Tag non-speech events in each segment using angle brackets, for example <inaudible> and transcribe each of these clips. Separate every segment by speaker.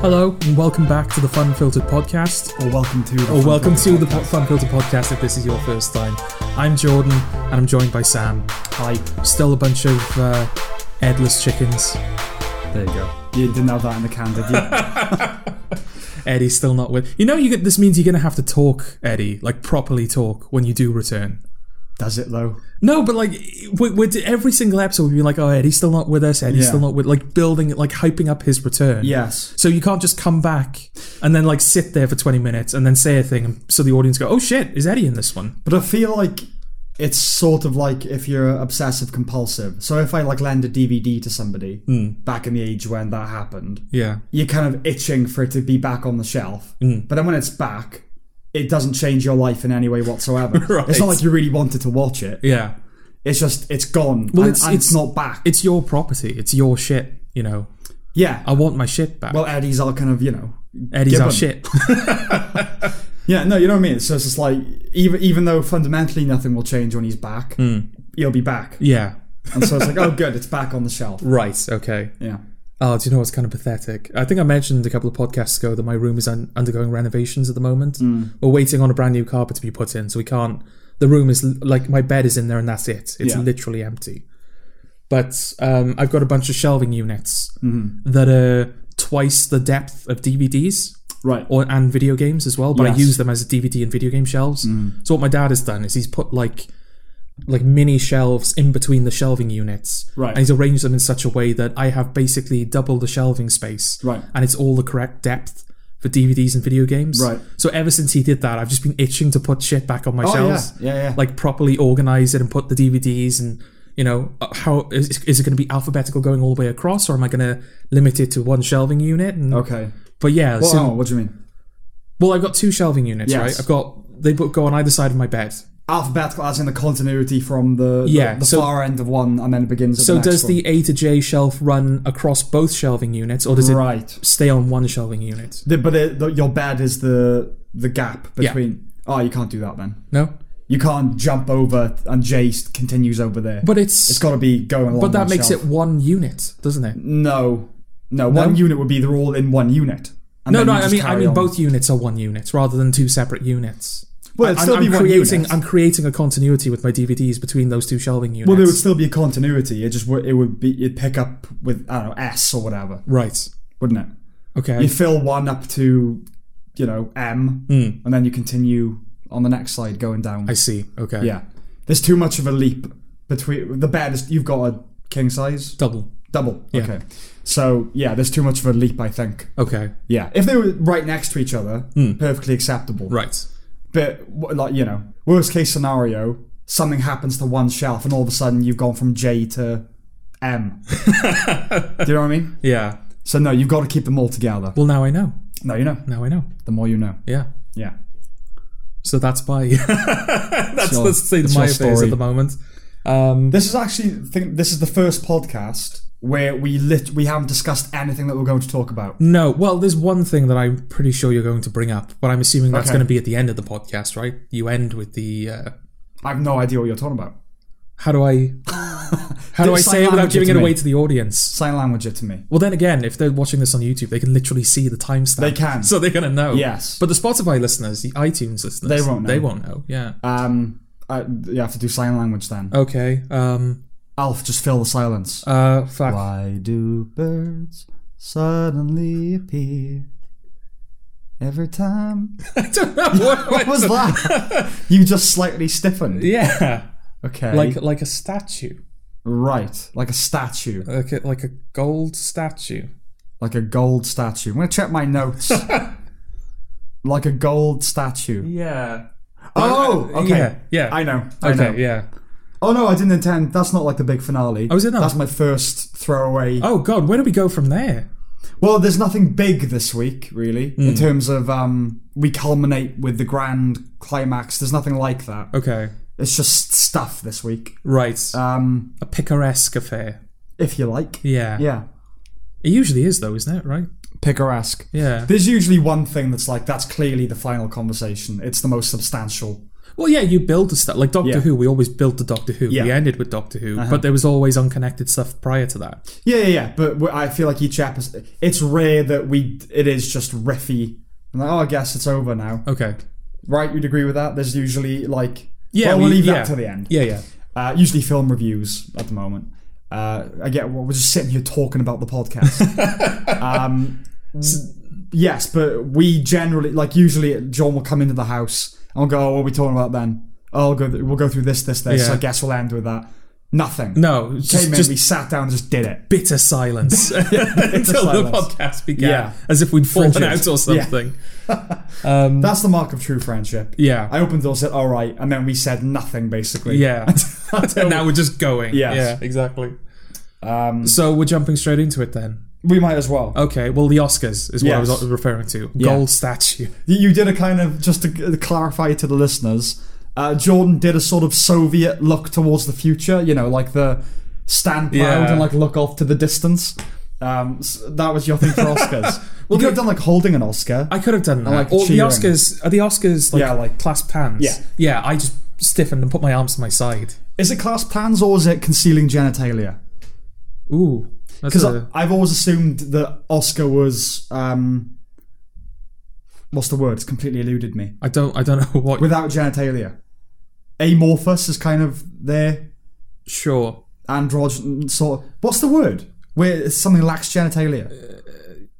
Speaker 1: Hello and welcome back to the Fun Filtered podcast,
Speaker 2: Or welcome to. The
Speaker 1: or
Speaker 2: Fun
Speaker 1: welcome to
Speaker 2: Filter
Speaker 1: the
Speaker 2: Podcast.
Speaker 1: Fun Filtered podcast if this is your first time. I'm Jordan and I'm joined by Sam.
Speaker 2: Hi.
Speaker 1: Still a bunch of uh, headless chickens.
Speaker 2: There you go. You didn't have that in the can, did you?
Speaker 1: Eddie's still not with. You know, you get, this means you're going to have to talk, Eddie, like properly talk when you do return.
Speaker 2: Does it though?
Speaker 1: No, but like with, with every single episode, we'd be like, "Oh, Eddie's still not with us. Eddie's
Speaker 2: Yeah.
Speaker 1: still not with." Like building, like hyping up his return.
Speaker 2: Yes.
Speaker 1: So you can't just come back and then like sit there for twenty minutes and then say a thing, and so the audience go, "Oh shit, is Eddie in this one?"
Speaker 2: But I feel like it's sort of like if you're obsessive compulsive. So if I like lend a DVD to somebody back in the age when that happened,
Speaker 1: Yeah.
Speaker 2: you're kind of itching for it to be back on the shelf. But then when it's back, it doesn't change your life in any way whatsoever.
Speaker 1: Right.
Speaker 2: It's not like you really wanted to watch it.
Speaker 1: Yeah.
Speaker 2: It's just it's gone and,
Speaker 1: it's-
Speaker 2: and it's,
Speaker 1: it's-
Speaker 2: not back.
Speaker 1: It's your property. It's your shit. You know.
Speaker 2: yeah.
Speaker 1: I want my shit back.
Speaker 2: well, Eddie's are kind of you know
Speaker 1: Eddie's our
Speaker 2: given.
Speaker 1: <laughs> shit.
Speaker 2: Yeah, no, you know what I mean. So it's just like even even though fundamentally nothing will change when he's back,
Speaker 1: Hmm.
Speaker 2: he'll be back.
Speaker 1: yeah.
Speaker 2: And so it's like, oh, good, it's back on the shelf.
Speaker 1: Right. Okay.
Speaker 2: Yeah.
Speaker 1: Oh, do you know what's kind of pathetic? I think I mentioned a couple of podcasts ago that my room is un- undergoing renovations at the moment. We're waiting on a brand new carpet to be put in, so we can't. The room is l- like my bed is in there, and that's it. It's
Speaker 2: Yeah.
Speaker 1: literally empty. But um, I've got a bunch of shelving units that are twice the depth of DVDs
Speaker 2: Right.
Speaker 1: or and video games as well. But I
Speaker 2: Yes. Mm.
Speaker 1: use them as DVD and video game shelves. So what my dad has done is he's put like like mini shelves in between the shelving units.
Speaker 2: Right.
Speaker 1: And he's arranged them in such a way that I have basically double the shelving space.
Speaker 2: Right.
Speaker 1: And it's all the correct depth for DVDs and video games.
Speaker 2: Right.
Speaker 1: So ever since he did that, I've just been itching to put shit back on my
Speaker 2: Oh,
Speaker 1: shelves.
Speaker 2: yeah. Yeah, yeah.
Speaker 1: Like properly organize it and put the DVDs and you know uh, how is, is it going to be alphabetical going all the way across, or am I going to limit it to one shelving unit? And,
Speaker 2: okay.
Speaker 1: But yeah,
Speaker 2: Oh. Well,
Speaker 1: so-
Speaker 2: oh, what do you mean?
Speaker 1: well, I've got two shelving units,
Speaker 2: Yes.
Speaker 1: right? I've got they bo- go on either side of my bed.
Speaker 2: Alphabetical as in the continuity from the the-
Speaker 1: Yeah,
Speaker 2: the,
Speaker 1: so-
Speaker 2: far end of one and then it begins. At
Speaker 1: So
Speaker 2: the next
Speaker 1: does the A to J shelf run across both shelving units, or does
Speaker 2: one.
Speaker 1: it
Speaker 2: right?
Speaker 1: stay on one shelving unit?
Speaker 2: The- but it, the, your bed is the the gap
Speaker 1: Yeah.
Speaker 2: between. Oh, you can't do that then.
Speaker 1: No,
Speaker 2: You can't jump over and Jay s- continues over there.
Speaker 1: but it's,
Speaker 2: it's got to be going along.
Speaker 1: but that
Speaker 2: one
Speaker 1: makes
Speaker 2: shelf.
Speaker 1: it one unit, doesn't it?
Speaker 2: No, no. One unit would be they're all in one unit. And
Speaker 1: No,
Speaker 2: then
Speaker 1: no.
Speaker 2: you
Speaker 1: I
Speaker 2: just
Speaker 1: mean, I
Speaker 2: carry
Speaker 1: mean,
Speaker 2: on.
Speaker 1: both units are one unit rather than two separate units.
Speaker 2: Well, it'd
Speaker 1: I'm-
Speaker 2: still
Speaker 1: I'm,
Speaker 2: be one
Speaker 1: creating,
Speaker 2: unit.
Speaker 1: I'm creating a continuity with my DVDs between those two shelving units.
Speaker 2: well, there would still be a continuity. It just would- it would be you'd pick up with I don't know S or whatever,
Speaker 1: right.
Speaker 2: wouldn't it?
Speaker 1: Okay.
Speaker 2: You fill one up to, you know, M, and then you continue on the next slide going down.
Speaker 1: Hmm. I see. Okay.
Speaker 2: yeah, there's too much of a leap between the bed. Is, you've got a king size
Speaker 1: Double.
Speaker 2: double. Okay, so yeah, there's too much of a leap. I think.
Speaker 1: Okay.
Speaker 2: Yeah, if they were right next to each other,
Speaker 1: Hmm.
Speaker 2: perfectly acceptable.
Speaker 1: Right.
Speaker 2: But wh- like you know, worst case scenario, something happens to one shelf, and all of a sudden you've gone from J to M. Do you know what I mean?
Speaker 1: Yeah.
Speaker 2: So no, you've got to keep them all together.
Speaker 1: Well, now I know.
Speaker 2: No, you know.
Speaker 1: Now I know.
Speaker 2: The more you know.
Speaker 1: Yeah.
Speaker 2: Yeah.
Speaker 1: So that's my <laughs> that's
Speaker 2: <laughs> your-
Speaker 1: the state of
Speaker 2: it's
Speaker 1: my
Speaker 2: your
Speaker 1: affairs at
Speaker 2: story.
Speaker 1: the moment. Um,
Speaker 2: This is actually think this is the first podcast where we lit we haven't discussed anything that we're going to talk about.
Speaker 1: no, well, there's one thing that I'm pretty sure you're going to bring up, but I'm assuming that's
Speaker 2: Okay.
Speaker 1: going to be at the end of the podcast, right? You end with the uh,
Speaker 2: I have no idea what you're talking about.
Speaker 1: how do
Speaker 2: <laughs>
Speaker 1: I how do I
Speaker 2: Sign
Speaker 1: say it without
Speaker 2: language
Speaker 1: giving
Speaker 2: to
Speaker 1: it
Speaker 2: me.
Speaker 1: away to the audience?
Speaker 2: Sign language it to me.
Speaker 1: Well, then again, if they're watching this on YouTube, they can literally see the timestamp.
Speaker 2: They
Speaker 1: <laughs>
Speaker 2: can.
Speaker 1: so they're going to know.
Speaker 2: Yes.
Speaker 1: but the Spotify listeners, the iTunes listeners,
Speaker 2: They won't know.
Speaker 1: They won't know. Yeah.
Speaker 2: Um, I, you have to do sign language then.
Speaker 1: Okay. Um.
Speaker 2: Alf, just fill the silence.
Speaker 1: Uh. Fuck.
Speaker 2: Why do birds suddenly appear every time?
Speaker 1: <laughs> I don't know.
Speaker 2: <laughs>
Speaker 1: What,
Speaker 2: What was that?
Speaker 1: <laughs>
Speaker 2: you just slightly stiffened.
Speaker 1: Yeah.
Speaker 2: Okay.
Speaker 1: Like like a statue.
Speaker 2: right, like a statue,
Speaker 1: like a, like a gold statue.
Speaker 2: like a gold statue. I'm gonna check
Speaker 1: <laughs>
Speaker 2: my notes. like a gold statue.
Speaker 1: Yeah.
Speaker 2: Oh, okay.
Speaker 1: Yeah. Yeah.
Speaker 2: I know. I
Speaker 1: okay.
Speaker 2: know.
Speaker 1: Yeah. Oh,
Speaker 2: Oh no, I didn't intend. That's not like the big finale.
Speaker 1: is it not?
Speaker 2: That's my first throwaway.
Speaker 1: Oh God, where do we go from there?
Speaker 2: Well, there's nothing big this week, really, in
Speaker 1: Mm.
Speaker 2: terms of um, we culminate with the grand climax. There's nothing like that.
Speaker 1: Okay.
Speaker 2: It's just stuff this week,
Speaker 1: Right.
Speaker 2: um,
Speaker 1: a picaresque affair.
Speaker 2: if you like.
Speaker 1: Yeah.
Speaker 2: Yeah,
Speaker 1: It usually is though, isn't it? Right.
Speaker 2: picaresque.
Speaker 1: Yeah.
Speaker 2: There's usually one thing that's like that's clearly the final conversation. It's the most substantial.
Speaker 1: Well, yeah, you build the stuff like Doctor
Speaker 2: Yeah.
Speaker 1: Who. We always built the Doctor Who.
Speaker 2: Yeah. Uh-huh.
Speaker 1: We ended with Doctor Who, but there was always unconnected stuff prior to that.
Speaker 2: Yeah, yeah, yeah. But we- I feel like each episode, it's rare that we it is just riffy. I'm like, oh, I guess it's over now,
Speaker 1: Okay.
Speaker 2: right? You'd agree with that? There's usually like,
Speaker 1: Yeah,
Speaker 2: well, we'll
Speaker 1: we-
Speaker 2: leave
Speaker 1: yeah.
Speaker 2: that to the end.
Speaker 1: Yeah, yeah.
Speaker 2: Uh, usually film reviews at the moment. Uh, I get well, we're just sitting here talking about the
Speaker 1: <laughs>
Speaker 2: podcast. um, yes, but we generally like usually John will come into the house and we'll go, oh, "What are we talking about then?" Oh, go we'll go through this, this, this.
Speaker 1: Yeah.
Speaker 2: I guess we'll end with that. Nothing.
Speaker 1: No,
Speaker 2: Came
Speaker 1: just,
Speaker 2: in,
Speaker 1: just
Speaker 2: we sat down, and just did it.
Speaker 1: bitter
Speaker 2: <laughs>
Speaker 1: silence <laughs> until the
Speaker 2: silence.
Speaker 1: podcast began,
Speaker 2: Yeah.
Speaker 1: as if we'd fallen
Speaker 2: Frigid.
Speaker 1: out or
Speaker 2: Yeah.
Speaker 1: something. Um,
Speaker 2: That's the mark of true friendship.
Speaker 1: yeah,
Speaker 2: I opened the door, said all right, and then we said nothing basically. <laughs>
Speaker 1: yeah. and <laughs> now we're just going.
Speaker 2: Yes.
Speaker 1: Yeah, exactly.
Speaker 2: Um,
Speaker 1: So we're jumping straight into it then.
Speaker 2: we might as well.
Speaker 1: Okay, well, the Oscars is what I
Speaker 2: Yes.
Speaker 1: was referring to.
Speaker 2: Yeah.
Speaker 1: Gold statue.
Speaker 2: You you did a kind of just to clarify to the listeners. Uh, Jordan did a sort of Soviet look towards the future. You know, like the stand proud
Speaker 1: Yeah.
Speaker 2: and like look off to the distance. Um, s that was your thing for
Speaker 1: <laughs>
Speaker 2: Oscars. well, you could have done like holding an Oscar.
Speaker 1: I could have done that.
Speaker 2: like
Speaker 1: or the
Speaker 2: cheering.
Speaker 1: Oscars are the Oscars like,
Speaker 2: Yeah, like-
Speaker 1: clasped hands.
Speaker 2: Yeah.
Speaker 1: yeah. I just stiffened and put my arms to my side.
Speaker 2: is it clasped hands or is it concealing genitalia?
Speaker 1: Ooh, that's
Speaker 2: Because
Speaker 1: a,
Speaker 2: I've always assumed that Oscar was um, what's the word? It's completely eluded me.
Speaker 1: I don't I don't <laughs> know what.
Speaker 2: without genitalia. Amorphous is kind of their
Speaker 1: sure,
Speaker 2: androgen sort. Of, what's the word where something lacks genitalia?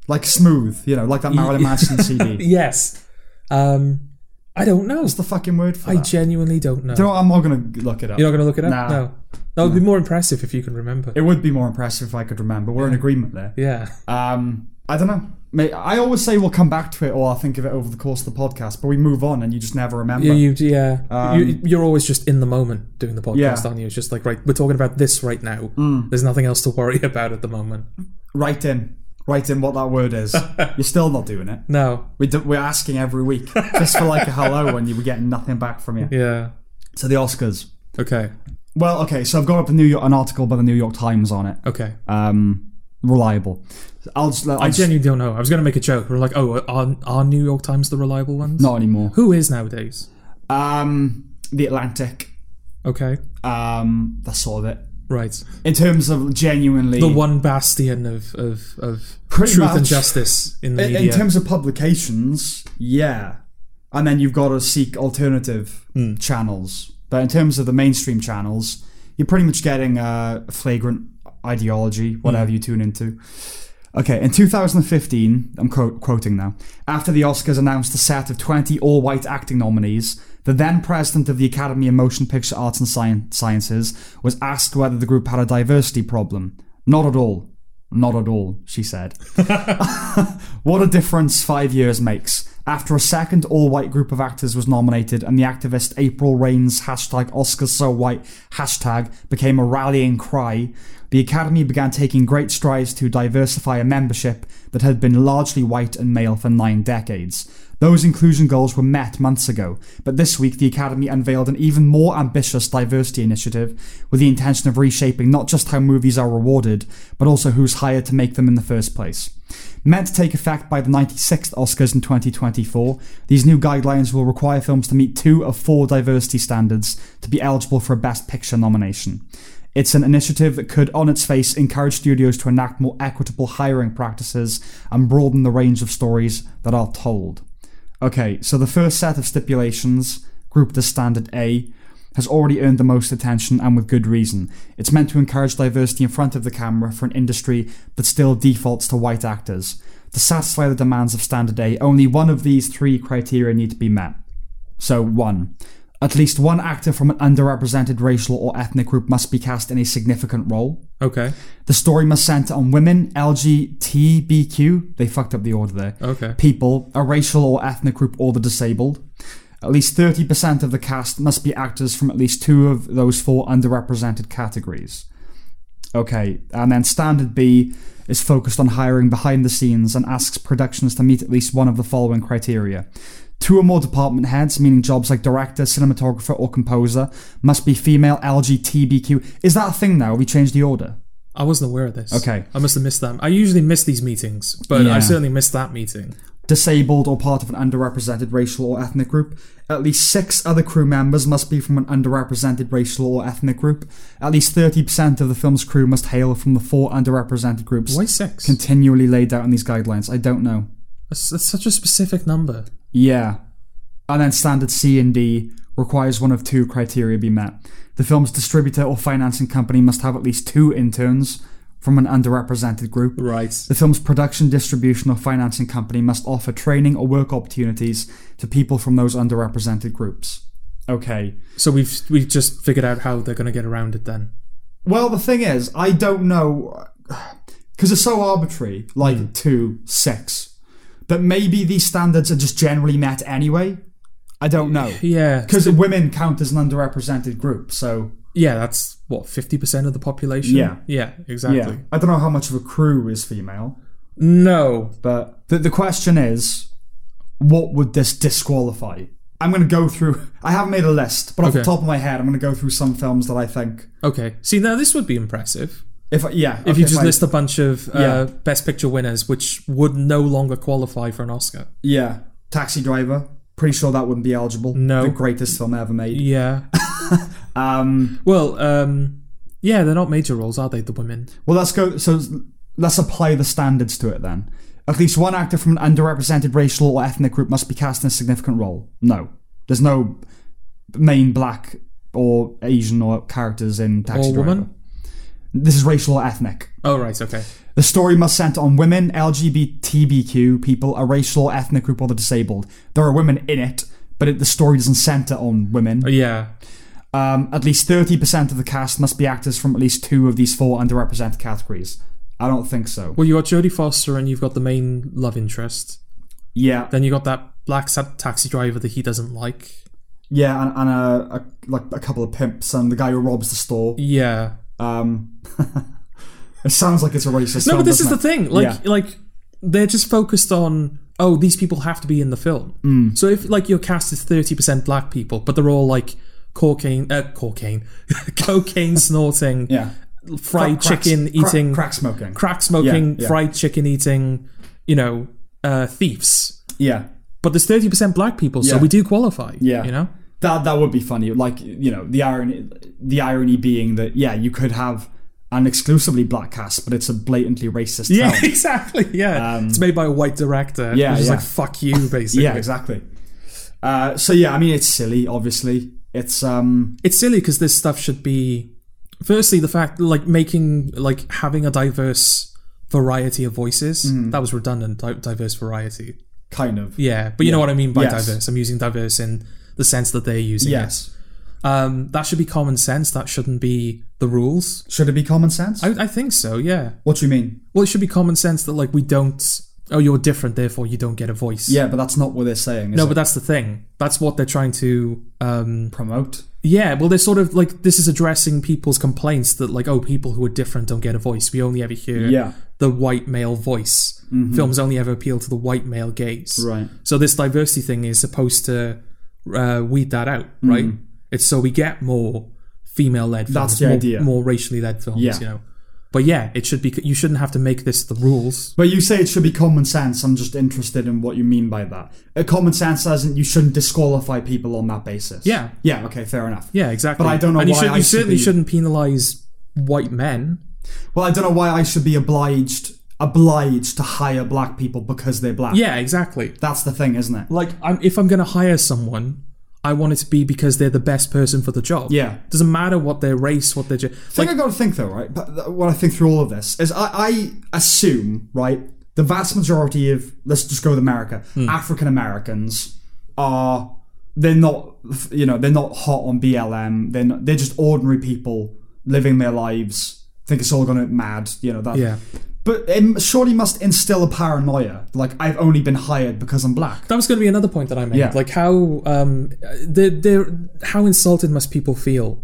Speaker 2: Like smooth, you know, like that Marilyn
Speaker 1: <laughs>
Speaker 2: Manson CD.
Speaker 1: yes. Um, I don't know.
Speaker 2: What's the fucking word for
Speaker 1: I
Speaker 2: that?
Speaker 1: genuinely don't know.
Speaker 2: You know what, I'm not gonna look it up.
Speaker 1: You're not going to look it up?
Speaker 2: Nah.
Speaker 1: No. That would be more impressive if you can remember.
Speaker 2: it would be more impressive if I could remember. We're in agreement there.
Speaker 1: yeah.
Speaker 2: Um, I don't know. May- I always say we'll come back to it, or I'll think of it over the course of the podcast. But we move on, and you just never remember.
Speaker 1: You, you, yeah.
Speaker 2: Um,
Speaker 1: you, you're always just in the moment doing the podcast,
Speaker 2: Yeah. Mm.
Speaker 1: aren't you? It's just like, right, we're talking about this right now. There's nothing else to worry <laughs> about at the moment.
Speaker 2: Write in, write in what that word
Speaker 1: <laughs>
Speaker 2: is. You're still not doing it.
Speaker 1: No.
Speaker 2: We do, we're asking every week just for like a hello, and you were getting nothing back from you.
Speaker 1: Yeah.
Speaker 2: So the Oscars.
Speaker 1: Okay.
Speaker 2: Well, okay. So I've got up a New York, an article by the New York Times on it.
Speaker 1: Okay.
Speaker 2: Um, reliable. I'll just. I'll
Speaker 1: I
Speaker 2: just
Speaker 1: genuinely don't know. I was going to make a joke. We're like, oh, are, are New York Times the reliable ones?
Speaker 2: not anymore.
Speaker 1: Who is nowadays?
Speaker 2: Um, the Atlantic.
Speaker 1: Okay.
Speaker 2: Um, that's sort of it.
Speaker 1: Right.
Speaker 2: In terms of genuinely,
Speaker 1: The one bastion of, of, of
Speaker 2: Pretty
Speaker 1: truth and
Speaker 2: much.
Speaker 1: justice in the
Speaker 2: in, in
Speaker 1: media.
Speaker 2: terms of publications, yeah. And then you've got to seek alternative
Speaker 1: Hmm.
Speaker 2: channels. But in terms of the mainstream channels, you're pretty much getting a flagrant ideology,
Speaker 1: Hmm.
Speaker 2: whatever you tune into. Okay, in 2015, I'm quo- quoting now, after the Oscars announced a set of 20 all white acting nominees, the then president of the Academy of Motion Picture Arts and Scien- Sciences was asked whether the group had a diversity problem. Not at all. Not at all, she said. What a difference five years makes. After a second all white group of actors was nominated, and the activist April Rain's hashtag Oscars So White hashtag became a rallying cry, the Academy began taking great strides to diversify a membership that had been largely white and male for nine decades. Those inclusion goals were met months ago, but this week the Academy unveiled an even more ambitious diversity initiative with the intention of reshaping not just how movies are rewarded, but also who's hired to make them in the first place. Meant to take effect by the 96th Oscars in 2024, these new guidelines will require films to meet two of four diversity standards to be eligible for a Best Picture nomination. It's an initiative that could, on its face, encourage studios to enact more equitable hiring practices and broaden the range of stories that are told. Okay, so the first set of stipulations, grouped as Standard A, has already earned the most attention and with good reason. It's meant to encourage diversity in front of the camera for an industry that still defaults to white actors. To satisfy the demands of Standard A, only one of these three criteria need to be met. So, one, at least one actor from an underrepresented racial or ethnic group must be cast in a significant role.
Speaker 1: okay.
Speaker 2: The story must center on women, LGBTQ, they fucked up the order there,
Speaker 1: Okay.
Speaker 2: people, a racial or ethnic group, or the disabled. At least 30% of the cast must be actors from at least two of those four underrepresented categories. Okay, and then Standard B is focused on hiring behind the scenes and asks productions to meet at least one of the following criteria. Two or more department heads, meaning jobs like director, cinematographer, or composer, must be female LGBTQ. Is that a thing now? We changed the order.
Speaker 1: I wasn't aware of this.
Speaker 2: Okay.
Speaker 1: I must have missed that. I usually miss these meetings, but
Speaker 2: Yeah.
Speaker 1: I certainly missed that meeting.
Speaker 2: disabled, or part of an underrepresented racial or ethnic group. At least six other crew members must be from an underrepresented racial or ethnic group. At least 30% of the film's crew must hail from the four underrepresented groups
Speaker 1: Why six?
Speaker 2: continually laid out in these guidelines. I don't know.
Speaker 1: that's, that's such a specific number.
Speaker 2: Yeah. And then standard C and D requires one of two criteria be met. The film's distributor or financing company must have at least two interns from an underrepresented group.
Speaker 1: Right.
Speaker 2: The film's production, distribution, or financing company must offer training or work opportunities to people from those underrepresented groups. Okay.
Speaker 1: So we've we've just figured out how they're going to get around it then.
Speaker 2: Well, the thing is, I don't know <sighs> because it's so arbitrary, like two, six. But maybe these standards are just generally met anyway. I don't know.
Speaker 1: Yeah.
Speaker 2: Because women count as an underrepresented group, so
Speaker 1: Yeah, that's what fifty percent of the population.
Speaker 2: Yeah.
Speaker 1: Yeah. Exactly.
Speaker 2: yeah. I don't know how much of a crew is female,
Speaker 1: No.
Speaker 2: but the, the question is, what would this disqualify? I'm going to go through. <laughs> I haven't made a list, but off the
Speaker 1: Okay.
Speaker 2: top of my head, I'm going to go through some films that I think.
Speaker 1: Okay. See, now this would be impressive
Speaker 2: If I- yeah,
Speaker 1: if you just
Speaker 2: I,
Speaker 1: list a bunch of uh,
Speaker 2: Yeah.
Speaker 1: best picture winners, which would no longer qualify for an Oscar.
Speaker 2: yeah, Taxi Driver. Pretty sure that wouldn't be eligible.
Speaker 1: No.
Speaker 2: the greatest film ever made.
Speaker 1: Yeah.
Speaker 2: <laughs> Um,
Speaker 1: well. Um. Yeah, they're not major roles, are they? The women.
Speaker 2: well, let's go. So let's apply the standards to it then. At least one actor from an underrepresented racial or ethnic group must be cast in a significant role. No, there's no main black or Asian or characters in Taxi
Speaker 1: Or
Speaker 2: Driver.
Speaker 1: woman?
Speaker 2: This is racial or ethnic.
Speaker 1: Oh right. Okay.
Speaker 2: The story must center on women, LGBTQ people, a racial or ethnic group, or the disabled. There are women in it, but it, the story doesn't center on women.
Speaker 1: Yeah.
Speaker 2: Um, at least 30% of the cast must be actors from at least two of these four underrepresented categories. I don't think so.
Speaker 1: Well, you got Jodie Foster, and you've got the main love interest.
Speaker 2: Yeah,
Speaker 1: Then you got that black sa- taxi driver that he doesn't like.
Speaker 2: yeah, and, and a, a, like a couple of pimps and the guy who robs the store.
Speaker 1: Yeah.
Speaker 2: Um, <laughs> it sounds like it's a racist.
Speaker 1: No,
Speaker 2: film,
Speaker 1: but this is
Speaker 2: doesn't
Speaker 1: the
Speaker 2: it?
Speaker 1: thing. Like, like they're just focused on oh, these people have to be in the film.
Speaker 2: Mm.
Speaker 1: So if like your cast is thirty percent black people, but they're all like cocaine, uh, cocaine, <laughs>
Speaker 2: <laughs>
Speaker 1: cocaine snorting,
Speaker 2: Yeah,
Speaker 1: fried
Speaker 2: Cracks-
Speaker 1: chicken
Speaker 2: cra-
Speaker 1: eating,
Speaker 2: crack
Speaker 1: crack,
Speaker 2: smoking.
Speaker 1: smoking,
Speaker 2: Yeah, yeah.
Speaker 1: fried chicken eating, you know, uh, thieves.
Speaker 2: yeah,
Speaker 1: But there's thirty percent black people, so
Speaker 2: Yeah.
Speaker 1: we do qualify.
Speaker 2: Yeah.
Speaker 1: you know.
Speaker 2: that that would be funny. Like you know, the irony, the irony being that yeah, you could have an exclusively black cast, but it's a blatantly racist.
Speaker 1: Yeah,
Speaker 2: <laughs>
Speaker 1: <laughs>
Speaker 2: film.
Speaker 1: exactly. Yeah, it's made by a white director.
Speaker 2: Yeah,
Speaker 1: which is
Speaker 2: yeah.
Speaker 1: like fuck you, basically.
Speaker 2: <laughs> yeah, exactly. Uh, so yeah, I mean, it's silly. Obviously, it's um,
Speaker 1: it's silly because this stuff should be firstly the fact like making like having a diverse variety of voices
Speaker 2: Mm-hmm.
Speaker 1: that was redundant di- diverse variety
Speaker 2: kind of
Speaker 1: yeah but you know what i mean by
Speaker 2: Yes.
Speaker 1: diverse i'm using diverse in the sense that they're using it.
Speaker 2: yes.
Speaker 1: um that should be common sense that shouldn't be the rules
Speaker 2: Should it be common sense?
Speaker 1: I, I think so yeah
Speaker 2: what do you mean?
Speaker 1: well it should be common sense that like we don't oh you're different therefore you don't get a voice
Speaker 2: Yeah, but that's not what they're saying. Is
Speaker 1: no
Speaker 2: it?
Speaker 1: but that's the thing that's what they're trying to um
Speaker 2: promote.
Speaker 1: Yeah, well, they're sort of like this is addressing people's complaints that like oh, people who are different don't get a voice. We only ever hear
Speaker 2: Yeah. Mm-hmm.
Speaker 1: the white male voice. Films only ever appeal to the white male gaze.
Speaker 2: Right.
Speaker 1: So this diversity thing is supposed to uh, weed that out,
Speaker 2: Mm-hmm.
Speaker 1: right? It's so we get more female-led films,
Speaker 2: That's the
Speaker 1: more,
Speaker 2: idea.
Speaker 1: more racially-led films,
Speaker 2: Yeah.
Speaker 1: you know. But yeah, it should be. You shouldn't have to make this the rules.
Speaker 2: But you say it should be common sense. I'm just interested in what you mean by that. A common sense doesn't. You shouldn't disqualify people on that basis.
Speaker 1: Yeah.
Speaker 2: Yeah. Okay. Fair enough.
Speaker 1: Yeah, exactly.
Speaker 2: But I don't know
Speaker 1: And you,
Speaker 2: why
Speaker 1: should,
Speaker 2: I
Speaker 1: you
Speaker 2: should
Speaker 1: certainly
Speaker 2: be-
Speaker 1: shouldn't penalize white men.
Speaker 2: Well, I don't know why I should be obliged obliged to hire black people because they're black.
Speaker 1: Yeah, exactly.
Speaker 2: That's the thing, isn't it?
Speaker 1: like I'm, if I'm going to hire someone, I want it to be because they're the best person for the job.
Speaker 2: Yeah.
Speaker 1: doesn't matter what their race, what their ge-
Speaker 2: thing I got to think though, right? But th- what I think through all of this is, I, I assume, right, the vast majority of let's just go with America,
Speaker 1: Hmm.
Speaker 2: African Americans are they're not, you know, they're not hot on BLM. They're not, they're just ordinary people living their lives. Think it's all gone mad, you know that.
Speaker 1: Yeah.
Speaker 2: But it m- surely must instill a paranoia, like I've only been hired because I'm black.
Speaker 1: that was going to be another point that I made.
Speaker 2: Yeah.
Speaker 1: Like how um, they how insulted must people feel,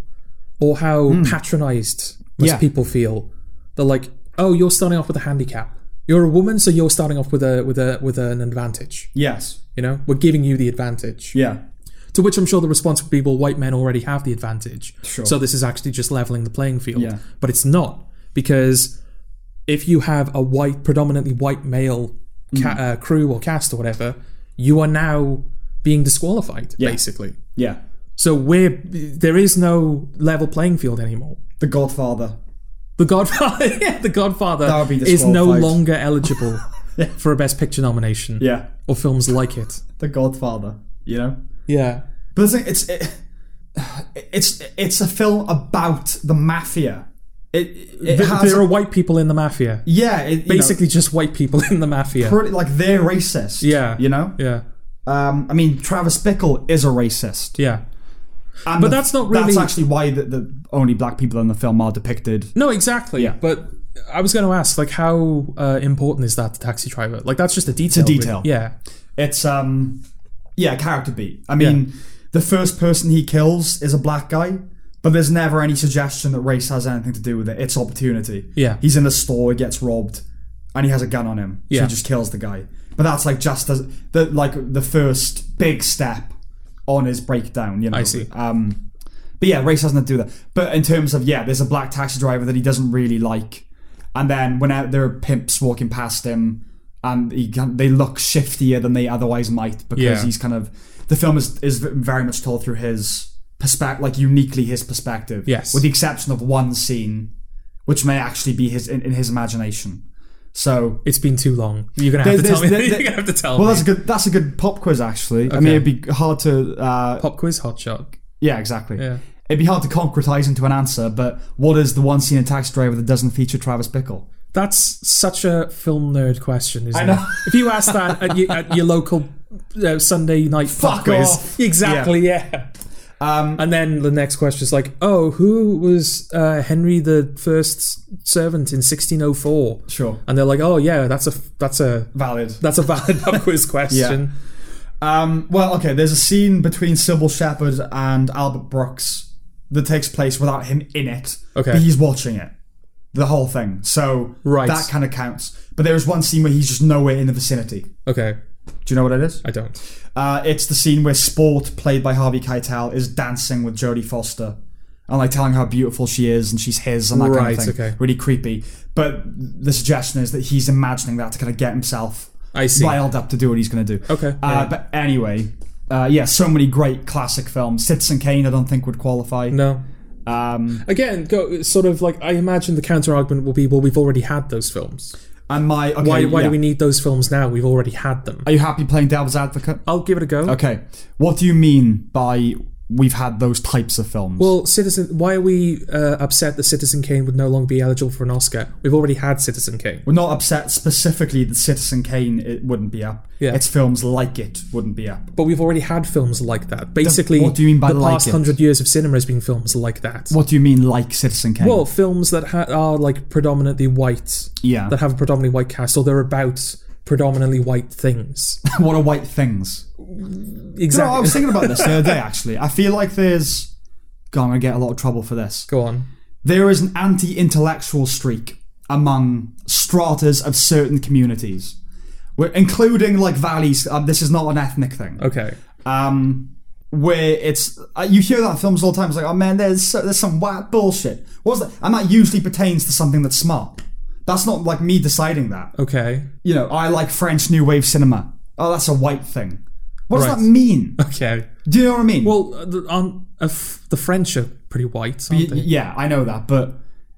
Speaker 1: or how patronized must
Speaker 2: Hmm. Yeah.
Speaker 1: people feel? They're like, oh, you're starting off with a handicap. You're a woman, so you're starting off with a with a with an advantage.
Speaker 2: Yes.
Speaker 1: You know, we're giving you the advantage.
Speaker 2: Yeah.
Speaker 1: To which I'm sure the response would be, well, white men already have the advantage. Sure. So this is actually just leveling the playing field.
Speaker 2: Yeah.
Speaker 1: But it's not, because if you have a white, predominantly white male
Speaker 2: Mm.
Speaker 1: ca- uh, crew or cast or whatever, you are now being disqualified, basically.
Speaker 2: Yeah.
Speaker 1: So we're there is no level playing field anymore.
Speaker 2: The Godfather.
Speaker 1: The Godfather, <laughs> yeah, The
Speaker 2: That
Speaker 1: Godfather
Speaker 2: would be
Speaker 1: is no
Speaker 2: disqualified.
Speaker 1: longer
Speaker 2: <laughs>
Speaker 1: eligible for a Best Picture nomination
Speaker 2: Yeah.
Speaker 1: or films like it.
Speaker 2: The Godfather. You know?
Speaker 1: Yeah,
Speaker 2: But the thing- it's it, it's it's a film about the mafia. It, it
Speaker 1: Th-
Speaker 2: has
Speaker 1: there are white people in the mafia.
Speaker 2: yeah, it, you know,
Speaker 1: Basically, just white people <laughs> in the mafia.
Speaker 2: pretty, like they're racist.
Speaker 1: Yeah.
Speaker 2: you know.
Speaker 1: yeah,
Speaker 2: Um, I mean, Travis Bickle is a racist,
Speaker 1: yeah. But
Speaker 2: and the-
Speaker 1: that's not
Speaker 2: That's
Speaker 1: really-
Speaker 2: actually why the, the only black people in the film are depicted.
Speaker 1: No, exactly.
Speaker 2: Yeah.
Speaker 1: But I was going to ask, like, how uh, important is that to Taxi Driver? Like, that's just a detail. really.
Speaker 2: detail.
Speaker 1: Yeah.
Speaker 2: It's um, yeah, character beat. I mean, the first person he kills is a black guy, but there's never any suggestion that race has anything to do with it. It's opportunity.
Speaker 1: Yeah.
Speaker 2: he's in the store, he gets robbed, and he has a gun on him. so
Speaker 1: Yeah.
Speaker 2: he just kills the guy. But that's like just as the like the first big step on his breakdown. You know, I
Speaker 1: see.
Speaker 2: Um, but yeah, race has nothing to do with that. But in terms of yeah, there's a black taxi driver that he doesn't really like, and then when out- there are pimps walking past him, and he can, they look shiftier than they otherwise might because
Speaker 1: Yeah.
Speaker 2: he's kind of the film is is very much told through his perspective, like uniquely his perspective.
Speaker 1: Yes.
Speaker 2: with the exception of one scene, which may actually be his in, in his imagination. So
Speaker 1: It's been too long. You're going to have
Speaker 2: There-
Speaker 1: to tell me.
Speaker 2: there's- there-
Speaker 1: <laughs> You're
Speaker 2: there-
Speaker 1: going to have to tell
Speaker 2: well,
Speaker 1: me.
Speaker 2: that's a good that's a good pop quiz actually. I mean,
Speaker 1: Okay.
Speaker 2: it'd be hard to uh,
Speaker 1: Pop quiz hot shot.
Speaker 2: yeah, exactly.
Speaker 1: Yeah.
Speaker 2: It'd be hard to concretize into an answer, but what is the one scene in Taxi Driver that doesn't feature Travis Bickle?
Speaker 1: That's such a film nerd question, isn't
Speaker 2: I know.
Speaker 1: it? If you ask that at, your at your local uh, Sunday night
Speaker 2: Fuck
Speaker 1: pop quiz, <laughs>
Speaker 2: off.
Speaker 1: exactly, yeah.
Speaker 2: Um,
Speaker 1: And then the next question is like, oh, who was uh, Henry the First's servant in 1604?
Speaker 2: Sure.
Speaker 1: And they're like, oh yeah, that's a that's a
Speaker 2: Valid.
Speaker 1: that's a valid
Speaker 2: <laughs>
Speaker 1: <laughs> pop quiz question.
Speaker 2: Um, well, okay, there's a scene between Sybil Shepherd and Albert Brooks that takes place without him in it.
Speaker 1: Okay.
Speaker 2: But he's watching it. The whole thing. So
Speaker 1: Right.
Speaker 2: that kind of counts. But there is one scene where he's just nowhere in the vicinity. Do
Speaker 1: Okay,
Speaker 2: you know what it is?
Speaker 1: I don't.
Speaker 2: Uh, it's the scene where Sport, played by Harvey Keitel, is dancing with Jodie Foster and like telling her how beautiful she is and she's his and that
Speaker 1: Right,
Speaker 2: kind of thing.
Speaker 1: okay.
Speaker 2: Really creepy. But the suggestion is that he's imagining that to kind of get himself
Speaker 1: I see.
Speaker 2: riled up to do what he's going to do.
Speaker 1: Okay,
Speaker 2: Uh,
Speaker 1: yeah.
Speaker 2: But anyway, uh, yeah, so many great classic films. Citizen Kane, I don't think would qualify.
Speaker 1: No.
Speaker 2: Um,
Speaker 1: Again, go sort of like I imagine the counter argument will be, well, we've already had those films.
Speaker 2: and my okay,
Speaker 1: Why why
Speaker 2: Uh, yeah.
Speaker 1: do we need those films now? We've already had them.
Speaker 2: Are you happy playing Devil's Advocate?
Speaker 1: I'll give it a go.
Speaker 2: Okay, what do you mean by we've had those types of films?
Speaker 1: Well, Citizen, why are we uh, upset that Citizen Kane would no longer be eligible for an Oscar? We've already had Citizen Kane.
Speaker 2: We're not upset specifically that Citizen Kane it wouldn't be up.
Speaker 1: Yeah.
Speaker 2: Its films like it wouldn't be up.
Speaker 1: But we've already had films like that. Basically,
Speaker 2: what do you mean by
Speaker 1: the
Speaker 2: like
Speaker 1: past
Speaker 2: it?
Speaker 1: hundred years of cinema has been films like that.
Speaker 2: What do you mean like Citizen Kane?
Speaker 1: Well, films that ha- are like predominantly white,
Speaker 2: yeah.
Speaker 1: that have a predominantly white cast, or they're about predominantly white
Speaker 2: <laughs>
Speaker 1: things.
Speaker 2: <laughs> what are white things? No, I
Speaker 1: Exactly.
Speaker 2: was thinking about this the other day actually. I feel like there's God, I'm gonna get a lot of trouble for this.
Speaker 1: Go on.
Speaker 2: There is an anti-intellectual streak among stratas of certain communities. We're including like valleys. Um, this is not an ethnic thing.
Speaker 1: Okay.
Speaker 2: um, where it's uh, you hear that in films all the time. It's like, oh man, there's so, there's some white bullshit. What's that? And that usually pertains to something that's smart. That's not like me deciding that.
Speaker 1: Okay.
Speaker 2: You know, I like French New Wave cinema. Oh, that's a white thing. What does
Speaker 1: Right.
Speaker 2: that
Speaker 1: <laughs>
Speaker 2: mean?
Speaker 1: Okay.
Speaker 2: Do you know what I mean?
Speaker 1: Well, uh, the, on, uh, f- the French are pretty white,
Speaker 2: Y-
Speaker 1: aren't they?
Speaker 2: yeah, I know that, but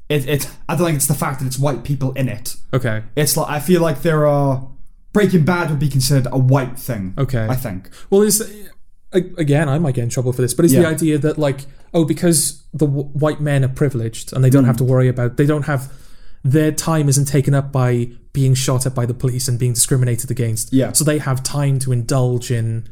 Speaker 2: it, it I don't think it's the fact that it's white people in it.
Speaker 1: Okay.
Speaker 2: It's like I feel like there are Breaking Bad would be considered a white thing.
Speaker 1: Okay.
Speaker 2: I think.
Speaker 1: Well, is a- again, I might get in trouble for this, but it's the
Speaker 2: Yeah.
Speaker 1: idea that like, oh, because the w- white men are privileged and they
Speaker 2: Hmm.
Speaker 1: don't have to worry about, they don't have their time isn't taken up by being shot at by the police and being discriminated against.
Speaker 2: Yeah.
Speaker 1: So they have time to indulge in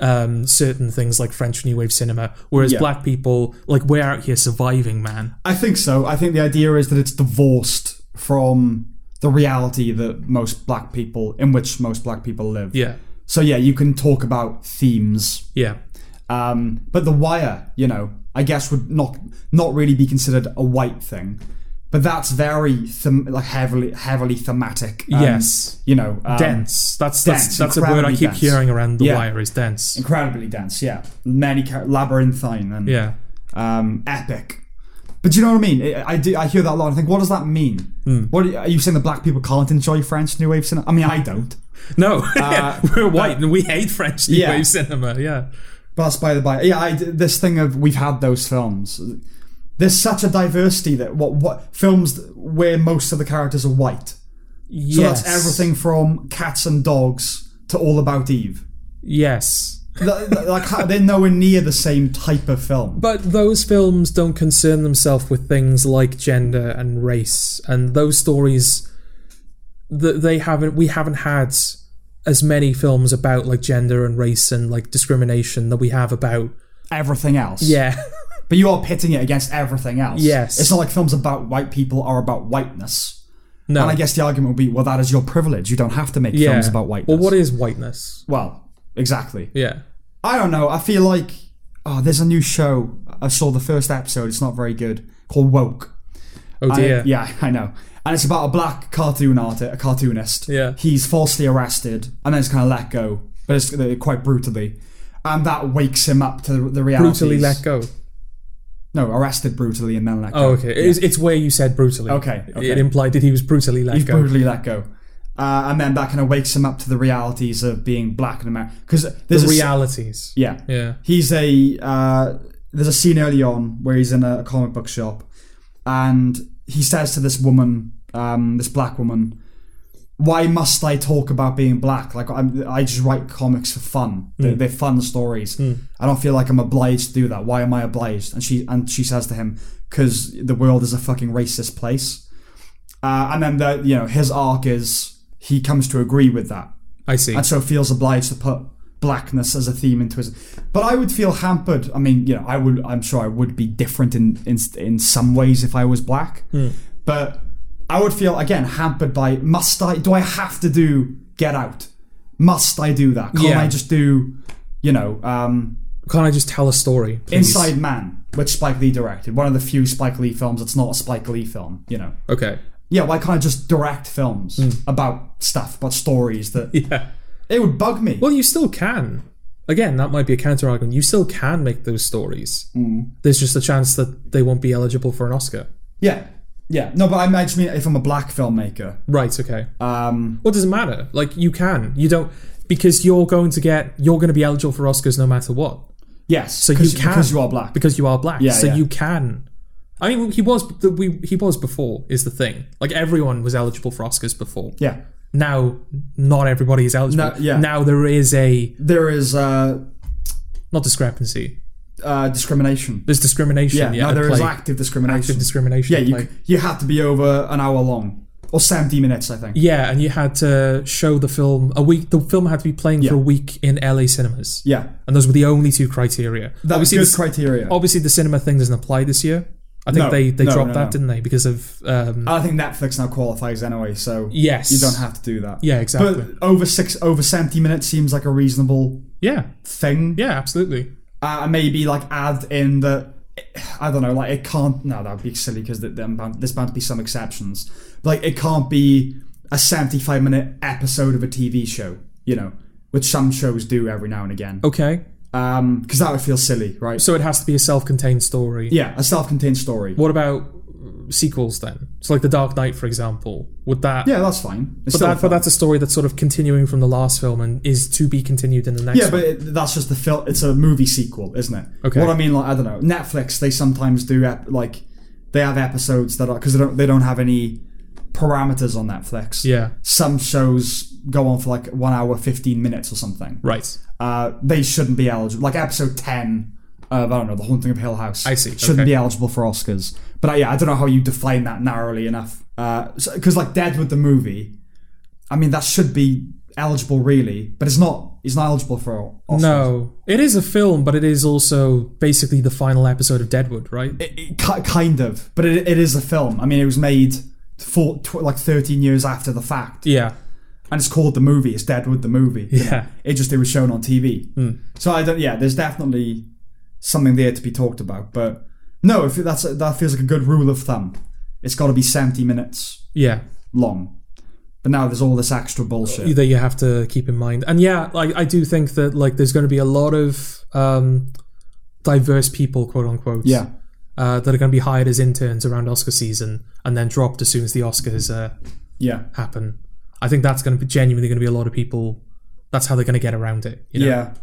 Speaker 1: um, certain things like French New Wave cinema, whereas
Speaker 2: Yeah.
Speaker 1: black people, like, we're out here surviving, man.
Speaker 2: I think so. I think the idea is that it's divorced from the reality that most black people, in which most black people live.
Speaker 1: Yeah.
Speaker 2: So yeah, you can talk about themes,
Speaker 1: Yeah.
Speaker 2: um, but The Wire, you know, I guess would not not really be considered a white thing, but that's very them- like heavily heavily thematic. and,
Speaker 1: Yes.
Speaker 2: you know, um,
Speaker 1: Dense. That's that's
Speaker 2: dense,
Speaker 1: that's a word I
Speaker 2: incredibly
Speaker 1: keep
Speaker 2: dense.
Speaker 1: hearing around the
Speaker 2: Yeah.
Speaker 1: wire is dense.
Speaker 2: incredibly dense. Yeah, many char- labyrinthine and
Speaker 1: Yeah.
Speaker 2: um, epic. But do you know what I mean? I, I do. I
Speaker 1: Hmm.
Speaker 2: hear that a lot. I think, what does that mean? What are you, are you saying that black people can't enjoy French New Wave cinema? I mean, I don't.
Speaker 1: <laughs> No,
Speaker 2: Uh,
Speaker 1: we're white and we hate French new
Speaker 2: Yeah.
Speaker 1: wave cinema. Yeah,
Speaker 2: But that's by the by. Yeah, I, this thing of we've had those films. There's such a diversity that what what films where most of the characters are white. So
Speaker 1: yes,
Speaker 2: that's everything from cats and dogs to All About Eve.
Speaker 1: Yes,
Speaker 2: Th- th- like <laughs> how- they're nowhere near the same type of film.
Speaker 1: but those films don't concern themselves with things like gender and race, and those stories that they haven't. We haven't had as many films about like gender and race and like discrimination that we have about
Speaker 2: Everything else.
Speaker 1: yeah.
Speaker 2: But you are pitting it against everything else.
Speaker 1: Yes.
Speaker 2: It's not like films about white people are about whiteness.
Speaker 1: No.
Speaker 2: And I guess the argument would be, well, that is your privilege. You don't have to make
Speaker 1: yeah.
Speaker 2: films about whiteness.
Speaker 1: Well, what is whiteness?
Speaker 2: well, exactly.
Speaker 1: Yeah.
Speaker 2: I don't know. I feel like oh, there's a new show. I saw the first episode. It's not very good. Called Woke.
Speaker 1: Oh
Speaker 2: I-
Speaker 1: dear.
Speaker 2: yeah, <laughs> I know. And it's about a black cartoon artist, a cartoonist.
Speaker 1: Yeah.
Speaker 2: He's falsely arrested and then it's kind of let go, but it's uh, quite brutally, and that wakes him up to the reality.
Speaker 1: Brutally let go.
Speaker 2: No, arrested brutally and then let
Speaker 1: Oh,
Speaker 2: go.
Speaker 1: okay. It's, it's where you said brutally.
Speaker 2: Okay,
Speaker 1: It
Speaker 2: okay.
Speaker 1: implied that he was brutally let
Speaker 2: He's
Speaker 1: go.
Speaker 2: brutally let go. Uh, and then that kind of wakes him up to the realities of being black in America. Because there's
Speaker 1: the
Speaker 2: a s-
Speaker 1: realities.
Speaker 2: yeah,
Speaker 1: Yeah.
Speaker 2: he's a uh, there's a scene early on where he's in a, comic book shop and he says to this woman um, this black woman why must i talk about being black like I'm, i just write comics for fun they're, they're fun stories i don't feel like i'm obliged to do that why am i obliged and she and she says to him because the world is a fucking racist place uh, and then the you know his arc is he comes to agree with that
Speaker 1: I see.
Speaker 2: and so feels obliged to put blackness as a theme into his. But I would feel hampered. I mean, you know, I would. I'm sure I would be different in in in some ways if I was black. But I would feel again hampered by must I? Do I have to do Get Out? Must I do that? Can't
Speaker 1: Yeah.
Speaker 2: I just do, you know, um,
Speaker 1: Can't I just tell a story? Please?
Speaker 2: Inside Man, which Spike Lee directed? One of the few Spike Lee films that's not a Spike Lee film. You know,
Speaker 1: Okay.
Speaker 2: yeah. Why can't I just direct films about stuff, about stories
Speaker 1: <laughs>
Speaker 2: that?
Speaker 1: Yeah.
Speaker 2: It would bug me.
Speaker 1: Well, you still can. Again, that might be a counter argument. You still can make those stories.
Speaker 2: Mm.
Speaker 1: There's just a chance that they won't be eligible for an Oscar.
Speaker 2: Yeah. Yeah. No, but I imagine if I'm a black filmmaker,
Speaker 1: Right. Okay.
Speaker 2: um,
Speaker 1: What does it matter? Like you can. You don't because you're going to get you're going to be eligible for Oscars no matter what
Speaker 2: yes, so
Speaker 1: you can.
Speaker 2: because you are black.
Speaker 1: because you are black.
Speaker 2: Yeah,
Speaker 1: so
Speaker 2: yeah.
Speaker 1: you can. I mean, he was the, we he was before is the thing. Like everyone was eligible for Oscars before.
Speaker 2: yeah,
Speaker 1: Now, not everybody is eligible.
Speaker 2: No, yeah.
Speaker 1: Now there is a
Speaker 2: there is uh,
Speaker 1: not discrepancy.
Speaker 2: uh, discrimination.
Speaker 1: There's discrimination.
Speaker 2: Yeah,
Speaker 1: Yeah,
Speaker 2: no,
Speaker 1: at
Speaker 2: there is
Speaker 1: play.
Speaker 2: active discrimination.
Speaker 1: Active discrimination.
Speaker 2: yeah,
Speaker 1: at
Speaker 2: you
Speaker 1: play.
Speaker 2: you have to be over an hour long or seventy minutes, I think.
Speaker 1: Yeah, and you had to show the film a week. The film had to be playing for a week in LA cinemas.
Speaker 2: Yeah,
Speaker 1: And those were the only two criteria.
Speaker 2: that was
Speaker 1: obviously, Oh.
Speaker 2: good
Speaker 1: the,
Speaker 2: criteria.
Speaker 1: obviously, the cinema thing doesn't apply this year. I think
Speaker 2: No,
Speaker 1: they, they
Speaker 2: no,
Speaker 1: dropped
Speaker 2: no,
Speaker 1: that,
Speaker 2: no.
Speaker 1: didn't they? Because of um,
Speaker 2: I think Netflix now qualifies anyway, so
Speaker 1: yes,
Speaker 2: you don't have to do that.
Speaker 1: Yeah, exactly.
Speaker 2: But over six, over seventy minutes seems like a reasonable
Speaker 1: yeah,
Speaker 2: thing.
Speaker 1: yeah, absolutely.
Speaker 2: uh, and maybe like add in the I don't know, like it can't. No, that would be silly because there's bound to be some exceptions. Like it can't be a 75 minute episode of a TV show, you know, which some shows do every now and again.
Speaker 1: Okay,
Speaker 2: Um, because that would feel silly, right?
Speaker 1: Oh. so it has to be a self-contained story.
Speaker 2: yeah, a self-contained story.
Speaker 1: What about uh, sequels then? So, like The Dark Knight, for example, would that?
Speaker 2: Yeah, that's fine.
Speaker 1: But,
Speaker 2: It's still
Speaker 1: that, but
Speaker 2: fun.
Speaker 1: that's a story that's sort of continuing from the last film and is to be continued in the next.
Speaker 2: yeah,
Speaker 1: one.
Speaker 2: but it, that's just the film. It's a movie sequel, isn't it?
Speaker 1: Okay.
Speaker 2: What I mean, like I don't know, Netflix. They sometimes do ep- like they have episodes that are because they don't they don't have any parameters on Netflix.
Speaker 1: yeah,
Speaker 2: some shows go on for like one hour, 15 minutes or something.
Speaker 1: right.
Speaker 2: Uh, they shouldn't be eligible. Like episode 10 of, I don't know, The Haunting of Hill House.
Speaker 1: I see,
Speaker 2: Shouldn't
Speaker 1: okay.
Speaker 2: be eligible for Oscars. But uh, yeah, I don't know how you define that narrowly enough. Because like Deadwood the movie, I mean, that should be eligible really, but it's not. It's not eligible for Oscars.
Speaker 1: No, it is a film, but it is also basically the final episode of Deadwood, right?
Speaker 2: It, it, ki- kind of, but it, it is a film. I mean, it was made for tw- like 13 years after the fact.
Speaker 1: yeah,
Speaker 2: and it's called the movie. It's Deadwood the movie.
Speaker 1: Yeah.
Speaker 2: you
Speaker 1: Mm.
Speaker 2: know. it just it was shown on TV. So I don't. Yeah, there's definitely something there to be talked about. But no, if that's that feels like a good rule of thumb. It's got to be 70 minutes
Speaker 1: yeah.
Speaker 2: long. But now there's all this extra bullshit.
Speaker 1: That you have to keep in mind, and yeah, like I do think that like there's going to be a lot of um, diverse people, quote unquote,
Speaker 2: Yeah,
Speaker 1: uh, that are going to be hired as interns around Oscar season and then dropped as soon as the Oscars uh,
Speaker 2: yeah.
Speaker 1: happen. I think that's going to be genuinely going to be a lot of people. That's how they're going to get around it. You know?
Speaker 2: Yeah.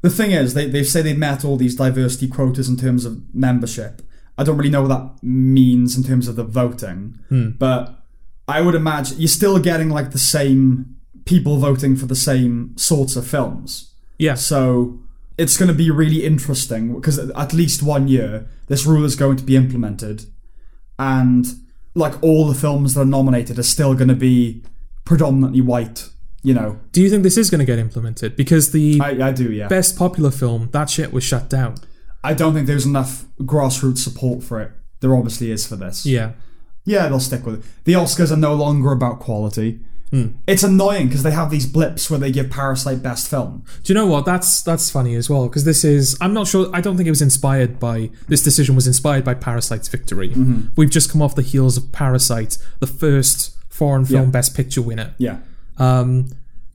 Speaker 2: The thing is, they, they say they've met all these diversity quotas in terms of membership. I don't really know what that means in terms of the voting, but I would imagine you're still getting like the same people voting for the same sorts of films.
Speaker 1: Yes.
Speaker 2: So it's going to be really interesting because at least one year this rule is going to be implemented, and like all the films that are nominated are still going to be predominantly white. You know,
Speaker 1: Do you think this is going to get implemented? Because the
Speaker 2: I, I do, yeah.
Speaker 1: best popular film, that shit was shut down.
Speaker 2: I don't think there's enough grassroots support for it. There obviously is for this.
Speaker 1: Yeah.
Speaker 2: Yeah, they'll stick with it. The Oscars are no longer about quality.
Speaker 1: Hmm.
Speaker 2: It's annoying because they have these blips where they give Parasite best film.
Speaker 1: Do you know what? That's that's funny as well because this is. I'm not sure. I don't think it was inspired by this decision. Was inspired by Parasite's victory.
Speaker 2: Mm-hmm.
Speaker 1: We've just come off the heels of Parasite, the first foreign film
Speaker 2: Yeah.
Speaker 1: Best Picture winner,
Speaker 2: Yeah.
Speaker 1: um,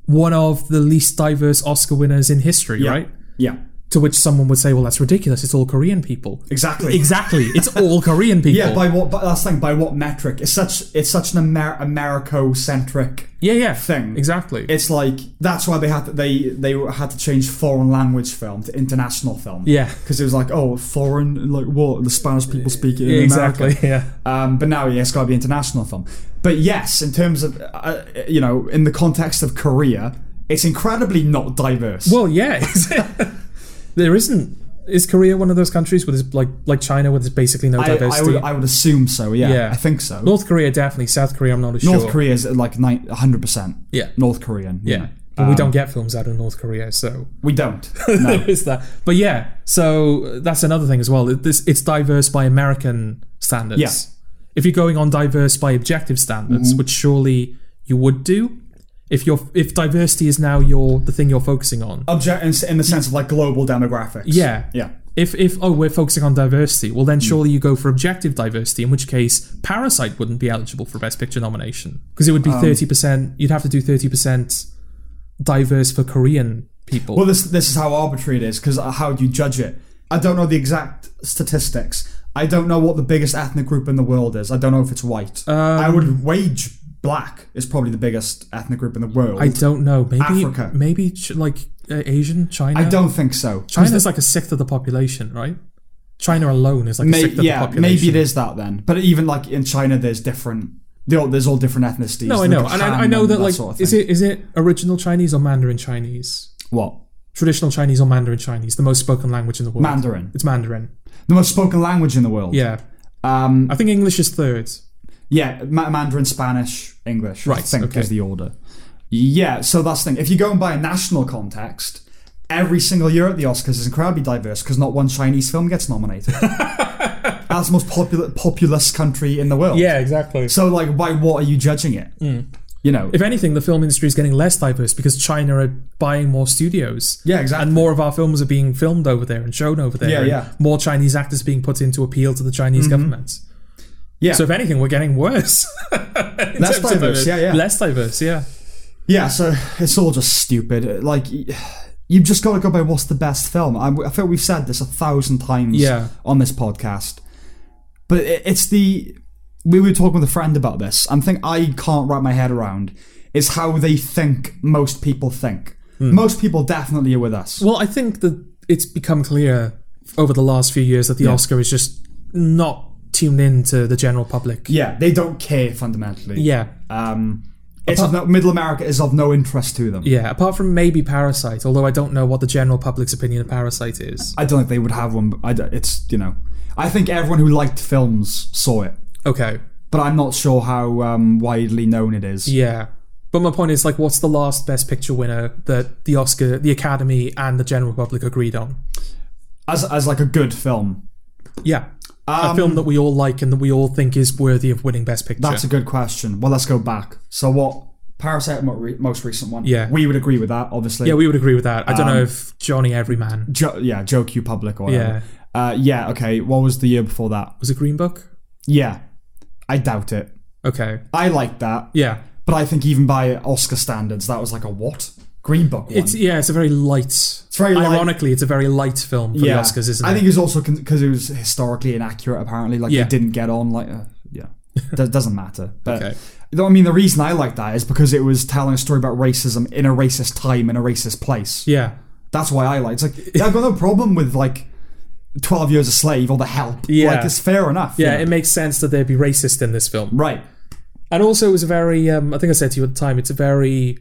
Speaker 1: one of the least diverse Oscar winners in history, right?
Speaker 2: Yeah.
Speaker 1: To which someone would say, "Well, that's ridiculous. It's all Korean people."
Speaker 2: Exactly.
Speaker 1: Exactly. It's all Korean people.
Speaker 2: <laughs> Yeah, by what? But that's the thing. By what metric? It's such. It's such an Amer- Americo-centric
Speaker 1: yeah, yeah.
Speaker 2: thing.
Speaker 1: Exactly.
Speaker 2: It's like that's why they had to, they they had to change foreign language film to international film.
Speaker 1: Yeah.
Speaker 2: because it was like oh foreign like what the Spanish people speak it in
Speaker 1: Yeah,
Speaker 2: America.
Speaker 1: exactly. <laughs> Yeah.
Speaker 2: Um, but now, yeah, it's got to be international film. But yes, in terms of, uh, you know, in the context of Korea, it's incredibly not diverse.
Speaker 1: Well, yeah. <laughs> there isn't. Is Korea one of those countries with like like China with basically no
Speaker 2: I, I,
Speaker 1: diversity?
Speaker 2: would, I would assume so, yeah.
Speaker 1: Yeah.
Speaker 2: I think so. North,
Speaker 1: North Korea definitely. South Korea, I'm not as sure.
Speaker 2: Korea is uh, like nine- 100%
Speaker 1: Yeah.
Speaker 2: North Korean. you
Speaker 1: Yeah.
Speaker 2: know.
Speaker 1: But we don't get films out of North Korea, so
Speaker 2: We
Speaker 1: <laughs>
Speaker 2: don't.
Speaker 1: there is that. But yeah, so uh, that's another thing as well. It- This it's diverse by American standards.
Speaker 2: Yeah.
Speaker 1: If you're going on diverse by objective standards, which surely you would do, if you're if diversity is now your the thing you're focusing on.
Speaker 2: Object, in, s- in the sense of like global demographics.
Speaker 1: Yeah.
Speaker 2: Oh, Yeah.
Speaker 1: If if oh we're focusing on diversity, well
Speaker 2: Hmm.
Speaker 1: then surely you go for objective diversity, in which case Parasite wouldn't be eligible for Best Picture nomination because it would be
Speaker 2: Um,
Speaker 1: thirty percent. You'd have to do thirty percent diverse for Korean people.
Speaker 2: Well, this, this is how arbitrary it is because how do you judge it? I don't know the exact statistics. I don't know what the biggest ethnic group in the world is. I don't know if it's white. I
Speaker 1: Um,
Speaker 2: would wage black is probably the biggest ethnic group in the world.
Speaker 1: I don't know. Maybe
Speaker 2: Africa.
Speaker 1: maybe ch- like uh, Asian China.
Speaker 2: I don't think so.
Speaker 1: China's like a sixth of the population, right? China alone is like a
Speaker 2: May,
Speaker 1: sixth of the
Speaker 2: yeah,
Speaker 1: population.
Speaker 2: maybe it is that then. But even like in China, there's different. There are, there's all different ethnicities.
Speaker 1: No, I
Speaker 2: There's
Speaker 1: know,
Speaker 2: Han
Speaker 1: and I, I know that like
Speaker 2: sort of
Speaker 1: is
Speaker 2: thing.
Speaker 1: it is it original Chinese or Mandarin Chinese?
Speaker 2: what
Speaker 1: Traditional Chinese or Mandarin Chinese, the most spoken language in the world.
Speaker 2: Mandarin,
Speaker 1: It's Mandarin.
Speaker 2: the most spoken language in the world.
Speaker 1: Yeah.
Speaker 2: Um.
Speaker 1: I think English is third.
Speaker 2: Yeah. Ma- Mandarin, Spanish, English. I
Speaker 1: Right,
Speaker 2: think
Speaker 1: okay.
Speaker 2: is the order. Yeah. So that's the thing. If you go and buy a national context. Every single year at the Oscars is incredibly diverse because not one Chinese film
Speaker 1: <laughs>
Speaker 2: gets nominated. That's the most popular, populous country in the world.
Speaker 1: Yeah, Mm. exactly.
Speaker 2: So, like, by what are you judging it? You know.
Speaker 1: If anything, the film industry is getting less diverse because China are buying more studios.
Speaker 2: yeah. Exactly.
Speaker 1: And more of our films are being filmed over there and shown over there.
Speaker 2: Yeah,
Speaker 1: and
Speaker 2: yeah. Mm-hmm.
Speaker 1: More Chinese actors being put in to appeal to the Chinese government.
Speaker 2: Yeah.
Speaker 1: So if anything, we're getting worse. <laughs> In
Speaker 2: Less
Speaker 1: terms of
Speaker 2: diverse,
Speaker 1: it.
Speaker 2: yeah, yeah.
Speaker 1: Less diverse, yeah.
Speaker 2: Yeah, so it's all just stupid. Like, y- you've just got to go by what's the best film. I, I feel we've said this a thousand times
Speaker 1: Yeah.
Speaker 2: on this podcast. But it, it's the. We were talking with a friend about this, and the thing I can't wrap my head around is how they think most people think.
Speaker 1: Hmm.
Speaker 2: Most people definitely are with us.
Speaker 1: Well, I think that it's become clear over the last few years that the Oscar is just not tuned in to the general public.
Speaker 2: yeah, they don't care fundamentally.
Speaker 1: Yeah.
Speaker 2: Um, it's of no, Middle America is of no interest to them.
Speaker 1: Yeah, apart from maybe Parasite, although I don't know what the general public's opinion of Parasite is.
Speaker 2: I don't think they would have one. But I don't- it's, you know. I think everyone who liked films saw it.
Speaker 1: Okay.
Speaker 2: but I'm not sure how um, widely known it is.
Speaker 1: Yeah. But my point is like what's the last best picture winner that the Oscar, the Academy and the general public agreed on?
Speaker 2: As as like a good film,
Speaker 1: Yeah.
Speaker 2: Um,
Speaker 1: a film that we all like and that we all think is worthy of winning best picture.
Speaker 2: that's a good question. Well, let's go back. So what? Parasite, mo- re- most recent one.
Speaker 1: Yeah.
Speaker 2: we would agree with that, obviously.
Speaker 1: yeah, we would agree with that. I don't
Speaker 2: Um,
Speaker 1: know if Johnny Everyman
Speaker 2: Jo- yeah, Joe Q Public or whatever. Yeah. Uh, yeah. Okay. What was the year before that?
Speaker 1: was a Green Book.
Speaker 2: Yeah, I doubt it.
Speaker 1: Okay.
Speaker 2: I liked that,
Speaker 1: Yeah.
Speaker 2: but I think even by Oscar standards, that was like a what? Green Book. One.
Speaker 1: It's yeah, it's a very light. It's
Speaker 2: very light.
Speaker 1: ironically, it's a very light film for the Oscars, isn't
Speaker 2: I
Speaker 1: it?
Speaker 2: think it was also because it was historically inaccurate. Apparently, like
Speaker 1: Yeah. <laughs>
Speaker 2: it didn't get on. Like, uh, yeah, That doesn't matter. But
Speaker 1: Okay.
Speaker 2: though, I mean, the reason I like that is because it was telling a story about racism in a racist time in a racist place.
Speaker 1: Yeah.
Speaker 2: That's why I like.
Speaker 1: <laughs>
Speaker 2: It's like yeah, I've got no problem with like Twelve Years a Slave or The Help.
Speaker 1: Yeah.
Speaker 2: like it's fair enough. you
Speaker 1: Yeah,
Speaker 2: know?
Speaker 1: it makes sense that they'd be racist in this film.
Speaker 2: right.
Speaker 1: And also, it was a very, um, I think I said to you at the time, it's a very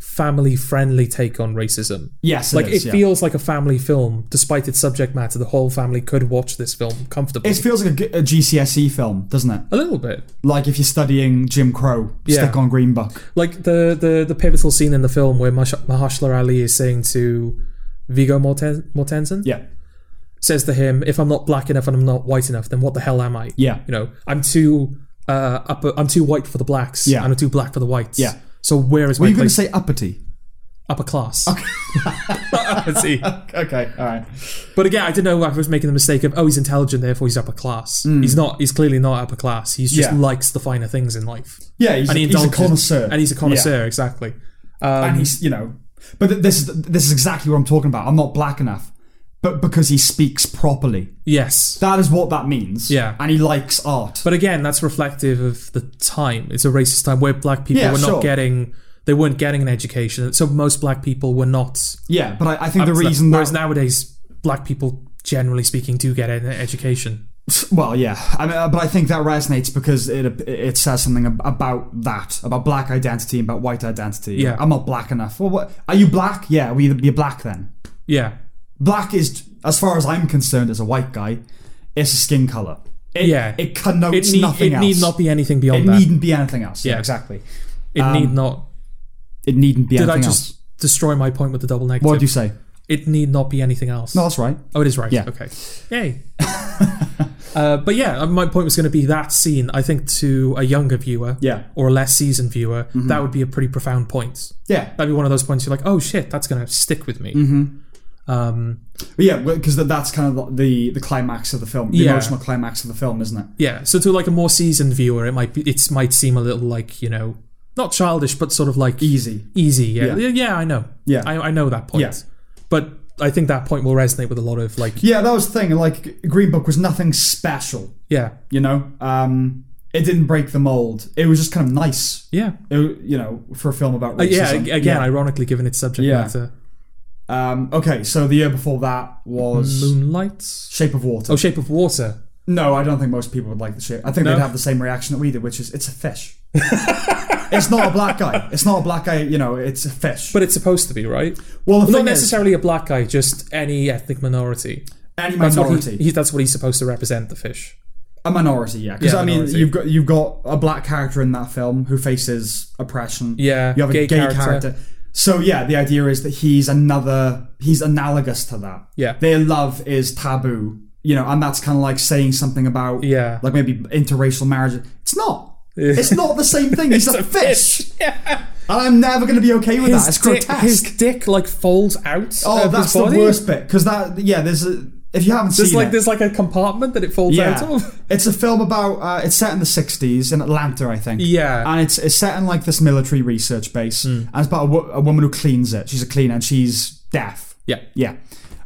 Speaker 1: family friendly take on racism.
Speaker 2: Yes,
Speaker 1: Like,
Speaker 2: it, is,
Speaker 1: it
Speaker 2: yeah.
Speaker 1: feels like a family film, despite its subject matter. The whole family could watch this film comfortably.
Speaker 2: It feels like a, G- a GCSE film, doesn't it?
Speaker 1: a little bit.
Speaker 2: Like if you're studying Jim Crow,
Speaker 1: Yeah.
Speaker 2: stick on Green Book.
Speaker 1: Like, the, the, the pivotal scene in the film where Mash- Mahershala Ali is saying to Vigo Morten- Mortensen,
Speaker 2: Yeah,
Speaker 1: says to him, if I'm not black enough and I'm not white enough, then what the hell am I?
Speaker 2: yeah,
Speaker 1: you know, I'm too uh, upper, I'm too white for the blacks,
Speaker 2: Yeah.
Speaker 1: and I'm too black for the whites.
Speaker 2: Yeah.
Speaker 1: So where is
Speaker 2: Were
Speaker 1: my
Speaker 2: you going to
Speaker 1: place?
Speaker 2: say uppity?
Speaker 1: upper class? <laughs> I see.
Speaker 2: Okay, all right.
Speaker 1: But again, I didn't know if I was making the mistake of oh, he's intelligent, therefore he's upper class. He's not. He's clearly not upper class. He's just
Speaker 2: Mm. Yeah.
Speaker 1: likes the finer things in life,
Speaker 2: Yeah, he's,
Speaker 1: and he
Speaker 2: he's a
Speaker 1: indulges-
Speaker 2: connoisseur,
Speaker 1: and he's a connoisseur exactly. Um,
Speaker 2: and he's you know. But th- this is this is exactly what I'm talking about. I'm not black enough, but because he speaks properly,
Speaker 1: yes.
Speaker 2: that is what that means.
Speaker 1: Yeah.
Speaker 2: and he likes art.
Speaker 1: But again, that's reflective of the time. It's a racist time where black people
Speaker 2: Yeah,
Speaker 1: were
Speaker 2: sure.
Speaker 1: not getting. They weren't getting an education, so most black people were not
Speaker 2: yeah, but I, I think the reason that
Speaker 1: whereas nowadays black people generally speaking do get an education
Speaker 2: Well, yeah, I mean, uh, but I think that resonates because it it says something ab- about that, about black identity and about white identity.
Speaker 1: Yeah.
Speaker 2: I'm not black enough. Well, what are you black? Yeah, well, you're you're black then.
Speaker 1: yeah
Speaker 2: Black is, as far as I'm concerned, as a white guy, it's a skin color. It,
Speaker 1: Yeah.
Speaker 2: it connotes
Speaker 1: it, need,
Speaker 2: nothing
Speaker 1: it
Speaker 2: else.
Speaker 1: need not be anything beyond
Speaker 2: It
Speaker 1: that
Speaker 2: needn't be anything else. Yeah,
Speaker 1: Yeah.
Speaker 2: exactly.
Speaker 1: it need not
Speaker 2: It needn't be
Speaker 1: did i
Speaker 2: anything
Speaker 1: just
Speaker 2: else.
Speaker 1: destroy my point with the double negative
Speaker 2: What would you say?
Speaker 1: it need not be anything else
Speaker 2: No, that's right.
Speaker 1: oh it is right
Speaker 2: Yeah.
Speaker 1: okay yay <laughs> uh, but yeah uh, my point was going to be that scene i think to a younger viewer
Speaker 2: Yeah. Mm-hmm.
Speaker 1: or a less seasoned viewer that would be a pretty profound point
Speaker 2: Yeah,
Speaker 1: that'd be one of those points you're like oh shit that's going to stick with me
Speaker 2: Mm-hmm.
Speaker 1: um,
Speaker 2: But yeah, because that's kind of the the climax of the film, the
Speaker 1: Yeah.
Speaker 2: emotional climax of the film, isn't it?
Speaker 1: Yeah, so to like a more seasoned viewer, it might be it might seem a little like you know not childish, but sort of like
Speaker 2: Easy.
Speaker 1: easy. Yeah,
Speaker 2: Yeah.
Speaker 1: yeah, I know.
Speaker 2: Yeah.
Speaker 1: I, I know that point.
Speaker 2: Yeah.
Speaker 1: but I think that point will resonate with a lot of like
Speaker 2: Yeah, that was the thing. Like Green Book was nothing special.
Speaker 1: yeah,
Speaker 2: you know um it didn't break the mold it was just kind of nice
Speaker 1: yeah,
Speaker 2: it, you know for a film about
Speaker 1: Uh, yeah.
Speaker 2: racism
Speaker 1: ag- Again, ironically, given its subject
Speaker 2: Yeah.
Speaker 1: matter,
Speaker 2: yeah. um okay so the year before that was
Speaker 1: Moonlight.
Speaker 2: shape of water
Speaker 1: Oh, Shape of Water.
Speaker 2: no i don't think most people would like the shape i think
Speaker 1: No?
Speaker 2: they'd have the same reaction that we did which is it's a fish <laughs> it's not a black guy it's not a black guy you know it's a fish
Speaker 1: But it's supposed to be right.
Speaker 2: well
Speaker 1: Not
Speaker 2: the thing
Speaker 1: necessarily a black guy, just any ethnic minority.
Speaker 2: is any
Speaker 1: That's what he-
Speaker 2: minority
Speaker 1: he- that's what he's supposed to represent. The fish.
Speaker 2: a minority yeah because
Speaker 1: Yeah,
Speaker 2: i mean
Speaker 1: minority.
Speaker 2: you've got you've got a black character in that film who faces oppression
Speaker 1: Yeah.
Speaker 2: you have a gay character. So yeah, the idea is that he's another. He's analogous to that.
Speaker 1: Yeah.
Speaker 2: Their love is taboo. You know, and that's kind of like saying something about
Speaker 1: Yeah.
Speaker 2: like maybe interracial marriage. It's not. It's not the same thing.
Speaker 1: <laughs>
Speaker 2: He's a fish, and I'm never going to be okay with that. It's
Speaker 1: dick,
Speaker 2: grotesque.
Speaker 1: his dick like folds out.
Speaker 2: oh,
Speaker 1: of
Speaker 2: that's
Speaker 1: his
Speaker 2: the
Speaker 1: body.
Speaker 2: worst bit because that yeah. There's a if you haven't
Speaker 1: There's
Speaker 2: seen
Speaker 1: like
Speaker 2: it,
Speaker 1: there's like a compartment that it folds
Speaker 2: yeah,
Speaker 1: out of.
Speaker 2: it's a film about uh, it's set in the '60s in Atlanta, I think.
Speaker 1: Yeah, Hmm.
Speaker 2: and it's, it's set in like this military research base, and it's about a, wo- a woman who cleans it. She's a cleaner, and she's deaf.
Speaker 1: yeah,
Speaker 2: Yeah,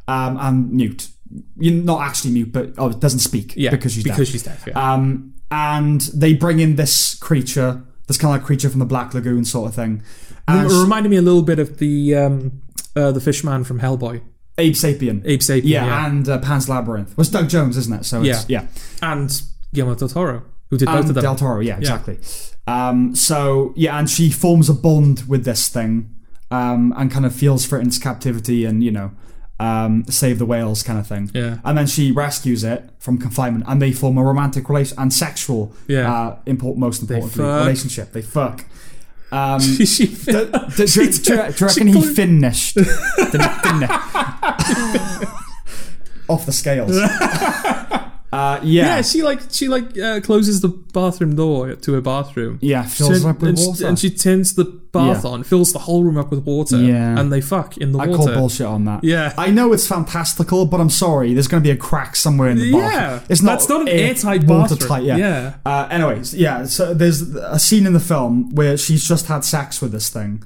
Speaker 2: um, and mute. You're not actually mute, but oh, doesn't speak.
Speaker 1: yeah.
Speaker 2: because she's
Speaker 1: because
Speaker 2: deaf.
Speaker 1: she's deaf. Yeah.
Speaker 2: um, and they bring in this creature, this kind of like creature from the Black Lagoon sort of thing. And
Speaker 1: it Um, reminded me a little bit of the um, uh, the fishman from Hellboy,
Speaker 2: Abe Sapien.
Speaker 1: Abe Sapien,
Speaker 2: yeah,
Speaker 1: yeah,
Speaker 2: and uh, Pan's Labyrinth. Well, it's Doug Jones, isn't it? So it's, yeah.
Speaker 1: and Guillermo del Toro, who did both
Speaker 2: and
Speaker 1: of them.
Speaker 2: Um, Del Toro, yeah, exactly. Um, so yeah, and she forms a bond with this thing, um, and kind of feels for it in its captivity, and you know, um, save the whales kind of thing.
Speaker 1: Yeah.
Speaker 2: And then she rescues it from confinement, and they form a romantic relation and sexual,
Speaker 1: Yeah.
Speaker 2: uh, import most importantly,
Speaker 1: fuck.
Speaker 2: relationship. They fuck.
Speaker 1: <laughs> <laughs>
Speaker 2: Um,
Speaker 1: she, <laughs> she-
Speaker 2: do, do, do, do you reckon he
Speaker 1: <laughs>
Speaker 2: finished? Off
Speaker 1: <laughs>
Speaker 2: the scales. uh, yeah.
Speaker 1: yeah, she like she like uh, closes the bathroom door to her bathroom.
Speaker 2: Yeah, fills
Speaker 1: Turn-
Speaker 2: up with
Speaker 1: and,
Speaker 2: water.
Speaker 1: She, and she turns the bath
Speaker 2: Yeah.
Speaker 1: on, fills the whole room up with water,
Speaker 2: Yeah.
Speaker 1: and they fuck in the
Speaker 2: I call
Speaker 1: water.
Speaker 2: bullshit on that.
Speaker 1: Yeah.
Speaker 2: I know it's fantastical, but I'm sorry. There's going to be a crack somewhere in the bathroom.
Speaker 1: Yeah,
Speaker 2: it's not
Speaker 1: that's not an
Speaker 2: air-
Speaker 1: airtight bathroom.
Speaker 2: watertight, Yeah.
Speaker 1: Yeah.
Speaker 2: Uh, anyways, yeah. So there's a scene in the film where she's just had sex with this thing,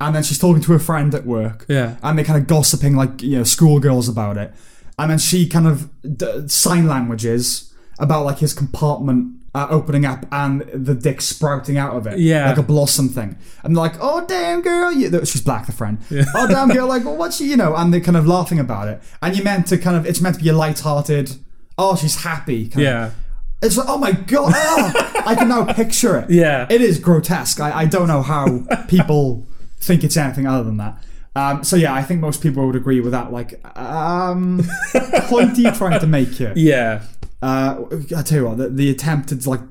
Speaker 2: and then she's talking to her friend at work.
Speaker 1: Yeah.
Speaker 2: And they're kind of gossiping like you know schoolgirls about it, and then she kind of d- sign languages about like his compartment uh, opening up and the dick sprouting out of it.
Speaker 1: Yeah.
Speaker 2: Like a blossom thing. And like, oh, damn girl. You, th- she's black, the friend. Oh, damn girl. Like, well, what's she, you know, and they're kind of laughing about it. And you're meant to kind of, it's meant to be a light-hearted, oh, she's happy. Kind
Speaker 1: Yeah.
Speaker 2: Of. It's like, oh my God. ah, I can now picture it.
Speaker 1: Yeah.
Speaker 2: It is grotesque. I, I don't know how people think it's anything other than that. Um, so yeah, I think most people would agree with that. Like, um, <laughs> point are you trying to make here?
Speaker 1: Yeah.
Speaker 2: Uh, I tell you what, the, the attempt to like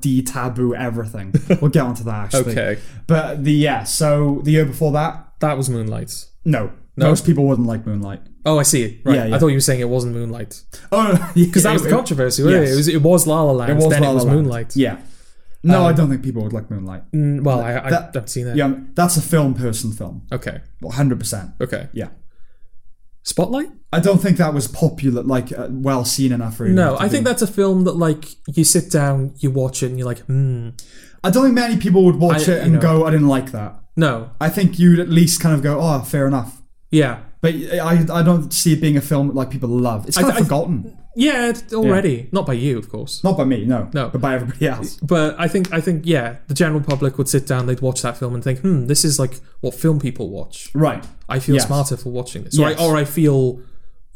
Speaker 1: <laughs>
Speaker 2: de-taboo everything. We'll get onto that actually.
Speaker 1: Okay.
Speaker 2: But the yeah, so the year before that,
Speaker 1: That was Moonlight.
Speaker 2: no, most people wouldn't like Moonlight.
Speaker 1: Oh, I see. Right.
Speaker 2: Yeah, yeah.
Speaker 1: I thought you were saying it wasn't Moonlight
Speaker 2: Oh, no, <laughs>
Speaker 1: because that was the controversy. wasn't it?
Speaker 2: yes.
Speaker 1: It was it was La La Land. then it was Moonlight. Um,
Speaker 2: Yeah. No, I don't think people would like Moonlight.
Speaker 1: Mm, well, I, I
Speaker 2: That-
Speaker 1: haven't seen that.
Speaker 2: Yeah, that's a film person film,
Speaker 1: Okay.
Speaker 2: one hundred percent.
Speaker 1: Okay.
Speaker 2: Yeah.
Speaker 1: Spotlight?
Speaker 2: I don't think that was popular, like uh, well seen enough for.
Speaker 1: No, I think that's a film that like you sit down, you watch it, and you're like, hmm.
Speaker 2: I don't think many people would watch
Speaker 1: I-
Speaker 2: it
Speaker 1: you
Speaker 2: and
Speaker 1: know.
Speaker 2: go, "I didn't like that."
Speaker 1: No.
Speaker 2: I think you'd at least kind of go, "Oh, fair enough."
Speaker 1: Yeah.
Speaker 2: But I, I don't see it being a film that like people love. It's kind
Speaker 1: I-
Speaker 2: of forgotten,
Speaker 1: Yeah. it- Already, not by you, of course.
Speaker 2: not by me, no,
Speaker 1: No.
Speaker 2: but by everybody else.
Speaker 1: But I think I think yeah, the general public would sit down, they'd watch that film and think, hmm, this is like what film people watch.
Speaker 2: Right?
Speaker 1: I feel
Speaker 2: Yes.
Speaker 1: smarter for watching this, or,
Speaker 2: Yes.
Speaker 1: I, or I feel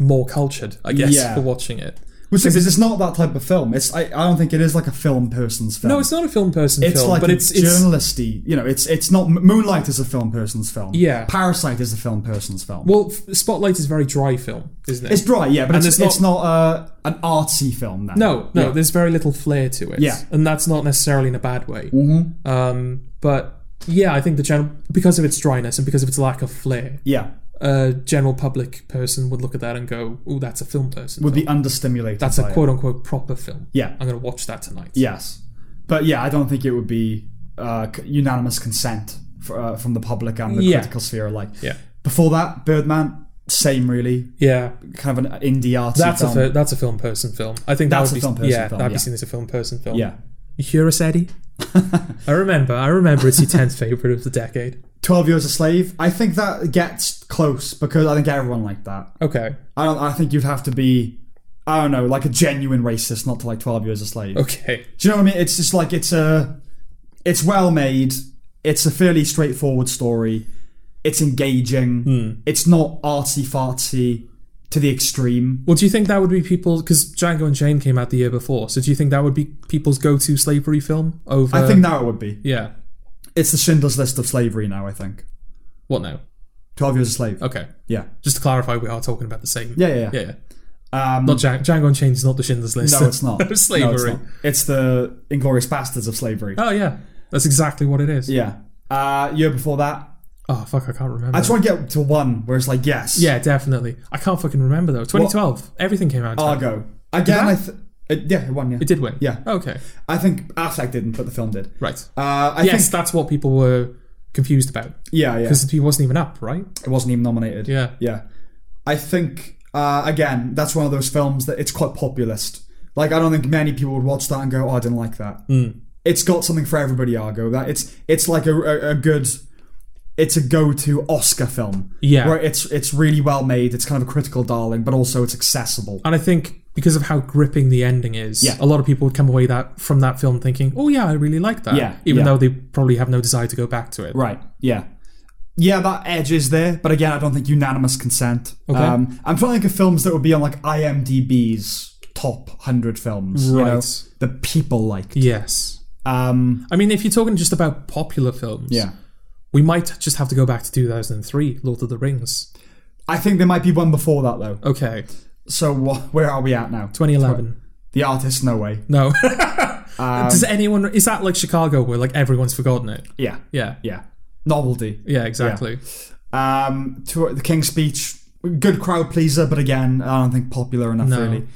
Speaker 1: more cultured, I guess,
Speaker 2: Yeah. Um,
Speaker 1: for watching it.
Speaker 2: Which is it's not that type of film. It's I, I don't think it is like a film person's film.
Speaker 1: No, it's not a film person
Speaker 2: It's
Speaker 1: film,
Speaker 2: like
Speaker 1: but
Speaker 2: a
Speaker 1: it's it's
Speaker 2: journalisty. You know, it's it's not Moonlight is a film person's film.
Speaker 1: Yeah.
Speaker 2: Parasite is a film person's film.
Speaker 1: well, F- Spotlight is a very dry film, isn't it?
Speaker 2: it's dry, yeah, but it's, it's
Speaker 1: it's
Speaker 2: not,
Speaker 1: not-
Speaker 2: uh, an artsy film. Then.
Speaker 1: no, no, there's very little flair to it.
Speaker 2: Yeah. Mm.
Speaker 1: and that's not necessarily in a bad way. Mm-hmm. Um, but yeah, I think the general because of its dryness and because of its lack of flair,
Speaker 2: yeah,
Speaker 1: a general public person would look at that and go, "Oh, that's a film person.
Speaker 2: would
Speaker 1: film.
Speaker 2: be understimulated.
Speaker 1: that's
Speaker 2: by
Speaker 1: a
Speaker 2: it.
Speaker 1: quote unquote proper film.
Speaker 2: Yeah.
Speaker 1: I'm gonna watch that tonight."
Speaker 2: Yes, but yeah, I don't think it would be uh, c- unanimous consent for, uh, from the public and the
Speaker 1: Yeah.
Speaker 2: critical sphere alike.
Speaker 1: Yeah.
Speaker 2: Before that, Birdman, same really,
Speaker 1: yeah.
Speaker 2: kind of an indie artsy
Speaker 1: That's a
Speaker 2: film.
Speaker 1: fil- that's a film person film. I think that
Speaker 2: That's
Speaker 1: would
Speaker 2: a
Speaker 1: be
Speaker 2: film person
Speaker 1: yeah
Speaker 2: film,
Speaker 1: that'd
Speaker 2: yeah.
Speaker 1: be seen as a film person film.
Speaker 2: yeah,
Speaker 1: you hear us, Eddie? <laughs> I remember. I remember. It's your tenth favorite of the decade.
Speaker 2: Twelve Years a Slave. I think that gets close because I think everyone liked that.
Speaker 1: Okay.
Speaker 2: I don't. I think you'd have to be. I don't know, like a genuine racist, not to like Twelve Years a Slave.
Speaker 1: Okay.
Speaker 2: Do you know what I mean? It's just like it's a, it's well made. It's a fairly straightforward story. It's engaging.
Speaker 1: Hmm.
Speaker 2: It's not artsy fartsy to the extreme.
Speaker 1: Well, do you think that would be people? Because Django and Jane came out the year before, so do you think that would be people's go-to slavery film over?
Speaker 2: I think that would be.
Speaker 1: Yeah.
Speaker 2: It's the Schindler's List of slavery now. I think
Speaker 1: What now?
Speaker 2: Twelve Years a Slave.
Speaker 1: Okay.
Speaker 2: Yeah.
Speaker 1: Just to clarify, we are talking about the same.
Speaker 2: Yeah, yeah, yeah.
Speaker 1: Oh. Yeah. yeah.
Speaker 2: Um,
Speaker 1: Not Django, Django and Jane is not the Schindler's List.
Speaker 2: no,
Speaker 1: <laughs>
Speaker 2: it's not. No, it's
Speaker 1: slavery.
Speaker 2: not. It's the Inglorious Bastards of slavery.
Speaker 1: Oh yeah, that's exactly what it is.
Speaker 2: Yeah. Uh, year before that,
Speaker 1: Oh fuck, I can't remember.
Speaker 2: I just want to get to one where it's like yes,
Speaker 1: yeah, definitely. I can't fucking remember though. 2012, everything came out. in 2012.
Speaker 2: Argo. Again, I th- it, yeah, it won. Yeah,
Speaker 1: It did win.
Speaker 2: Oh, Yeah.
Speaker 1: Okay.
Speaker 2: I think Affleck didn't, but the film did.
Speaker 1: Right.
Speaker 2: Uh, I
Speaker 1: yes,
Speaker 2: think
Speaker 1: that's what people were confused about
Speaker 2: yeah, yeah.
Speaker 1: because he wasn't even up, right?
Speaker 2: It wasn't even nominated.
Speaker 1: Yeah.
Speaker 2: yeah. I think uh, again, that's one of those films that it's quite populist. Like I don't think many people would watch that and go, "Oh, I didn't like that."
Speaker 1: Hmm.
Speaker 2: It's got something for everybody. Argo. That it's it's like a, a, a good. It's a go-to Oscar film.
Speaker 1: Yeah.
Speaker 2: where it's it's really well made. It's kind of a critical darling, but also it's accessible.
Speaker 1: And I think because of how gripping the ending is,
Speaker 2: Yeah.
Speaker 1: a lot of people would come away that from that film thinking, "Oh yeah, I really like that,"
Speaker 2: Yeah,
Speaker 1: even
Speaker 2: yeah.
Speaker 1: though they probably have no desire to go back to it.
Speaker 2: Right. Yeah. Yeah, that edge is there, but again, I don't think unanimous consent.
Speaker 1: Okay.
Speaker 2: Um, I'm trying to think of films that would be on like IMDb's top hundred films. you know,
Speaker 1: Right.
Speaker 2: that people like.
Speaker 1: Yes.
Speaker 2: Um,
Speaker 1: I mean, if you're talking just about popular films,
Speaker 2: yeah.
Speaker 1: we might just have to go back to 2003, Lord of the Rings.
Speaker 2: I think there might be one before that though.
Speaker 1: Okay,
Speaker 2: So wh- where are we at now?
Speaker 1: 2011.
Speaker 2: The artist, no way.
Speaker 1: No. <laughs>
Speaker 2: Um,
Speaker 1: Does anyone? Is that like Chicago, where like everyone's forgotten it?
Speaker 2: Yeah.
Speaker 1: Yeah.
Speaker 2: Yeah. Novelty.
Speaker 1: Yeah. Exactly.
Speaker 2: Um, to the King's Speech, good crowd pleaser, but again, I don't think popular enough
Speaker 1: No.
Speaker 2: really.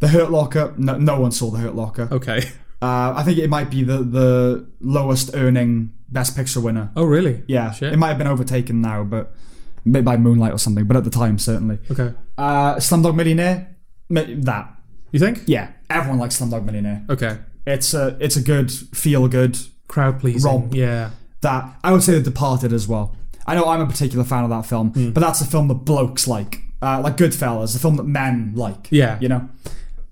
Speaker 2: The Hurt Locker, no, no one saw The Hurt Locker.
Speaker 1: Okay.
Speaker 2: Uh, I think it might be the, the lowest earning Best Picture winner.
Speaker 1: Oh, really?
Speaker 2: yeah,
Speaker 1: Shit.
Speaker 2: it might have been overtaken now, but maybe by Moonlight or something. But at the time, certainly.
Speaker 1: Okay.
Speaker 2: Uh, Slumdog Millionaire, ma- that
Speaker 1: You think?
Speaker 2: yeah, everyone likes Slumdog Millionaire.
Speaker 1: Okay.
Speaker 2: It's a it's a good feel good
Speaker 1: Crowd pleasing.
Speaker 2: Romp.
Speaker 1: Yeah.
Speaker 2: that I would say The Departed as well. I know I'm a particular fan of that film,
Speaker 1: Hmm.
Speaker 2: but that's a film that blokes like, uh, like Goodfellas, a film that men like.
Speaker 1: Yeah.
Speaker 2: you know.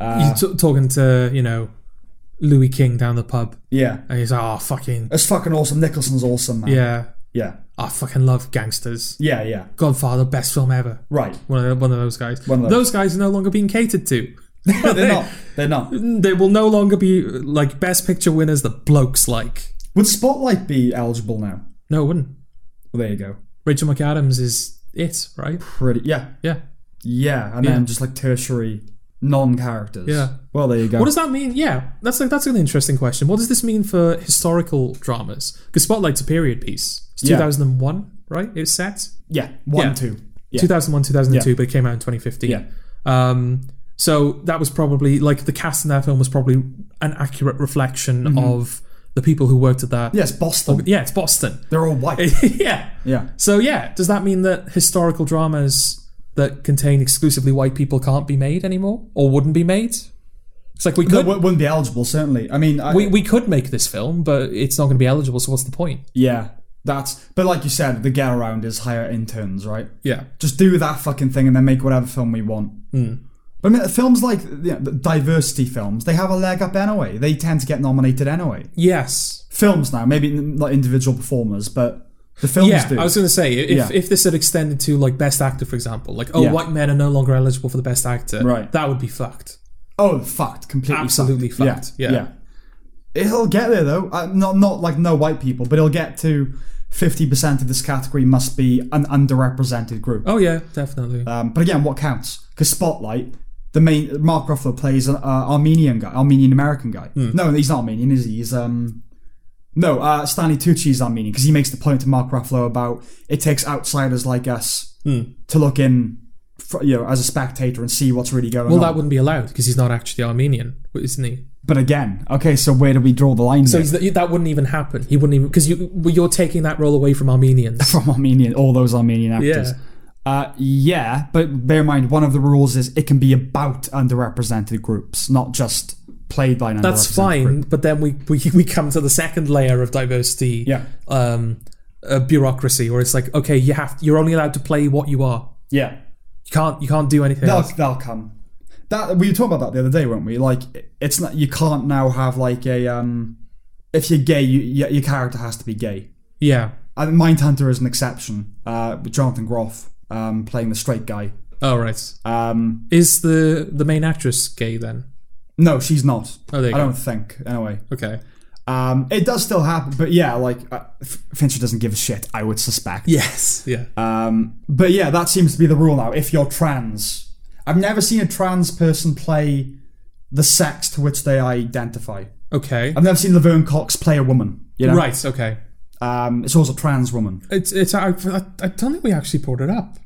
Speaker 1: you t- talking to you know Louis King down the pub,
Speaker 2: Yeah.
Speaker 1: and he's like, "Oh, fucking
Speaker 2: It's fucking awesome. Nicholson's awesome, man.
Speaker 1: yeah,
Speaker 2: Yeah.
Speaker 1: I fucking love gangsters.
Speaker 2: Yeah, yeah.
Speaker 1: Godfather, best film ever." <laughs>
Speaker 2: Right.
Speaker 1: One of the, one of those guys.
Speaker 2: One of
Speaker 1: those guys are no longer being catered to.
Speaker 2: They're not. They're not.
Speaker 1: They will no longer be like best picture winners. The blokes like
Speaker 2: Would Spotlight be eligible now?
Speaker 1: no, it wouldn't.
Speaker 2: Well, there you go.
Speaker 1: Rachel McAdams is it, right?
Speaker 2: Pretty. Yeah.
Speaker 1: Yeah.
Speaker 2: Yeah. And
Speaker 1: Yeah.
Speaker 2: then just like tertiary non characters.
Speaker 1: Yeah.
Speaker 2: Well, there you go.
Speaker 1: What does that mean? Yeah, that's like that's an interesting question. What does this mean for historical dramas? Because Spotlight's a period piece. It's
Speaker 2: Yeah.
Speaker 1: 2001, right? It was set
Speaker 2: yeah. One,
Speaker 1: Yeah.
Speaker 2: two. Yeah.
Speaker 1: 2001, 2002, but it came out in 2015.
Speaker 2: Yeah.
Speaker 1: Um, so that was probably like the cast in that film was probably an accurate reflection
Speaker 2: Mm-hmm.
Speaker 1: of the people who worked at that.
Speaker 2: Yes, Boston.
Speaker 1: Oh, Yeah, it's Boston. <laughs>
Speaker 2: They're all white.
Speaker 1: yeah.
Speaker 2: Yeah.
Speaker 1: So yeah, does that mean that historical dramas that contain exclusively white people can't be made anymore or wouldn't be made? It's like we
Speaker 2: No,
Speaker 1: could
Speaker 2: it wouldn't be eligible, certainly. I mean, I,
Speaker 1: we, we could make this film, but it's not going to be eligible. So what's the point?
Speaker 2: yeah, that's. But like you said, the get around is hire interns, right?
Speaker 1: Yeah,
Speaker 2: Just do that fucking thing and then make whatever film we want.
Speaker 1: Hmm.
Speaker 2: But I mean, films like yeah, the diversity films, they have a leg up anyway. They tend to get nominated anyway.
Speaker 1: yes,
Speaker 2: Films now, maybe n- not individual performers, but the films
Speaker 1: yeah.
Speaker 2: do.
Speaker 1: I was going to say if
Speaker 2: Yeah.
Speaker 1: if this had extended to like best actor, for example, like oh
Speaker 2: Yeah.
Speaker 1: white men are no longer eligible for the best actor,
Speaker 2: Right.
Speaker 1: That would be fucked.
Speaker 2: oh, fucked, completely
Speaker 1: Absolutely fucked, yeah.
Speaker 2: It'll get there though. Uh, not not like no white people, but it'll get to fifty percent of this category must be an underrepresented group.
Speaker 1: Oh yeah, definitely.
Speaker 2: Um, but again, what counts? Because Spotlight, the main Mark Ruffalo plays an uh, Armenian guy, Armenian American guy.
Speaker 1: Hmm.
Speaker 2: No, he's not Armenian, is he? He's um, no, uh, Stanley Tucci is Armenian because he makes the point to Mark Ruffalo about it takes outsiders like us
Speaker 1: Hmm.
Speaker 2: to look in, fr you know, as a spectator and see what's really going
Speaker 1: well,
Speaker 2: on.
Speaker 1: that wouldn't be allowed because he's not actually Armenian, isn't he?
Speaker 2: but again, okay, so where do we draw the line?
Speaker 1: So
Speaker 2: there?
Speaker 1: he's, that wouldn't even happen. He wouldn't even because you well, you're taking that role away from
Speaker 2: <laughs>
Speaker 1: Armenians.
Speaker 2: <laughs> from Armenian, all those Armenian actors.
Speaker 1: Yeah.
Speaker 2: Uh, yeah, but bear in mind, one of the rules is it can be about underrepresented groups, not just played by an
Speaker 1: That's
Speaker 2: underrepresented
Speaker 1: fine,
Speaker 2: group.
Speaker 1: but then we, we <laughs> we come to the second layer of diversity.
Speaker 2: Yeah.
Speaker 1: Um, uh, bureaucracy, where it's like, okay, you have you're only allowed to play what you are.
Speaker 2: Yeah,
Speaker 1: You can't you can't do anything
Speaker 2: they'll,
Speaker 1: else.
Speaker 2: they'll come. That we were talking about that the other day, weren't we? Like, it's not you can't now have like a um, if you're gay, you, your your character has to be gay.
Speaker 1: Yeah.
Speaker 2: I think Mindhunter is an exception. Uh, with Jonathan Groff um playing the straight guy.
Speaker 1: All right.
Speaker 2: Um,
Speaker 1: Is the the main actress gay then?
Speaker 2: no, she's not.
Speaker 1: Oh, there you
Speaker 2: I
Speaker 1: go.
Speaker 2: don't think anyway.
Speaker 1: Okay.
Speaker 2: Um, it does still happen, but yeah, like uh, F- Fincher doesn't give a shit. I would suspect.
Speaker 1: Yes. Yeah.
Speaker 2: Um, but yeah, that seems to be the rule now. If you're trans, I've never seen a trans person play the sex to which they identify.
Speaker 1: Okay.
Speaker 2: I've never seen Laverne Cox play a woman. You know,
Speaker 1: Right. Okay.
Speaker 2: Um, it's also a trans woman.
Speaker 1: It's it's I, I I don't think we actually brought it up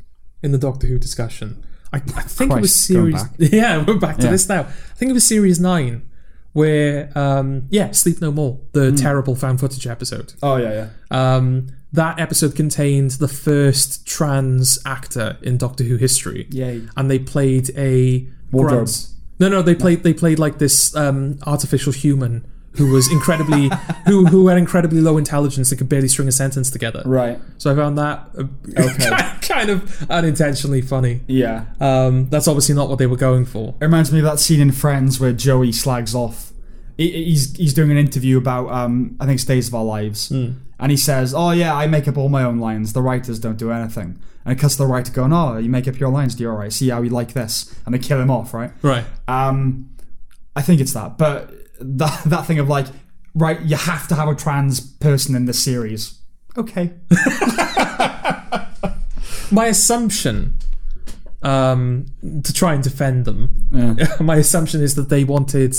Speaker 1: in the Doctor Who discussion. I, I think it was
Speaker 2: Christ, going
Speaker 1: series. <laughs> Yeah, we're back to this now. I think it was series nine, where um yeah, Sleep No More,
Speaker 2: Hmm.
Speaker 1: the terrible found footage episode.
Speaker 2: Oh yeah, yeah.
Speaker 1: Um, that episode contained the first trans actor in Doctor Who history.
Speaker 2: Yay.
Speaker 1: and they played a
Speaker 2: Wardrobe.
Speaker 1: grunt. No, no, they played they played like this um, artificial human who was incredibly <laughs> who who had incredibly low intelligence and could barely string a sentence together.
Speaker 2: Right.
Speaker 1: So I found that uh, <laughs> kind of unintentionally funny.
Speaker 2: Yeah.
Speaker 1: Um, that's obviously not what they were going for.
Speaker 2: It reminds me of that scene in Friends where Joey slags off. He- He's he's doing an interview about um, I think it's Days of Our Lives, and he says, "Oh yeah, I make up all my own lines. The writers don't do anything." And it cuts the writer going, "Oh, you make up your lines, do you all right? See how you like this?" And they kill him off, right?
Speaker 1: Right.
Speaker 2: Um, I think it's that, but that <laughs> that thing of like, right, you have to have a trans person in this series. Okay.
Speaker 1: My assumption, um, to try and defend them, <laughs> my assumption is that they wanted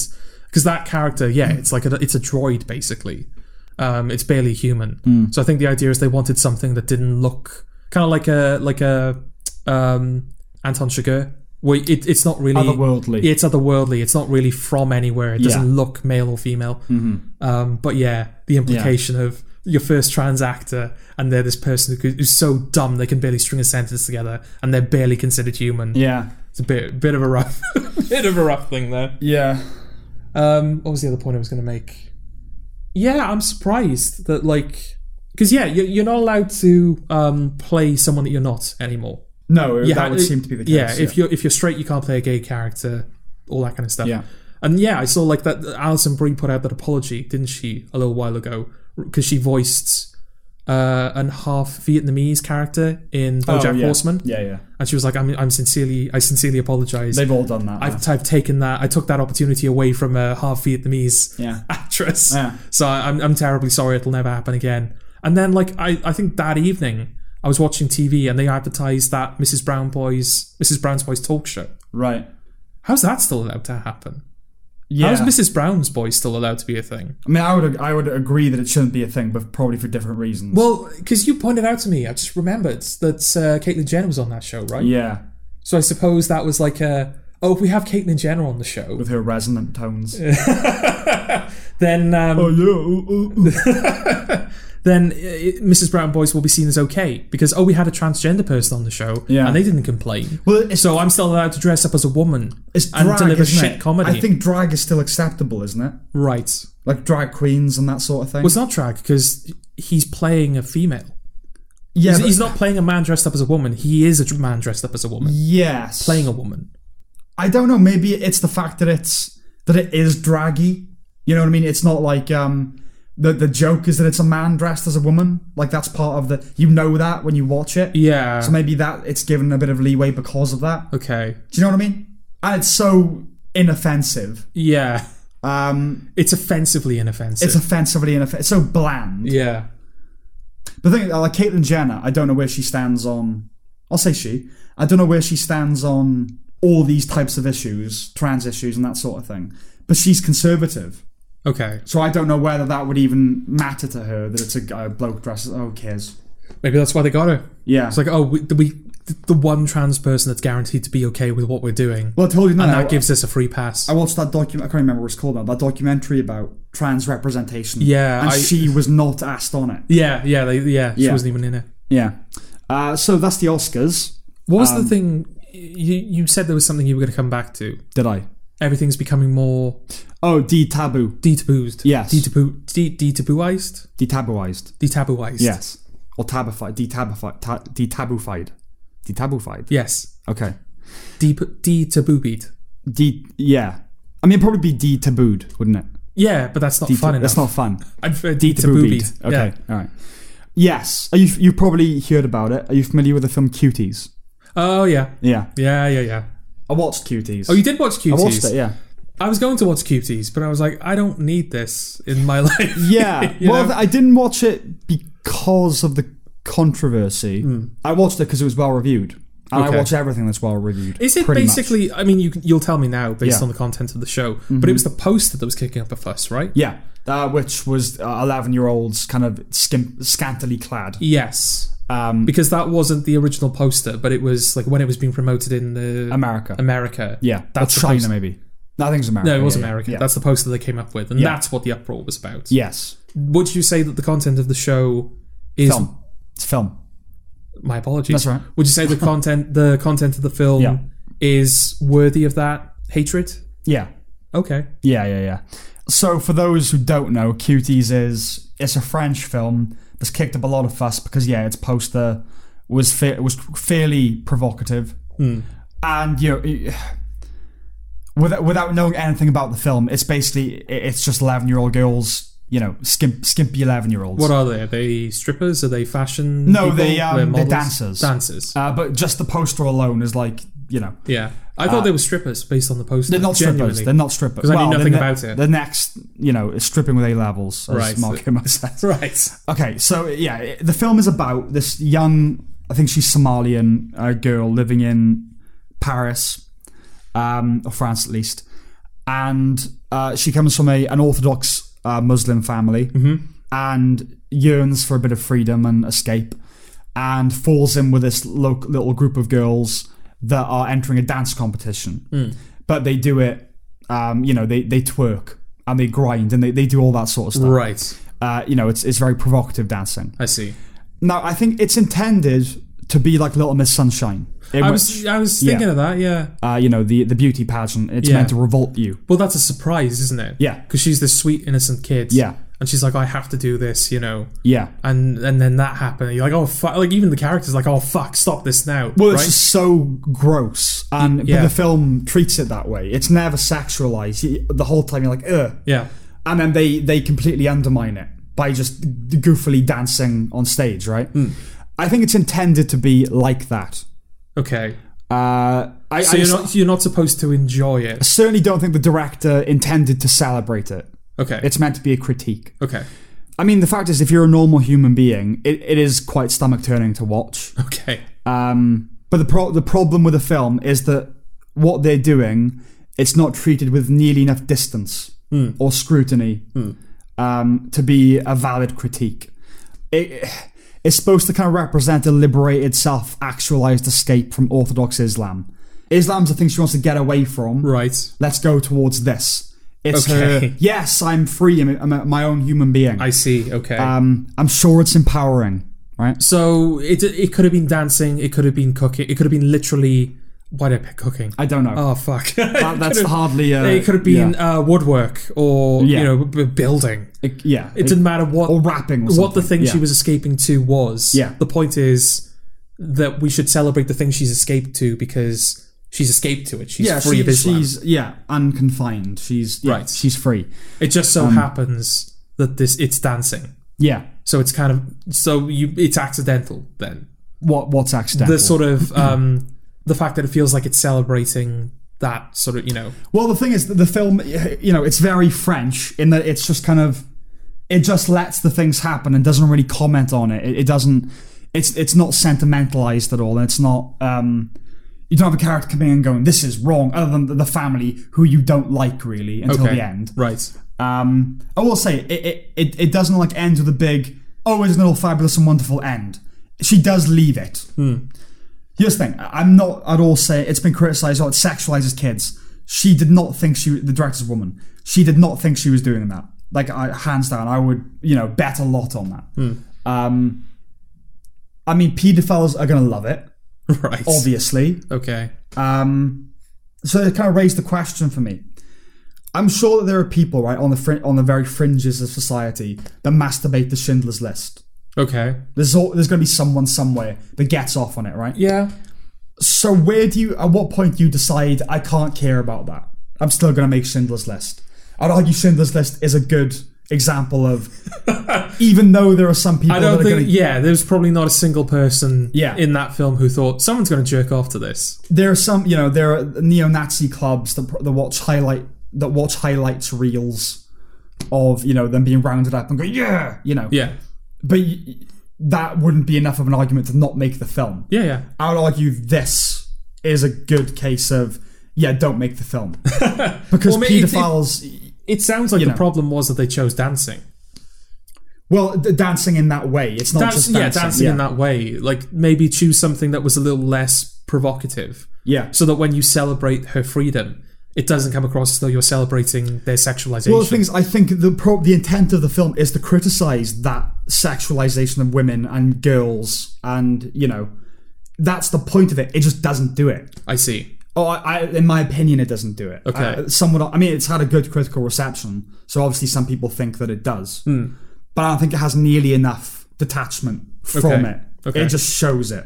Speaker 1: because that character, yeah, it's like a, it's a droid basically. Um, it's barely human. So I think the idea is they wanted something that didn't look kind of like a like a um, Anton Chigurh, where it, it's not really
Speaker 2: Otherworldly.
Speaker 1: It's otherworldly. It's not really from anywhere. It doesn't
Speaker 2: Yeah. Mm-hmm.
Speaker 1: look male or female. Um, but yeah, the implication of your first trans actor and they're this person who could, who's so dumb they can barely string a sentence together and they're barely considered human.
Speaker 2: Yeah.
Speaker 1: It's a bit bit of a rough <laughs> bit of a rough thing there.
Speaker 2: Yeah.
Speaker 1: Um, what was the other point I was going to make? Yeah, I'm surprised that like because yeah, you- you're not allowed to um, play someone that you're not anymore.
Speaker 2: No,
Speaker 1: Yeah,
Speaker 2: that would
Speaker 1: it-
Speaker 2: seem to be the case.
Speaker 1: Yeah, if you're if you're straight, you can't play a gay character, all that kind of stuff.
Speaker 2: Yeah.
Speaker 1: And yeah, I saw like that Alison Brie put out that apology, didn't she, a little while ago, because she voiced uh, an half Vietnamese character in BoJack
Speaker 2: Oh, yeah.
Speaker 1: Horseman,
Speaker 2: Yeah, yeah.
Speaker 1: and she was like, "I'm, I'm sincerely, I sincerely apologize.
Speaker 2: They've all done that.
Speaker 1: I've, I've taken that, I took that opportunity away from a half Vietnamese
Speaker 2: yeah.
Speaker 1: actress.
Speaker 2: Yeah.
Speaker 1: So I- I'm, I'm terribly sorry. It'll never happen again. And then, like, I, I think that evening I was watching TV and they advertised that Mrs. Brown Boys, Mrs. Brown's Boys talk show.
Speaker 2: Right.
Speaker 1: How's that still allowed to happen?
Speaker 2: Yeah.
Speaker 1: How's Mrs. Brown's Boys still allowed to be a thing?
Speaker 2: I mean, I would I would agree that it shouldn't be a thing, but probably for different reasons.
Speaker 1: Well, because you pointed out to me, I just remembered that uh, Caitlyn Jenner was on that show, right?
Speaker 2: yeah,
Speaker 1: So I suppose that was like a oh, if we have Caitlyn Jenner on the show,
Speaker 2: with her resonant tones.
Speaker 1: then um,
Speaker 2: Oh yeah. ooh,
Speaker 1: <laughs>
Speaker 2: ooh, ooh.
Speaker 1: then uh, it- Mrs. Brown Boys will be seen as okay because oh, we had a transgender person on the show,
Speaker 2: Yeah.
Speaker 1: and they didn't complain.
Speaker 2: Well, it's,
Speaker 1: So I'm still allowed to dress up as a woman
Speaker 2: it's
Speaker 1: and
Speaker 2: drag,
Speaker 1: deliver
Speaker 2: isn't
Speaker 1: shit
Speaker 2: it?
Speaker 1: comedy.
Speaker 2: I think drag is still acceptable, isn't it?
Speaker 1: right.
Speaker 2: Like drag queens and that sort of thing.
Speaker 1: Well, it's not drag because he's playing a female.
Speaker 2: yeah,
Speaker 1: He's,
Speaker 2: but-
Speaker 1: he's not playing a man dressed up as a woman. He is a dr- man dressed up as a woman
Speaker 2: yes.
Speaker 1: playing a woman.
Speaker 2: I don't know. Maybe it's the fact that it's that it is draggy. You know what I mean? It's not like um the the joke is that it's a man dressed as a woman. Like that's part of the you know that when you watch it.
Speaker 1: Yeah.
Speaker 2: So maybe that it's given a bit of leeway because of that.
Speaker 1: okay.
Speaker 2: Do you know what I mean? And it's so inoffensive.
Speaker 1: Yeah.
Speaker 2: Um,
Speaker 1: It's offensively inoffensive.
Speaker 2: it's offensively inoffensive. It's so bland.
Speaker 1: yeah.
Speaker 2: The thing, uh, like Caitlyn Jenner, I don't know where she stands on. I'll say she. I don't know where she stands on all these types of issues, trans issues, and that sort of thing. But she's conservative,
Speaker 1: Okay.
Speaker 2: so I don't know whether that would even matter to her that it's a, guy- a bloke dressed. as- Oh, who cares?
Speaker 1: Maybe that's why they got her.
Speaker 2: Yeah.
Speaker 1: It's like oh, we, the, we the one trans person that's guaranteed to be okay with what we're doing,
Speaker 2: well, I told you no,
Speaker 1: and
Speaker 2: no,
Speaker 1: that gives us a free pass.
Speaker 2: I watched that document. I can't remember what it's called now. That documentary about trans representation.
Speaker 1: Yeah,
Speaker 2: and
Speaker 1: I-
Speaker 2: she was not asked on it.
Speaker 1: yeah. Yeah. They, yeah. She
Speaker 2: Yeah.
Speaker 1: wasn't even in it.
Speaker 2: Yeah. Uh, so that's the Oscars.
Speaker 1: What was
Speaker 2: Um,
Speaker 1: the thing? You you said there was something you were going to come back to.
Speaker 2: Did I?
Speaker 1: Everything's becoming more
Speaker 2: Oh, de-taboo,
Speaker 1: detabooed.
Speaker 2: Yes.
Speaker 1: Detaboo de- detabooized?
Speaker 2: de-tabooized.
Speaker 1: Detabooized.
Speaker 2: Yes. Or tabified, detabified, ta- detabufied, detabufied.
Speaker 1: Yes.
Speaker 2: Okay.
Speaker 1: De detaboobied.
Speaker 2: De yeah. I mean, it'd probably be detabooed, wouldn't it?
Speaker 1: Yeah, but that's not fun enough.
Speaker 2: That's not fun.
Speaker 1: I'd prefer
Speaker 2: Detabooed.
Speaker 1: detaboobied.
Speaker 2: Okay.
Speaker 1: Yeah.
Speaker 2: All right. Yes. Are you you probably heard about it? Are you familiar with the film Cuties?
Speaker 1: Oh yeah.
Speaker 2: Yeah.
Speaker 1: Yeah, yeah, yeah.
Speaker 2: I watched Cuties.
Speaker 1: Oh, you did watch Cuties.
Speaker 2: I watched it.
Speaker 1: <laughs>
Speaker 2: Yeah.
Speaker 1: I was going to watch Cuties, but I was like, I don't need this in my <laughs> life.
Speaker 2: <laughs> Yeah.
Speaker 1: You
Speaker 2: well,
Speaker 1: know?
Speaker 2: I didn't watch it because of the controversy. I watched it because it was well reviewed. And
Speaker 1: Hmm. Okay.
Speaker 2: I watch everything that's well reviewed.
Speaker 1: Is it
Speaker 2: pretty much.
Speaker 1: basically? I mean, you, can- you'll tell me now based
Speaker 2: Yeah. Mm-hmm.
Speaker 1: on the content of the show, but it was the poster that was kicking up a fuss, right?
Speaker 2: Yeah, uh, which was eleven-year-olds kind of skim- scantily clad.
Speaker 1: Yes,
Speaker 2: Um,
Speaker 1: because that wasn't the original poster, but it was like when it was being promoted in the
Speaker 2: America.
Speaker 1: America.
Speaker 2: yeah,
Speaker 1: that's
Speaker 2: that's
Speaker 1: the
Speaker 2: China
Speaker 1: post-
Speaker 2: maybe. No, I think it's America.
Speaker 1: No, it was
Speaker 2: yeah, yeah,
Speaker 1: America.
Speaker 2: yeah.
Speaker 1: That's the poster they came up with, and
Speaker 2: Yeah.
Speaker 1: that's what the uproar was about.
Speaker 2: yes,
Speaker 1: Would you say that the content of the show is
Speaker 2: film. It's film.
Speaker 1: my apologies?
Speaker 2: That's right.
Speaker 1: Would you
Speaker 2: <laughs>
Speaker 1: say the content the content of the film
Speaker 2: Yeah.
Speaker 1: is worthy of that hatred?
Speaker 2: Yeah,
Speaker 1: Okay.
Speaker 2: yeah, yeah, yeah. So for those who don't know, Cuties is it's a French film that's kicked up a lot of fuss because yeah, its poster was fa- was fairly provocative,
Speaker 1: Hmm.
Speaker 2: and you know. It, Without, without knowing anything about the film, it's basically it- it's just eleven year old girls, you know, skimp, skimpy eleven year olds.
Speaker 1: What are they? Are they strippers? Are they fashion?
Speaker 2: No,
Speaker 1: people?
Speaker 2: they, um,
Speaker 1: They're
Speaker 2: they're
Speaker 1: models?
Speaker 2: dancers.
Speaker 1: Dancers.
Speaker 2: Uh, but just the poster alone is like, you know,
Speaker 1: yeah, I thought they were strippers based on the poster.
Speaker 2: Uh, they're not
Speaker 1: Genuinely.
Speaker 2: strippers. They're not strippers.
Speaker 1: 'Cause I knew
Speaker 2: the
Speaker 1: nothing about it.
Speaker 2: The next, you know, is stripping with A levels, as
Speaker 1: Right.
Speaker 2: Mark Hamill <laughs>
Speaker 1: <laughs>
Speaker 2: says.
Speaker 1: Right.
Speaker 2: Okay, so yeah, it- the film is about this young, I think she's Somalian uh, girl living in Paris, um, or France at least, and uh, she comes from a an Orthodox uh, Muslim family and yearns for a bit of freedom and escape, and falls in with this lo- little group of girls that are entering a dance competition, but they do it, um, you know, they they twerk and they grind and they, they do all that sort of stuff
Speaker 1: Right.
Speaker 2: uh, you know, it's it's very provocative dancing.
Speaker 1: I see.
Speaker 2: Now, I think it's intended to be like Little Miss Sunshine, in
Speaker 1: I
Speaker 2: which
Speaker 1: was I was thinking of that. Yeah.
Speaker 2: uh, you know the the beauty pageant. It's
Speaker 1: Yeah.
Speaker 2: meant to revolt you.
Speaker 1: Well, that's a surprise, isn't it?
Speaker 2: Yeah.
Speaker 1: Because she's this sweet, innocent kid.
Speaker 2: Yeah.
Speaker 1: and she's like, I have to do this, you know.
Speaker 2: Yeah.
Speaker 1: And and then that happened. And you're like, oh fuck! Like even the characters like, oh fuck, stop this now.
Speaker 2: Well, it's
Speaker 1: right?
Speaker 2: just so gross, and
Speaker 1: yeah.
Speaker 2: but the film treats it that way. It's never sexualized. You- The whole time you're like, ugh.
Speaker 1: yeah,
Speaker 2: And then they they completely undermine it by just goofily dancing on stage, right?
Speaker 1: Hmm.
Speaker 2: I think it's intended to be like that.
Speaker 1: okay.
Speaker 2: Uh, I,
Speaker 1: So
Speaker 2: I
Speaker 1: you're
Speaker 2: s-
Speaker 1: not you're not supposed to enjoy it.
Speaker 2: certainly don't think the director intended to celebrate it.
Speaker 1: Okay.
Speaker 2: It's meant to be a critique.
Speaker 1: okay.
Speaker 2: I mean, the fact is, if you're a normal human being, it, it is quite stomach turning to watch.
Speaker 1: Okay.
Speaker 2: Um, but the pro- the problem with the film is that what they're doing, it's not treated with nearly enough distance or scrutiny um, to be a valid critique. It, it's supposed to kind of represent a liberated, self-actualized escape from Orthodox Islam. Islam's the thing she wants to get away from.
Speaker 1: Right.
Speaker 2: Let's go towards this. It's
Speaker 1: Okay.
Speaker 2: her. Yes, I'm free. I'm, I'm a- my own human being.
Speaker 1: I see. Okay.
Speaker 2: um, I'm sure it's empowering, right?
Speaker 1: so it it could have been dancing. It could have been cooking. It could have been literally. Why did I pick cooking?
Speaker 2: I Uh, don't know.
Speaker 1: Oh
Speaker 2: <laughs>
Speaker 1: fuck!
Speaker 2: That- that's hardly.
Speaker 1: <laughs>
Speaker 2: A,
Speaker 1: it could have been uh, woodwork or
Speaker 2: Yeah.
Speaker 1: you know b- building.
Speaker 2: It- yeah.
Speaker 1: It didn't matter what
Speaker 2: or rapping. Or
Speaker 1: what the
Speaker 2: something,
Speaker 1: thing
Speaker 2: yeah.
Speaker 1: she was escaping to was.
Speaker 2: Yeah.
Speaker 1: The point is that we should celebrate the thing she's escaped to because she's escaped to it. She's
Speaker 2: Yeah,
Speaker 1: free
Speaker 2: she-
Speaker 1: of Islam.
Speaker 2: she's yeah unconfined. She's yeah,
Speaker 1: Right.
Speaker 2: She's free.
Speaker 1: it just
Speaker 2: Um,
Speaker 1: so happens that this it's dancing.
Speaker 2: Yeah.
Speaker 1: So it's kind of so you it's accidental then.
Speaker 2: What what's accidental?
Speaker 1: The sort of um the fact that it feels like it's celebrating that sort of you know
Speaker 2: well, the thing is that the film, you know, it's very French in that it's just kind of it just lets the things happen and doesn't really comment on it. It, it doesn't. It's it's not sentimentalized at all, and it's not. um you don't have a character coming and going, this is wrong, other than the- the family who you don't like really until
Speaker 1: okay,
Speaker 2: the end.
Speaker 1: Right. <laughs>
Speaker 2: Um, I will say it, it, it, it doesn't like end with a big oh isn't it all fabulous and wonderful end. She does leave it. Here's the thing: I- I'm not at all saying it's been criticised or it sexualizes kids. She did not think she the director's a woman. She did not think she was doing that. Like I, hands down, I would you know bet a lot on that. Um, I mean, pedophiles are gonna love it,
Speaker 1: Right.
Speaker 2: obviously.
Speaker 1: Okay.
Speaker 2: Um, so it kind of raised the question for me. I'm sure that there are people right on the fr- on the very fringes of society that masturbate to Schindler's List.
Speaker 1: Okay.
Speaker 2: There's all, there's going to be someone somewhere that gets off on it, right?
Speaker 1: Yeah.
Speaker 2: So where do you at what point do you decide I can't care about that? I'm still going to make Schindler's List. I'd argue Schindler's List is a good example of <laughs> even though there are some people
Speaker 1: I don't
Speaker 2: that are
Speaker 1: think.
Speaker 2: going to
Speaker 1: Yeah, there's probably not a single person
Speaker 2: Yeah.
Speaker 1: in that film who thought someone's going to jerk off to this.
Speaker 2: there are some you know there are neo-nazi clubs that, pr- that watch highlight that watch highlights reels of you know them being rounded up and go yeah you know
Speaker 1: Yeah,
Speaker 2: but y- that wouldn't be enough of an argument to not make the film
Speaker 1: yeah, yeah.
Speaker 2: i would argue this is a good case of yeah don't make the film
Speaker 1: <laughs>
Speaker 2: because
Speaker 1: Well, I mean, it-
Speaker 2: pedophiles
Speaker 1: It sounds like the
Speaker 2: know.
Speaker 1: problem was that they chose dancing.
Speaker 2: well d- dancing in that way it's not
Speaker 1: Dance,
Speaker 2: just
Speaker 1: yeah,
Speaker 2: dancing
Speaker 1: dancing
Speaker 2: yeah.
Speaker 1: in that way. Like maybe choose something that was a little less provocative,
Speaker 2: yeah
Speaker 1: so that when you celebrate her freedom, it doesn't come across as though you're celebrating their sexualization.
Speaker 2: Well, the thing is, I think the pro- the intent of the film is to criticize that sexualization of women and girls, and you know, that's the point of it. It just doesn't do it.
Speaker 1: I see.
Speaker 2: Oh, I, I, in my opinion, it doesn't do it.
Speaker 1: Okay.
Speaker 2: Uh, somewhat. I mean, it's had a good critical reception, so obviously some people think that it does,
Speaker 1: Hmm.
Speaker 2: but I don't think it has nearly enough detachment from
Speaker 1: Okay.
Speaker 2: it.
Speaker 1: Okay.
Speaker 2: It just shows it,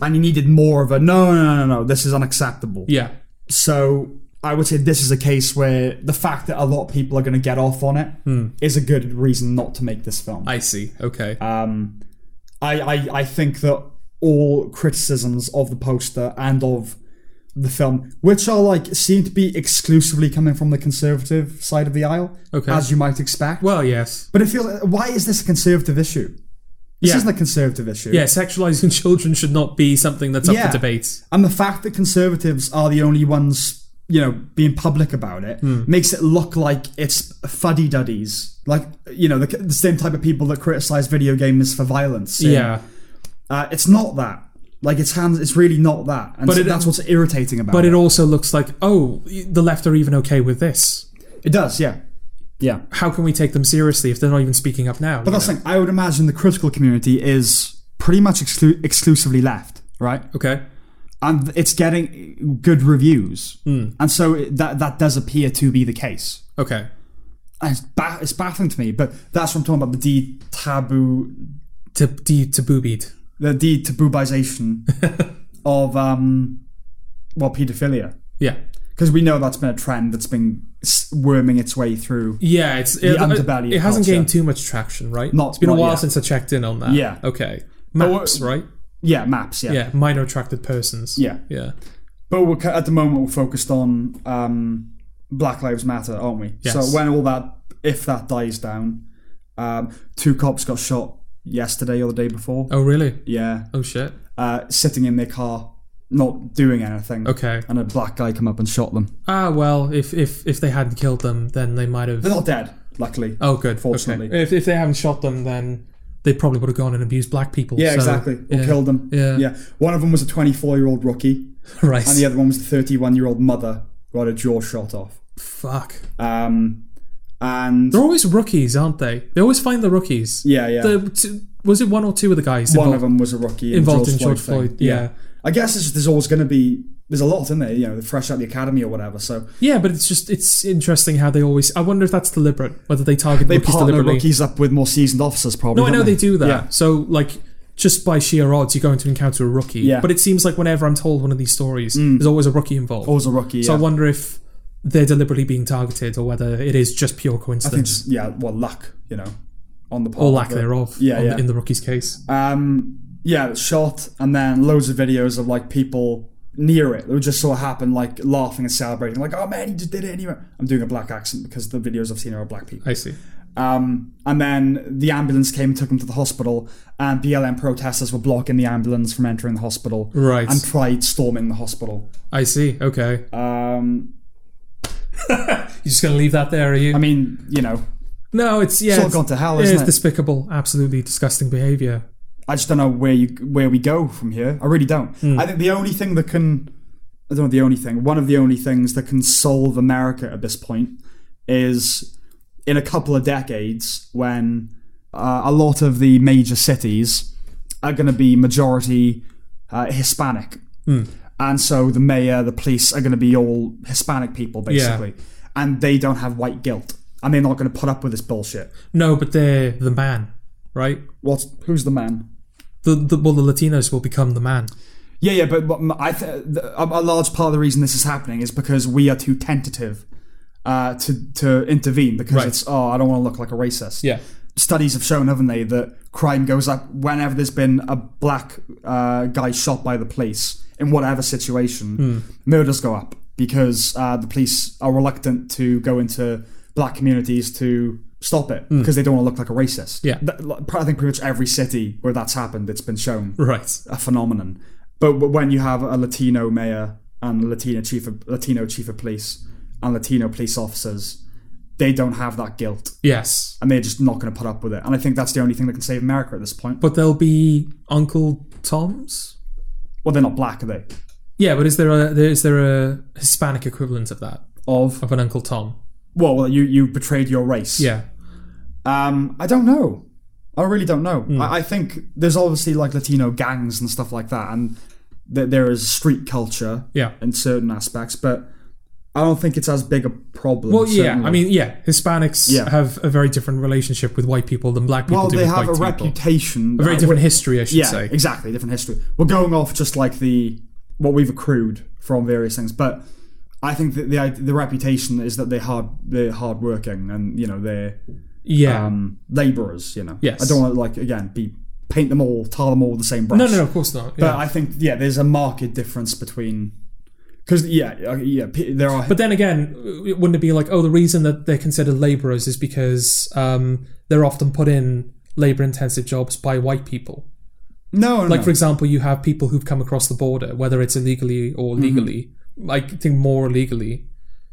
Speaker 2: and you needed more of a no, no, no, no, no. This is unacceptable.
Speaker 1: Yeah,
Speaker 2: So I would say this is a case where the fact that a lot of people are going to get off on it is a good reason not to make this film. I,
Speaker 1: Hmm. I see. Okay.
Speaker 2: um, I, I I think that all criticisms of the poster and of the film, which are like seem to be exclusively coming from the conservative side of the aisle,
Speaker 1: Okay.
Speaker 2: as you might expect.
Speaker 1: well, yes.
Speaker 2: but it feels why is this a conservative issue? This
Speaker 1: Yeah.
Speaker 2: isn't a conservative issue.
Speaker 1: Yeah, sexualizing <laughs> children should not be something that's up
Speaker 2: Yeah.
Speaker 1: for debate.
Speaker 2: And the fact that conservatives are the only ones, you know, being public about it
Speaker 1: Hmm.
Speaker 2: makes it look like it's fuddy duddies. Like, you know, the, the same type of people that criticize video games for violence.
Speaker 1: Yeah.
Speaker 2: Uh, it's not that. Like, it's hands, it's really not that. And
Speaker 1: But
Speaker 2: so
Speaker 1: it-
Speaker 2: that's what's irritating about
Speaker 1: But
Speaker 2: it.
Speaker 1: it also looks like, oh, the left are even okay with this.
Speaker 2: It does, yeah. Yeah.
Speaker 1: How can we take them seriously if they're not even speaking up now?
Speaker 2: But that's the thing. I would imagine the critical community is pretty much exclu- exclusively left, right?
Speaker 1: Okay.
Speaker 2: And it's
Speaker 1: Hmm.
Speaker 2: getting good reviews. And so it, that, that does appear to be the case.
Speaker 1: Okay.
Speaker 2: and it's, ba- it's baffling to me. But that's what I'm talking about the de taboo,
Speaker 1: to de, to boobied.
Speaker 2: the
Speaker 1: <laughs>
Speaker 2: de tabooization of um, well, paedophilia.
Speaker 1: Yeah,
Speaker 2: Because we know that's been a trend that's been s- worming its way through.
Speaker 1: yeah. It's it,
Speaker 2: underbelly
Speaker 1: it,
Speaker 2: of
Speaker 1: hasn't
Speaker 2: culture.
Speaker 1: gained too much traction, right?
Speaker 2: Not-
Speaker 1: it's been a
Speaker 2: not
Speaker 1: while
Speaker 2: yet.
Speaker 1: since I checked in on that.
Speaker 2: Yeah.
Speaker 1: Okay.
Speaker 2: But we're-
Speaker 1: Maps, right?
Speaker 2: Yeah, maps. Yeah,
Speaker 1: Yeah. Minor attracted persons.
Speaker 2: Yeah.
Speaker 1: Yeah.
Speaker 2: But we're, cu- at the moment, we're focused on um, Black Lives Matter, aren't we?
Speaker 1: Yes.
Speaker 2: So when all that, if that dies down, um, two cops got shot yesterday or the day before.
Speaker 1: Oh really?
Speaker 2: Yeah,
Speaker 1: Oh shit.
Speaker 2: uh, sitting in their car, not doing anything.
Speaker 1: Okay.
Speaker 2: And a black guy come up and shot them.
Speaker 1: Ah well, if if if they hadn't killed them, then they might have.
Speaker 2: <laughs> They're not dead, luckily.
Speaker 1: Oh good.
Speaker 2: Fortunately.
Speaker 1: Okay. If if they haven't shot them, then they probably would have gone and abused black people.
Speaker 2: yeah,
Speaker 1: so-
Speaker 2: exactly. Or
Speaker 1: yeah.
Speaker 2: killed them.
Speaker 1: Yeah.
Speaker 2: Yeah. One of them was a 24 year old rookie,
Speaker 1: <laughs> Right.
Speaker 2: and the other one was a 31 year old mother who had a jaw shot off.
Speaker 1: Fuck.
Speaker 2: Um, and
Speaker 1: They're always rookies, aren't they? They always find the rookies.
Speaker 2: yeah, yeah.
Speaker 1: The, t- was it one or two of the guys?
Speaker 2: one
Speaker 1: involved?
Speaker 2: of them was a rookie in
Speaker 1: involved
Speaker 2: George
Speaker 1: in George
Speaker 2: thing.
Speaker 1: Floyd, yeah.
Speaker 2: I guess it's, there's always going to be there's a lot in there. You know, they're fresh out of the academy or whatever. So
Speaker 1: Yeah, but it's just it's interesting how they always. I wonder if that's deliberate, whether they target
Speaker 2: they
Speaker 1: rookies
Speaker 2: partner
Speaker 1: deliberately.
Speaker 2: rookies up with more seasoned officers, probably.
Speaker 1: No, I
Speaker 2: don't
Speaker 1: know they do that.
Speaker 2: Yeah.
Speaker 1: So like. Just by sheer odds, you're going to encounter a rookie.
Speaker 2: Yeah. Mm.
Speaker 1: But it seems like whenever I'm told one of these stories, there's always a rookie involved.
Speaker 2: Always a rookie.
Speaker 1: So
Speaker 2: yeah.
Speaker 1: I wonder if they're deliberately being targeted or whether it is just pure
Speaker 2: I think
Speaker 1: coincidence
Speaker 2: just yeah, well, luck. You know, on the part
Speaker 1: or
Speaker 2: of
Speaker 1: lack
Speaker 2: the-
Speaker 1: thereof
Speaker 2: Yeah,
Speaker 1: on-
Speaker 2: yeah.
Speaker 1: in the rookie's case.
Speaker 2: Um, yeah, it's shot, and then loads of videos of like people near it that would just sort of happen, like laughing and celebrating, like, "Oh man, he just did it anyway." I'm doing a black accent because the videos I've seen are of black people.
Speaker 1: I see.
Speaker 2: Um, and then the ambulance came and took him to the hospital, and BLM protesters were blocking the ambulance from entering the hospital.
Speaker 1: Right.
Speaker 2: And tried storming the hospital.
Speaker 1: I see. Okay.
Speaker 2: Um,
Speaker 1: You're just going to leave that there, are you?
Speaker 2: I mean, you know,
Speaker 1: no, it's yeah.
Speaker 2: it's all
Speaker 1: it's-
Speaker 2: gone to hell,
Speaker 1: It
Speaker 2: isn't
Speaker 1: is
Speaker 2: it?
Speaker 1: despicable, absolutely disgusting behaviour.
Speaker 2: I just don't know where you where we go from here. I really don't. I think the only thing that can, I don't know, the only thing, one of the only things that can solve America at this point is in a couple of decades when uh, a lot of the major cities are going to be majority uh, Hispanic, and so the mayor, the police are going to be all Hispanic people basically, and they don't have white guilt, and they're not going to put up with this bullshit.
Speaker 1: No, but they're the man, right?
Speaker 2: What's who's the man?
Speaker 1: The, the well, the Latinos will become the man.
Speaker 2: Yeah, yeah, but but m- I th- th- a a large part of the reason this is happening is because we are too tentative uh, to to intervene because
Speaker 1: Right.
Speaker 2: it's oh I don't want to look like a racist.
Speaker 1: Yeah,
Speaker 2: Studies have shown, haven't they, that crime goes up whenever there's been a black uh, guy shot by the police in whatever situation.
Speaker 1: Hmm.
Speaker 2: Murders go up because uh, the police are reluctant to go into black communities to stop it because they don't want to look like a racist.
Speaker 1: Hmm. Yeah.
Speaker 2: That- I think pretty much every city where that's happened, it's been shown
Speaker 1: right.
Speaker 2: a phenomenon. But w- when you have a Latino mayor and a Latino chief of Latino chief of police and Latino police officers, they don't have that guilt,
Speaker 1: Yes,
Speaker 2: and they're just not going to put up with it. And I think that's the only thing that can save America at this point.
Speaker 1: but there'll be Uncle Tom's.
Speaker 2: Well, they're not black, are they?
Speaker 1: Yeah, but is there a there, is there a Hispanic equivalent of that
Speaker 2: Of
Speaker 1: of an Uncle Tom?
Speaker 2: well, you you betrayed your race.
Speaker 1: Yeah,
Speaker 2: Um, I don't know. I really don't know.
Speaker 1: Hmm.
Speaker 2: I, I think there's obviously like Latino gangs and stuff like that, and th- there is street culture
Speaker 1: yeah.
Speaker 2: in certain aspects, but I don't think it's as big a problem.
Speaker 1: Well, yeah.
Speaker 2: certainly.
Speaker 1: I mean, yeah. Hispanics
Speaker 2: Yeah.
Speaker 1: have a very different relationship with white people than black people
Speaker 2: Well,
Speaker 1: do
Speaker 2: Oh, they
Speaker 1: with
Speaker 2: have a
Speaker 1: white people.
Speaker 2: reputation.
Speaker 1: A very different history, I should
Speaker 2: Yeah,
Speaker 1: say.
Speaker 2: exactly. Different history. We're going off just like the what we've accrued from various things, but I think that the the reputation is that they're hard they're hardworking and you know they're
Speaker 1: Yeah.
Speaker 2: um, laborers. You know,
Speaker 1: Yes.
Speaker 2: I don't want to like again be paint them all, tar them all with the same brush.
Speaker 1: no, no, no, of course not.
Speaker 2: But uh,
Speaker 1: yeah.
Speaker 2: I think yeah, there's a marked difference between because yeah, uh, yeah, pe- there are
Speaker 1: But then again, it wouldn't it be like, oh, the reason that they're considered labourers is because um, they're often put in labour-intensive jobs by white people.
Speaker 2: no, no,
Speaker 1: Like,
Speaker 2: no.
Speaker 1: for example, you have people who've come across the border, whether it's illegally or
Speaker 2: Mm-hmm.
Speaker 1: legally. I think more illegally,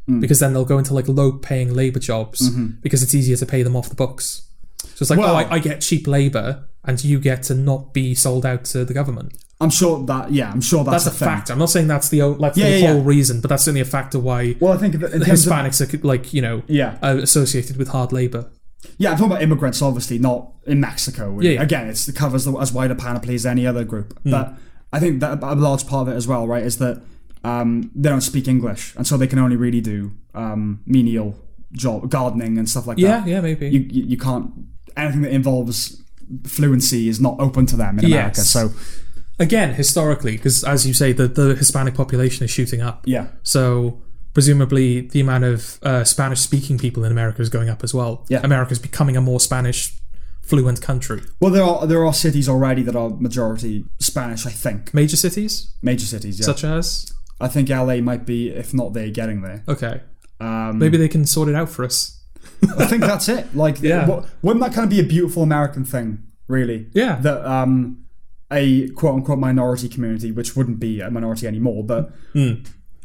Speaker 2: Mm.
Speaker 1: because then they'll go into like low-paying labour jobs because it's easier to pay them off the books. So it's like,
Speaker 2: Mm-hmm. Well-
Speaker 1: oh, I, I get cheap labour, and you get to not be sold out to the government.
Speaker 2: I'm sure that yeah, I'm sure that's,
Speaker 1: That's a
Speaker 2: a thing.
Speaker 1: fact. I'm not saying that's the o- that's
Speaker 2: Yeah,
Speaker 1: the
Speaker 2: yeah,
Speaker 1: whole
Speaker 2: yeah.
Speaker 1: reason, but that's certainly a factor why
Speaker 2: Well, I think that in terms of,
Speaker 1: Hispanics are like you know
Speaker 2: yeah,
Speaker 1: uh, associated with hard labor.
Speaker 2: Yeah, I'm talking about immigrants, obviously, not in Mexico.
Speaker 1: Yeah, Hmm. yeah.
Speaker 2: Again, it's, it covers the, as wide a panoply as any other group. But I think that a large part of it as well, right, is that um, they don't speak English, and so they can only really do um, menial job, gardening and stuff like
Speaker 1: Yeah,
Speaker 2: that.
Speaker 1: yeah, maybe.
Speaker 2: You, you you can't anything that involves fluency is not open to them in America.
Speaker 1: Yes.
Speaker 2: So
Speaker 1: Again, historically, because as you say, the, the Hispanic population is shooting up.
Speaker 2: yeah,
Speaker 1: So presumably, the amount of uh, Spanish-speaking people in America is going up as well.
Speaker 2: Yeah.
Speaker 1: America's becoming a more Spanish fluent country.
Speaker 2: well there are there are cities already that are majority Spanish. I think
Speaker 1: Major cities
Speaker 2: major cities. Yeah,
Speaker 1: such as
Speaker 2: I think LA might be if not they getting there.
Speaker 1: okay,
Speaker 2: Um,
Speaker 1: maybe they can sort it out for us.
Speaker 2: I think that's it. Like,
Speaker 1: Yeah.
Speaker 2: what, wouldn't that kind of be a beautiful American thing, really?
Speaker 1: Yeah.
Speaker 2: That um, a quote unquote minority community, which wouldn't be a minority anymore, but
Speaker 1: Hmm.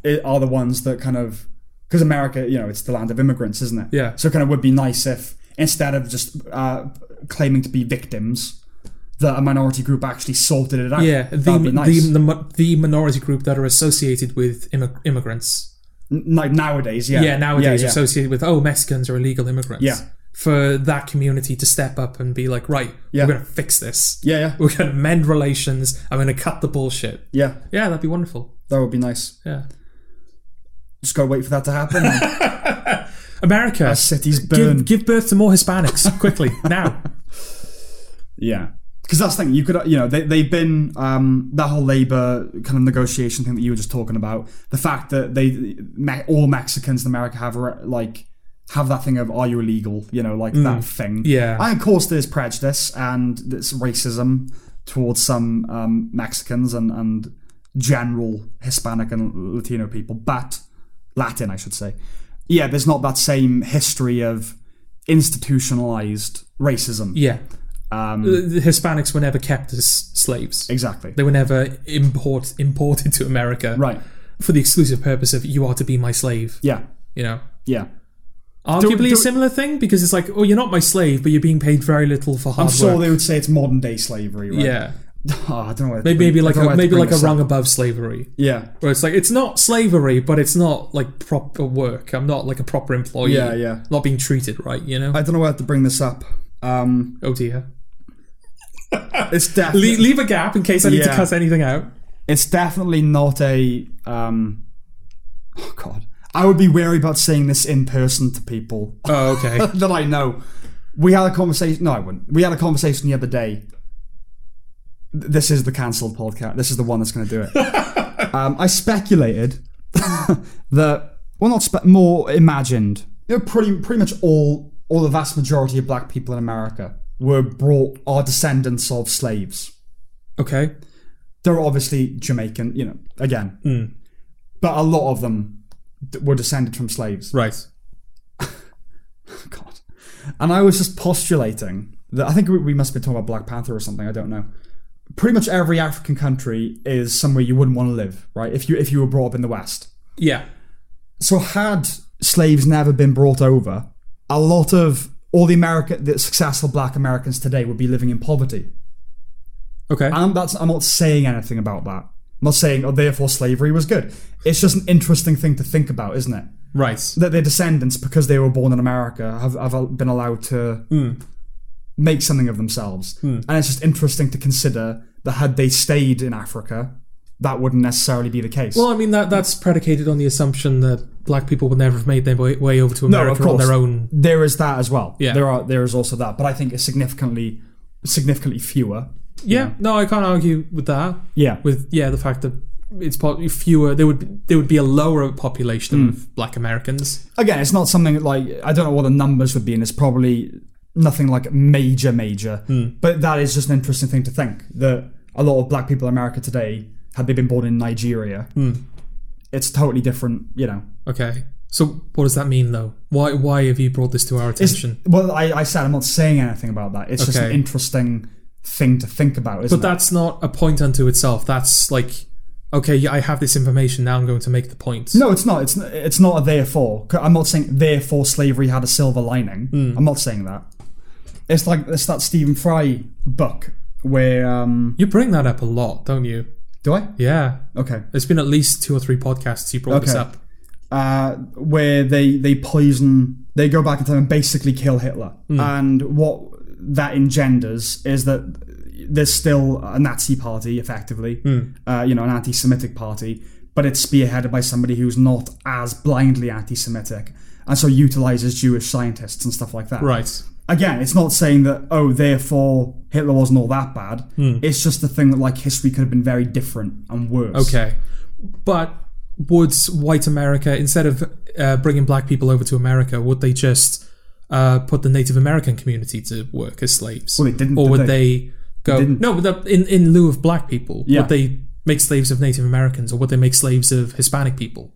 Speaker 2: it are the ones that kind of because America, you know, it's the land of immigrants, isn't it?
Speaker 1: Yeah.
Speaker 2: So it kind of would be nice if instead of just uh, claiming to be victims, that a minority group actually sorted it out.
Speaker 1: Yeah, the
Speaker 2: That'd be nice.
Speaker 1: the, the mi- the minority group that are associated with immig- immigrants.
Speaker 2: N- like nowadays, yeah.
Speaker 1: Yeah, nowadays
Speaker 2: yeah, yeah.
Speaker 1: associated with oh Mexicans are illegal immigrants.
Speaker 2: Yeah.
Speaker 1: For that community to step up and be like, right,
Speaker 2: Yeah.
Speaker 1: we're gonna fix this.
Speaker 2: yeah, yeah,
Speaker 1: We're gonna mend relations. I'm gonna cut the bullshit.
Speaker 2: yeah.
Speaker 1: Yeah, that'd be wonderful.
Speaker 2: That would be nice.
Speaker 1: Yeah.
Speaker 2: Just gotta wait for that to
Speaker 1: <laughs>
Speaker 2: happen.
Speaker 1: America,
Speaker 2: Cities burn.
Speaker 1: give, give birth to more Hispanics <laughs> quickly now.
Speaker 2: Yeah. Because that's the thing, you could, you know, they, they've been, um, that whole labor kind of negotiation thing that you were just talking about. The fact that they, me- all Mexicans in America have, re- like, have that thing of, are you illegal? You know, like that thing.
Speaker 1: Mm. Yeah.
Speaker 2: And of course, there's prejudice and there's racism towards some um, Mexicans and, and general Hispanic and Latino people, but Latin, I should say. Yeah, there's not that same history of institutionalized racism.
Speaker 1: Yeah.
Speaker 2: Um,
Speaker 1: The, the Hispanics were never kept as slaves.
Speaker 2: Exactly.
Speaker 1: They were never import imported to America
Speaker 2: Right.
Speaker 1: for the exclusive purpose of you are to be my slave.
Speaker 2: Yeah.
Speaker 1: You know.
Speaker 2: Yeah.
Speaker 1: Arguably
Speaker 2: do-
Speaker 1: a similar thing because it's like, oh, you're not my slave, but you're being paid very little for hard
Speaker 2: I'm sure
Speaker 1: work.
Speaker 2: they would say it's modern day slavery, right?
Speaker 1: yeah,
Speaker 2: <laughs> Oh, I don't know.
Speaker 1: maybe,
Speaker 2: where to bring-
Speaker 1: maybe
Speaker 2: I
Speaker 1: like
Speaker 2: don't
Speaker 1: a,
Speaker 2: know where to
Speaker 1: maybe
Speaker 2: bring
Speaker 1: like a
Speaker 2: this up.
Speaker 1: rung above slavery,
Speaker 2: Yeah.
Speaker 1: where it's like it's not slavery, but it's not like proper work. I'm not like a proper employee.
Speaker 2: Yeah, yeah.
Speaker 1: Not being treated right, you know.
Speaker 2: I don't know where to bring this up. Um,
Speaker 1: oh dear.
Speaker 2: it's definitely
Speaker 1: Le- leave a gap in case I need to
Speaker 2: Yeah.
Speaker 1: cut anything out.
Speaker 2: it's definitely not a. Um, oh God, I would be wary about saying this in person to people
Speaker 1: Oh, okay.
Speaker 2: <laughs> that I know. We had a conversation. No, I wouldn't. We had a conversation the other day. Th- This is the cancelled podcast. This is the one that's going to do it. um, I speculated <laughs> that, well, not spe- more imagined. You know, pretty pretty much all all the vast majority of black people in America were brought are descendants of slaves.
Speaker 1: okay.
Speaker 2: There are obviously Jamaican, you know, again, but a lot of them d- were descended from slaves.
Speaker 1: Right.
Speaker 2: God. And I was just postulating that I think we- we must be talking about Black Panther or something. I don't know. Pretty much every African country is somewhere you wouldn't want to live, right? If you if you were brought up in the West.
Speaker 1: Yeah.
Speaker 2: So had slaves never been brought over, a lot of all the American the successful Black Americans today would be living in poverty.
Speaker 1: Okay.
Speaker 2: And that's I'm not saying anything about that. I'm not saying oh therefore slavery was good. It's just an interesting thing to think about, isn't it?
Speaker 1: right.
Speaker 2: that their descendants, because they were born in America, have, have been allowed to make something of themselves. And it's just interesting to consider that had they stayed in Africa, that wouldn't necessarily be the case.
Speaker 1: Well, I mean that that's predicated on the assumption that black people would never have made their way, way over to America on
Speaker 2: course.
Speaker 1: their own.
Speaker 2: there is that as well.
Speaker 1: Yeah.
Speaker 2: There are there is also that, but I think it's significantly significantly fewer.
Speaker 1: Yeah. No, I can't argue with that.
Speaker 2: Yeah.
Speaker 1: With yeah, the fact that it's po- fewer. There would be, there would be a lower
Speaker 2: Hmm.
Speaker 1: population of black Americans.
Speaker 2: Again, it's not something like I don't know what the numbers would be, and it's probably nothing like major, major.
Speaker 1: Hmm.
Speaker 2: But that is just an interesting thing to think that a lot of black people in America today, had they been born in Nigeria,
Speaker 1: Hmm.
Speaker 2: it's totally different. You know,
Speaker 1: Okay. So what does that mean though? Why why have you brought this to our attention?
Speaker 2: well, I, I said I'm not saying anything about that. It's just an
Speaker 1: Okay.
Speaker 2: interesting thing to think about, isn't
Speaker 1: but that's not a point unto itself. That's like okay, yeah, I have this information now. I'm going to make the point.
Speaker 2: it? No, it's not. It's n- it's not a therefore. 'Cause I'm not saying therefore slavery had a silver lining.
Speaker 1: Hmm.
Speaker 2: I'm not saying that. It's like it's that Stephen Fry book where um,
Speaker 1: You bring that up a lot, don't you?
Speaker 2: do I?
Speaker 1: Yeah.
Speaker 2: Okay.
Speaker 1: There's been at least two or three podcasts you brought this
Speaker 2: Okay.
Speaker 1: up.
Speaker 2: uh, where they they poison they go back in time and basically kill Hitler.
Speaker 1: Hmm.
Speaker 2: And what that engenders is that there's still a Nazi party, effectively,
Speaker 1: Hmm.
Speaker 2: uh, you know, an anti-Semitic party, but it's spearheaded by somebody who's not as blindly anti-Semitic. and so utilizes Jewish scientists and stuff like that.
Speaker 1: Right.
Speaker 2: Again, it's not saying that oh, therefore Hitler wasn't all that bad.
Speaker 1: Hmm.
Speaker 2: It's just the thing that like history could have been very different and worse.
Speaker 1: Okay. But would white America, instead of uh, bringing black people over to America, would they just uh, put the Native American community to work as slaves?
Speaker 2: Well, they didn't,
Speaker 1: Or
Speaker 2: did
Speaker 1: would
Speaker 2: they?
Speaker 1: they, go? No, but that- in in lieu of black people,
Speaker 2: Yeah.
Speaker 1: would they make slaves of Native Americans, or would they make slaves of Hispanic people?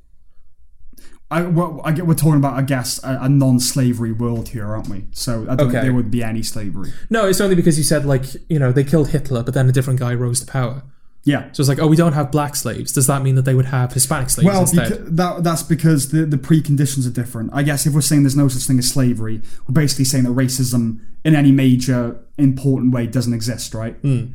Speaker 2: I, well, I get, we're talking about, I guess, a, a non-slavery world here, aren't we? So I don't
Speaker 1: Okay.
Speaker 2: think there would be any slavery.
Speaker 1: No, it's only because you said like you know they killed Hitler, but then a different guy rose to power.
Speaker 2: Yeah.
Speaker 1: So it's like, oh, we don't have black slaves. Does that mean that they would have Hispanic slaves
Speaker 2: Well,
Speaker 1: instead?
Speaker 2: becau- that, that's because the, the preconditions are different. I guess if we're saying there's no such thing as slavery, we're basically saying that racism in any major important way doesn't exist, right?
Speaker 1: Hmm.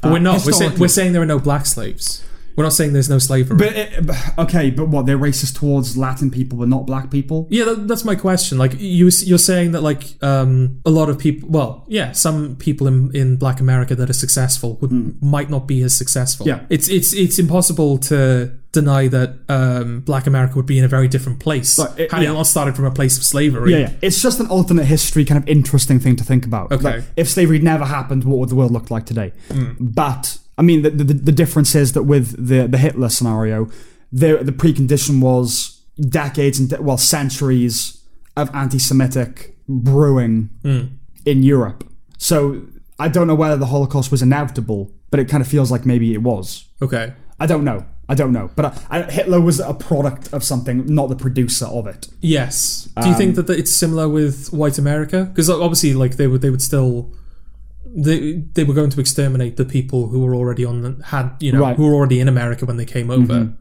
Speaker 1: but we're not. We're, saying
Speaker 2: Uh, historically-
Speaker 1: we're saying there are no black slaves. We're not saying there's no slavery.
Speaker 2: But it, but- okay, but what they're racist towards Latin people, but not black people.
Speaker 1: Yeah, that, that's my question. Like you, you're saying that like um, a lot of people, well, yeah, some people in, in Black America that are successful would, might not be as successful.
Speaker 2: Hmm. Yeah.
Speaker 1: it's it's it's impossible to deny that um, Black America would be in a very different place
Speaker 2: Like, it-
Speaker 1: had
Speaker 2: yeah.
Speaker 1: it not started from a place of slavery.
Speaker 2: Yeah, yeah. It's just an alternate history, kind of interesting thing to think about.
Speaker 1: Okay.
Speaker 2: Like, if slavery never happened, what would the world look like today? But I mean, the, the the difference is that with the the Hitler scenario, the the precondition was decades and de- well centuries of anti-Semitic brewing in Europe. So I don't know whether the Holocaust was inevitable, but it kind of feels like maybe it was.
Speaker 1: Okay.
Speaker 2: I don't know. I don't know. But I, I, Hitler was a product of something, not the producer of it.
Speaker 1: Yes. Do you think that that it's similar with White America? Because obviously, like they would they would still. They, they were going to exterminate the people who were already on the, had you know
Speaker 2: Right.
Speaker 1: who were already in America when they came over.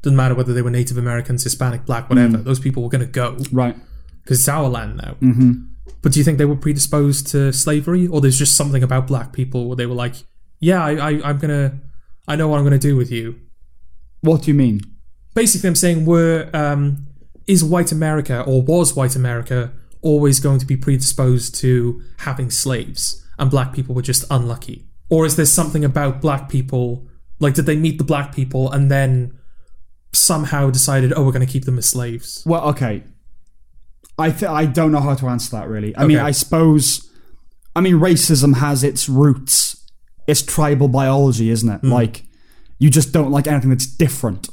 Speaker 1: Doesn't matter whether they were Native Americans, Hispanic, Black, whatever. Those people were going to go
Speaker 2: Right.
Speaker 1: because it's our land now. Mm-hmm. But do you think they were predisposed to slavery, or there's just something about Black people where they were like, "Yeah, I, I I'm gonna, I know what I'm gonna do with you."
Speaker 2: What do you mean?
Speaker 1: basically I'm saying were um, is white America or was white America always going to be predisposed to having slaves and black people were just unlucky? Or is there something about black people like did they meet the black people and then somehow decided, oh we're gonna keep them as slaves?
Speaker 2: Well, okay. I th- I don't know how to answer that really. I mean,
Speaker 1: Okay.
Speaker 2: I suppose, I mean, racism has its roots. It's tribal biology, isn't
Speaker 1: Hmm.
Speaker 2: it? Like, you just don't like anything that's different.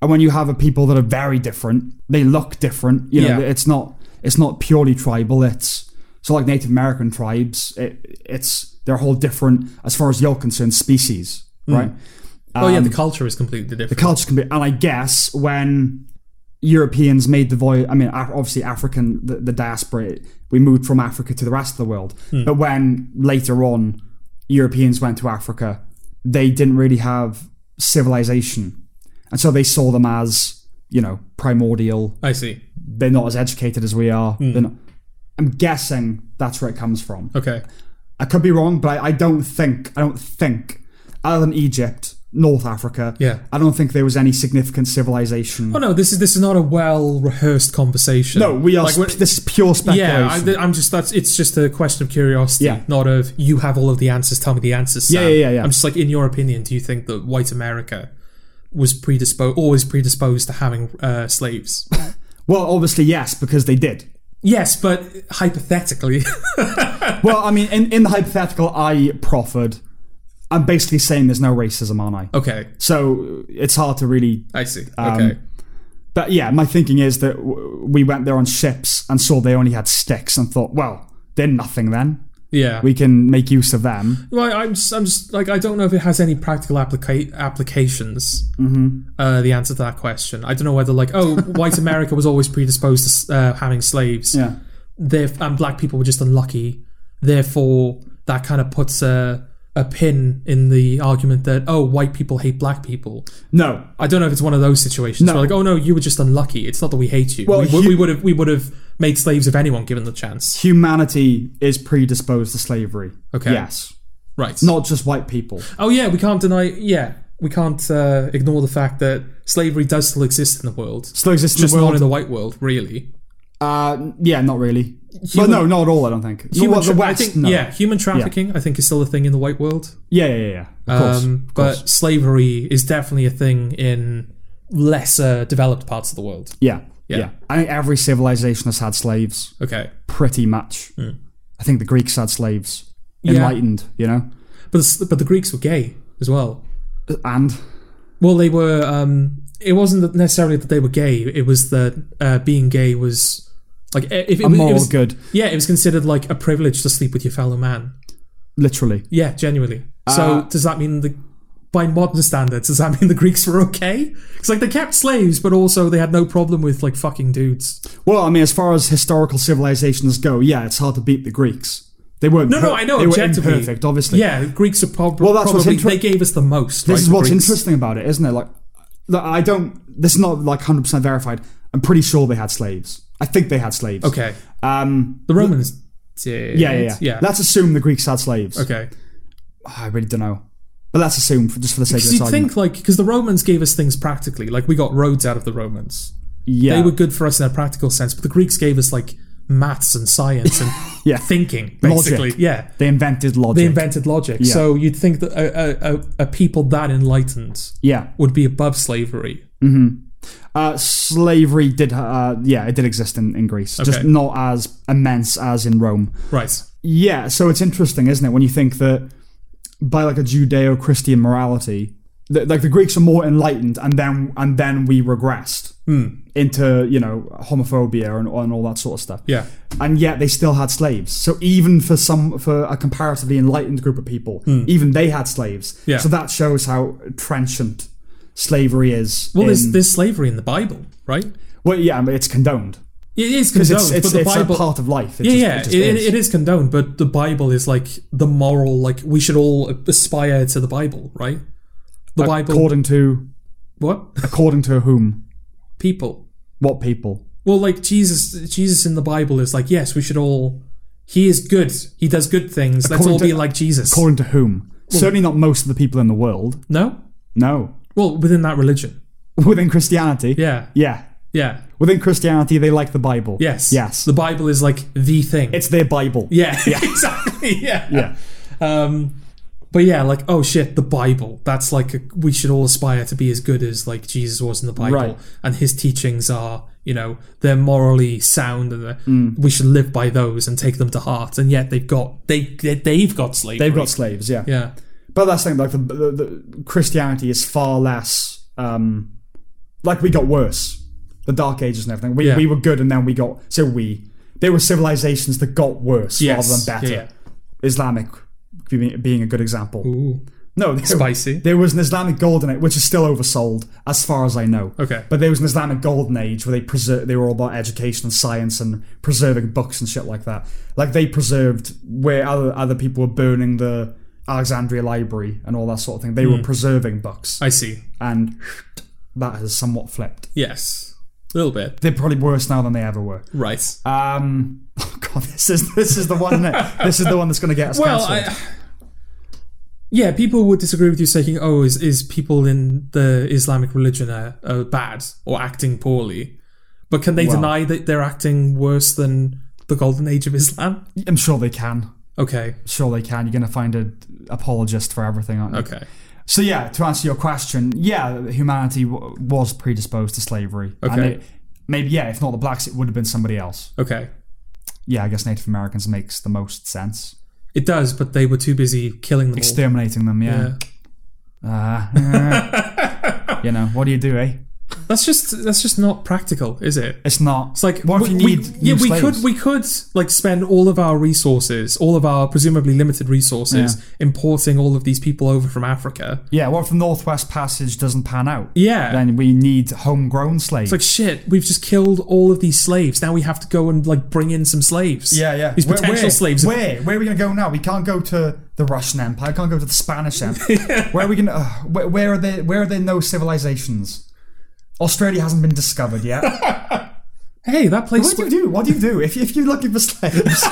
Speaker 2: And when you have a people that are very different, they look different. You know,
Speaker 1: Yeah.
Speaker 2: it's not it's not purely tribal. It's so like Native American tribes. It, it's they're whole different as far as you're concerned, species, right?
Speaker 1: oh yeah, the
Speaker 2: Um,
Speaker 1: culture is completely different.
Speaker 2: culture can be, and I guess when Europeans made the voyage, I mean, Af- obviously African, the, the diaspora, we moved from Africa to the rest of the world. But when later on Europeans went to Africa, they didn't really have civilization. And so they saw them as, you know, primordial.
Speaker 1: I see.
Speaker 2: They're not as educated as we are. They're not, I'm guessing that's where it comes from.
Speaker 1: Okay.
Speaker 2: I could be wrong, but I, I don't think I don't think other than Egypt, North Africa,
Speaker 1: Yeah.
Speaker 2: I don't think there was any significant civilization.
Speaker 1: Oh no, this is this is not a well rehearsed conversation.
Speaker 2: no, we are
Speaker 1: Like, we're-
Speaker 2: sp- this is pure speculation.
Speaker 1: yeah, I, I'm just that's it's just a question of curiosity,
Speaker 2: Yeah.
Speaker 1: not of you have all of the answers. Tell me the answers. Sam.
Speaker 2: Yeah, yeah, yeah, yeah.
Speaker 1: I'm just like, in your opinion, do you think that white America was predisposed, always predisposed to having uh,
Speaker 2: <laughs>
Speaker 1: slaves?
Speaker 2: well, obviously yes, because they did.
Speaker 1: yes, but hypothetically, <laughs>
Speaker 2: Well, I mean, in, in the hypothetical I proffered, I'm basically saying there's no racism, aren't I?
Speaker 1: okay,
Speaker 2: So it's hard to really.
Speaker 1: I see.
Speaker 2: Um,
Speaker 1: Okay,
Speaker 2: But yeah, my thinking is that w- we went there on ships and saw they only had sticks and thought, well, they're nothing then.
Speaker 1: yeah.
Speaker 2: We can make use of them.
Speaker 1: well, I'm just, I'm just like I don't know if it has any practical applica- applications. Mm-hmm. Uh, the answer to that question, I don't know whether like oh, white America was always predisposed to uh, having slaves.
Speaker 2: Yeah.
Speaker 1: Theref- and black people were just unlucky. Therefore, that kind of puts a a pin in the argument that oh, white people hate black people.
Speaker 2: No,
Speaker 1: I don't know if it's one of those situations.
Speaker 2: No.
Speaker 1: where like oh no, you were just unlucky. It's not that we hate you. we,
Speaker 2: you-
Speaker 1: we would have we would have made slaves of anyone given the chance.
Speaker 2: humanity is predisposed to slavery.
Speaker 1: Okay.
Speaker 2: Yes.
Speaker 1: Right.
Speaker 2: Not just white people.
Speaker 1: oh yeah, we can't deny. Yeah, we can't uh, ignore the fact that slavery does still exist in the world.
Speaker 2: Still exists in
Speaker 1: Just
Speaker 2: the
Speaker 1: not
Speaker 2: world.
Speaker 1: in the white world, really.
Speaker 2: uh, yeah, not really.
Speaker 1: Human-
Speaker 2: well, no, not at all. I don't think. So, well, the
Speaker 1: tra-
Speaker 2: West,
Speaker 1: I think,
Speaker 2: no.
Speaker 1: Yeah, human trafficking, I think, is still a thing in the white world.
Speaker 2: yeah, yeah, yeah. yeah. Of course.
Speaker 1: Um,
Speaker 2: of course.
Speaker 1: but slavery is definitely a thing in lesser developed parts of the world.
Speaker 2: yeah,
Speaker 1: Yeah.
Speaker 2: I think every civilization has had slaves,
Speaker 1: Okay.
Speaker 2: pretty much. I think the Greeks had slaves,
Speaker 1: Hmm. Yeah.
Speaker 2: enlightened, you know?
Speaker 1: But the, but the Greeks were gay as well.
Speaker 2: And
Speaker 1: Well, they were. Um, it wasn't that necessarily that they were gay. It was that uh, being gay was like i- if it,
Speaker 2: a
Speaker 1: was, it
Speaker 2: moral
Speaker 1: was-
Speaker 2: good,
Speaker 1: Yeah, it was considered like a privilege to sleep with your fellow man.
Speaker 2: literally.
Speaker 1: Yeah, genuinely. So
Speaker 2: Uh,
Speaker 1: does that mean the by modern standards does that mean the Greeks were okay? It's like they kept slaves, but also they had no problem with like fucking dudes.
Speaker 2: Well, I mean, as far as historical civilizations go, yeah, it's hard to beat the Greeks. They weren't.
Speaker 1: No, no,
Speaker 2: per-
Speaker 1: I know,
Speaker 2: They were
Speaker 1: objectively.
Speaker 2: imperfect, obviously.
Speaker 1: Yeah, the Greeks are prob-
Speaker 2: Well, that's what's
Speaker 1: probably
Speaker 2: inter-
Speaker 1: they gave us the most.
Speaker 2: This
Speaker 1: right,
Speaker 2: is
Speaker 1: the
Speaker 2: what's
Speaker 1: Greeks.
Speaker 2: interesting about it, isn't it? Like, that I don't. This is not like hundred percent verified. I'm pretty sure they had slaves. I think they had slaves.
Speaker 1: Okay,
Speaker 2: Um.
Speaker 1: the Romans did.
Speaker 2: Yeah, yeah, yeah.
Speaker 1: yeah.
Speaker 2: Let's assume the Greeks had slaves. Oh,
Speaker 1: okay.
Speaker 2: I really don't know, but let's assume for, just for the sake of
Speaker 1: Because
Speaker 2: this
Speaker 1: you'd
Speaker 2: argument.
Speaker 1: think like because the Romans gave us things practically, like we got roads out of the Romans.
Speaker 2: yeah.
Speaker 1: They were good for us in a practical sense, but the Greeks gave us like maths and science and
Speaker 2: <laughs> Yeah.
Speaker 1: thinking,
Speaker 2: Logic.
Speaker 1: basically. Yeah,
Speaker 2: They invented logic.
Speaker 1: they invented logic. So you'd think that a, a, a, a people that enlightened
Speaker 2: yeah.
Speaker 1: would be above slavery.
Speaker 2: Uh, slavery did. Uh, yeah, it did exist in, in Greece, just
Speaker 1: Okay.
Speaker 2: not as immense as in Rome.
Speaker 1: Right.
Speaker 2: Yeah, so it's interesting, isn't it, when you think that by like a Judeo-Christian morality, that like the Greeks are more enlightened, and then and then we regressed
Speaker 1: Hmm.
Speaker 2: into you know homophobia and, and all that sort of stuff.
Speaker 1: Yeah.
Speaker 2: and yet they still had slaves. So even for some for a comparatively enlightened group of people, even they had slaves.
Speaker 1: Hmm. Yeah.
Speaker 2: so that shows how trenchant slavery is.
Speaker 1: Well, there's,
Speaker 2: in-
Speaker 1: there's slavery in the Bible, right? It
Speaker 2: well, yeah, but it's condoned.
Speaker 1: is
Speaker 2: It's
Speaker 1: condoned,
Speaker 2: it's,
Speaker 1: but the
Speaker 2: it's
Speaker 1: Bible.
Speaker 2: a part of life. It
Speaker 1: yeah,
Speaker 2: just-
Speaker 1: yeah,
Speaker 2: it just
Speaker 1: it,
Speaker 2: is.
Speaker 1: it is condoned, but the Bible is like the moral, like we should all aspire to the Bible, right? The Bible,
Speaker 2: according to
Speaker 1: what
Speaker 2: according to whom?
Speaker 1: people?
Speaker 2: What people?
Speaker 1: Well, like Jesus, Jesus in the Bible is like, yes, we should all. He is good. He does good things. Let's
Speaker 2: According
Speaker 1: all be
Speaker 2: to-
Speaker 1: like Jesus.
Speaker 2: According to whom? Certainly not most of the people in the world.
Speaker 1: no,
Speaker 2: No.
Speaker 1: well, within that religion,
Speaker 2: Within Christianity.
Speaker 1: yeah,
Speaker 2: Yeah.
Speaker 1: yeah,
Speaker 2: Within Christianity, they like the Bible.
Speaker 1: yes,
Speaker 2: Yes.
Speaker 1: The Bible is like the thing.
Speaker 2: it's their Bible.
Speaker 1: yeah, <laughs> exactly. Yeah,
Speaker 2: Yeah.
Speaker 1: Um, but yeah, like oh shit, the Bible. That's like a, we should all aspire to be as good as like Jesus was in the Bible,
Speaker 2: Right.
Speaker 1: and his teachings are you know they're morally sound, and they're-
Speaker 2: Mm.
Speaker 1: we should live by those and take them to heart. And yet they've got they, they they've got slavery.
Speaker 2: They've got slaves. Yeah.
Speaker 1: yeah.
Speaker 2: But that's the thing. Like the, the, the Christianity is far less. Um, like we got worse. The Dark Ages and everything. We
Speaker 1: Yeah.
Speaker 2: we were good, and then we got so we. There were civilizations that got worse
Speaker 1: Yes.
Speaker 2: rather than better.
Speaker 1: Yeah,
Speaker 2: Islamic being, being a good example.
Speaker 1: Ooh,
Speaker 2: No, there,
Speaker 1: spicy.
Speaker 2: there was an Islamic golden age, which is still oversold, as far as I know.
Speaker 1: Okay.
Speaker 2: But there was an Islamic golden age where they preser- they were all about education and science and preserving books and shit like that. Like they preserved where other other people were burning the Alexandria Library and all that sort of thing. They
Speaker 1: Hmm.
Speaker 2: were preserving books,
Speaker 1: I see.
Speaker 2: and that has somewhat flipped.
Speaker 1: Yes, a little bit.
Speaker 2: They're probably worse now than they ever were.
Speaker 1: Right.
Speaker 2: Um, <laughs> oh God, this is this is the one that this is the one that's going to get
Speaker 1: <laughs>
Speaker 2: us
Speaker 1: Well,
Speaker 2: cancelled.
Speaker 1: I, yeah, people would disagree with you saying, "Oh, is is people in the Islamic religion are, are bad or acting poorly?" But can they
Speaker 2: Well-
Speaker 1: deny that they're acting worse than the golden age of Islam?
Speaker 2: I'm sure they can.
Speaker 1: Okay,
Speaker 2: Sure they can. You're going to find an apologist for everything, aren't you?
Speaker 1: okay,
Speaker 2: So yeah, to answer your question, yeah, humanity w- was predisposed to slavery. And
Speaker 1: Okay.
Speaker 2: it, maybe yeah, if not the blacks, it would have been somebody else.
Speaker 1: okay.
Speaker 2: Yeah, I guess Native Americans makes the most sense.
Speaker 1: It does, but they were too busy killing them. all.
Speaker 2: Exterminating them, yeah.
Speaker 1: Yeah.
Speaker 2: Uh, you know, what do you do, eh?
Speaker 1: That's just that's just not practical, is it?
Speaker 2: It's not.
Speaker 1: It's like
Speaker 2: what if
Speaker 1: we,
Speaker 2: you
Speaker 1: we-
Speaker 2: need
Speaker 1: yeah,
Speaker 2: new
Speaker 1: we
Speaker 2: slaves?
Speaker 1: could we could like spend all of our resources, all of our presumably limited resources, importing all of these people over from Africa.
Speaker 2: yeah, what if the Northwest Passage doesn't pan out?
Speaker 1: Yeah,
Speaker 2: Then we need homegrown slaves.
Speaker 1: It's like shit. We've just killed all of these slaves. Now we have to go and like bring in some slaves.
Speaker 2: yeah, yeah.
Speaker 1: These
Speaker 2: Where-
Speaker 1: potential
Speaker 2: where,
Speaker 1: slaves.
Speaker 2: Where? Where are we going to go now? We can't go to the Russian Empire. Can't go to the
Speaker 1: <laughs>
Speaker 2: Spanish Empire. where are we going to? Uh, where, where are there? Where are there no civilizations? Australia hasn't been discovered
Speaker 1: <laughs>
Speaker 2: yet.
Speaker 1: Hey, that place.
Speaker 2: what do you do? What do you do if, if you're looking
Speaker 1: <laughs>
Speaker 2: for slaves?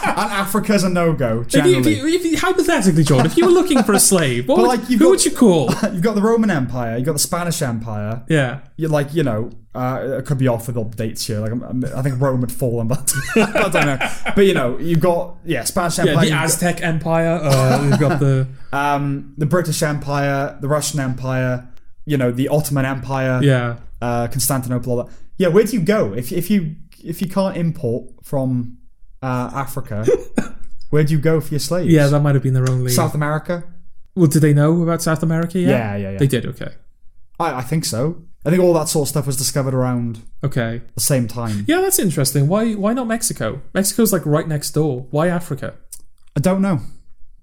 Speaker 2: and Africa's a no go
Speaker 1: If you- <laughs> if
Speaker 2: generally.
Speaker 1: you- if you- hypothetically, John, if you were looking for a slave, what would,
Speaker 2: like,
Speaker 1: who
Speaker 2: you've got-
Speaker 1: would you
Speaker 2: <laughs>
Speaker 1: call?
Speaker 2: You've got the Roman Empire. You've got the Spanish Empire.
Speaker 1: Yeah,
Speaker 2: You're like you know. Uh, it could be off with updates here. Like I'm, I'm- I think Rome had fallen, but <laughs> I don't know. But you know, you've got yeah, Spanish Empire.
Speaker 1: yeah the
Speaker 2: you've got-
Speaker 1: Aztec Empire. Uh, we've got the <laughs>
Speaker 2: um, the British Empire, the Russian Empire, you know, the Ottoman Empire,
Speaker 1: yeah.
Speaker 2: uh, Constantinople, all that. Yeah, where do you go if if you if you can't import from uh,
Speaker 1: <laughs>
Speaker 2: Africa? where do you go for your slaves?
Speaker 1: Yeah, that might have been their only.
Speaker 2: South America.
Speaker 1: well, did they know about South America? Yet?
Speaker 2: Yeah, yeah, yeah.
Speaker 1: They did. Okay.
Speaker 2: I, I think so. I think all that sort of stuff was discovered around
Speaker 1: Okay.
Speaker 2: the same time.
Speaker 1: Yeah, that's interesting. Why why not Mexico? Mexico's like right next door. Why Africa?
Speaker 2: I don't know.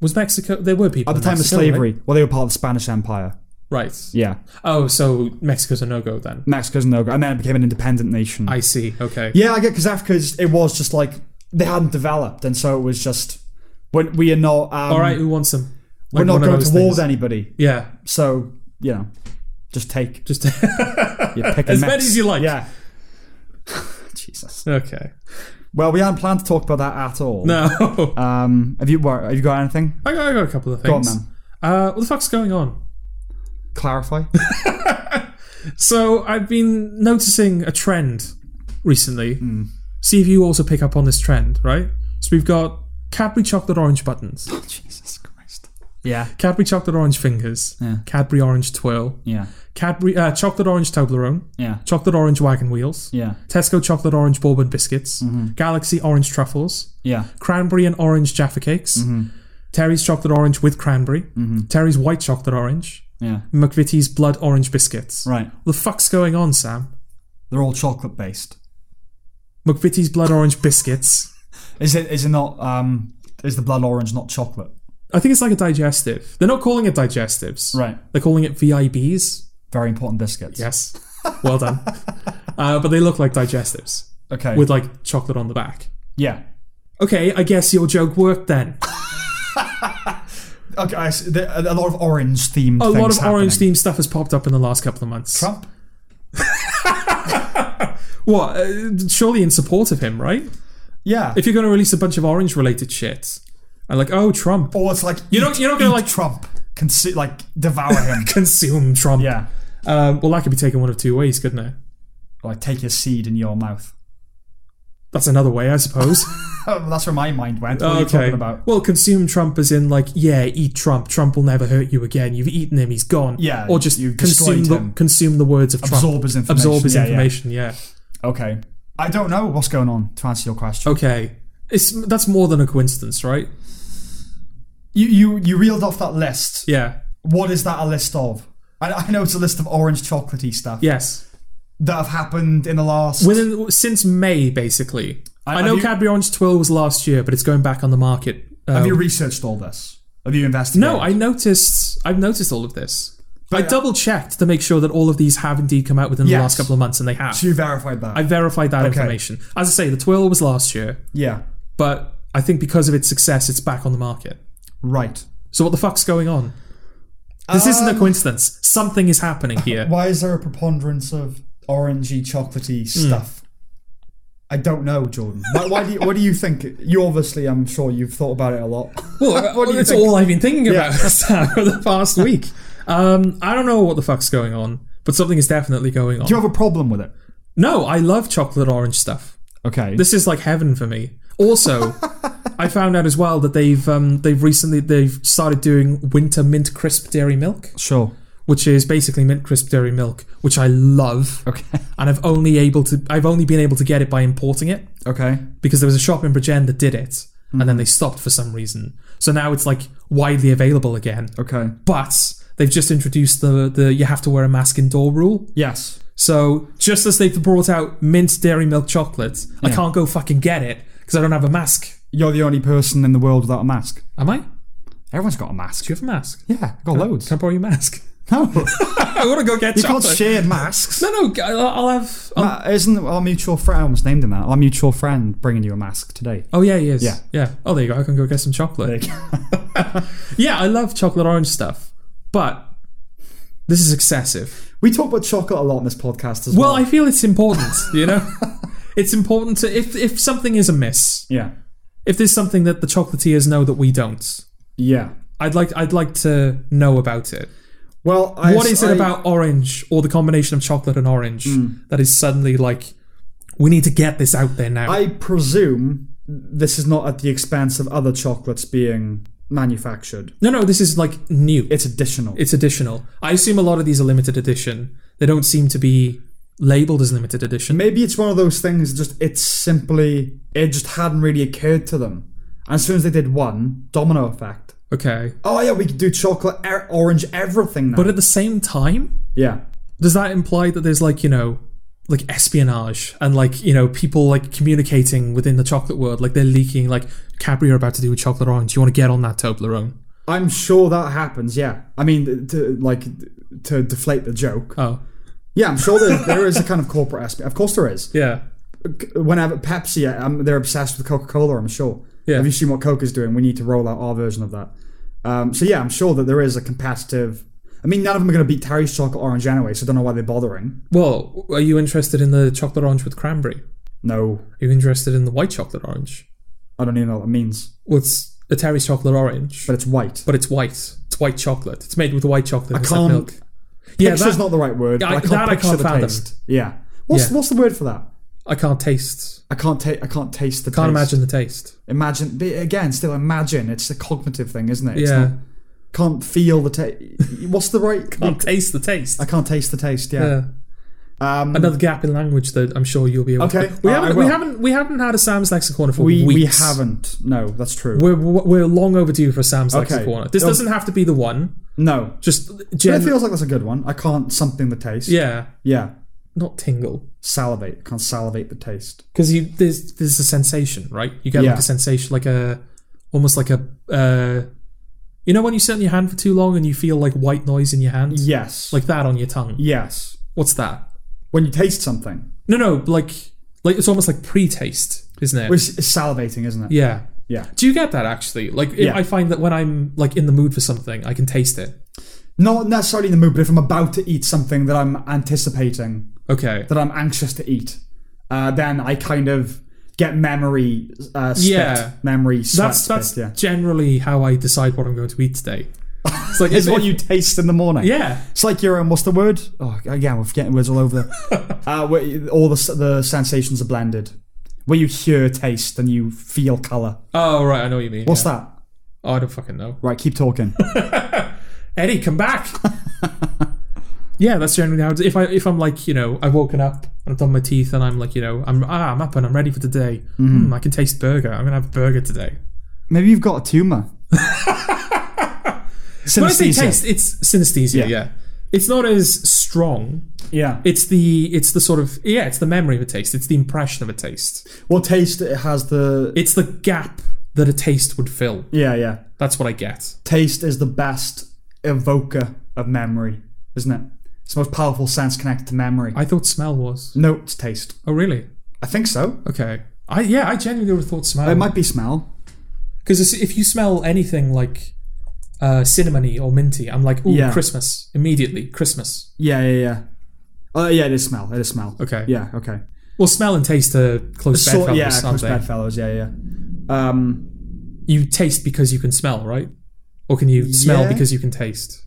Speaker 1: Was Mexico there were people
Speaker 2: At the
Speaker 1: in
Speaker 2: time of
Speaker 1: Mexico,
Speaker 2: slavery, well, they were part of the Spanish Empire.
Speaker 1: Right? Right.
Speaker 2: Yeah,
Speaker 1: Oh, so Mexico's a no go then.
Speaker 2: Mexico's no, and then it became an independent nation.
Speaker 1: I see. Okay.
Speaker 2: Yeah, I get because Africa's it was just like they hadn't developed, and so it was just when we are not. Um,
Speaker 1: All right, who wants them?
Speaker 2: we're
Speaker 1: Like
Speaker 2: not
Speaker 1: one of
Speaker 2: going
Speaker 1: those
Speaker 2: to war with
Speaker 1: things.
Speaker 2: anybody.
Speaker 1: Yeah.
Speaker 2: So you know, just take
Speaker 1: Just <laughs>
Speaker 2: you pick and
Speaker 1: As many
Speaker 2: mix.
Speaker 1: as you like.
Speaker 2: Yeah. <laughs> Jesus.
Speaker 1: Okay.
Speaker 2: Well, we hadn't planned to talk about that at all.
Speaker 1: No. <laughs>
Speaker 2: Um, have you wha- have you got anything?
Speaker 1: I got, I got a couple of
Speaker 2: Go on,
Speaker 1: things.
Speaker 2: man.
Speaker 1: Uh, what the fuck's going on?
Speaker 2: Clarify.
Speaker 1: <laughs> So I've been noticing a trend recently.
Speaker 2: Hmm.
Speaker 1: See if you also pick up on this trend, right? So we've got Cadbury chocolate orange buttons,
Speaker 2: Jesus Christ. Yeah.
Speaker 1: Cadbury chocolate orange fingers,
Speaker 2: Yeah.
Speaker 1: Cadbury orange twirl,
Speaker 2: Yeah.
Speaker 1: Cadbury uh, chocolate orange Toblerone,
Speaker 2: Yeah.
Speaker 1: chocolate orange wagon wheels,
Speaker 2: Yeah. Mm-hmm.
Speaker 1: Tesco chocolate orange bourbon biscuits, Galaxy orange truffles,
Speaker 2: Yeah.
Speaker 1: cranberry and orange Jaffa cakes,
Speaker 2: Mm-hmm.
Speaker 1: Terry's chocolate orange with cranberry, Terry's white chocolate orange,
Speaker 2: Yeah.
Speaker 1: McVitie's blood orange biscuits.
Speaker 2: Right.
Speaker 1: The fuck's going on, Sam?
Speaker 2: They're all chocolate based.
Speaker 1: McVitie's blood orange biscuits.
Speaker 2: Is it? Is it not? Um, is the blood orange not chocolate?
Speaker 1: I think it's like a digestive. They're not calling it digestives.
Speaker 2: Right.
Speaker 1: They're calling it VIBs.
Speaker 2: Very important biscuits.
Speaker 1: Yes. Well
Speaker 2: <laughs>
Speaker 1: done. uh, but they look like digestives
Speaker 2: Okay.
Speaker 1: with like chocolate on the back.
Speaker 2: yeah.
Speaker 1: Okay, I guess your joke worked then.
Speaker 2: Okay. I see, there, a lot of orange themed.
Speaker 1: A lot of orange themed stuff has popped up in the last couple of months.
Speaker 2: Trump.
Speaker 1: What? Uh, surely in support of him, right?
Speaker 2: Yeah.
Speaker 1: If you're going to release a bunch of orange related shit, and like, oh, Trump,
Speaker 2: or it's like
Speaker 1: You're not- you're not gonna like-
Speaker 2: Trump. Consi- like devour
Speaker 1: <laughs>
Speaker 2: him.
Speaker 1: <laughs> consume Trump.
Speaker 2: yeah.
Speaker 1: Um, well, that could be taken one of two ways, couldn't it?
Speaker 2: Like take his seed in your mouth. <laughs>
Speaker 1: That's another way, I suppose. <laughs>
Speaker 2: Oh, that's where my mind went. What are you talking about?
Speaker 1: Well, consume Trump as in like, yeah, eat Trump. Trump will never hurt you again. You've eaten him, he's gone.
Speaker 2: Yeah,
Speaker 1: Or just
Speaker 2: you
Speaker 1: consume
Speaker 2: destroyed
Speaker 1: the
Speaker 2: him.
Speaker 1: consume the words of Trump.
Speaker 2: Absorb his information.
Speaker 1: Absorb his
Speaker 2: Yeah, yeah.
Speaker 1: information. Yeah.
Speaker 2: Okay. I don't know what's going on to answer your
Speaker 1: Oh.
Speaker 2: question.
Speaker 1: Okay. It's that's more than a coincidence, right?
Speaker 2: You you you reeled off that list.
Speaker 1: Yeah.
Speaker 2: What is that a list of? I, I know it's a list of orange chocolatey stuff
Speaker 1: Yes.
Speaker 2: that have happened in the last.
Speaker 1: Within since May, basically.
Speaker 2: I-
Speaker 1: I,
Speaker 2: have
Speaker 1: know
Speaker 2: you-
Speaker 1: Cadbury Orange Twirl was last year, but it's going back on the market. Uh,
Speaker 2: have you researched all this? Have you investigated?
Speaker 1: no, I noticed. I've noticed all of this.
Speaker 2: But-
Speaker 1: I double checked to make sure that all of these have indeed come out within
Speaker 2: Oh, Yes.
Speaker 1: the last couple of months, and they have.
Speaker 2: So you verified that.
Speaker 1: I verified that information. As I say, the Twirl was last year,
Speaker 2: yeah.
Speaker 1: but I think because of its success, it's back on the market.
Speaker 2: Right.
Speaker 1: So what the fuck's going on? This
Speaker 2: Um,
Speaker 1: isn't a coincidence. Something is happening
Speaker 2: <laughs>
Speaker 1: here.
Speaker 2: Why is there a preponderance of orangey, chocolatey stuff? I don't know, Jordan. Why, why do you, what do you think? You obviously, I'm sure you've thought about it a lot.
Speaker 1: Well,
Speaker 2: What do you
Speaker 1: it's
Speaker 2: think?
Speaker 1: all I've been thinking about <laughs> Sam, for the
Speaker 2: <laughs>
Speaker 1: past week. Um, I don't know what the fuck's going on, but something is definitely going on.
Speaker 2: Do you have a problem with it?
Speaker 1: No, I love chocolate orange stuff.
Speaker 2: Okay.
Speaker 1: This is like heaven for me.
Speaker 2: <laughs>
Speaker 1: Also, I found out as well that they've um, they've recently they've started doing winter mint crisp dairy milk,
Speaker 2: sure.
Speaker 1: which is basically mint crisp dairy milk, which I love.
Speaker 2: Okay. <laughs>
Speaker 1: and I've only able to I've only been able to get it by importing it
Speaker 2: Okay.
Speaker 1: because there was a shop in Bridgend that did it and
Speaker 2: Mm-hmm.
Speaker 1: then they stopped for some reason. So now it's like widely available again.
Speaker 2: Okay.
Speaker 1: But they've just introduced the the you have to wear a mask indoor rule.
Speaker 2: Yes.
Speaker 1: So just as they've brought out mint dairy milk chocolate, I can't go fucking get it because I don't have a mask.
Speaker 2: You're the only person in the world without a mask.
Speaker 1: Am I? Do
Speaker 2: Everyone's got a mask.
Speaker 1: you have a mask?
Speaker 2: Yeah, got loads.
Speaker 1: Can I borrow your mask?
Speaker 2: <laughs>
Speaker 1: <laughs>
Speaker 2: No,
Speaker 1: I want to go get
Speaker 2: you can't
Speaker 1: chocolate.
Speaker 2: share masks.
Speaker 1: no, no, I'll I'll have. oh, I'll-
Speaker 2: Uh, isn't our mutual friend? I almost named him that. Our mutual friend bringing you a mask today.
Speaker 1: oh yeah, he is.
Speaker 2: Yeah.
Speaker 1: yeah. Oh, there you go. I can go get some chocolate. Yeah, I love chocolate orange stuff, but this is excessive.
Speaker 2: <laughs> we talk about chocolate a lot in this podcast as well.
Speaker 1: Well, I feel it's important, you know? <laughs> It's important to if if something is amiss,
Speaker 2: yeah,
Speaker 1: if there's something that the chocolatiers know that we don't,
Speaker 2: yeah.
Speaker 1: I'd like I'd like to know about it.
Speaker 2: Well, I,
Speaker 1: What is it
Speaker 2: I- Hmm.
Speaker 1: about orange or the combination of chocolate and orange that is suddenly like we need to get this out there now?
Speaker 2: I presume this is not at the expense of other chocolates being manufactured.
Speaker 1: no, no, this is like new.
Speaker 2: It's additional.
Speaker 1: It's additional. I assume a lot of these are limited edition. They don't seem to be labeled as limited edition.
Speaker 2: Maybe it's one of those things. Just it's simply it just hadn't really occurred to them. And as soon as they did one, domino effect.
Speaker 1: Okay.
Speaker 2: Oh yeah, we could do chocolate, er- orange, everything now.
Speaker 1: But at the same time,
Speaker 2: yeah,
Speaker 1: does that imply that there's like, you know, like espionage and like, you know, people like communicating within the chocolate world? Like they're leaking, like, Cadbury are about to do a chocolate orange. You want to get on that Toblerone?
Speaker 2: I'm sure that happens. Yeah, I mean, to, like to deflate the joke.
Speaker 1: Oh,
Speaker 2: Yeah, I'm sure there, there is a kind of corporate aspect. Of course, there is.
Speaker 1: yeah.
Speaker 2: Whenever Pepsi, um, they're obsessed with Coca Cola. I'm sure.
Speaker 1: Yeah.
Speaker 2: Have you seen what Coke is doing? We need to roll out our version of that. Um, so yeah, I'm sure that there is a competitive. I mean, none of them are going to beat Terry's chocolate orange anyway, so I don't know why they're bothering.
Speaker 1: Well, are you interested in the chocolate orange with cranberry?
Speaker 2: No,
Speaker 1: Are you interested in the white chocolate orange?
Speaker 2: I don't even know what that means.
Speaker 1: Well, it's a Terry's chocolate orange,
Speaker 2: But
Speaker 1: but,
Speaker 2: it's white.
Speaker 1: it's white. It's white chocolate. It's made with white chocolate. I
Speaker 2: can't-
Speaker 1: milk. Yeah,
Speaker 2: Picture's
Speaker 1: that,
Speaker 2: not the right word. But
Speaker 1: I-
Speaker 2: I, can't
Speaker 1: that I
Speaker 2: picture
Speaker 1: can't
Speaker 2: the
Speaker 1: fathom.
Speaker 2: taste. Yeah. What's
Speaker 1: Yeah.
Speaker 2: what's the word for that?
Speaker 1: I can't taste.
Speaker 2: I can't ta- I can't taste the.
Speaker 1: Can't
Speaker 2: taste.
Speaker 1: imagine the taste.
Speaker 2: Imagine but again. Still imagine. It's a cognitive thing, isn't it? It's
Speaker 1: Yeah.
Speaker 2: not- can't feel the taste. what's
Speaker 1: <laughs>
Speaker 2: the right?
Speaker 1: Can't taste the taste.
Speaker 2: I can't taste the taste. Yeah.
Speaker 1: Yeah.
Speaker 2: Um,
Speaker 1: Uh, Another gap in language that I'm sure you'll be able
Speaker 2: Okay,
Speaker 1: to. We
Speaker 2: I- I
Speaker 1: haven't, we
Speaker 2: will.
Speaker 1: haven't, we haven't had a Sam's Lexic Corner for
Speaker 2: we we
Speaker 1: weeks.
Speaker 2: haven't. No, that's true.
Speaker 1: We're, we're long overdue for Sam's
Speaker 2: Okay.
Speaker 1: Lexic Corner. This
Speaker 2: Oh.
Speaker 1: doesn't have to be the one.
Speaker 2: no.
Speaker 1: Just
Speaker 2: But it
Speaker 1: generally.
Speaker 2: feels like that's a good one. I can't something the taste.
Speaker 1: Yeah.
Speaker 2: Yeah.
Speaker 1: Not tingle.
Speaker 2: Salivate. I can't salivate the taste.
Speaker 1: because you there's there's a sensation, right? You get like
Speaker 2: Yeah.
Speaker 1: a sensation, like a almost like a uh, you know when you sit on your hand for too long and you feel like white noise in your hand,
Speaker 2: Yes.
Speaker 1: like that on your tongue.
Speaker 2: yes.
Speaker 1: What's that?
Speaker 2: When you taste something,
Speaker 1: No, no, like like it's almost like pre-taste, isn't it?
Speaker 2: which is salivating, isn't it?
Speaker 1: yeah.
Speaker 2: Yeah.
Speaker 1: Do you get that actually? Like if
Speaker 2: Yeah.
Speaker 1: I find that when I'm like in the mood for something, I can taste it.
Speaker 2: Not necessarily in the mood, but if I'm about to eat something that I'm anticipating,
Speaker 1: Okay.
Speaker 2: that I'm anxious to eat, uh, then I kind of get memory. Uh, spit,
Speaker 1: Yeah.
Speaker 2: Memory. Sweat
Speaker 1: That's
Speaker 2: spit,
Speaker 1: that's
Speaker 2: yeah.
Speaker 1: generally how I decide what I'm going to eat
Speaker 2: <laughs>
Speaker 1: today. It's like
Speaker 2: It's
Speaker 1: if-
Speaker 2: what
Speaker 1: if-
Speaker 2: you taste in the morning.
Speaker 1: Yeah.
Speaker 2: It's like your um, what's the word? Oh yeah, we're getting words all over.
Speaker 1: <laughs>
Speaker 2: the- uh, where all the the sensations are blended, where you hear taste and you feel color.
Speaker 1: Oh right, I know what you mean.
Speaker 2: What's that?
Speaker 1: Oh, I don't fucking know.
Speaker 2: Right, keep talking. <laughs>
Speaker 1: Eddie, come back. yeah, that's generally how. It's, if I if I'm like you know I've woken up and I've done my teeth and I'm like you know I'm ah I'm up and I'm ready for today. Mm, I can taste burger. I'm gonna have burger today.
Speaker 2: Maybe you've got
Speaker 1: <laughs>
Speaker 2: a tumor.
Speaker 1: When I say
Speaker 2: Synesthesia.
Speaker 1: taste, it's synesthesia. Yeah.
Speaker 2: Yeah.
Speaker 1: it's not as strong.
Speaker 2: Yeah.
Speaker 1: It's the it's the sort of yeah it's the memory of a taste. It's the impression of a taste.
Speaker 2: well, taste it has the
Speaker 1: It's the gap that a taste would fill.
Speaker 2: yeah yeah.
Speaker 1: That's what I get.
Speaker 2: Taste is the best evoker of memory, isn't it? It's the most powerful sense connected to memory.
Speaker 1: I thought smell was.
Speaker 2: no, it's taste.
Speaker 1: Oh really?
Speaker 2: I think so.
Speaker 1: Okay. I yeah I genuinely would have thought smell.
Speaker 2: It might be smell.
Speaker 1: Because if you smell anything like uh, cinnamony or minty, I'm like, ooh,
Speaker 2: Yeah.
Speaker 1: Christmas immediately. Christmas.
Speaker 2: Yeah yeah yeah. Oh yeah, it is smell. It is smell.
Speaker 1: Okay.
Speaker 2: Yeah. Okay.
Speaker 1: Well, smell and taste are close
Speaker 2: So,
Speaker 1: bedfellows.
Speaker 2: yeah,
Speaker 1: aren't
Speaker 2: close
Speaker 1: they?
Speaker 2: bedfellows. Yeah, yeah. Um,
Speaker 1: You taste because you can smell, right? Or can you smell
Speaker 2: Yeah.
Speaker 1: because you can taste?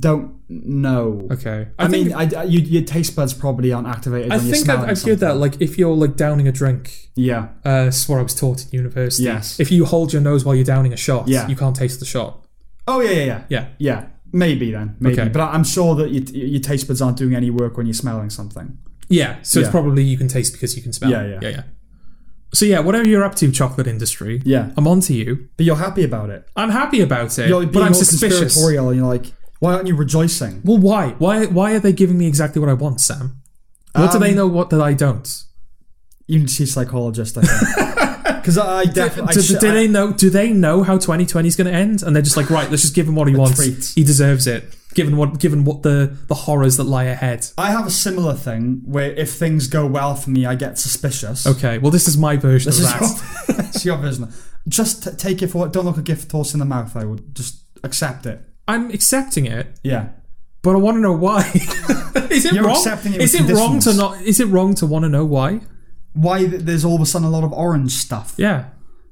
Speaker 2: don't know.
Speaker 1: Okay.
Speaker 2: I, mean, I, I- you, your taste buds probably aren't activated.
Speaker 1: I
Speaker 2: when you're
Speaker 1: think
Speaker 2: smelling
Speaker 1: I've, I've
Speaker 2: something.
Speaker 1: heard that. Like, if you're like downing a drink,
Speaker 2: Yeah,
Speaker 1: uh, it's what I was taught in university.
Speaker 2: Yes.
Speaker 1: If you hold your nose while you're downing a shot,
Speaker 2: Yeah.
Speaker 1: you can't taste the shot.
Speaker 2: Oh yeah, yeah, yeah,
Speaker 1: Yeah.
Speaker 2: yeah. Maybe then, maybe.
Speaker 1: Okay.
Speaker 2: But I- I'm sure that your, your taste buds aren't doing any work when you're smelling something.
Speaker 1: Yeah. So it's
Speaker 2: Yeah.
Speaker 1: probably you can taste because you can smell.
Speaker 2: Yeah, yeah.
Speaker 1: Yeah. So yeah, whatever you're up to, chocolate industry.
Speaker 2: Yeah.
Speaker 1: I'm on to you.
Speaker 2: But you're happy about it.
Speaker 1: I'm happy about it,
Speaker 2: You're being
Speaker 1: but I'm
Speaker 2: all
Speaker 1: suspicious.
Speaker 2: conspiratorial, and you're like, why aren't you rejoicing?
Speaker 1: Well, why? Why? Why are they giving me exactly what I want, Sam? What do
Speaker 2: Um,
Speaker 1: they know? What that I don't?
Speaker 2: You need to see a psychologist, I think.
Speaker 1: <laughs>
Speaker 2: Because I, I definitely
Speaker 1: Do, do they know? Do they know how 2020 is going to end? And they're just like, right, let's just give him what he wants.
Speaker 2: treats.
Speaker 1: He deserves it. Given what, given what the the horrors that lie ahead.
Speaker 2: I have a similar thing where if things go well for me, I get suspicious.
Speaker 1: Okay, well, this is my version
Speaker 2: This
Speaker 1: of
Speaker 2: is
Speaker 1: that.
Speaker 2: your, it's <laughs> your vision. Just t- take it for what. Don't look a gift horse in the mouth. I would just accept it.
Speaker 1: I'm accepting it,
Speaker 2: Yeah.
Speaker 1: but I want to know why. <laughs> is it
Speaker 2: You're
Speaker 1: wrong?
Speaker 2: accepting it
Speaker 1: Is
Speaker 2: with
Speaker 1: it wrong to
Speaker 2: conditions.
Speaker 1: not? Is it wrong to want to know why?
Speaker 2: Why th- there's all of a sudden a lot of orange stuff?
Speaker 1: Yeah.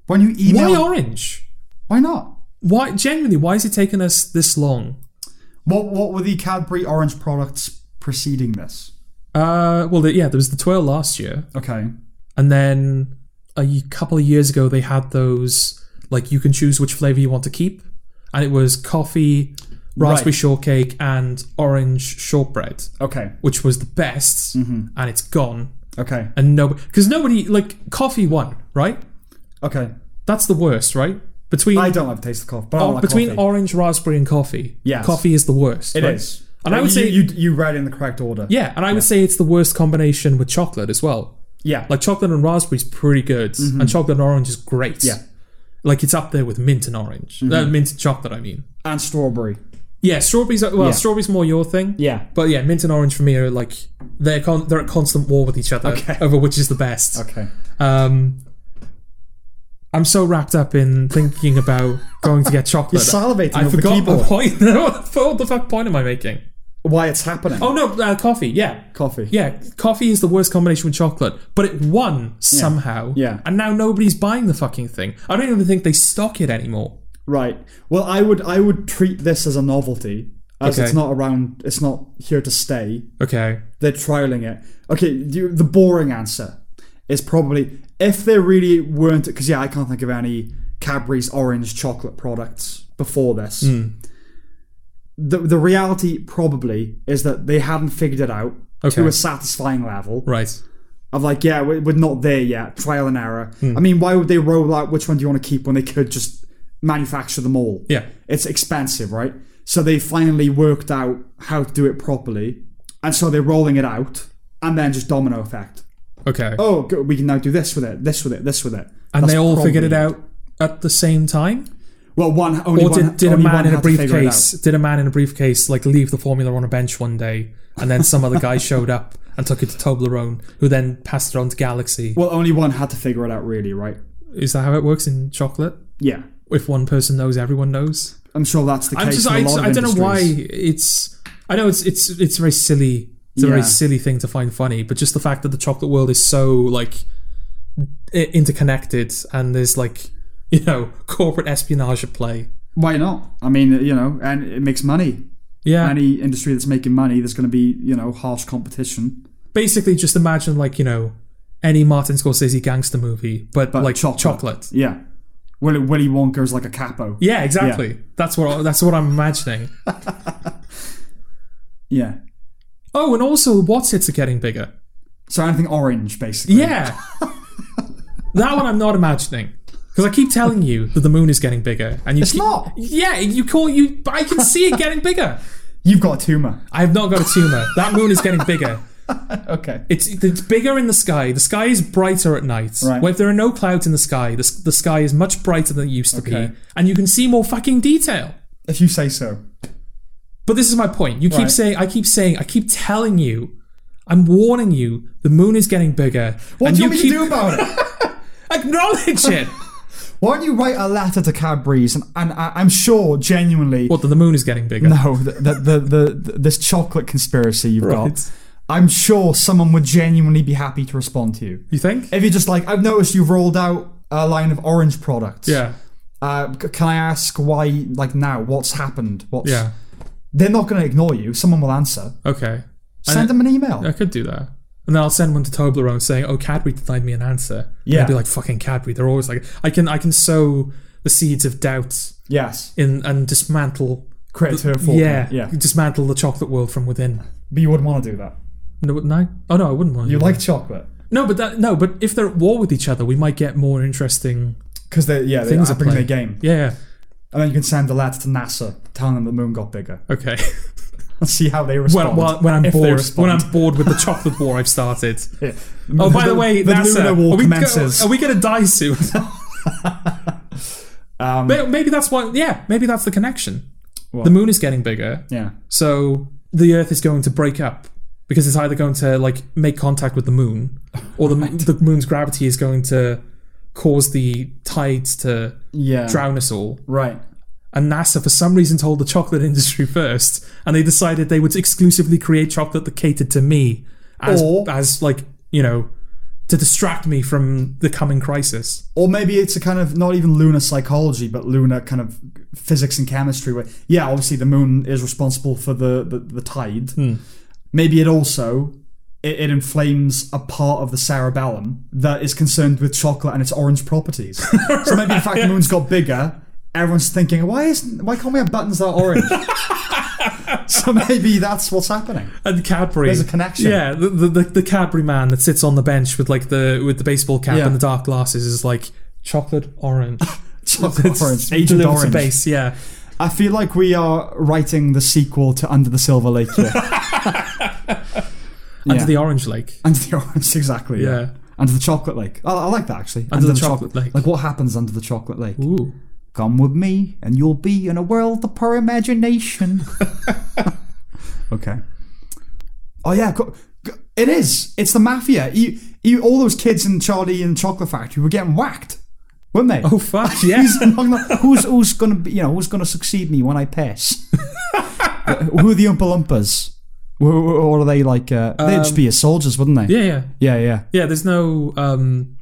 Speaker 2: When you
Speaker 1: Why
Speaker 2: email, why,
Speaker 1: orange?
Speaker 2: not?
Speaker 1: Why genuinely? Why is it taking us this long?
Speaker 2: What what were the Cadbury orange products preceding this?
Speaker 1: Uh, well, the, yeah, there was the twirl last year,
Speaker 2: Okay.
Speaker 1: and then a y- couple of years ago they had those like you can choose which flavor you want to keep, and it was coffee, raspberry shortcake and orange shortbread,
Speaker 2: Okay.
Speaker 1: which was the best,
Speaker 2: Mm-hmm.
Speaker 1: and it's gone.
Speaker 2: Okay.
Speaker 1: And no, because nobody like coffee won, right?
Speaker 2: Okay.
Speaker 1: That's the worst, right? Between
Speaker 2: I don't like the taste of coffee, but I
Speaker 1: oh,
Speaker 2: like
Speaker 1: between
Speaker 2: coffee.
Speaker 1: orange, raspberry, and coffee,
Speaker 2: Yes.
Speaker 1: coffee is the worst.
Speaker 2: It
Speaker 1: right?
Speaker 2: is.
Speaker 1: And I would
Speaker 2: you,
Speaker 1: say-
Speaker 2: you you read in the correct order.
Speaker 1: Yeah, and I would say it's the worst combination with chocolate as well.
Speaker 2: Yeah.
Speaker 1: Like chocolate and raspberry is pretty good, and chocolate and orange is great.
Speaker 2: Mm-hmm. Yeah. Mm-hmm.
Speaker 1: like it's up there with mint and orange. Uh, mint and chocolate, I mean.
Speaker 2: and strawberry.
Speaker 1: Yeah, strawberries. Are, well,
Speaker 2: Yeah.
Speaker 1: strawberries more your thing.
Speaker 2: Yeah.
Speaker 1: But yeah, mint and orange for me are like they're con- they're at constant war with each other
Speaker 2: Okay.
Speaker 1: over which is the best.
Speaker 2: Okay.
Speaker 1: Um, I'm so wrapped up in thinking about going to get
Speaker 2: <laughs>
Speaker 1: chocolate.
Speaker 2: salivating
Speaker 1: I
Speaker 2: over the
Speaker 1: forgot
Speaker 2: keyboard.
Speaker 1: the point. <laughs> No, what the fuck point am I making?
Speaker 2: Why it's happening?
Speaker 1: Oh no, uh, coffee. Yeah,
Speaker 2: coffee.
Speaker 1: yeah. Coffee is the worst combination with chocolate, but it won somehow.
Speaker 2: Yeah.
Speaker 1: And now nobody's buying the fucking thing. I don't even think they stock it anymore.
Speaker 2: Right. Well, I would I would treat this as a novelty, as
Speaker 1: Okay.
Speaker 2: it's not around. It's not here to stay.
Speaker 1: Okay.
Speaker 2: They're trialing it. Okay. You, the boring answer is probably if there really weren't because yeah, I can't think of any Cadbury's orange chocolate products before this.
Speaker 1: Hmm.
Speaker 2: The the reality probably is that they hadn't figured it out
Speaker 1: Okay.
Speaker 2: to a satisfying level.
Speaker 1: Right.
Speaker 2: Of like, yeah, we're, we're not there yet. Trial and error.
Speaker 1: Hmm.
Speaker 2: I mean, why would they roll out which one do you want to keep when they could just manufacture them all?
Speaker 1: Yeah.
Speaker 2: It's expensive, right? So they finally worked out how to do it properly, and so they're rolling it out, and then just domino effect.
Speaker 1: Okay.
Speaker 2: Oh, go- we can now do this with it, this with it, this with it,
Speaker 1: and
Speaker 2: That's
Speaker 1: they all figured it
Speaker 2: probably-
Speaker 1: out at the same time.
Speaker 2: Well, one only
Speaker 1: Or
Speaker 2: one,
Speaker 1: did, did a
Speaker 2: only
Speaker 1: man
Speaker 2: one
Speaker 1: in a
Speaker 2: had to figure it out.
Speaker 1: briefcase did a man in a briefcase like leave the formula on a bench one day and then some other
Speaker 2: <laughs>
Speaker 1: guy showed up and took it to Toblerone who then passed it on to Galaxy.
Speaker 2: Well, only one had to figure it out, really, right?
Speaker 1: Is that how it works in chocolate?
Speaker 2: Yeah,
Speaker 1: If one person knows, everyone knows.
Speaker 2: I'm sure that's the
Speaker 1: I'm
Speaker 2: case.
Speaker 1: just
Speaker 2: in a
Speaker 1: I,
Speaker 2: lot of
Speaker 1: I don't know why
Speaker 2: industries.
Speaker 1: it's I know it's it's it's very silly. It's a very
Speaker 2: Yeah.
Speaker 1: silly thing to find funny, but just the fact that the chocolate world is so like i- interconnected and there's like <laughs> you know corporate espionage at play.
Speaker 2: Why not? I mean, you know, and it makes money.
Speaker 1: Yeah,
Speaker 2: any industry that's making money, there's going to be you know harsh competition.
Speaker 1: basically just imagine like you know any Martin Scorsese gangster movie, but, like
Speaker 2: chocolate.
Speaker 1: chocolate.
Speaker 2: Yeah, Willy, Willy Wonka is like a capo.
Speaker 1: Yeah, exactly. That's what that's what I'm imagining.
Speaker 2: Yeah.
Speaker 1: Oh, and also what's it's are getting bigger.
Speaker 2: So anything orange, basically.
Speaker 1: Yeah, that one I'm not imagining because I keep telling you that the moon is getting bigger, and you
Speaker 2: It's
Speaker 1: keep-
Speaker 2: not.
Speaker 1: Yeah, you call you. but I can see it getting bigger.
Speaker 2: You've got a tumor.
Speaker 1: I have not got a tumor. That moon is getting bigger.
Speaker 2: Okay.
Speaker 1: It's it's bigger in the sky. The sky is brighter at night.
Speaker 2: Right.
Speaker 1: Where if there are no clouds in the sky, the, s- the sky is much brighter than it used to
Speaker 2: Okay.
Speaker 1: be, and you can see more fucking detail.
Speaker 2: If you say so.
Speaker 1: But this is my point. You keep
Speaker 2: Right.
Speaker 1: saying, I keep saying, I keep telling you, I'm warning you, the moon is getting bigger.
Speaker 2: What
Speaker 1: and
Speaker 2: do you want
Speaker 1: keep
Speaker 2: me to do about
Speaker 1: <laughs>
Speaker 2: it?
Speaker 1: acknowledge it.
Speaker 2: Why don't you write a letter to Cadbury's and, and I, I'm sure genuinely
Speaker 1: what? That the moon is getting bigger.
Speaker 2: <laughs> no that the, the the this chocolate conspiracy you've
Speaker 1: Right.
Speaker 2: got. I'm sure someone would genuinely be happy to respond to you.
Speaker 1: You think?
Speaker 2: If you're just like, I've noticed you've rolled out a line of orange products.
Speaker 1: yeah.
Speaker 2: Uh, c- can I ask why? Like now, what's happened? What's
Speaker 1: Yeah.
Speaker 2: They're not going to ignore you. Someone will answer.
Speaker 1: Okay.
Speaker 2: Send them an email.
Speaker 1: I could do that. And then I'll send one to Toblerone saying, "Oh, Cadbury denied me an answer." And
Speaker 2: Yeah.
Speaker 1: I'll be like, "Fucking Cadbury." They're always like, "I can, I can sow the seeds of doubt
Speaker 2: Yes.
Speaker 1: in and dismantle."
Speaker 2: Create her for
Speaker 1: Yeah,
Speaker 2: Yeah.
Speaker 1: Dismantle the chocolate world from within.
Speaker 2: But you wouldn't want to do that.
Speaker 1: No, wouldn't I? Oh no, I wouldn't want to.
Speaker 2: You
Speaker 1: do
Speaker 2: like chocolate
Speaker 1: No, but that no, but if they're at war with each other, we might get more interesting.
Speaker 2: because they yeah they're
Speaker 1: Things are
Speaker 2: upping their
Speaker 1: playing.
Speaker 2: game,
Speaker 1: Yeah.
Speaker 2: and then you can send a letter to NASA telling them the moon got bigger <laughs>
Speaker 1: Okay.
Speaker 2: and see how they
Speaker 1: Well,
Speaker 2: <laughs> respond.
Speaker 1: well, when I'm
Speaker 2: If they
Speaker 1: bored,
Speaker 2: respond.
Speaker 1: when I'm bored with the chocolate war I've started.
Speaker 2: Yeah.
Speaker 1: Oh, by
Speaker 2: <laughs>
Speaker 1: the way,
Speaker 2: the
Speaker 1: NASA,
Speaker 2: lunar war
Speaker 1: are we go-
Speaker 2: commences.
Speaker 1: are we going to die soon? <laughs>
Speaker 2: Um,
Speaker 1: May- maybe that's why. Yeah, maybe that's the connection. The moon is getting bigger,
Speaker 2: yeah.
Speaker 1: so the Earth is going to break up because it's either going to like make contact with the moon, or
Speaker 2: <laughs>
Speaker 1: the the moon's gravity is going to cause the tides to
Speaker 2: Yeah.
Speaker 1: drown us all.
Speaker 2: right.
Speaker 1: And NASA, for some reason, told the chocolate <laughs> industry first, and they decided they would exclusively create chocolate that catered to me, as
Speaker 2: Or-
Speaker 1: as like you know, to distract me from the coming crisis.
Speaker 2: Or maybe it's a kind of not even lunar psychology, but lunar kind of physics and chemistry. Where yeah, obviously the moon is responsible for the the, the tide.
Speaker 1: Hmm.
Speaker 2: Maybe it also it, it inflames a part of the
Speaker 1: <laughs>
Speaker 2: cerebellum that is concerned with chocolate and its orange properties. So maybe in fact the moon's got bigger. everyone's thinking, why isn't why can't we have buttons that are orange?
Speaker 1: <laughs>
Speaker 2: so maybe that's what's happening.
Speaker 1: And Cadbury.
Speaker 2: There's a connection.
Speaker 1: Yeah, the, the, the, the Cadbury man that sits on the bench with like the with the baseball cap
Speaker 2: Yeah.
Speaker 1: and the dark glasses is like chocolate orange.
Speaker 2: Chocolate <laughs> orange, agent
Speaker 1: delivered to
Speaker 2: orange.
Speaker 1: base, yeah.
Speaker 2: I feel like we are writing the sequel to Under the Silver Lake here.
Speaker 1: Under
Speaker 2: Yeah.
Speaker 1: the orange lake.
Speaker 2: Under the orange, <laughs> exactly. Yeah.
Speaker 1: Yeah.
Speaker 2: Under the chocolate lake. I, I like that actually. Under,
Speaker 1: the
Speaker 2: choc-
Speaker 1: chocolate lake.
Speaker 2: Like what happens under the chocolate lake?
Speaker 1: Ooh.
Speaker 2: Come with me, and you'll be in a world of pure
Speaker 1: <laughs>
Speaker 2: imagination. <laughs> okay. Oh yeah, co- co- it is. It's the mafia. You, you, all those kids in Charlie and the Chocolate Factory were getting whacked, weren't they?
Speaker 1: Oh fuck, yeah.
Speaker 2: <laughs> Who's, who's who's gonna be, you know who's gonna succeed me when I
Speaker 1: <laughs>
Speaker 2: pass? Uh, who are the Oompa Loompas? Wh- wh- What are they like? Uh, they'd just
Speaker 1: Um,
Speaker 2: be your soldiers, wouldn't they?
Speaker 1: yeah, yeah.
Speaker 2: yeah, yeah.
Speaker 1: Yeah, there's no um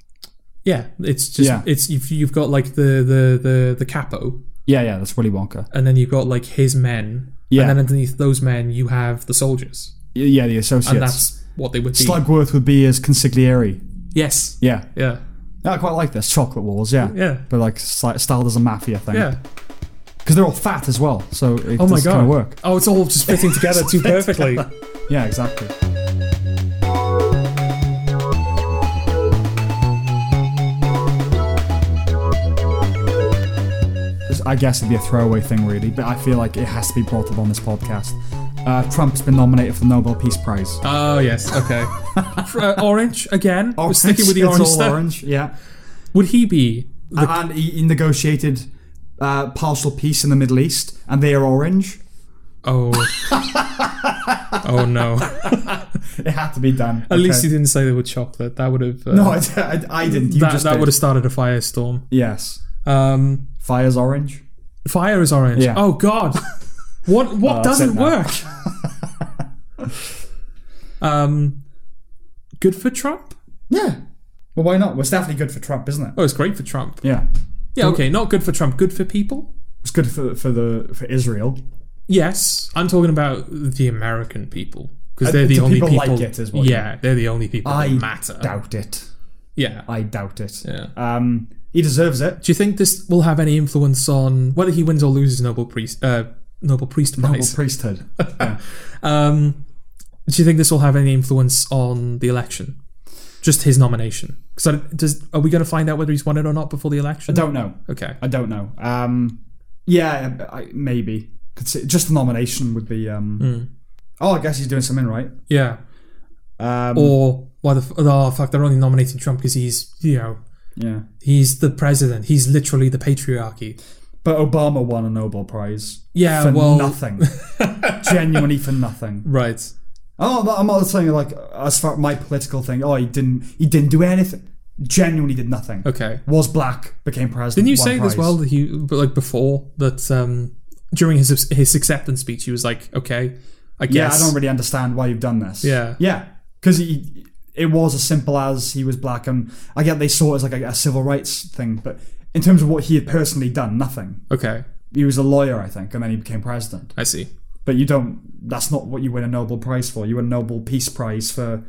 Speaker 1: yeah, it's just
Speaker 2: Yeah.
Speaker 1: it's you've, you've got like the, the the the capo
Speaker 2: yeah, yeah, That's Willy Wonka.
Speaker 1: and then you've got like his men
Speaker 2: Yeah.
Speaker 1: and then underneath those men you have the soldiers.
Speaker 2: Y- Yeah, the
Speaker 1: And
Speaker 2: associates.
Speaker 1: that's what they would be.
Speaker 2: Slugworth would be his consigliere.
Speaker 1: yes.
Speaker 2: Yeah,
Speaker 1: Yeah.
Speaker 2: I quite like this chocolate wars. Yeah,
Speaker 1: Yeah.
Speaker 2: but like sli- styled as a mafia thing.
Speaker 1: Yeah.
Speaker 2: because they're all fat as well, so it
Speaker 1: Oh my
Speaker 2: does kind
Speaker 1: god.
Speaker 2: of work.
Speaker 1: Oh, it's all just fitting together
Speaker 2: <laughs>
Speaker 1: too perfectly.
Speaker 2: Yeah, exactly. This- I guess it'd be a throwaway thing, really, but I feel like it has to be brought up on this podcast. Uh, Trump's been nominated for the Nobel Peace Prize.
Speaker 1: Oh yes, okay. For, uh, orange again. We're sticking with the
Speaker 2: It's
Speaker 1: orange
Speaker 2: all
Speaker 1: stuff.
Speaker 2: orange, yeah.
Speaker 1: Would he be? The,
Speaker 2: and he, he negotiated uh, partial peace in the Middle East, and they are orange.
Speaker 1: oh. oh no.
Speaker 2: <laughs> It had to be done.
Speaker 1: At least he didn't say they were chocolate. That would have. Uh,
Speaker 2: No, I, I, I didn't. You
Speaker 1: that
Speaker 2: just
Speaker 1: that
Speaker 2: did.
Speaker 1: would have started a firestorm.
Speaker 2: Yes.
Speaker 1: Um,
Speaker 2: Fire's orange.
Speaker 1: fire is orange.
Speaker 2: Yeah.
Speaker 1: Oh
Speaker 2: Oh,
Speaker 1: God. What
Speaker 2: <laughs>
Speaker 1: what
Speaker 2: that's
Speaker 1: doesn't
Speaker 2: it now.
Speaker 1: work?
Speaker 2: <laughs>
Speaker 1: um, good for Trump.
Speaker 2: Yeah. Well, why not? Well, it's definitely good for Trump, isn't it?
Speaker 1: Oh, it's great for Trump.
Speaker 2: Yeah.
Speaker 1: Yeah. Okay. Not good for Trump. Good for people.
Speaker 2: It's good for for the for Israel.
Speaker 1: Yes, I'm talking about the American people because they're
Speaker 2: Uh,
Speaker 1: the
Speaker 2: do
Speaker 1: only
Speaker 2: people
Speaker 1: people.
Speaker 2: like it, is what you-
Speaker 1: yeah, they're the only people
Speaker 2: I
Speaker 1: that matter.
Speaker 2: Doubt it.
Speaker 1: yeah.
Speaker 2: I doubt it.
Speaker 1: Yeah.
Speaker 2: Um, he deserves it.
Speaker 1: Do you think this will have any influence on whether he wins or loses Nobel Priest uh, Nobel Priest
Speaker 2: Noble
Speaker 1: Prize?
Speaker 2: priesthood. Yeah.
Speaker 1: um, do you think this will have any influence on the election? Just his nomination? Because does are we going to find out whether he's won it or not before the election?
Speaker 2: Don't know.
Speaker 1: Okay.
Speaker 2: I don't know. Um, yeah, I, maybe. Could say- Just the nomination would be. Um, Oh, I guess he's doing something right.
Speaker 1: Yeah.
Speaker 2: Um,
Speaker 1: Or why the f- oh fuck they're only nominating Trump because he's you know
Speaker 2: yeah.
Speaker 1: he's the president he's literally the patriarchy.
Speaker 2: But Obama won a Nobel Prize.
Speaker 1: Yeah,
Speaker 2: For
Speaker 1: well- <laughs>
Speaker 2: nothing. Genuinely for nothing.
Speaker 1: Right.
Speaker 2: Oh, I'm not- I'm not saying like as far my political thing. Oh, he didn't. He didn't do anything. Genuinely did nothing.
Speaker 1: Okay.
Speaker 2: Was black became president.
Speaker 1: Didn't you
Speaker 2: won
Speaker 1: say
Speaker 2: prize.
Speaker 1: as well that he, but like before that um, during his his acceptance speech, he was like, "Okay, I
Speaker 2: Yeah,
Speaker 1: guess."
Speaker 2: I don't really understand why you've done this.
Speaker 1: Yeah.
Speaker 2: yeah, because he. It was as simple as he was black, and I get they saw it as like a, a civil rights thing, but in terms of what he had personally done, nothing.
Speaker 1: Okay,
Speaker 2: He was a lawyer, I think, and then he became president.
Speaker 1: I see.
Speaker 2: But you don't. That's not what you win a Nobel Prize for. You win a Nobel Peace Prize for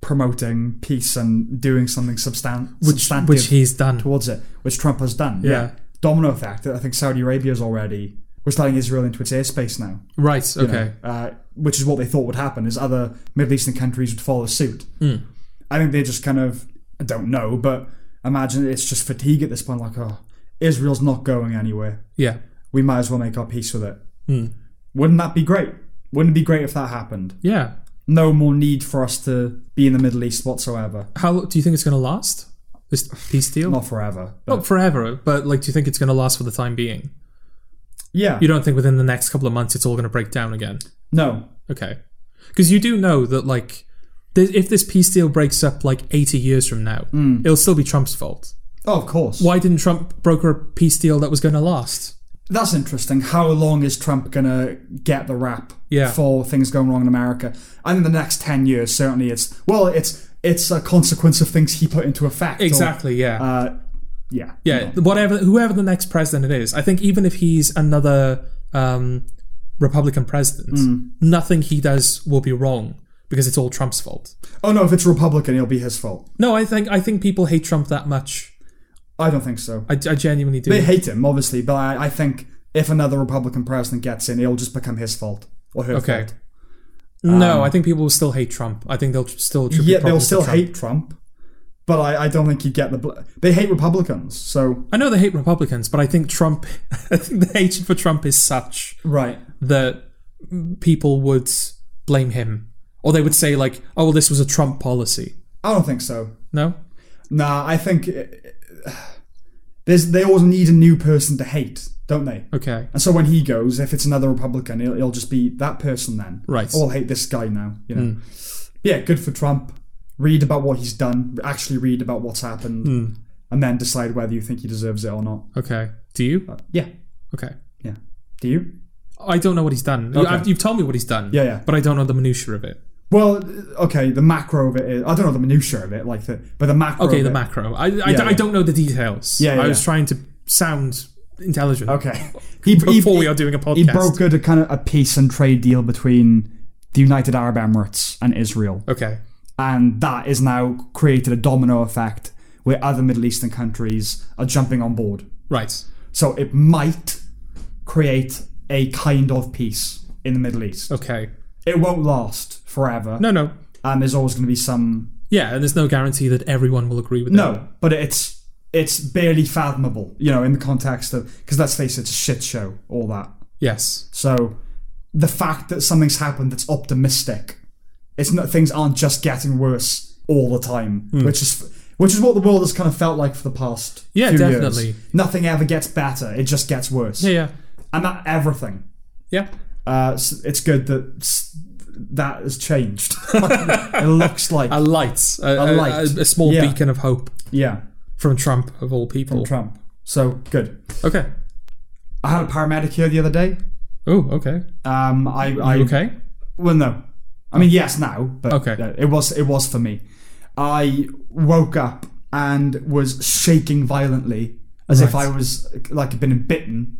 Speaker 2: promoting peace and doing something substan-
Speaker 1: Which
Speaker 2: substantive.
Speaker 1: which he's done.
Speaker 2: towards it, which Trump has done.
Speaker 1: Yeah.
Speaker 2: Domino effect. I think Saudi Arabia's already was letting Israel into its airspace now.
Speaker 1: right.
Speaker 2: you know,
Speaker 1: Okay.
Speaker 2: uh, which is what they thought would happen, is other Middle Eastern countries would follow suit.
Speaker 1: Hmm.
Speaker 2: I think they just kind of I don't know, but imagine it's just fatigue at this point, like, oh, Israel's not going anywhere.
Speaker 1: Yeah.
Speaker 2: We might as well make our peace with it.
Speaker 1: Hmm.
Speaker 2: Wouldn't that be great? Wouldn't it be great if that happened?
Speaker 1: Yeah.
Speaker 2: No more need for us to be in the Middle East whatsoever.
Speaker 1: How lo- do you think it's going to last? This peace deal?
Speaker 2: Not forever. But
Speaker 1: Not forever, but like, do you think it's going to last for the time being?
Speaker 2: yeah.
Speaker 1: You don't think within the next couple of months it's all going to break down again?
Speaker 2: No.
Speaker 1: Okay. Because you do know that like, th- if this peace deal breaks up like eighty years from now, it'll still be Trump's fault.
Speaker 2: Oh, of course.
Speaker 1: Why didn't Trump broker a peace deal that was going to last?
Speaker 2: That's interesting. How long is Trump going to get the rap
Speaker 1: Yeah.
Speaker 2: for things going wrong in America? I think the next 10 years, certainly it's, well, it's it's a consequence of things he put into effect. or-
Speaker 1: Exactly. Yeah.
Speaker 2: uh, yeah.
Speaker 1: Yeah, whatever, whoever the next president is, I think even if he's another um, Republican president, nothing he does will be wrong because it's all Trump's fault.
Speaker 2: Oh, no, if it's Republican, it'll be his fault.
Speaker 1: No, I think I think people hate Trump that much
Speaker 2: I don't think so.
Speaker 1: I, I genuinely do.
Speaker 2: They hate him, obviously, but I, I think if another Republican president gets in, it'll just become his fault or her
Speaker 1: Okay.
Speaker 2: fault.
Speaker 1: no, I think people will still hate Trump. I think they'll tr- still attribute
Speaker 2: Yet Um, they'll
Speaker 1: problems to
Speaker 2: still
Speaker 1: Trump.
Speaker 2: hate Trump, but I, I don't think he'd get the. Bl- they hate Republicans, so
Speaker 1: I know they hate Republicans, but I think Trump. <laughs> I think the hatred for Trump is such
Speaker 2: right.
Speaker 1: that people would blame him, or they would say like, "Oh, well, this was a Trump policy."
Speaker 2: I don't think so.
Speaker 1: No,
Speaker 2: Nah, I think uh, there's they always need a new person to hate, don't they?
Speaker 1: okay,
Speaker 2: And so when he goes, if it's another Republican, it'll, it'll just be that person then.
Speaker 1: Right.
Speaker 2: Oh, I'll hate this guy now. You know.
Speaker 1: Hmm.
Speaker 2: Yeah, good for Trump. Read about what he's done. Actually, read about what's happened,
Speaker 1: Hmm.
Speaker 2: and then decide whether you think he deserves it or not.
Speaker 1: okay. Do you?
Speaker 2: Yeah.
Speaker 1: Okay.
Speaker 2: Yeah. Do you?
Speaker 1: I don't know what he's done. You-
Speaker 2: Okay.
Speaker 1: I've- You've told me what he's done.
Speaker 2: Yeah, yeah.
Speaker 1: But I don't know the minutiae of it.
Speaker 2: Well, uh, okay. The macro of it is I don't know the minutia of it, like the but the macro.
Speaker 1: Okay,
Speaker 2: of
Speaker 1: the
Speaker 2: it-
Speaker 1: macro. I I,
Speaker 2: Yeah,
Speaker 1: I don't know the details.
Speaker 2: Yeah, yeah,
Speaker 1: I was
Speaker 2: yeah.
Speaker 1: trying to sound intelligent. <laughs>
Speaker 2: Okay. He, he,
Speaker 1: Before we
Speaker 2: he,
Speaker 1: are doing a podcast,
Speaker 2: he brokered a kind of a peace and trade deal between the United Arab Emirates and Israel.
Speaker 1: Okay.
Speaker 2: and that has now created a domino effect where other Middle Eastern countries are jumping on board.
Speaker 1: Right.
Speaker 2: So it might create a kind of peace in the Middle East.
Speaker 1: Okay.
Speaker 2: It won't last forever,
Speaker 1: No, no.
Speaker 2: and there's always going to be some
Speaker 1: Yeah, and there's no guarantee that everyone will agree with that.
Speaker 2: no, but it's it's barely fathomable, you know, in the context of because let's face it, it's a shit show, all that.
Speaker 1: Yes.
Speaker 2: So the fact that something's happened that's optimistic, it's not things aren't just getting worse all the time,
Speaker 1: Hmm.
Speaker 2: which is which is what the world has kind of felt like for the past
Speaker 1: Yeah,
Speaker 2: few
Speaker 1: definitely.
Speaker 2: years. Nothing ever gets better; it just gets worse,
Speaker 1: Yeah, yeah.
Speaker 2: and that everything.
Speaker 1: Yeah.
Speaker 2: Uh, s- it's good that s- that has changed. <laughs> it looks like
Speaker 1: A light. A, a,
Speaker 2: light.
Speaker 1: a- a small
Speaker 2: Yeah.
Speaker 1: beacon of hope
Speaker 2: yeah,
Speaker 1: from Trump, of all people.
Speaker 2: Trump. So good.
Speaker 1: Okay.
Speaker 2: I had a paramedic here the other day.
Speaker 1: Oh, okay.
Speaker 2: Um, I, I
Speaker 1: You okay?
Speaker 2: Well, no. I mean, yes, now, but
Speaker 1: Okay.
Speaker 2: uh, it was it was for me. I woke up and was shaking violently, as if
Speaker 1: Right.
Speaker 2: I was like been bitten,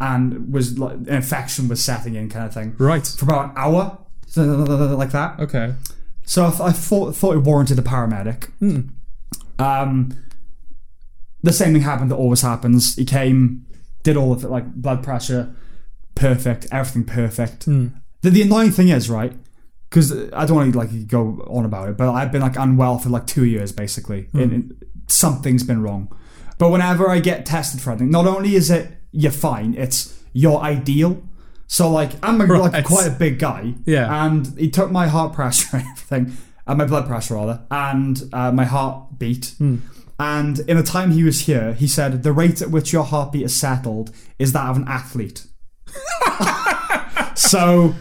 Speaker 2: and was like an infection was setting in, kind of thing.
Speaker 1: Right.
Speaker 2: For about an hour, like that.
Speaker 1: Okay.
Speaker 2: So I, th- I thought thought it warranted a paramedic.
Speaker 1: Hmm.
Speaker 2: Um, the same thing happened that always happens. He came, did all of it, like blood pressure, perfect, everything perfect. The, the annoying thing is right because I don't want to like go on about it, but I've been like unwell for like two years basically. And, and something's been wrong. But whenever I get tested for anything, not only is it you're fine, it's your ideal. So like I'm a, like
Speaker 1: Right.
Speaker 2: quite a big guy,
Speaker 1: Yeah.
Speaker 2: and he took my heart pressure <laughs> and everything, uh, my blood pressure rather, and uh, my heartbeat.
Speaker 1: Hmm.
Speaker 2: And in the time he was here, he said the rate at which your heartbeat is settled is that of an athlete. <laughs> so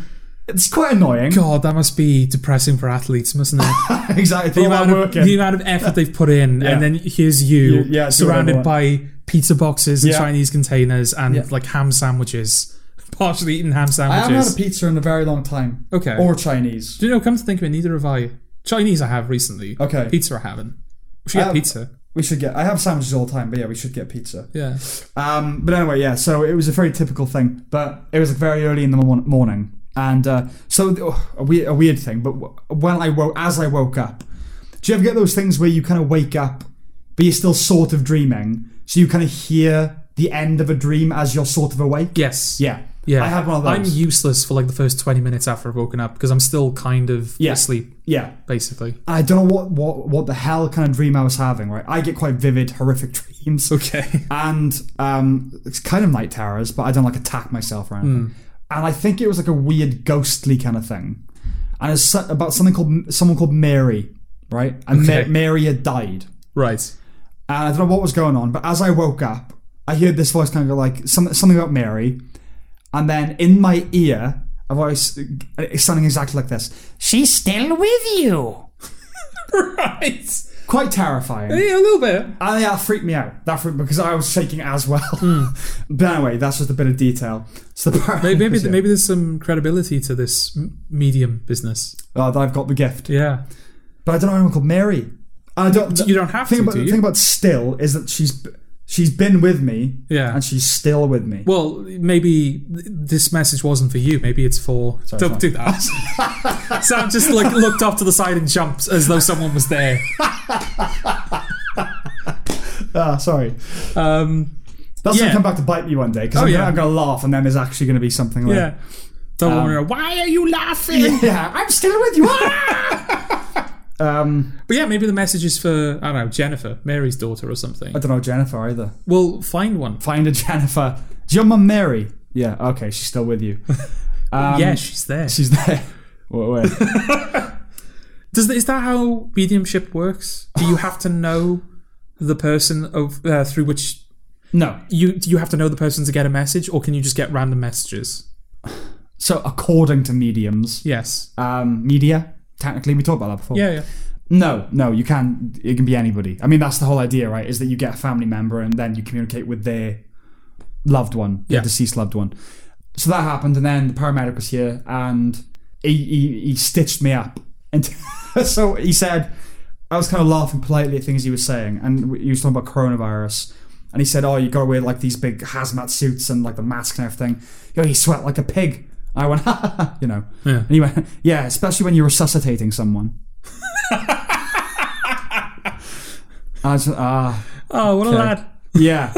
Speaker 2: it's quite annoying.
Speaker 1: God, that must be depressing for athletes, mustn't it?
Speaker 2: <laughs> exactly.
Speaker 1: the,
Speaker 2: all that
Speaker 1: amount of,
Speaker 2: working.
Speaker 1: the amount of effort they've put in,
Speaker 2: Yeah.
Speaker 1: and then here's you
Speaker 2: You- yeah, do
Speaker 1: surrounded
Speaker 2: whatever
Speaker 1: by pizza boxes and
Speaker 2: Yeah.
Speaker 1: Chinese containers and
Speaker 2: Yeah.
Speaker 1: like ham sandwiches, <laughs> partially eaten ham
Speaker 2: I haven't
Speaker 1: sandwiches.
Speaker 2: had a pizza in a very long time.
Speaker 1: Okay.
Speaker 2: Or Chinese.
Speaker 1: Do you know? Come to think of it, neither have I. Chinese I have recently.
Speaker 2: Okay.
Speaker 1: Pizza I haven't. We should get
Speaker 2: Um,
Speaker 1: pizza.
Speaker 2: We should get. I have sandwiches all the time, but yeah, we should get pizza.
Speaker 1: Yeah.
Speaker 2: Um, but anyway, yeah. So it was a very typical thing, but it was like very early in the mor- morning, and uh, so oh, a, weird, a weird thing. But w- when I woke, as I woke up, do you ever get those things where you kind of wake up, but you're still sort of dreaming, so you kind of hear the end of a dream as you're sort of awake?
Speaker 1: Yes.
Speaker 2: Yeah,
Speaker 1: Yeah.
Speaker 2: I have one of
Speaker 1: I'm
Speaker 2: those.
Speaker 1: useless for like the first 20 minutes after I've woken up because I'm still kind of
Speaker 2: Yeah.
Speaker 1: asleep,
Speaker 2: yeah,
Speaker 1: basically.
Speaker 2: I don't know what, what what the hell kind of dream I was having. Right, I get quite vivid, horrific <laughs> dreams.
Speaker 1: Okay.
Speaker 2: and um, it's kind of night terrors, but I don't like attack myself or anything. And I think it was like a weird ghostly kind of thing, and it's so- about something called someone called Mary, right? And Ma-
Speaker 1: Okay.
Speaker 2: Mary had died,
Speaker 1: <laughs>
Speaker 2: <laughs>
Speaker 1: right.
Speaker 2: and I don't know what was going on. But as I woke up, I heard this voice kind of go like some, something about Mary, and then in my ear, a voice uh, sounding exactly like this. She's still with you.
Speaker 1: Right.
Speaker 2: Quite terrifying.
Speaker 1: Yeah, a little bit.
Speaker 2: And yeah, that freaked me out. That freaked because I was shaking as well. <laughs> but anyway, that's just a bit of detail. So the paramedic
Speaker 1: Hmm. Maybe
Speaker 2: was
Speaker 1: maybe,
Speaker 2: here.
Speaker 1: maybe there's some credibility to this m- medium business.
Speaker 2: Oh, that I've got the gift,
Speaker 1: Yeah.
Speaker 2: but I don't know anyone called Mary. I don't.
Speaker 1: You don't have
Speaker 2: thing
Speaker 1: to,
Speaker 2: about
Speaker 1: do
Speaker 2: the
Speaker 1: you?
Speaker 2: thing about still is that she's she's been with me,
Speaker 1: Yeah.
Speaker 2: and she's still with me.
Speaker 1: Well, maybe th- this message wasn't for you. Maybe it's for. Don't
Speaker 2: sorry.
Speaker 1: do that. <laughs> Sam just like looked off to the side and jumped as though someone was there.
Speaker 2: ah, sorry.
Speaker 1: Um,
Speaker 2: That's
Speaker 1: Yeah.
Speaker 2: gonna come back to bite me one day because
Speaker 1: Oh,
Speaker 2: I'm,
Speaker 1: yeah.
Speaker 2: gonna, I'm gonna laugh, and then there's actually gonna be something like,
Speaker 1: yeah. Don't worry. Why are you laughing?
Speaker 2: <laughs> Um, yeah, I'm still with you. <laughs> Ah! um,
Speaker 1: But yeah, maybe the message is for I don't know Jennifer, Mary's daughter or something.
Speaker 2: I don't know Jennifer either.
Speaker 1: Well, find one.
Speaker 2: Find a Jennifer. Is your mum Mary? Yeah. Okay, she's still with you.
Speaker 1: <laughs>
Speaker 2: Um,
Speaker 1: yeah, she's there.
Speaker 2: she's there. Wait, wait.
Speaker 1: Does is that how mediumship works? Do you have to know the person of uh, through which
Speaker 2: <laughs> no.
Speaker 1: you do you have to know the person to get a message, or can you just get random messages?
Speaker 2: So according to mediums,
Speaker 1: Yes.
Speaker 2: um, media. Technically, we talked about that before.
Speaker 1: Yeah, yeah.
Speaker 2: No, no, you can. It can be anybody. I mean, that's the whole idea, right? Is that you get a family member and then you communicate with their loved one, their
Speaker 1: Yeah.
Speaker 2: deceased loved one. So that happened, and then the paramedic was here and he he, he stitched me up, and <laughs> so he said, I was kind of laughing politely at things he was saying, and he was talking about coronavirus. And he said, "Oh, you gotta wear like these big hazmat suits and like the mask and everything." You know, he sweat like a pig. I went, <laughs> ha, ha, ha," you know.
Speaker 1: Yeah.
Speaker 2: And he went, "Yeah, especially when you're resuscitating someone." I was, ah,
Speaker 1: Oh, what a lad.
Speaker 2: yeah.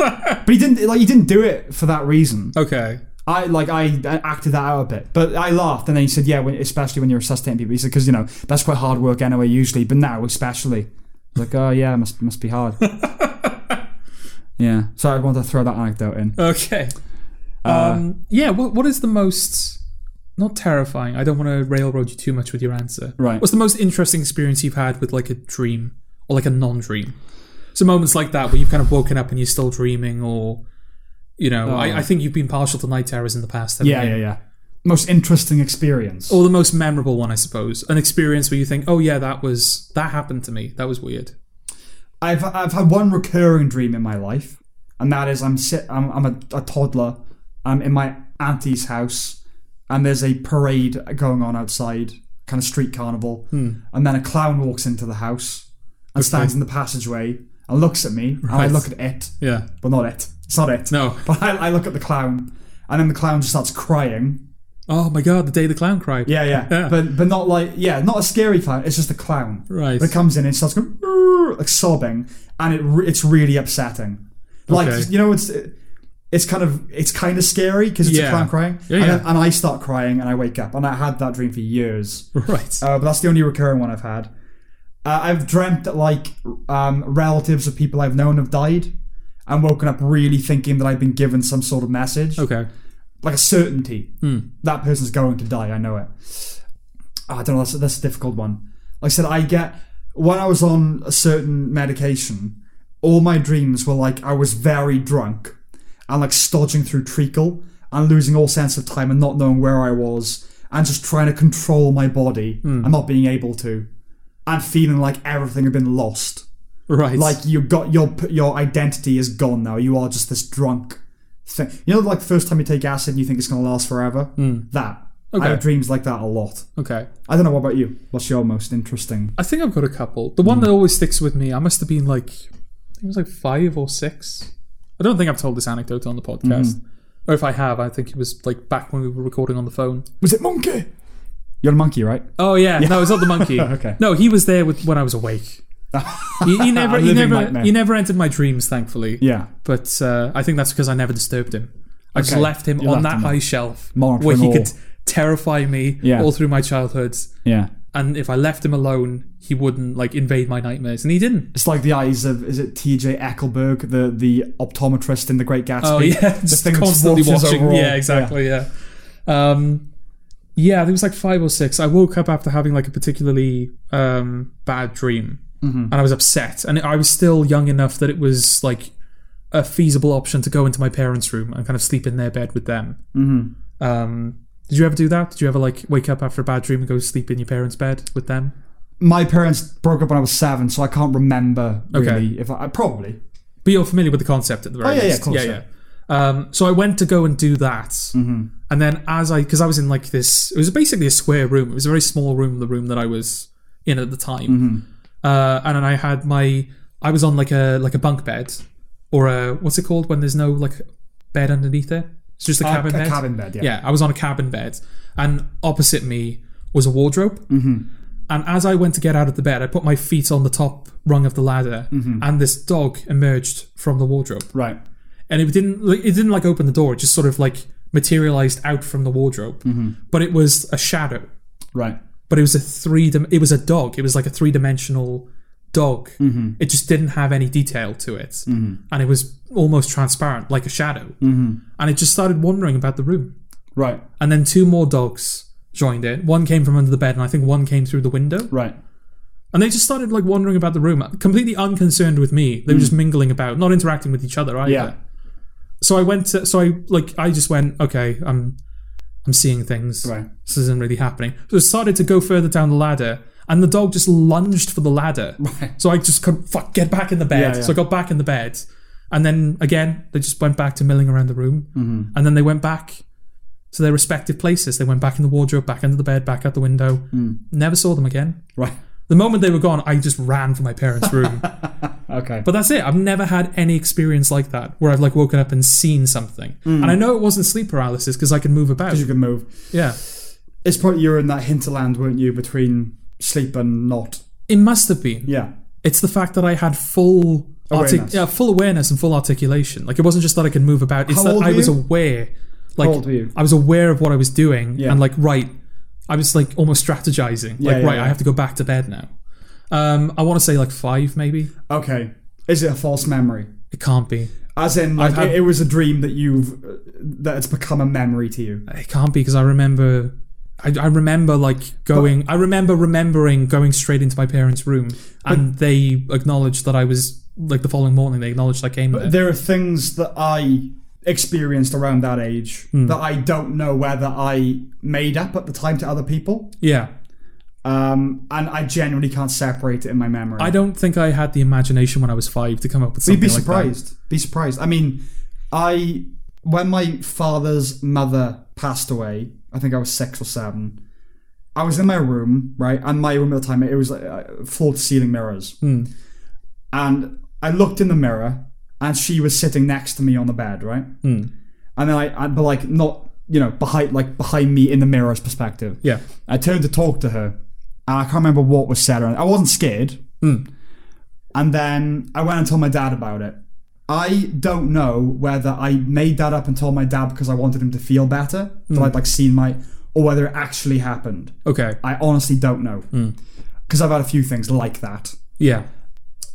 Speaker 2: but he didn't like he didn't do it for that reason.
Speaker 1: Okay.
Speaker 2: I like I acted that out a bit, but I laughed, and then he said, "Yeah, when, especially when you're resuscitating people." He said, "Because you know that's quite hard work anyway, usually, but now especially." Like, oh yeah, must must be hard. yeah, so I want to throw that anecdote in.
Speaker 1: Okay.
Speaker 2: Uh,
Speaker 1: um, yeah. What What is the most not terrifying? I don't want to railroad you too much with your answer.
Speaker 2: Right.
Speaker 1: What's the most interesting experience you've had with like a dream or like a non-dream? So moments like that where you've kind of woken up and you're still dreaming, or you know, I, I think you've been partial to night terrors in the past. haven't
Speaker 2: Uh, Yeah,
Speaker 1: you?
Speaker 2: yeah, yeah. Most interesting experience.
Speaker 1: Or the most memorable one, I suppose, an experience where you think, "Oh yeah, that was that happened to me. That was weird."
Speaker 2: I've I've had one recurring dream in my life, and that is I'm sit I'm, I'm a, a toddler. I'm in my auntie's house, and there's a parade going on outside, kind of street carnival,
Speaker 1: Hmm.
Speaker 2: and then a clown walks into the house and stands in the passageway and looks at me, and I
Speaker 1: Right.
Speaker 2: look at it,
Speaker 1: Yeah.
Speaker 2: but not it. It's not it.
Speaker 1: No.
Speaker 2: <laughs> But I, I look at the clown, and then the clown just starts crying.
Speaker 1: Oh my god, the day the clown cried.
Speaker 2: Yeah, yeah.
Speaker 1: Yeah.
Speaker 2: But but not like yeah, not a scary clown. It's just a clown.
Speaker 1: Right.
Speaker 2: That comes in and starts going "Rrr," like sobbing, and it re- it's really upsetting. Like
Speaker 1: Okay.
Speaker 2: you know, it's it's kind of it's kind of scary because it's
Speaker 1: Yeah.
Speaker 2: a clown crying,
Speaker 1: Yeah,
Speaker 2: and,
Speaker 1: yeah.
Speaker 2: Then, and I start crying and I wake up, and I had that dream for years.
Speaker 1: <laughs> Right.
Speaker 2: Uh, but that's the only recurring one I've had. Uh, I've dreamt that like um, relatives of people I've known have died, and woken up really thinking that I've been given some sort of message
Speaker 1: okay.
Speaker 2: like a certainty that person's going to die. I know it. Ah, I don't know. That's, that's a difficult one. Like I said, I get when I was on a certain medication, all my dreams were like I was very drunk and like stodging through treacle and losing all sense of time and not knowing where I was and just trying to control my body and not being able to and feeling like everything had been lost.
Speaker 1: Right.
Speaker 2: Like you got your your identity is gone now. You are just this drunk thing. You know, like the first time you take acid and you think it's gonna last forever. That
Speaker 1: Hmm. Okay.
Speaker 2: I have dreams like that a lot.
Speaker 1: okay.
Speaker 2: I don't know. What about you? What's your most interesting?
Speaker 1: I think I've got a couple. The
Speaker 2: Hmm.
Speaker 1: one that always sticks with me, I must have been like, I think it was like five or six. I don't think I've told this anecdote on the podcast.
Speaker 2: Hmm.
Speaker 1: Or if I have, I think it was like back when we were recording on the phone.
Speaker 2: Was it monkey? You're a monkey, right?
Speaker 1: Oh yeah, no, it's not the monkey.
Speaker 2: <laughs> Okay.
Speaker 1: No, he was there with when I was
Speaker 2: <laughs>
Speaker 1: awake. he, he never,
Speaker 2: A
Speaker 1: he
Speaker 2: living
Speaker 1: never,
Speaker 2: nightmare.
Speaker 1: he never entered my dreams, thankfully.
Speaker 2: Yeah.
Speaker 1: But uh, I think that's because I never disturbed him. I just
Speaker 2: Okay.
Speaker 1: left him
Speaker 2: You
Speaker 1: on
Speaker 2: left
Speaker 1: that
Speaker 2: him
Speaker 1: high shelf
Speaker 2: Monitoring
Speaker 1: where he
Speaker 2: all.
Speaker 1: could terrify me
Speaker 2: Yeah.
Speaker 1: all through my childhood.
Speaker 2: Yeah.
Speaker 1: And if I left him alone, he wouldn't like invade my nightmares, and he didn't.
Speaker 2: It's like the eyes of is it T.J. Eckelberg, the the optometrist in The Great Gatsby?
Speaker 1: Oh
Speaker 2: <laughs>
Speaker 1: yeah, <laughs>
Speaker 2: the
Speaker 1: just
Speaker 2: thing that
Speaker 1: constantly
Speaker 2: watches
Speaker 1: watching.
Speaker 2: over all.
Speaker 1: Yeah, exactly. Yeah. Um, yeah, I think it was like five or six. I woke up after having like a particularly um, bad dream,
Speaker 2: Mm-hmm.
Speaker 1: and I was upset. And I was still young enough that it was like a feasible option to go into my parents' room and kind of sleep in their bed with them. Mm-hmm. Um, did you ever do that? Did you ever like wake up after a bad dream and go sleep in your parents' bed with them?
Speaker 2: My parents broke up when I was seven, so I can't remember really. If I, I probably
Speaker 1: but you're familiar with the concept at the very
Speaker 2: Oh, yeah, yeah,
Speaker 1: least.
Speaker 2: of course,
Speaker 1: yeah, yeah. Um, so I went to go and do that, mm-hmm. and then as I, because I was in like this, it was basically a square room. It was a very small room, the room that I was in at the time,
Speaker 2: Mm-hmm.
Speaker 1: uh, and then I had my, I was on like a like a bunk bed, or a what's it called when there's no like bed underneath it? It's just a cabin
Speaker 2: a
Speaker 1: bed.
Speaker 2: cabin bed. Yeah.
Speaker 1: Yeah, I was on a cabin bed, and opposite me was a wardrobe. And as I went to get out of the bed, I put my feet on the top rung of the ladder, and this dog emerged from the wardrobe.
Speaker 2: Right.
Speaker 1: And it didn't, like, it didn't like open the door. It just sort of like materialized out from the wardrobe. But it was a shadow.
Speaker 2: Right.
Speaker 1: But it was a three. dim- It was a dog. It was like a three dimensional dog. It just didn't have any detail to it, and it was almost transparent, like a shadow. And it just started wandering about the room.
Speaker 2: Right.
Speaker 1: And then two more dogs joined it. One came from under the bed, and I think one came through the window.
Speaker 2: Right.
Speaker 1: And they just started like wandering about the room, completely unconcerned with me. They were just mingling about, not interacting with each other either.
Speaker 2: Yeah.
Speaker 1: So I went to, so I like I just went, okay, I'm I'm seeing things.
Speaker 2: Right.
Speaker 1: This isn't really happening. So I started to go further down the ladder and the dog just lunged for the ladder.
Speaker 2: Right.
Speaker 1: So I just couldn't fuck get back in the bed.
Speaker 2: Yeah, yeah.
Speaker 1: So I got back in the bed. And then again, they just went back to milling around the room.
Speaker 2: Mm-hmm.
Speaker 1: And then they went back to their respective places. They went back in the wardrobe, back under the bed, back out the window.
Speaker 2: Mm.
Speaker 1: Never saw them again.
Speaker 2: Right.
Speaker 1: The moment they were gone, I just ran for my parents'
Speaker 2: <laughs>
Speaker 1: room.
Speaker 2: Okay.
Speaker 1: but that's it. I've never had any experience like that where I've like woken up and seen something. And I know it wasn't sleep paralysis because I could move about.
Speaker 2: Mm. you can move.
Speaker 1: Yeah.
Speaker 2: It's probably you were in that hinterland, weren't you, between sleep and not?
Speaker 1: It must have been.
Speaker 2: Yeah.
Speaker 1: It's the fact that I had full artic-
Speaker 2: Awareness.
Speaker 1: yeah, full awareness and full articulation. Like it wasn't just that I could move about, it's
Speaker 2: How
Speaker 1: that
Speaker 2: old
Speaker 1: I
Speaker 2: were
Speaker 1: was
Speaker 2: you?
Speaker 1: aware. Like
Speaker 2: old were you?
Speaker 1: I was aware of what I was doing
Speaker 2: Yeah.
Speaker 1: and like right I was like almost strategizing. Like
Speaker 2: Yeah, yeah,
Speaker 1: right,
Speaker 2: yeah.
Speaker 1: I have to go back to bed now. Um I want to say like 5 maybe.
Speaker 2: Okay. Is it a false memory?
Speaker 1: It can't be.
Speaker 2: As in, like,
Speaker 1: had-
Speaker 2: it, it was a dream that you've uh, that it's become a memory to you.
Speaker 1: It can't be because I remember. I, I remember like going. I remember remembering going straight into my parents' room, and they acknowledged that I was like the following morning. They acknowledged I came there.
Speaker 2: There are things that I experienced around that age that I don't know whether I made up at the time to other people,
Speaker 1: Yeah,
Speaker 2: um, and I genuinely can't separate it in my memory.
Speaker 1: I don't think I had the imagination when I was five to come up with something
Speaker 2: be
Speaker 1: like that.
Speaker 2: surprised. Be surprised. I mean, I when my father's mother passed away, I think I was six or seven. I was in my room, right, and my room at the time it was like floor to ceiling mirrors,
Speaker 1: Hmm.
Speaker 2: and I looked in the mirror, and she was sitting next to me on the bed, right,
Speaker 1: Hmm.
Speaker 2: and then I, I but like not you know behind like behind me in the mirror's perspective.
Speaker 1: Yeah,
Speaker 2: I turned to talk to her, and I can't remember what was said. I wasn't scared. And then I went and told my dad about it. I don't know whether I made that up and told my dad because I wanted him to feel better that I'd like seen my, or whether it actually happened.
Speaker 1: okay,
Speaker 2: I honestly don't know because I've had a few things like that.
Speaker 1: yeah,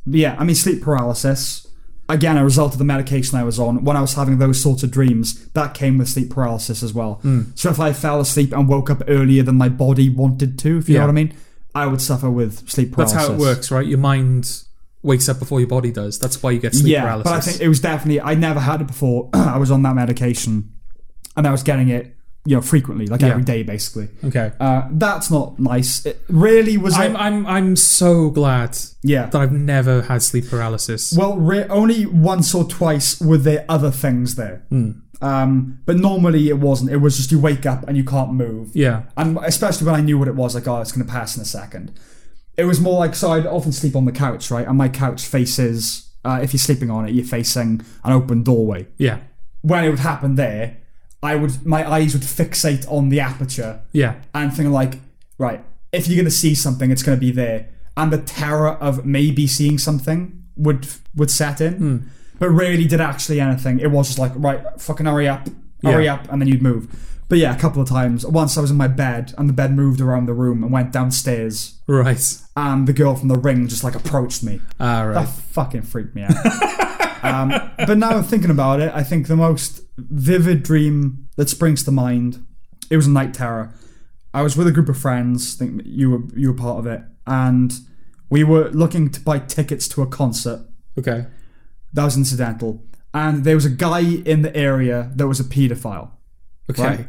Speaker 2: But yeah, I mean sleep paralysis. Again, a result of the medication I was on. When I was having those sorts of dreams, that came with sleep paralysis as well.
Speaker 1: Hmm.
Speaker 2: So if I fell asleep and woke up earlier than my body wanted to, if you
Speaker 1: Yeah.
Speaker 2: know what I mean, I would suffer with sleep
Speaker 1: that's
Speaker 2: paralysis.
Speaker 1: how it works, right? Your mind wakes up before your body does. That's why you get sleep
Speaker 2: yeah,
Speaker 1: paralysis.
Speaker 2: but I think it was definitely I never had it before. <clears throat> I was on that medication, and I was getting it, you know, frequently, like every day, basically.
Speaker 1: okay,
Speaker 2: Uh, that's not nice. It really was.
Speaker 1: I'm
Speaker 2: it
Speaker 1: I'm I'm so glad
Speaker 2: yeah.
Speaker 1: that I've never had sleep paralysis.
Speaker 2: Well, re- only once or twice were there other things there. Um, but normally it wasn't. It was just you wake up and you can't move.
Speaker 1: yeah,
Speaker 2: And especially when I knew what it was, like, oh, it's going to pass in a second. It was more like, so I'd often sleep on the couch, right? And my couch faces, uh, if you're sleeping on it, you're facing an open doorway.
Speaker 1: yeah,
Speaker 2: When it would happen there, I would, my eyes would fixate on the aperture
Speaker 1: yeah.
Speaker 2: and thinking like, right, if you're gonna see something, it's gonna be there. And the terror of maybe seeing something would would set in. But rarely did actually anything. It was just like, right, fucking hurry up, hurry
Speaker 1: Yeah.
Speaker 2: up, and then you'd move. But yeah, a couple of times. Once I was in my bed and the bed moved around the room and went downstairs
Speaker 1: Right.
Speaker 2: and the girl from the ring just like approached me.
Speaker 1: Ah, right.
Speaker 2: That fucking freaked me out. um, but now I'm thinking about it, I think the most vivid dream that springs to mind, it was a night terror. I was with a group of friends, I think you were you were part of it, and we were looking to buy tickets to a concert.
Speaker 1: Okay.
Speaker 2: That was incidental. And there was a guy in the area that was a paedophile
Speaker 1: Okay.
Speaker 2: right?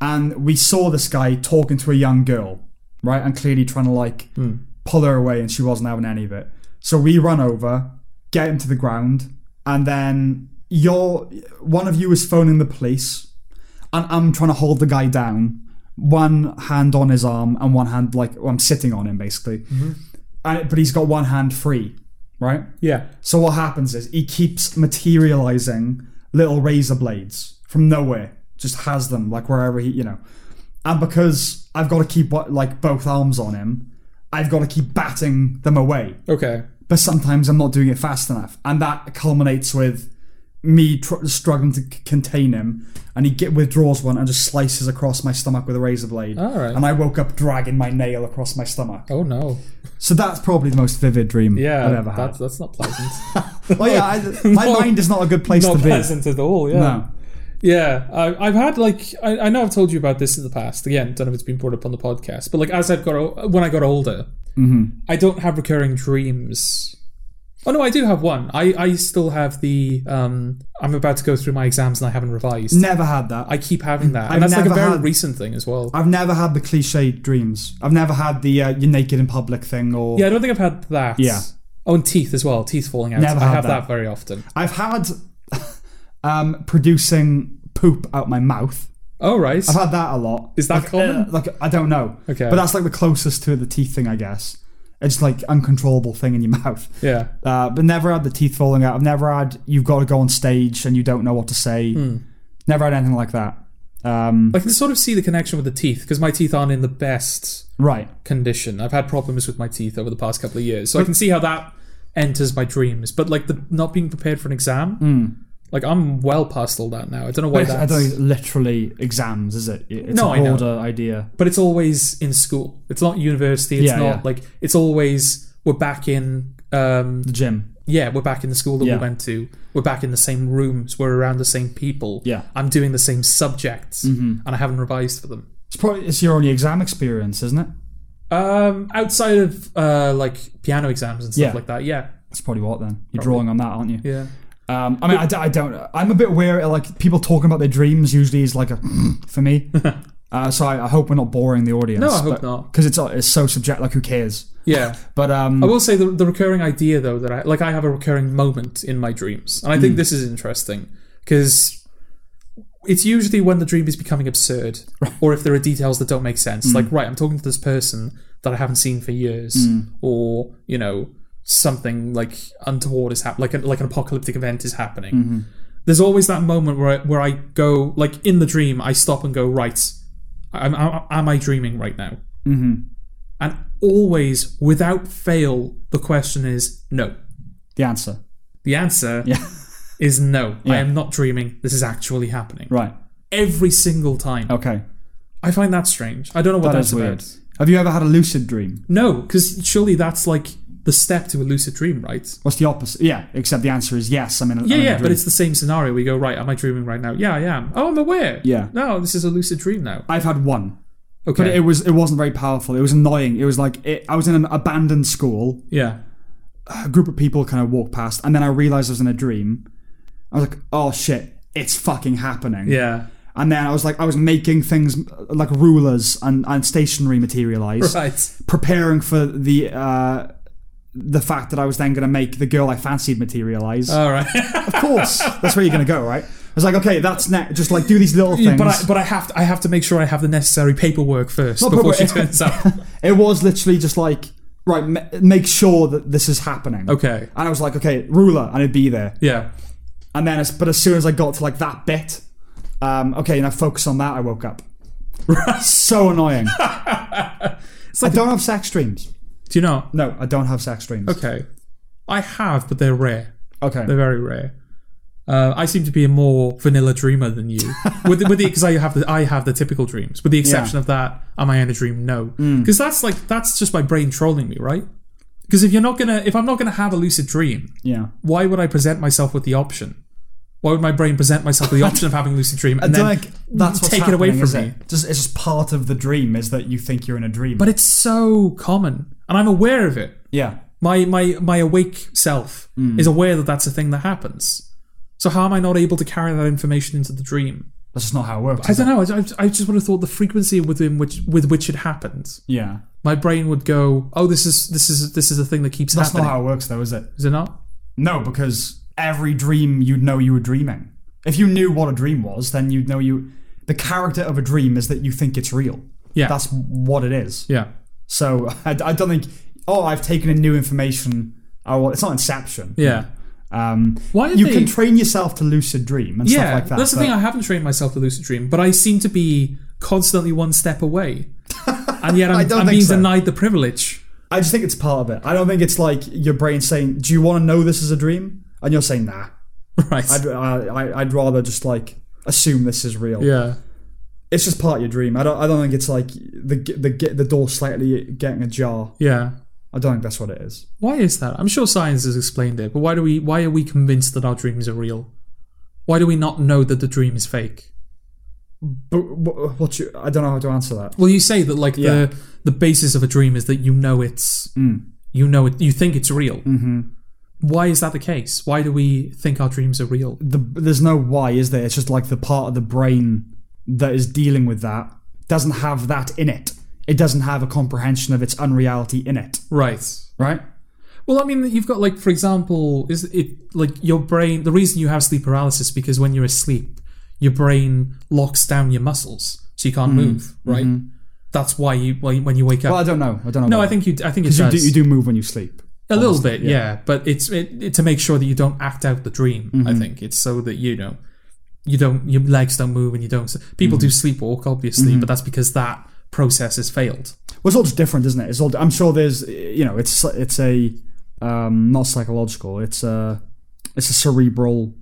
Speaker 2: And we saw this guy talking to a young girl, right? And clearly trying to like pull her away, and she wasn't having any of it. So we run over, get him to the ground, and then your one of you is phoning the police, and I'm trying to hold the guy down, one hand on his arm and one hand like well, I'm sitting on him basically, and but he's got one hand free, right?
Speaker 1: Yeah.
Speaker 2: So what happens is he keeps materializing little razor blades from nowhere. Just has them like wherever he, you know. And because I've got to keep like both arms on him, I've got to keep batting them away.
Speaker 1: Okay.
Speaker 2: But sometimes I'm not doing it fast enough, and that culminates with me tr- struggling to c- contain him, and he get, withdraws one and just slices across my stomach with a razor blade.
Speaker 1: All right.
Speaker 2: And I woke up dragging my nail across my stomach.
Speaker 1: Oh no.
Speaker 2: So that's probably the most vivid dream
Speaker 1: Yeah.
Speaker 2: I've ever
Speaker 1: that's
Speaker 2: had.
Speaker 1: that's not
Speaker 2: <laughs>
Speaker 1: pleasant.
Speaker 2: Oh yeah, I, my
Speaker 1: <laughs> No.
Speaker 2: mind is not a good place
Speaker 1: not
Speaker 2: to be.
Speaker 1: pleasant at all. Yeah.
Speaker 2: No.
Speaker 1: Yeah, I, I've had like I, I know I've told you about this in the past. Again, don't know if it's been brought up on the podcast, but like as I've got o- when I got older,
Speaker 2: Mm-hmm.
Speaker 1: I don't have recurring dreams. Oh no, I do have one. I I still have the um I'm about to go through my exams and I haven't revised.
Speaker 2: Never had that.
Speaker 1: I keep having that, and
Speaker 2: I've
Speaker 1: that's like a
Speaker 2: never
Speaker 1: very
Speaker 2: had-
Speaker 1: recent thing as well.
Speaker 2: I've never had the cliche dreams. I've never had the uh, you're naked in public thing or
Speaker 1: yeah, I don't think I've had that.
Speaker 2: Yeah.
Speaker 1: Oh, and teeth as well. Teeth falling out.
Speaker 2: Never
Speaker 1: I
Speaker 2: had
Speaker 1: have that.
Speaker 2: that.
Speaker 1: very often.
Speaker 2: I've had <laughs> um, producing poop out my mouth.
Speaker 1: Oh right.
Speaker 2: I've had that a lot.
Speaker 1: Is that
Speaker 2: like,
Speaker 1: common?
Speaker 2: uh, like I don't know.
Speaker 1: Okay.
Speaker 2: But that's like the closest to the teeth thing, I guess. It's like uncontrollable thing in your <laughs> mouth.
Speaker 1: yeah.
Speaker 2: Uh, but never had the teeth falling out. I've never had you've got to go on stage and you don't know what to say.
Speaker 1: Hmm.
Speaker 2: Never had anything like that. Um,
Speaker 1: I can sort of see the connection with the teeth because my teeth aren't in the best
Speaker 2: right.
Speaker 1: condition. I've had problems with my teeth over the past couple of years, so I can see how that enters my dreams. But like the not being prepared for an exam, like I'm well past all that now. I don't know why
Speaker 2: It's- Hmm. I
Speaker 1: that's.
Speaker 2: don't think it's literally exams, is it? It- It's
Speaker 1: No,
Speaker 2: a
Speaker 1: I know.
Speaker 2: broader idea.
Speaker 1: but it's always in school. It's not university. It's
Speaker 2: Yeah,
Speaker 1: not
Speaker 2: yeah.
Speaker 1: like it's always we're back in. Um,
Speaker 2: The gym.
Speaker 1: yeah, we're back in the school that
Speaker 2: Yeah.
Speaker 1: we went to. We're back in the same rooms. We're around the same people.
Speaker 2: Yeah. Mm-hmm.
Speaker 1: I'm doing the same subjects, and I haven't revised for them.
Speaker 2: It's probably it's your only exam experience, isn't it?
Speaker 1: Um, outside of uh, like piano exams and stuff
Speaker 2: Yeah.
Speaker 1: like that. Yeah,
Speaker 2: That's probably what then. You're drawing on that, aren't you?
Speaker 1: yeah.
Speaker 2: Um, I mean, I, d- I don't. I'm a bit wary. Like people talking about their dreams usually is like a <clears throat>
Speaker 1: <laughs>
Speaker 2: for me. uh, so I, I hope we're not boring the audience.
Speaker 1: No, I hope not.
Speaker 2: Because it's it's so subject. Like who cares?
Speaker 1: Yeah.
Speaker 2: But
Speaker 1: I
Speaker 2: um,
Speaker 1: will say the, the recurring idea though that I like I have a recurring moment in my dreams, and I think this is interesting because it's usually when the dream is becoming absurd, or if there are details that don't make sense. Like, right, I'm talking to this person that I haven't seen for years, or you know, something like untoward is happening, like an, like an apocalyptic event is happening. There's always that moment where I, where I go like in the dream, I stop and go right. Am, am, am I dreaming right now?
Speaker 2: mm-hmm.
Speaker 1: And always, without fail, the question is no.
Speaker 2: the answer. <laughs>
Speaker 1: The answer
Speaker 2: Yeah.
Speaker 1: is no. I am not dreaming. This is actually happening.
Speaker 2: Right.
Speaker 1: Every single time.
Speaker 2: Okay.
Speaker 1: I find that strange. I don't know what
Speaker 2: That
Speaker 1: that's
Speaker 2: is weird.
Speaker 1: about.
Speaker 2: Have you ever had a lucid dream?
Speaker 1: No, because surely that's like the step to a lucid dream, right?
Speaker 2: What's the opposite? Yeah. Except the answer is yes. I mean,
Speaker 1: Yeah, yeah, but it's the same scenario. We go, right, am I dreaming right now? Yeah, I am. Oh, I'm aware.
Speaker 2: Yeah.
Speaker 1: No, this is a lucid dream now.
Speaker 2: I've had one.
Speaker 1: Okay.
Speaker 2: It was. It wasn't very powerful. It was annoying. It was like it, I was in an abandoned school.
Speaker 1: yeah.
Speaker 2: a group of people kind of walked past, and then I realized I was in a dream. I was like, oh shit, it's fucking happening.
Speaker 1: Yeah.
Speaker 2: And then I was like, I was making things uh, like rulers and, and stationery materialize,
Speaker 1: Right.
Speaker 2: preparing for the uh, the fact that I was then going to make the girl I fancied materialize.
Speaker 1: All right. <laughs>
Speaker 2: of course, that's where you're going to go, right? I was like, okay, that's next. Just like do these little things.
Speaker 1: but I, but I have to, I have to make sure I have the necessary paperwork first before
Speaker 2: paperwork.
Speaker 1: she turns up.
Speaker 2: <laughs> it was literally just like, right, ma- make sure that this is happening.
Speaker 1: Okay.
Speaker 2: And I was like, okay, ruler, and it'd be there.
Speaker 1: Yeah.
Speaker 2: And then, as, but as soon as I got to like that bit, um, okay, now focus on that. I woke up. <laughs> so
Speaker 1: <laughs>
Speaker 2: annoying. I don't have sex dreams.
Speaker 1: Do you know?
Speaker 2: No, I don't have sex dreams.
Speaker 1: Okay. I have, but they're rare.
Speaker 2: Okay.
Speaker 1: They're very rare. Uh, I seem to be a more vanilla dreamer than you, with the, with the because I have the I have the typical dreams. With the exception of that, am I in a dream? No, because that's like that's just my brain trolling me, right? Because if you're not gonna, if I'm not gonna have a lucid dream,
Speaker 2: Yeah.
Speaker 1: why would I present myself with the option? Why would my brain present myself with the option of having a lucid dream and
Speaker 2: I
Speaker 1: then
Speaker 2: don't like that's what's
Speaker 1: take it away
Speaker 2: happening,
Speaker 1: from
Speaker 2: is
Speaker 1: me?
Speaker 2: It? Just, it's just part of the dream is that you think you're in a dream.
Speaker 1: But it's so common, and I'm aware of it.
Speaker 2: yeah,
Speaker 1: my my my awake self is aware that that's a thing that happens. So how am I not able to carry that information into the dream?
Speaker 2: that's just not how it works.
Speaker 1: I
Speaker 2: is it?
Speaker 1: don't know. I, I- I just would have thought the frequency within which with which it happened,
Speaker 2: Yeah,
Speaker 1: my brain would go, "Oh, this is this is this is a thing that keeps
Speaker 2: that's
Speaker 1: happening."
Speaker 2: not how it works, though, is it?
Speaker 1: is it not?
Speaker 2: No, because every dream you'd know you were dreaming. If you knew what a dream was, then you'd know you. The character of a dream is that you think it's real.
Speaker 1: Yeah.
Speaker 2: That's what it is.
Speaker 1: Yeah.
Speaker 2: So <laughs> I, I don't think. Oh, I've taken in new information. Oh, well, it's not Inception.
Speaker 1: Yeah.
Speaker 2: Um,
Speaker 1: Why are
Speaker 2: you
Speaker 1: they-
Speaker 2: can train yourself to lucid dream and
Speaker 1: Yeah.
Speaker 2: stuff like that.
Speaker 1: that's the
Speaker 2: but
Speaker 1: thing. I haven't trained myself to lucid dream, but I seem to <laughs> be constantly one step away, and yet I'm,
Speaker 2: don't
Speaker 1: I'm
Speaker 2: think
Speaker 1: being
Speaker 2: so.
Speaker 1: denied the privilege. <laughs>
Speaker 2: I just think it's part of it. I don't think it's like your brain saying, "Do you want to know this is a dream?" and you're saying, "Nah."
Speaker 1: Right.
Speaker 2: I'd uh, I, I- I'd rather just like assume this is real.
Speaker 1: yeah.
Speaker 2: It's just part of your dream. I don't I don't think it's like the g- the g- the door slightly getting ajar.
Speaker 1: Yeah.
Speaker 2: I don't think that's what it is.
Speaker 1: Why is that? I'm sure science has explained it, but why do we why are we convinced that our dreams are real? Why do we not know that the dream is fake?
Speaker 2: But wh- what you I don't know how to answer that.
Speaker 1: Well, you say that like
Speaker 2: Yeah.
Speaker 1: the the basis of a dream is that you know it's you know it you think it's real. Mm-hmm. Why is that the case? Why do we think our dreams are real?
Speaker 2: The, there's no why, is there? It's just like the part of the brain that is dealing with that doesn't have that in it. It doesn't have a comprehension of its unreality in it,
Speaker 1: Right.
Speaker 2: right?
Speaker 1: Well, I mean, you've got like, for example, is it like your brain? The reason you have sleep paralysis is because when you're asleep, your brain locks down your muscles, so you can't move. Right. That's why you why, when you wake up.
Speaker 2: Well, I don't know. I don't know.
Speaker 1: no, I
Speaker 2: about
Speaker 1: think you. I think it
Speaker 2: that. you
Speaker 1: does.
Speaker 2: do, you do move when you sleep.
Speaker 1: a little bit, yeah. But it's it, it, to make sure that you don't act out the dream.
Speaker 2: Mm-hmm.
Speaker 1: I think it's so that you know you don't your legs don't move and you don't. People do
Speaker 2: Mm-hmm.
Speaker 1: sleepwalk, obviously, but that's because that process has failed.
Speaker 2: Well, it's all just different, isn't it? It's all. I'm sure there's, you know, it's it's a um, not psychological. It's a it's a cerebral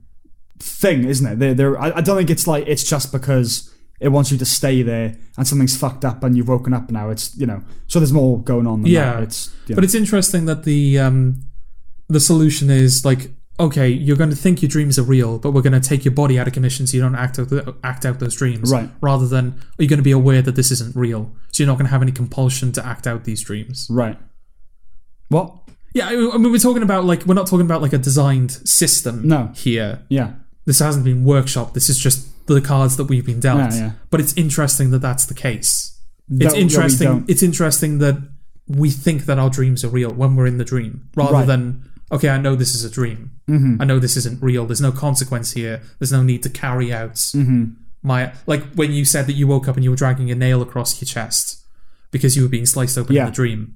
Speaker 2: thing, isn't it? There, there. I, I don't think it's like it's just because it wants you to stay there and something's fucked up and you've woken up now. It's you know, so there's more going on. Than
Speaker 1: Yeah.
Speaker 2: that. it's you know,
Speaker 1: But it's interesting that the um, the solution is like, okay, you're going to think your dreams are real, but we're going to take your body out of commission so you don't act out th- act out those dreams.
Speaker 2: Right.
Speaker 1: Rather than are you going to be aware that this isn't real, so you're not going to have any compulsion to act out these dreams.
Speaker 2: right. What?
Speaker 1: Yeah, I I mean, we're talking about like we're not talking about like a designed system.
Speaker 2: No.
Speaker 1: Here,
Speaker 2: Yeah.
Speaker 1: this hasn't been workshopped. This is just the cards that we've been dealt.
Speaker 2: Yeah, yeah.
Speaker 1: But it's interesting that that's the case. It's
Speaker 2: Don't- yeah, we
Speaker 1: interesting.
Speaker 2: don't.
Speaker 1: it's interesting that we think that our dreams are real when we're in the dream, rather
Speaker 2: Right. Mm-hmm.
Speaker 1: than okay, I know this is a dream. I know this isn't real. There's no consequence here. There's no need to carry out
Speaker 2: Mm-hmm.
Speaker 1: my like when you said that you woke up and you were dragging a nail across your chest because you were being sliced open
Speaker 2: Yeah.
Speaker 1: in the dream.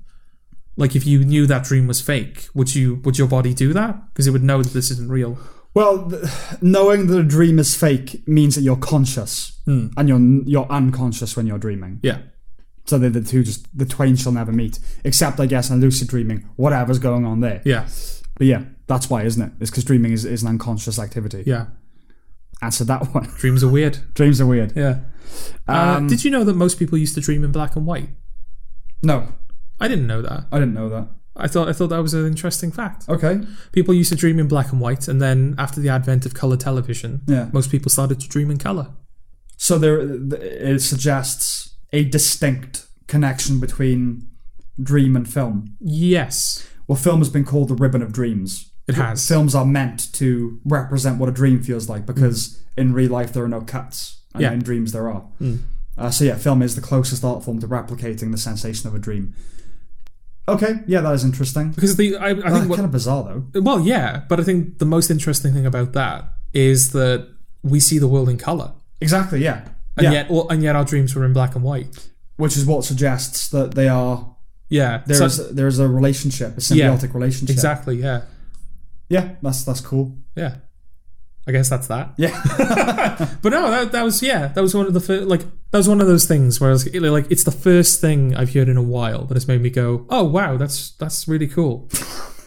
Speaker 1: Like if you knew that dream was fake, would you would your body do that? Because it would know that this isn't real.
Speaker 2: Well, th- knowing that a dream is fake means that you're conscious
Speaker 1: Hmm.
Speaker 2: and you're you're unconscious when you're dreaming.
Speaker 1: Yeah.
Speaker 2: So they're the two just the twain shall never meet. Except I guess in lucid dreaming, whatever's going on there.
Speaker 1: Yeah.
Speaker 2: But yeah, that's why, isn't it? It's because dreaming is, is an unconscious activity.
Speaker 1: Yeah.
Speaker 2: Answer that <laughs> one.
Speaker 1: Dreams are weird.
Speaker 2: Dreams are weird. Um,
Speaker 1: Yeah. Uh, did you know that most people used to dream in black and white?
Speaker 2: No,
Speaker 1: I didn't know that.
Speaker 2: I didn't know that.
Speaker 1: I thought I thought that was an interesting fact.
Speaker 2: Okay.
Speaker 1: People used to dream in black and white, and then after the advent of color television,
Speaker 2: Yeah.
Speaker 1: most people started to dream in color.
Speaker 2: So there it suggests a distinct connection between dream and film.
Speaker 1: Yes,
Speaker 2: Well, film has been called the ribbon of dreams.
Speaker 1: it has.
Speaker 2: Films are meant to represent what a dream feels like because in real life there are no cuts, and
Speaker 1: Mm. Yeah. Mm.
Speaker 2: in dreams there are. Uh, so yeah, film is the closest art form to replicating the sensation of a dream. Okay, yeah, that is interesting.
Speaker 1: Because the I, I think what,
Speaker 2: kind of bizarre though.
Speaker 1: well, yeah, but I think the most interesting thing about that is that we see the world in color,
Speaker 2: Exactly, yeah,
Speaker 1: and
Speaker 2: yeah,
Speaker 1: yet and yet our dreams were in black and white.
Speaker 2: which is what suggests that they are
Speaker 1: Yeah,
Speaker 2: there
Speaker 1: so-
Speaker 2: is there is a relationship, a
Speaker 1: Yeah,
Speaker 2: symbiotic relationship.
Speaker 1: exactly. Yeah,
Speaker 2: Yeah, that's that's cool.
Speaker 1: yeah. I guess that's that.
Speaker 2: Yeah, <laughs>
Speaker 1: But no, that, that was yeah, that was one of the fir- like that was one of those things where I was like, it's the first thing I've heard in a while that has made me go, oh wow, that's that's really cool.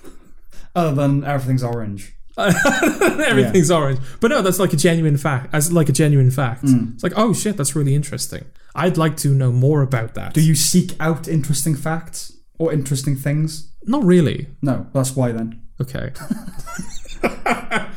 Speaker 1: <laughs>
Speaker 2: other than everything's orange.
Speaker 1: Everything's orange, but no, that's like a genuine fact. As like a genuine fact,
Speaker 2: Mm.
Speaker 1: it's like oh shit, that's really interesting. I'd like to know more about that.
Speaker 2: Do you seek out interesting facts or interesting things?
Speaker 1: Not really.
Speaker 2: No, that's why then. <laughs>
Speaker 1: Okay.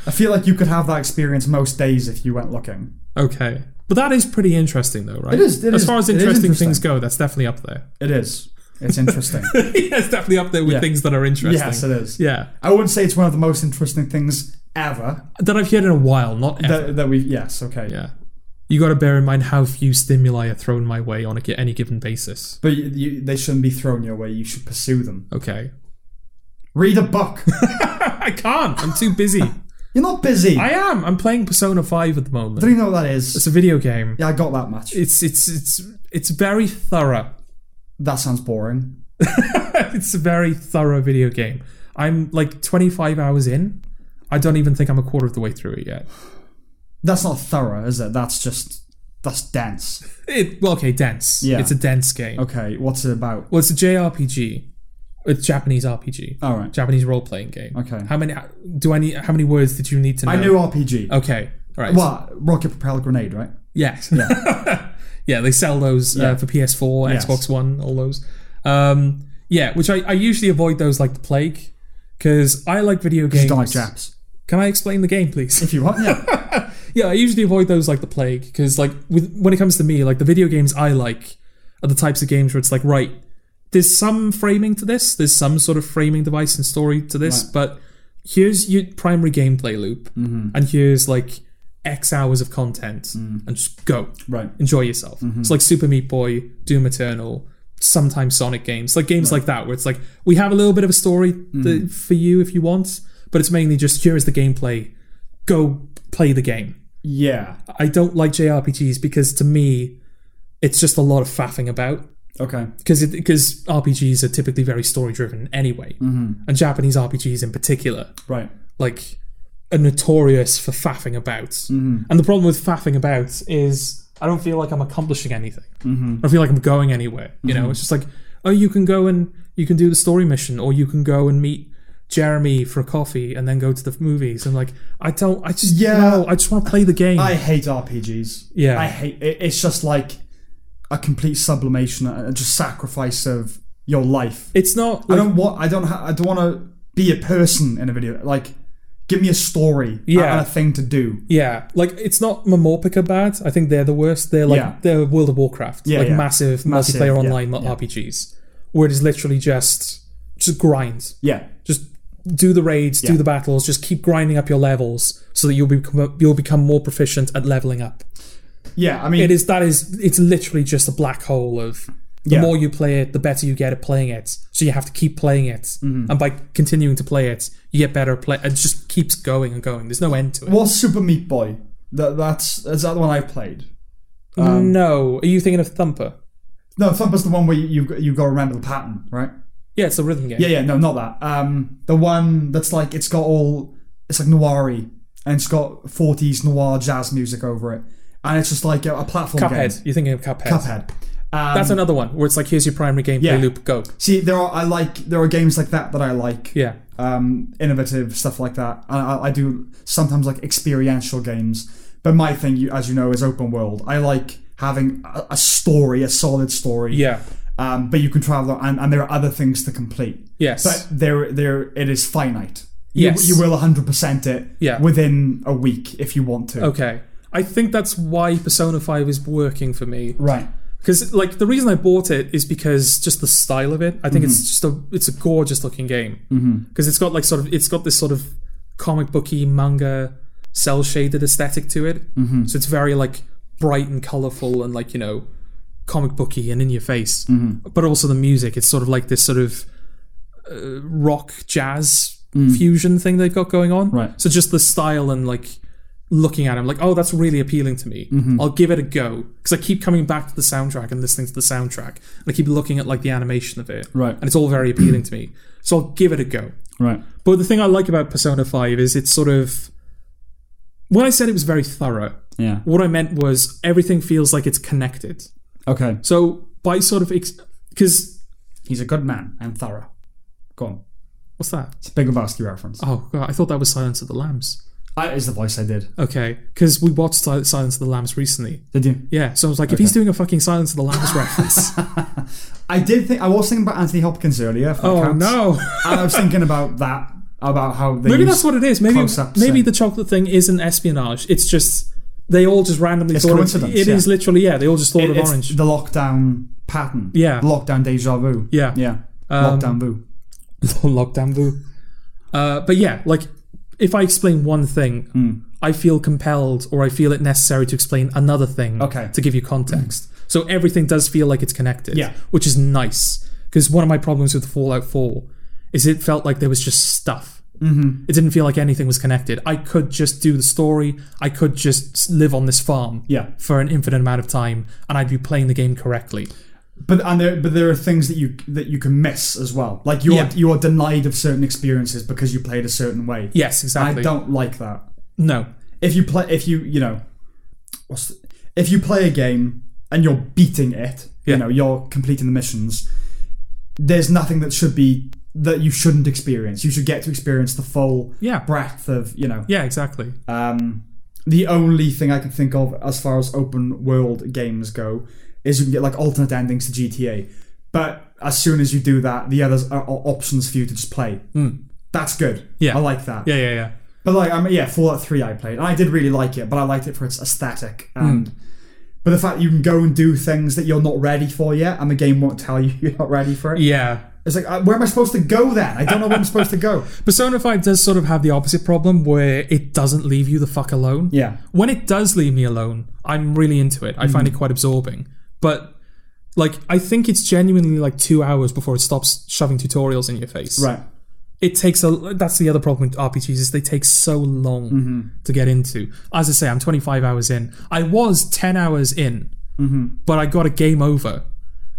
Speaker 2: I feel like you could have that experience most days if you went looking.
Speaker 1: Okay. But that is pretty interesting, though, right?
Speaker 2: It is- it
Speaker 1: as
Speaker 2: is-
Speaker 1: far as
Speaker 2: it is
Speaker 1: interesting, things
Speaker 2: interesting.
Speaker 1: go, that's definitely up there. <laughs>
Speaker 2: It is. It's interesting.
Speaker 1: yeah, it's definitely up there with
Speaker 2: Yeah.
Speaker 1: things that are interesting.
Speaker 2: yes, it is.
Speaker 1: Yeah.
Speaker 2: I wouldn't say it's one of the most interesting things ever.
Speaker 1: That I've heard in a while, not ever.
Speaker 2: That, that we yes, okay.
Speaker 1: Yeah. You got to bear in mind how few stimuli are thrown my way on a, gi- any given basis.
Speaker 2: But you, you, they shouldn't be thrown your way. You should pursue them.
Speaker 1: Okay.
Speaker 2: Read a book.
Speaker 1: <laughs>
Speaker 2: <laughs>
Speaker 1: I can't. I'm too busy.
Speaker 2: You're not busy.
Speaker 1: <laughs> I
Speaker 2: I
Speaker 1: am. I'm playing Persona 5 at the moment.
Speaker 2: don't even know what that is.
Speaker 1: It's a video game.
Speaker 2: Yeah, I got that much.
Speaker 1: It's it's it's it's very thorough. <laughs>
Speaker 2: That sounds boring.
Speaker 1: It's a very thorough video game. I'm like 25 hours in. I don't even think I'm a quarter of the way through it yet.
Speaker 2: That's not thorough, is it? That's just that's dense.
Speaker 1: It well, okay, dense.
Speaker 2: Yeah.
Speaker 1: It's a dense game.
Speaker 2: Okay, what's it about?
Speaker 1: Well, it's a JRPG It's Japanese RPG.
Speaker 2: All right.
Speaker 1: Japanese role playing game.
Speaker 2: Okay.
Speaker 1: How many do I need? How many words did you need to know?
Speaker 2: I knew RPG.
Speaker 1: Okay. All right.
Speaker 2: What? Rocket propelled grenade, right?
Speaker 1: Yes. <laughs> Yeah. they sell those uh, for PS4,
Speaker 2: Yes.
Speaker 1: Xbox One, all those. Um, yeah, which I, I usually avoid those like the plague because I like video games.
Speaker 2: You don't like Japs.
Speaker 1: Can I explain the game, please?
Speaker 2: If you want,
Speaker 1: <laughs>
Speaker 2: yeah.
Speaker 1: yeah, I usually avoid those like the plague because like with when it comes to me, like the video games I like are the types of games where it's like right, there's some framing to this, there's some sort of framing device and story to this, but here's your primary gameplay loop, and here's like X hours of content, and just go
Speaker 2: right.
Speaker 1: enjoy yourself. It's like Super Meat Boy, Doom Eternal, sometimes Sonic games, like games like that, where it's like we have a little bit of a story th- for you if you want, but it's mainly just here is the gameplay. Go play the game.
Speaker 2: Yeah.
Speaker 1: I don't like JRPGs because to me, it's just a lot of faffing about.
Speaker 2: Okay.
Speaker 1: Because because RPGs are typically very story driven anyway,
Speaker 2: Mm-hmm.
Speaker 1: and Japanese RPGs in particular,
Speaker 2: Right.
Speaker 1: like are notorious for faffing about.
Speaker 2: Mm-hmm.
Speaker 1: And the problem with faffing about is I don't feel like I'm accomplishing anything. I
Speaker 2: Mm-hmm.
Speaker 1: don't feel like I'm going anywhere. You know, it's just like, oh, you can go and you can do the story mission, or you can go and meet Jeremy for a coffee and then go to the movies. And like, I don't, I just,
Speaker 2: Yeah.
Speaker 1: yeah, I just want to play the game.
Speaker 2: I hate RPGs.
Speaker 1: Yeah.
Speaker 2: I hate it. It's just like a complete sublimation and just sacrifice of your life.
Speaker 1: it's not.
Speaker 2: I
Speaker 1: Like,
Speaker 2: don't want. I don't. Ha- I don't want to be a person in a video. Like, give me a story.
Speaker 1: Yeah.
Speaker 2: And a thing to do.
Speaker 1: yeah, like it's not Mamorpica bad. I think they're the worst. They're like
Speaker 2: Yeah.
Speaker 1: they're World of Warcraft,
Speaker 2: Yeah,
Speaker 1: like
Speaker 2: yeah.
Speaker 1: massive,
Speaker 2: Massive,
Speaker 1: multiplayer
Speaker 2: yeah,
Speaker 1: online RPGs, where it is literally just just grind.
Speaker 2: Yeah.
Speaker 1: just do the raids, do the battles, just keep grinding up your levels so that you'll become you'll become more proficient at leveling up.
Speaker 2: Yeah. I mean,
Speaker 1: It is that is it's literally just a black hole of the
Speaker 2: Yeah.
Speaker 1: more you play it, the better you get at playing it. So you have to keep playing it,
Speaker 2: Mm-hmm.
Speaker 1: and by continuing to play it, you get better at play. It just keeps going and going. There's no end to it.
Speaker 2: What's Super Meat Boy? That that's is that the one I played. Um,
Speaker 1: no, are you thinking of Thumper?
Speaker 2: No, Thumper's the one where you you, you got to remember the pattern, right?
Speaker 1: Yeah, it's a rhythm game.
Speaker 2: Yeah, yeah, no, not that. Um, the one that's like it's got all it's like noiry and it's got forties noir jazz music over it, and it's just like a, a platform
Speaker 1: Cuphead.
Speaker 2: game.
Speaker 1: You're thinking of Cuphead.
Speaker 2: Cuphead. Um,
Speaker 1: That's another one where it's like here's your primary gameplay
Speaker 2: Yeah.
Speaker 1: loop. Go.
Speaker 2: see, there are I like there are games like that that I like.
Speaker 1: Yeah.
Speaker 2: Um, innovative stuff like that. And I, I do sometimes like experiential games, but my thing, you, as you know, is open world. I like having a, a story, a solid story.
Speaker 1: Yeah.
Speaker 2: Um, but you can travel, and, and there are other things to complete.
Speaker 1: Yes.
Speaker 2: But there, there, it is finite. You,
Speaker 1: Yes.
Speaker 2: you will 100% it
Speaker 1: Yeah.
Speaker 2: within a week if you want to.
Speaker 1: Okay. I think that's why Persona 5 is working for me.
Speaker 2: Right.
Speaker 1: Because like the reason I bought it is because just the style of it. I think
Speaker 2: Mm-hmm.
Speaker 1: it's just a it's a gorgeous looking game. Because it's got like sort of it's got this sort of comic booky manga cell shaded aesthetic to it. Mm-hmm. So it's very like bright and colorful and like you know comic booky and in your face.
Speaker 2: Mm-hmm.
Speaker 1: But also the music. It's sort of like this sort of uh, rock jazz fusion thing they've got going on.
Speaker 2: Mm. Right.
Speaker 1: So just the style and like looking at it, I'm like, oh, that's really appealing to me.
Speaker 2: Mm-hmm.
Speaker 1: I'll give it a go because I keep coming back to the soundtrack and listening to the soundtrack, and I keep looking at like the animation of it,
Speaker 2: Right.
Speaker 1: And it's all very appealing to me, so I'll give it a go.
Speaker 2: Right.
Speaker 1: But the thing I like about Persona Five is it's sort of when I said it was very thorough,
Speaker 2: Yeah.
Speaker 1: what I meant was everything feels like it's connected.
Speaker 2: Okay.
Speaker 1: So by sort of because
Speaker 2: He's a good man and thorough. Go on.
Speaker 1: what's that?
Speaker 2: It's a Big Lebowski reference.
Speaker 1: Oh God, I thought that was Silence of the Lambs.
Speaker 2: That is the voice I did.
Speaker 1: Okay, because we watched Sil- Silence of the Lambs recently.
Speaker 2: Did you?
Speaker 1: Yeah, so I was like, if he's doing a fucking Silence of the Lambs
Speaker 2: <laughs>
Speaker 1: reference,
Speaker 2: I did think I was thinking about Anthony Hopkins earlier. if that
Speaker 1: oh
Speaker 2: counts.
Speaker 1: no.
Speaker 2: and I was thinking about that, about how they
Speaker 1: Maybe
Speaker 2: use-
Speaker 1: that's what it is. Maybe
Speaker 2: close-ups
Speaker 1: maybe
Speaker 2: and-
Speaker 1: the chocolate thing isn't espionage. It's just they all just randomly
Speaker 2: It's
Speaker 1: thought
Speaker 2: coincidence,
Speaker 1: Of, it
Speaker 2: yeah.
Speaker 1: is literally yeah. They all just thought of
Speaker 2: it's
Speaker 1: orange.
Speaker 2: The lockdown pattern.
Speaker 1: Yeah.
Speaker 2: Lockdown deja vu.
Speaker 1: yeah,
Speaker 2: Yeah.
Speaker 1: Um,
Speaker 2: lockdown vu.
Speaker 1: lockdown boo. Uh, but yeah, like if I explain one thing,
Speaker 2: Hmm.
Speaker 1: I feel compelled or I feel it necessary to explain another thing.
Speaker 2: Okay.
Speaker 1: to give you context. So everything does feel like it's connected.
Speaker 2: Yeah.
Speaker 1: which is nice because one of my problems with Fallout Four is it felt like there was just stuff. Mm-hmm. It didn't feel like anything was connected. I could just do the story. I could just s- live on this farm
Speaker 2: Yeah.
Speaker 1: for an infinite amount of time, and I'd be playing the game correctly.
Speaker 2: But and there but there are things that you that you can miss as well. Like you're
Speaker 1: Yeah.
Speaker 2: you're denied of certain experiences because you played a certain way.
Speaker 1: Yes,
Speaker 2: I
Speaker 1: exactly.
Speaker 2: don't like that.
Speaker 1: No.
Speaker 2: If you play if you you know what's the, if you play a game and you're beating it,
Speaker 1: Yeah.
Speaker 2: you know, you're completing the missions, there's nothing that should be that you shouldn't experience. You should get to experience the full
Speaker 1: Yeah.
Speaker 2: breadth of you know.
Speaker 1: Yeah, exactly.
Speaker 2: Um, the only thing I can think of as far as open world games go is you can get like alternate endings to GTA, but as soon as you do that, the others are, are options for you to just play. That's good.
Speaker 1: Hmm. Yeah.
Speaker 2: I like that.
Speaker 1: Yeah, yeah, yeah.
Speaker 2: But like, I mean, yeah, Fallout Three I played, and I did really like it, but I liked it for its aesthetic
Speaker 1: Hmm.
Speaker 2: and. But the fact that you can go and do things that you're not ready for yet, and the game won't tell you <laughs> you're not ready for it.
Speaker 1: Yeah.
Speaker 2: It's like, uh, where am I supposed to go then? I don't know where I'm supposed
Speaker 1: <laughs>
Speaker 2: to go.
Speaker 1: Persona 5 does sort of have the opposite problem where it doesn't leave you the fuck alone.
Speaker 2: Yeah.
Speaker 1: When it does leave me alone, I'm really into it. I find it quite absorbing. But like I think it's genuinely like 2 hours before it stops shoving tutorials in your face.
Speaker 2: Right.
Speaker 1: It takes a that's the other problem with RPGs is they take so long to get into. As I say, I'm 25 hours in. I was 10 hours in. But I got a game over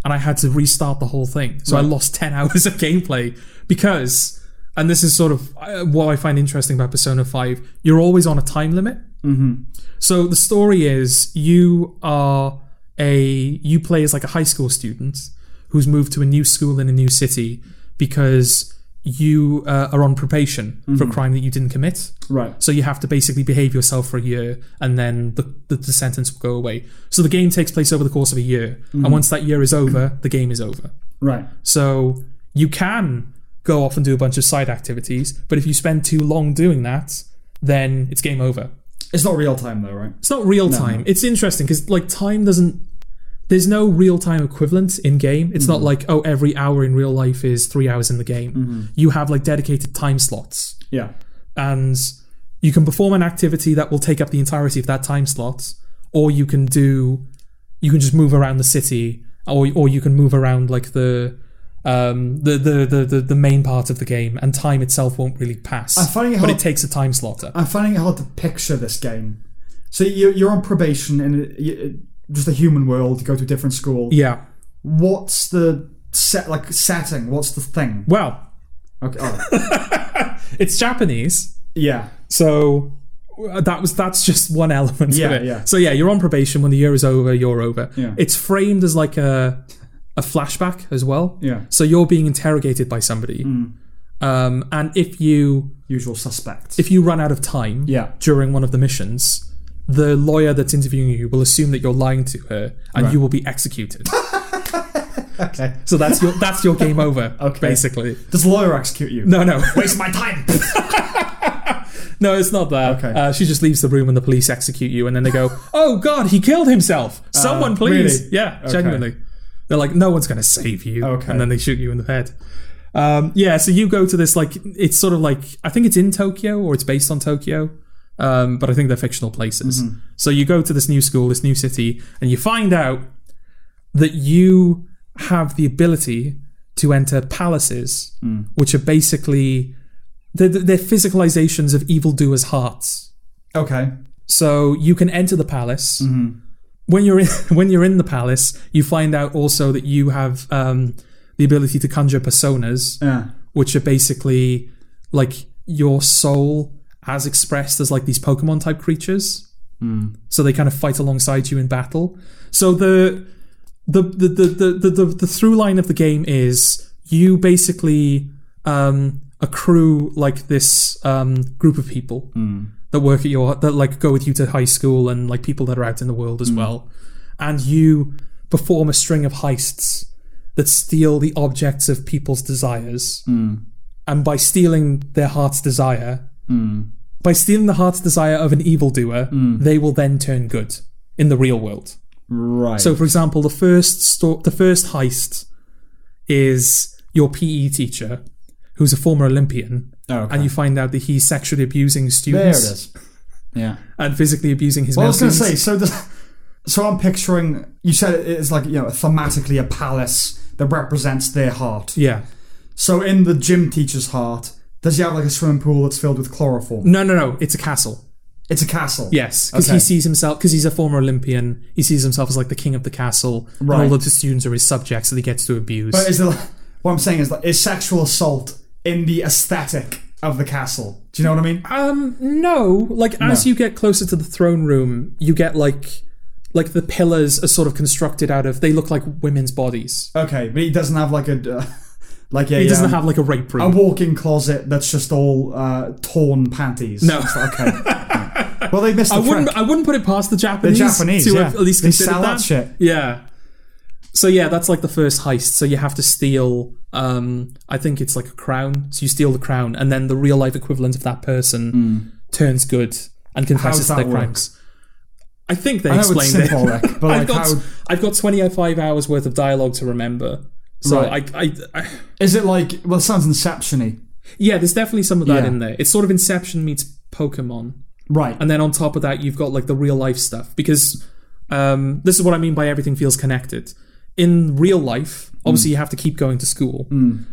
Speaker 1: and I had to restart the whole thing. So I lost 10 <laughs> hours of gameplay because, and this is sort of uh, what I find interesting about Persona 5, you're always on a time limit. Mm-hmm. So the story is you are a, you play as like a high school student who's moved to a new school in a new city because you uh, are on probation for a crime that you didn't commit.
Speaker 2: Right.
Speaker 1: So you have to basically behave yourself for a year, and then the, the, the sentence will go away. So the game takes place over the course of a year, and once that year is over, the game is over.
Speaker 2: Right.
Speaker 1: So you can go off and do a bunch of side activities, but if you spend too long doing that, then it's game over.
Speaker 2: It's not real time though, right?
Speaker 1: It's not real time. It's interesting because like time doesn't. There's no real time equivalent in game. It's
Speaker 2: Mm-hmm.
Speaker 1: not like oh every hour in real life is three hours in the game. You have like dedicated time slots
Speaker 2: Yeah.
Speaker 1: and you can perform an activity that will take up the entirety of that time slot, or you can do, you can just move around the city, or or you can move around like the, um, the the the the, the main part of the game, and time itself won't really pass.
Speaker 2: I'm finding it
Speaker 1: but
Speaker 2: hard-
Speaker 1: it takes a time slot up.
Speaker 2: I'm finding it hard to picture this game. So you, you're on probation in a- you- just a human world. You go to a different school.
Speaker 1: yeah.
Speaker 2: What's the set like setting? What's the thing?
Speaker 1: Well,
Speaker 2: Okay.
Speaker 1: <laughs>
Speaker 2: Oh.
Speaker 1: it's Japanese,
Speaker 2: yeah.
Speaker 1: so. uh, That was that's just one element
Speaker 2: Yeah,
Speaker 1: of it.
Speaker 2: yeah.
Speaker 1: So yeah, you're on probation. When the year is over, you're over.
Speaker 2: Yeah.
Speaker 1: It's framed as like a a flashback as well.
Speaker 2: Yeah. Hmm.
Speaker 1: So you're being interrogated by somebody, um, and if you
Speaker 2: Usual suspects.
Speaker 1: if you run out of time
Speaker 2: Yeah.
Speaker 1: during one of the missions, the lawyer that's interviewing you will assume that you're lying to her, and you will be executed.
Speaker 2: okay.
Speaker 1: so that's your that's your game
Speaker 2: <laughs>
Speaker 1: over. Basically,
Speaker 2: Does lawyer execute you?
Speaker 1: no, no,
Speaker 2: Waste my time.
Speaker 1: no, it's not that.
Speaker 2: Okay.
Speaker 1: Uh, she just leaves the room, and the police execute you, and then they go, "Oh God, he killed himself! Someone, please!"
Speaker 2: Uh, really?
Speaker 1: Yeah, genuinely. They're like, "No one's going to save you,"
Speaker 2: Okay.
Speaker 1: and then they shoot you in the head. Um, yeah, so you go to this like it's sort of like I think it's in Tokyo or it's based on Tokyo, um, but I think they're fictional places. So you go to this new school, this new city, and you find out that you have the ability to enter palaces, which are basically they're, they're physicalizations of evildoers' hearts.
Speaker 2: okay.
Speaker 1: So you can enter the palace. When you're in, <laughs> when you're in the palace, you find out also that you have um, the ability to conjure personas,
Speaker 2: Yeah.
Speaker 1: which are basically like your soul as expressed as like these Pokemon type creatures. So they kind of fight alongside you in battle. So the the the the the the, the, the through line of the game is you basically um, accrue like this um, group of people that work at your that like go with you to high school and like people that are out in the world as well, and you perform a string of heists that steal the objects of people's desires, and by stealing their heart's desire,
Speaker 2: Hmm.
Speaker 1: by stealing the heart's desire of an evildoer, they will then turn good in the real world.
Speaker 2: Right.
Speaker 1: So, for example, the first sto- the first heist is your PE teacher, who's a former Olympian,
Speaker 2: Oh, okay.
Speaker 1: and you find out that he's sexually abusing
Speaker 2: there it
Speaker 1: students
Speaker 2: is. Yeah.
Speaker 1: and physically abusing his
Speaker 2: I
Speaker 1: male
Speaker 2: was going to
Speaker 1: students.
Speaker 2: say, so does, so I'm picturing. You said it- it's like you know, thematically a palace that represents their heart.
Speaker 1: yeah.
Speaker 2: So in the gym teacher's heart, does he have like a swimming pool that's filled with chloroform?
Speaker 1: No, no, no. It's a castle.
Speaker 2: It's a castle.
Speaker 1: Yes, because
Speaker 2: Okay.
Speaker 1: he sees himself because he's a former Olympian. He sees himself as like the king of the castle, and
Speaker 2: Right.
Speaker 1: all of the students are his subjects that he gets to abuse.
Speaker 2: But is there, what I'm saying is like is sexual assault in the aesthetic of the castle? Do you know what I mean?
Speaker 1: Um, no. Like as you get closer to the throne room, you get like like the pillars are sort of constructed out of they look like women's bodies.
Speaker 2: Okay, but he doesn't have like a. uh, <laughs> Like yeah,
Speaker 1: He
Speaker 2: yeah,
Speaker 1: doesn't
Speaker 2: I'm-
Speaker 1: have like a rape
Speaker 2: a
Speaker 1: room.
Speaker 2: walk-in closet that's just all uh, torn panties.
Speaker 1: No.
Speaker 2: It's like, okay.
Speaker 1: <laughs>
Speaker 2: Yeah. well, they missed the
Speaker 1: I
Speaker 2: trick.
Speaker 1: wouldn't. I wouldn't put it past the Japanese.
Speaker 2: Japanese,
Speaker 1: to
Speaker 2: yeah.
Speaker 1: have at least
Speaker 2: They
Speaker 1: considered
Speaker 2: sell that shit.
Speaker 1: Yeah. So yeah, that's like the first heist. So you have to steal. Um, I think it's like a crown. So you steal the crown, and then the real life equivalent of that person turns good and confesses to
Speaker 2: Hmm. that
Speaker 1: their
Speaker 2: work?
Speaker 1: crimes. I think they
Speaker 2: I know it's
Speaker 1: explained it. <laughs>
Speaker 2: symbolic, but
Speaker 1: I've
Speaker 2: like,
Speaker 1: got
Speaker 2: how
Speaker 1: I've got twenty five hours worth of dialogue to remember. So
Speaker 2: Right.
Speaker 1: I, I, I
Speaker 2: is it like? Well, it sounds inception-y.
Speaker 1: yeah, there's definitely some of that
Speaker 2: Yeah.
Speaker 1: in there. It's sort of Inception meets Pokemon.
Speaker 2: right?
Speaker 1: And then on top of that, you've got like the real life stuff because um, this is what I mean by everything feels connected. In real life, obviously
Speaker 2: Mm.
Speaker 1: you have to keep going to school,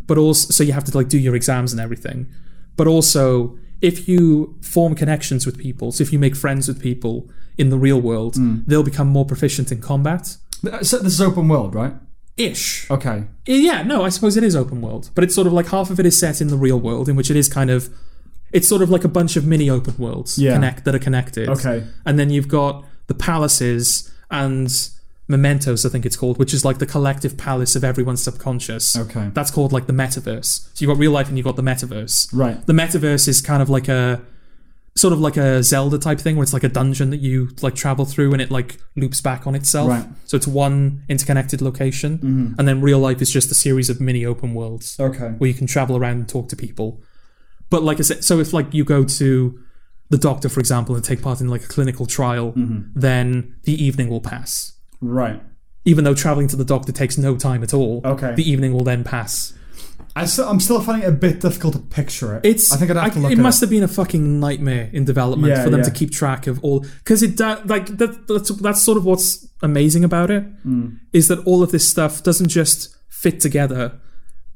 Speaker 1: but also so you have to like do your exams and everything. But also, if you form connections with people, so if you make friends with people in the real world,
Speaker 2: Mm.
Speaker 1: they'll become more proficient in combat.
Speaker 2: so this is open world, right?
Speaker 1: Ish.
Speaker 2: Okay.
Speaker 1: Yeah, no, I suppose it is open world, but it's sort of like half of it is set in the real world, in which it is kind of, it's sort of like a bunch of mini open worlds
Speaker 2: Yeah.
Speaker 1: connect that are connected.
Speaker 2: Okay.
Speaker 1: and then you've got the palaces and mementos, I think it's called, which is like the collective palace of everyone's subconscious.
Speaker 2: Okay.
Speaker 1: that's called like the metaverse. So you've got real life and you've got the metaverse.
Speaker 2: Right.
Speaker 1: The metaverse is kind of like a sort of like a Zelda type thing where it's like a dungeon that you like travel through and it like loops back on itself.
Speaker 2: Right. Mm-hmm.
Speaker 1: So it's one interconnected location. And then real life is just a series of mini open worlds
Speaker 2: Okay.
Speaker 1: where you can travel around and talk to people. But like I said, so if like you go to the doctor, for example, and take part in like a clinical trial, then the evening will pass.
Speaker 2: Right.
Speaker 1: Even though traveling to the doctor takes no time at all,
Speaker 2: Okay.
Speaker 1: the evening will then pass.
Speaker 2: I still, I'm still finding it a bit difficult to picture it.
Speaker 1: It's
Speaker 2: I think I'd have to look.
Speaker 1: It
Speaker 2: at
Speaker 1: must have been a fucking nightmare in development
Speaker 2: Yeah,
Speaker 1: for them to
Speaker 2: yeah.
Speaker 1: keep track of all because it da- like that, that's that's sort of what's amazing about it is
Speaker 2: Hmm.
Speaker 1: that all of this stuff doesn't just fit together,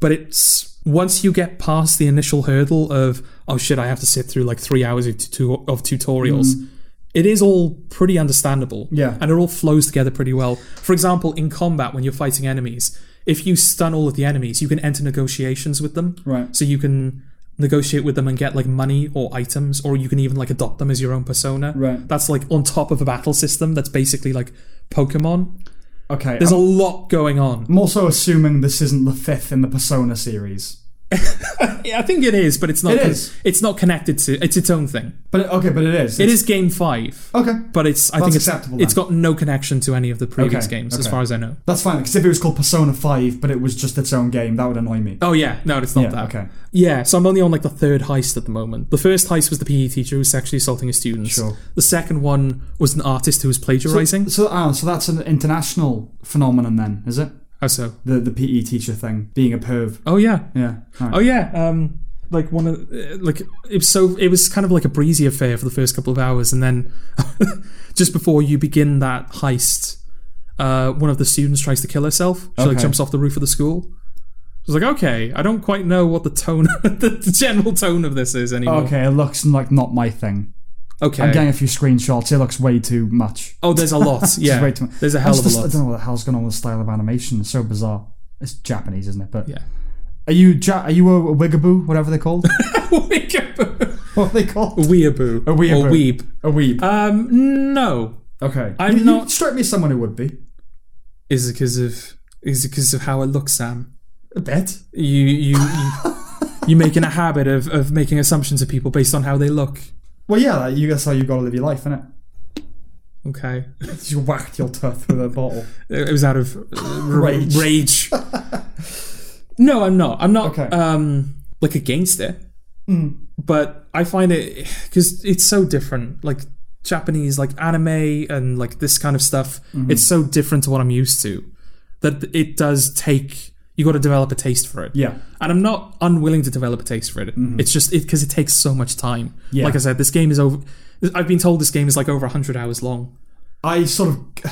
Speaker 1: but it's once you get past the initial hurdle of oh shit I have to sit through like three hours of, tutu- of tutorials. It is all pretty understandable,
Speaker 2: Hmm. Yeah.
Speaker 1: and it all flows together pretty well. For example, in combat, when you're fighting enemies, if you stun all of the enemies, you can enter negotiations with them,
Speaker 2: Right.
Speaker 1: so you can negotiate with them and get like money or items, or you can even like adopt them as your own persona.
Speaker 2: Right.
Speaker 1: That's like on top of a battle system that's basically like Pokemon.
Speaker 2: Okay.
Speaker 1: There's a lot going on.
Speaker 2: I'm also assuming this isn't the fifth in the Persona series.
Speaker 1: Yeah, I think it is, but it's not.
Speaker 2: It
Speaker 1: con-
Speaker 2: is.
Speaker 1: It's not connected to. It's its own thing.
Speaker 2: But it- okay, but it is.
Speaker 1: It
Speaker 2: It's-
Speaker 1: is game five,
Speaker 2: Okay.
Speaker 1: but it's. I
Speaker 2: That's
Speaker 1: think it's.
Speaker 2: acceptable
Speaker 1: It's
Speaker 2: then.
Speaker 1: got no connection to any of the previous
Speaker 2: Okay,
Speaker 1: games, as
Speaker 2: okay.
Speaker 1: far as I know.
Speaker 2: That's fine. Because if it was called Persona Five, but it was just its own game, that would annoy me.
Speaker 1: Oh yeah, no, it's not
Speaker 2: Yeah,
Speaker 1: that.
Speaker 2: okay.
Speaker 1: Yeah, so I'm only on like the third heist at the moment. The first heist was the PE teacher who was sexually assaulting his students.
Speaker 2: Sure.
Speaker 1: The second one was an artist who was plagiarizing.
Speaker 2: So, ah, so that's an international phenomenon then, is it?
Speaker 1: How Oh, so?
Speaker 2: The the PE teacher thing, being a perv.
Speaker 1: Oh yeah.
Speaker 2: Yeah. All right.
Speaker 1: Oh yeah. Um, like one of uh, like it was so it was kind of like a breezy affair for the first couple of hours, and then <laughs> just before you begin that heist, uh, one of the students tries to kill herself. She like
Speaker 2: Okay.
Speaker 1: jumps off the roof of the school. I was like, okay, I don't quite know what the tone, <laughs> the, the general tone of this is anymore.
Speaker 2: Okay, it looks like not my thing.
Speaker 1: Oh, Okay.
Speaker 2: I'm getting a few screenshots. It looks way too much.
Speaker 1: oh, <laughs> there's a lot. Yeah.
Speaker 2: way too much.
Speaker 1: There's a
Speaker 2: That's
Speaker 1: hell of
Speaker 2: the-
Speaker 1: a
Speaker 2: I
Speaker 1: lot.
Speaker 2: don't know what the hell's going on with the style of animation. It's so bizarre. It's Japanese, isn't it? But
Speaker 1: Yeah.
Speaker 2: are you ja- are you a, a wigaboo? Whatever
Speaker 1: <laughs>
Speaker 2: they're called.
Speaker 1: Weeaboo.
Speaker 2: what are they called?
Speaker 1: Weeaboo. Or
Speaker 2: weeaboo.
Speaker 1: weeb.
Speaker 2: A weeb.
Speaker 1: Um, no.
Speaker 2: okay.
Speaker 1: I'm
Speaker 2: you, You
Speaker 1: not-
Speaker 2: strike me as someone who would be.
Speaker 1: Is it because of is it because of how I look, Sam?
Speaker 2: A bit.
Speaker 1: you you you, <laughs> you making a habit of, of making assumptions of people based on how they look
Speaker 2: Well, yeah. Like, you that's how you got to live your life, innit?
Speaker 1: okay
Speaker 2: You whacked your tooth with a bottle.
Speaker 1: it was out
Speaker 2: <laughs>
Speaker 1: of uh,
Speaker 2: Rage. <laughs>
Speaker 1: rage no i'm not i'm not
Speaker 2: Okay. Hmm.
Speaker 1: um like against it but i find it because it's so different like japanese like anime and like this kind of stuff
Speaker 2: Mm-hmm.
Speaker 1: it's so different to what i'm used to that it does take you got to develop a taste for it
Speaker 2: Yeah. Mm-hmm.
Speaker 1: and I'm not unwilling to develop a taste for it. It's just because it, takes so much time.
Speaker 2: Yeah.
Speaker 1: Like I said, this game is over. I've been told this game is like over 100 hours long.
Speaker 2: I sort of <sighs>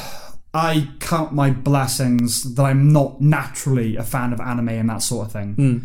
Speaker 2: I count my blessings that I'm not naturally a fan of anime and that sort of thing
Speaker 1: Hmm.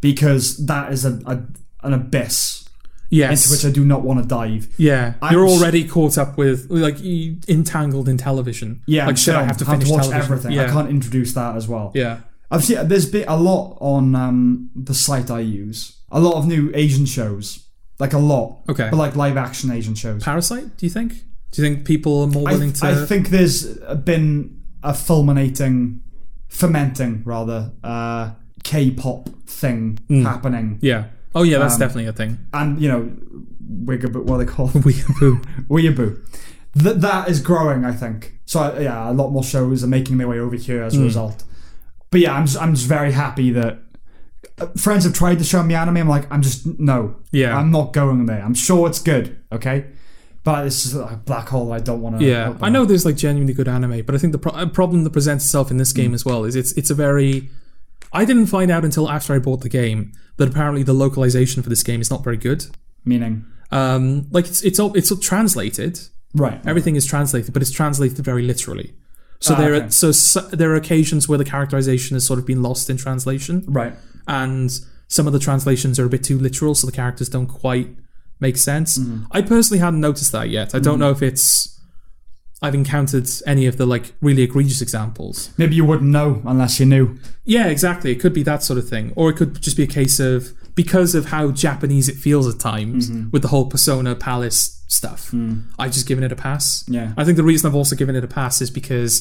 Speaker 2: because that is a, a an abyss
Speaker 1: Yes.
Speaker 2: into which I do not want to dive.
Speaker 1: yeah.
Speaker 2: I'm
Speaker 1: You're
Speaker 2: s-
Speaker 1: already caught up with like you entangled in television.
Speaker 2: Yeah,
Speaker 1: Like should I
Speaker 2: film,
Speaker 1: have to finish
Speaker 2: watch
Speaker 1: television?
Speaker 2: everything.
Speaker 1: Yeah.
Speaker 2: I can't introduce that as well.
Speaker 1: Yeah.
Speaker 2: I've seen there's been a lot on um, the site I use. A lot of new Asian shows, like a lot,
Speaker 1: Okay.
Speaker 2: but like live action Asian shows.
Speaker 1: Parasite? Do you think? Do you think people are more
Speaker 2: I,
Speaker 1: willing
Speaker 2: th-
Speaker 1: to?
Speaker 2: I think there's been a fulminating, fermenting rather, uh, K-pop thing
Speaker 1: Hmm.
Speaker 2: happening,
Speaker 1: Yeah. Oh yeah,
Speaker 2: Um,
Speaker 1: that's definitely a
Speaker 2: <laughs>
Speaker 1: thing.
Speaker 2: and you know, Wigaboo, what are
Speaker 1: <laughs>
Speaker 2: they <laughs> called?
Speaker 1: Weeaboo.
Speaker 2: Weeaboo. Th- that is growing, I think. So uh, yeah, a lot more shows are making their way over here
Speaker 1: Hmm.
Speaker 2: as a result. But yeah, I'm just, I'm just very happy that uh, friends have tried to show me anime. I'm like, I'm just no,
Speaker 1: Yeah.
Speaker 2: I'm not going there. I'm sure it's good, okay, but it's just a black hole I don't want to.
Speaker 1: Yeah, I know there's like genuinely good anime, but I think the pro- a problem that presents itself in this
Speaker 2: Mm.
Speaker 1: game as well is it's it's a very. I didn't find out until after I bought the game that apparently the localization for this game is not very good.
Speaker 2: meaning
Speaker 1: Um, like it's it's all it's all translated.
Speaker 2: right.
Speaker 1: Everything is translated, but it's translated very literally. So
Speaker 2: Ah,
Speaker 1: there
Speaker 2: okay.
Speaker 1: are so, so there are occasions where the characterization has sort of been lost in translation,
Speaker 2: Right.
Speaker 1: and some of the translations are a bit too literal, so the characters don't quite make sense.
Speaker 2: Mm-hmm.
Speaker 1: I personally hadn't noticed that yet. I don't know if it's I've encountered any of the like really egregious examples.
Speaker 2: Maybe you wouldn't know unless you knew.
Speaker 1: Yeah, exactly. It could be that sort of thing, or it could just be a case of because of how Japanese it feels at times
Speaker 2: Mm-hmm.
Speaker 1: with the whole Persona Palace stuff.
Speaker 2: Mm.
Speaker 1: I've just given it a pass.
Speaker 2: Yeah.
Speaker 1: I think the reason I've also given it a pass is because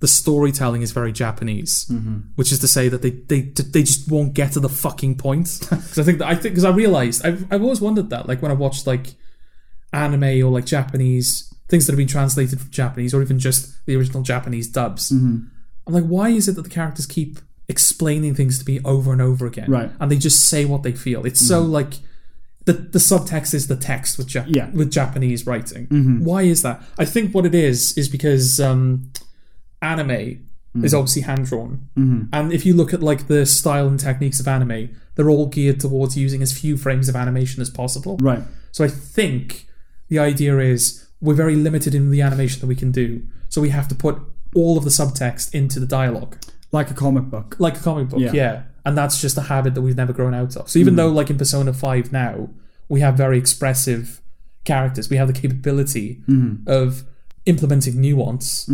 Speaker 1: the storytelling is very Japanese, which is to say that they they they just won't get to the fucking point. <laughs> Because I think that, I think because I realized I've I've always wondered that like when I watched like anime or like Japanese things that have been translated from Japanese or even just the original Japanese dubs.
Speaker 2: Mm-hmm.
Speaker 1: I'm like, why is it that the characters keep explaining things to me over and over again?
Speaker 2: Right. Mm-hmm.
Speaker 1: And they just say what they feel. It's so like the the subtext is the text with Jap-
Speaker 2: Yeah. Mm-hmm.
Speaker 1: with Japanese writing. Why is that? I think what it is is because um, anime is
Speaker 2: Mm-hmm.
Speaker 1: obviously hand drawn, and if you look at like the style and techniques of anime, they're all geared towards using as few frames of animation as possible.
Speaker 2: Right.
Speaker 1: So I think the idea is we're very limited in the animation that we can do, so we have to put all of the subtext into the dialogue,
Speaker 2: Like a comic book.
Speaker 1: like a comic book.
Speaker 2: Yeah. Mm.
Speaker 1: Yeah, and that's just a habit that we've never grown out of. So even though, like in Persona Five now, we have very expressive characters, we have the capability
Speaker 2: Mm.
Speaker 1: of implementing nuance.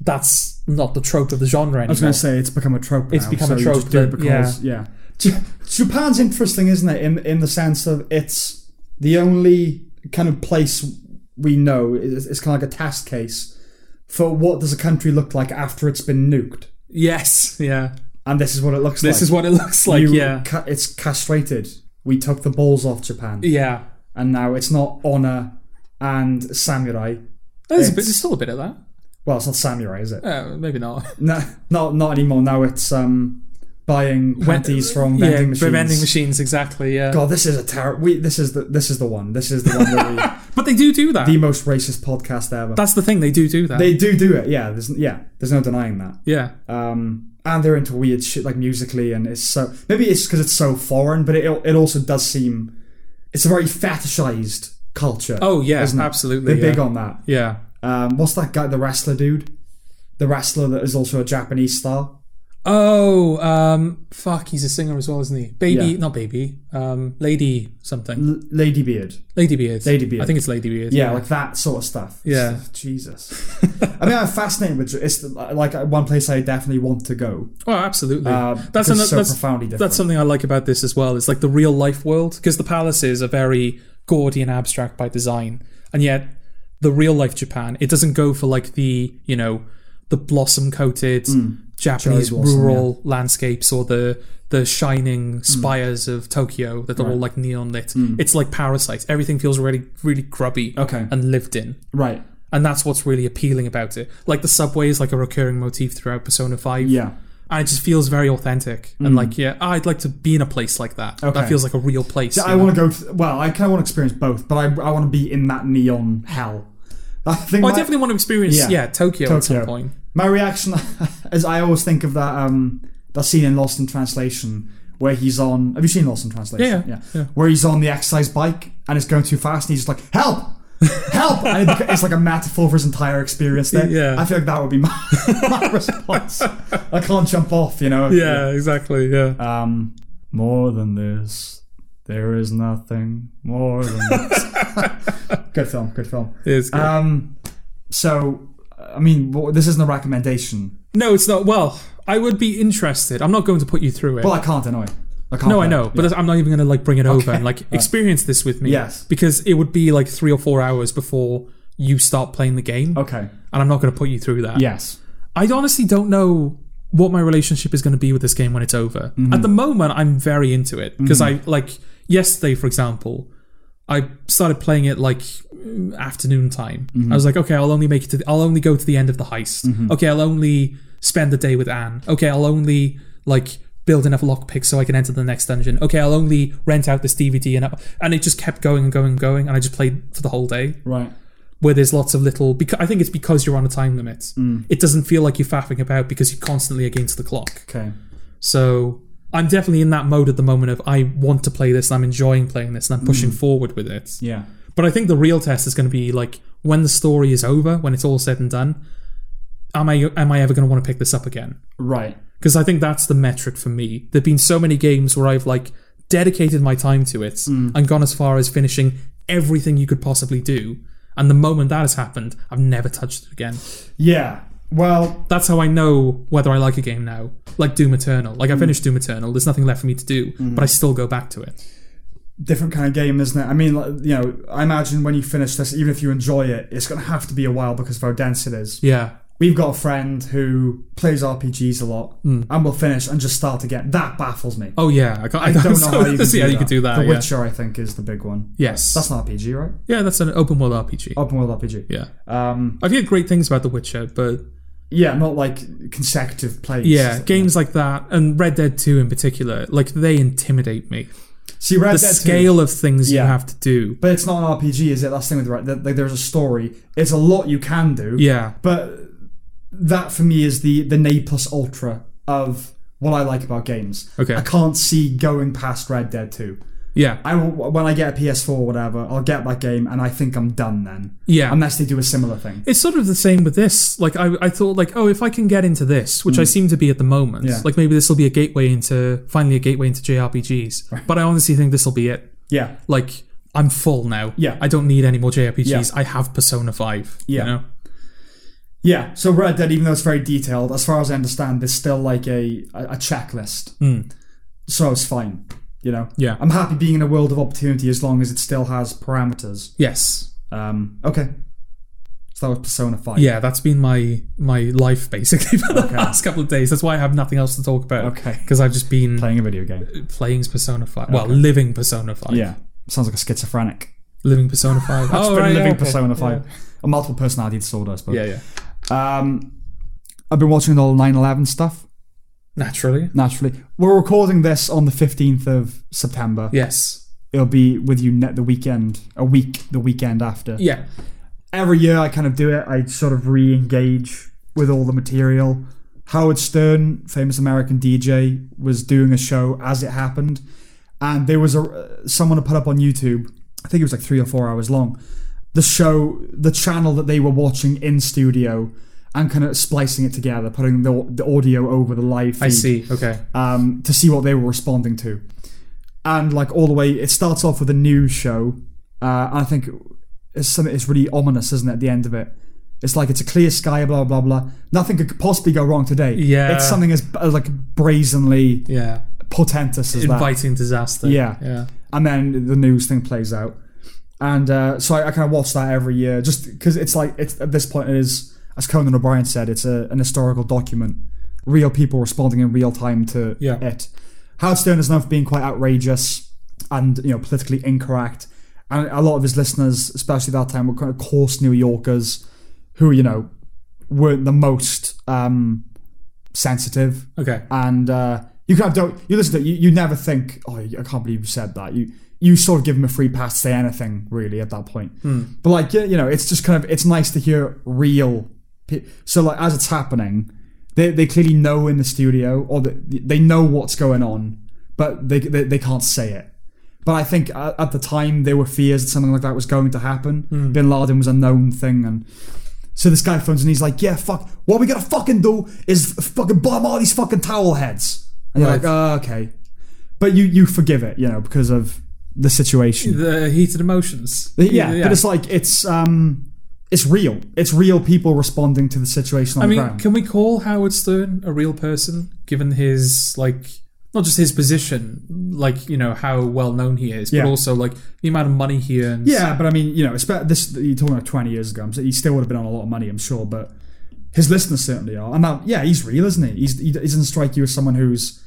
Speaker 1: That's not the trope of the genre anymore.
Speaker 2: I was going to say it's become a trope. It's
Speaker 1: become a
Speaker 2: You just
Speaker 1: trope
Speaker 2: do it
Speaker 1: that-
Speaker 2: because, yeah. Ja- Japan's interesting, isn't it? In in the sense of it's the only kind of place we know. It's, it's kind of like a test case for what does a country look like after it's been nuked,
Speaker 1: yes, yeah.
Speaker 2: and this is what it looks like.
Speaker 1: This is what it looks like.
Speaker 2: You-
Speaker 1: yeah,
Speaker 2: ca- it's castrated. We took the balls off Japan,
Speaker 1: yeah.
Speaker 2: and now it's not honor and samurai.
Speaker 1: There's, a bit,
Speaker 2: It's-
Speaker 1: there's still a bit of that.
Speaker 2: Well, it's not samurai, is it? <laughs>
Speaker 1: Uh, maybe not.
Speaker 2: No, not not anymore. Now it's um buying panties from vending
Speaker 1: yeah,
Speaker 2: machines.
Speaker 1: vending machines, exactly. Yeah.
Speaker 2: God, this is a terror. We this is the this is the one. This is the one that
Speaker 1: But they do do that. <laughs>
Speaker 2: we, the most racist podcast ever.
Speaker 1: That's the thing. They do do that.
Speaker 2: they do do it. Yeah, there's yeah, there's no denying that.
Speaker 1: yeah.
Speaker 2: Um, and they're into weird shit like musically, and it's so maybe it's because it's so foreign, but it it also does seem it's a very fetishized culture.
Speaker 1: Oh yeah,
Speaker 2: isn't it?
Speaker 1: absolutely.
Speaker 2: they're
Speaker 1: yeah.
Speaker 2: big on that.
Speaker 1: yeah.
Speaker 2: Um, what's that guy, the wrestler dude, the wrestler that is also a Japanese star?
Speaker 1: Oh, um, fuck. He's a singer as well, isn't he? Baby,
Speaker 2: Yeah.
Speaker 1: not baby. Um, lady something.
Speaker 2: L- Lady Beard.
Speaker 1: Lady Beard.
Speaker 2: Lady Beard.
Speaker 1: I think it's Lady Beard.
Speaker 2: yeah, like that sort of stuff.
Speaker 1: Yeah.
Speaker 2: Jesus. I mean, I'm fascinated with it's like one place I definitely want to go.
Speaker 1: Oh, absolutely.
Speaker 2: Uh,
Speaker 1: that's
Speaker 2: that's
Speaker 1: another.
Speaker 2: so
Speaker 1: that's
Speaker 2: profoundly different.
Speaker 1: that's something I like about this as well. It's like the real life world because the palaces are very gaudy and abstract by design, and yet the real life Japan it doesn't go for like the you know the blossom coated Japanese
Speaker 2: Hmm. Cherry blossom, Hmm.
Speaker 1: rural landscapes or the the shining spires of Tokyo that are all like neon lit. It's like parasites. Everything feels really really grubby
Speaker 2: Okay.
Speaker 1: and lived in.
Speaker 2: right.
Speaker 1: And that's what's really appealing about it. Like the subway is like a recurring motif throughout Persona 5
Speaker 2: Yeah.
Speaker 1: and it just feels very authentic and like yeah i'd like to be in a place like that
Speaker 2: Hmm. Okay.
Speaker 1: that feels like a real place
Speaker 2: I want to go. To, well, I kind of want to experience both, but I, I want to be in that neon hell. I think
Speaker 1: well,
Speaker 2: my,
Speaker 1: i definitely want to experience
Speaker 2: Yeah.
Speaker 1: yeah, tokyo, at some
Speaker 2: Tokyo.
Speaker 1: point
Speaker 2: my reaction <laughs> is I always think of that um that scene in Lost in Translation where he's on. Have you seen Lost in Translation?
Speaker 1: Yeah, yeah.
Speaker 2: Where he's on the exercise bike and it's going too fast, and he's just like help. Help! And it bec- it's like a metaphor for his entire experience. There,
Speaker 1: Yeah.
Speaker 2: I feel like that would be my, <laughs> my response. I can't jump off, you know.
Speaker 1: exactly yeah
Speaker 2: Um, more than this, there is nothing more than
Speaker 1: <laughs>
Speaker 2: this. good film, good film.
Speaker 1: it's good.
Speaker 2: Um, so, I mean, wha- this isn't a recommendation.
Speaker 1: no it's not well i would be interested i'm not going to put you through it
Speaker 2: Well, I can't annoy. I can't.
Speaker 1: no i
Speaker 2: annoy.
Speaker 1: know but that's- i'm not even going to like bring it over and
Speaker 2: <laughs>
Speaker 1: like experience this with me
Speaker 2: Yes.
Speaker 1: because it would be like three or four hours before you start playing the game
Speaker 2: Okay.
Speaker 1: and i'm not going to put you through that
Speaker 2: Yes.
Speaker 1: i honestly don't know what my relationship is going to be with this game when it's over. At the moment, I'm very into it because I like yesterday, for example, I started playing it like mm, afternoon time. I was like, okay, I'll only make it to the, I'll only go to the end of the heist. Okay, I'll only spend the day with Anne. Okay, I'll only like build enough lockpicks so I can enter the next dungeon. Okay, I'll only rent out this DVD and and it just kept going and going and going and I just played for the whole day
Speaker 2: Right.
Speaker 1: where there's lots of little because I think it's because you're on a time limit. It doesn't feel like you're faffing about because you're constantly against the clock.
Speaker 2: Okay.
Speaker 1: So I'm definitely in that mode at the moment of I want to play this and I'm enjoying playing this and I'm pushing forward with it.
Speaker 2: Yeah.
Speaker 1: But I think the real test is going to be like when the story is over, when it's all said and done, am I am I ever going to want to pick this up again?
Speaker 2: Right.
Speaker 1: Because I think that's the metric for me. There've been so many games where I've like dedicated my time to it
Speaker 2: Hmm.
Speaker 1: and gone as far as finishing everything you could possibly do. And the moment that has happened, I've never touched it again.
Speaker 2: Yeah. Well,
Speaker 1: That's how I know whether I like a game now. Like Doom Eternal. Like
Speaker 2: Hmm.
Speaker 1: I finished Doom Eternal, there's nothing left for me to do, but I still go back to it.
Speaker 2: different kind of game, isn't it? I mean, like, you know, I imagine when you finish this, even if you enjoy it, it's going to have to be a while because of how dense it is.
Speaker 1: Yeah.
Speaker 2: We've got a friend who plays RPGs a lot and will finish and just start again. That baffles me.
Speaker 1: Hmm. Oh yeah, I, can't, I,
Speaker 2: I don't know
Speaker 1: <laughs> so-
Speaker 2: how you
Speaker 1: yeah,
Speaker 2: can, do,
Speaker 1: you
Speaker 2: that.
Speaker 1: could do that.
Speaker 2: The
Speaker 1: yeah.
Speaker 2: Witcher, I think, is the big one.
Speaker 1: Yes,
Speaker 2: That's Oh. not RPG, right?
Speaker 1: yeah, that's an open world RPG.
Speaker 2: Open world RPG.
Speaker 1: Yeah,
Speaker 2: Um,
Speaker 1: I've heard great things about The Witcher, but
Speaker 2: yeah, not like consecutive plays.
Speaker 1: yeah, games like that and Red Dead Two in particular, like they intimidate me.
Speaker 2: See, Red
Speaker 1: the
Speaker 2: Dead 2,
Speaker 1: scale of things you
Speaker 2: Yeah.
Speaker 1: have to do.
Speaker 2: but it's not an RPG, is it? That's the thing with Red. That, like, there's a story. It's a lot you can do.
Speaker 1: Yeah,
Speaker 2: But that for me is the the nay plus ultra of what I like about games.
Speaker 1: Okay.
Speaker 2: I can't see going past Red Dead Two.
Speaker 1: yeah,
Speaker 2: I will- when I get a PS4 or whatever, I'll get that game and I think I'm done then.
Speaker 1: yeah.
Speaker 2: Unless they do a similar thing.
Speaker 1: it's sort of the same with this. Like I, I thought, like oh, if I can get into this, which I seem to be at the moment,
Speaker 2: Mm. Yeah.
Speaker 1: like maybe this will be a gateway into finally a gateway into JRPGs. But I honestly think this will be it.
Speaker 2: Yeah.
Speaker 1: Like I'm full now.
Speaker 2: Yeah.
Speaker 1: I don't need any more JRPGs.
Speaker 2: Yeah.
Speaker 1: I have Persona Five.
Speaker 2: Yeah.
Speaker 1: you know?
Speaker 2: Yeah, so Red Dead, even though it's very detailed, as far as I understand, there's still like a a, a checklist. So it's fine, you know.
Speaker 1: Hmm. Yeah.
Speaker 2: I'm happy being in a world of opportunity as long as it still has parameters.
Speaker 1: yes.
Speaker 2: Um, okay. So that was Persona Five.
Speaker 1: Yeah, that's been my my life basically <laughs> for the past couple of days. That's why I have nothing else to talk about.
Speaker 2: Okay.
Speaker 1: Because I've just been
Speaker 2: Playing a video game.
Speaker 1: playing Persona Five. Well, living Persona Five.
Speaker 2: Yeah. Sounds like a schizophrenic.
Speaker 1: Living Persona
Speaker 2: <laughs>
Speaker 1: 5.
Speaker 2: It's
Speaker 1: oh,
Speaker 2: been
Speaker 1: right,
Speaker 2: living
Speaker 1: yeah, okay.
Speaker 2: Persona Five. A multiple personality disorder, I suppose.
Speaker 1: Yeah, yeah.
Speaker 2: Um, I've been watching the whole 9/11 stuff.
Speaker 1: Naturally.
Speaker 2: Naturally, we're recording this on the 15th of September.
Speaker 1: Yes.
Speaker 2: It'll be with you net the weekend, a week, the weekend after.
Speaker 1: Yeah.
Speaker 2: every year I kind of do it. I sort of re-engage with all the material. Howard Stern, famous American DJ, was doing a show as it happened, and there was a uh, someone had put up on YouTube. I think it was like three or four hours long. The show, the channel that they were watching in studio, and kind of splicing it together, putting the, the audio over the live. Feed
Speaker 1: I see. Okay.
Speaker 2: um, to see what they were responding to. And like all the way, it starts off with a news show. Uh, and I think it's something it's really ominous, isn't it? At the end of it, it's like it's a clear sky, blah blah blah. Nothing could possibly go wrong today.
Speaker 1: Yeah.
Speaker 2: it's something as as, like brazenly
Speaker 1: Yeah.
Speaker 2: portentous as that.
Speaker 1: Inviting disaster.
Speaker 2: Yeah.
Speaker 1: Yeah.
Speaker 2: And then the news thing plays out. And uh, so I, I kind of watch that every year, just because it's like it's at this point it is, as Conan O'Brien said, it's a, an historical document, real people responding in real time to
Speaker 1: Yeah.
Speaker 2: it. Howard Stern is known for being quite outrageous and you know politically incorrect, and a lot of his listeners, especially that time, were kind of coarse New Yorkers, who you know weren't the most um, sensitive
Speaker 1: Okay.
Speaker 2: and uh, you kind of don't you listen to it, you, you never think oh I can't believe you said that you you sort of give them a free pass to say anything really at that point but like yeah, you know it's just kind of it's nice to hear real pe- so like as it's happening they, they clearly know in the studio or the, they know what's going on but they, they, they can't say it but I think at, at the time there were fears that something like that was going to happen
Speaker 1: Hmm.
Speaker 2: bin Laden was a known thing and so this guy phones and he's like, "Yeah, fuck. What we gotta fucking do is fucking bomb all these fucking towel heads." And you're
Speaker 1: Right.
Speaker 2: like, "Oh, okay," but you you forgive it, you know, because of the situation.
Speaker 1: The heated emotions.
Speaker 2: Yeah, but it's like it's um, it's real. It's real people responding to the situation on
Speaker 1: I
Speaker 2: the
Speaker 1: mean,
Speaker 2: ground.
Speaker 1: can we call Howard Stern a real person, given his like not just his position, like you know how well known he is,
Speaker 2: Yeah.
Speaker 1: but also like the amount of money he earns.
Speaker 2: yeah, but I mean, you know, it's about this. You're talking about 20 years ago. I'm s- He still would have been on a lot of money, I'm sure, but his listeners certainly are. And that, yeah, he's real, isn't he? He's, he doesn't strike you as someone who's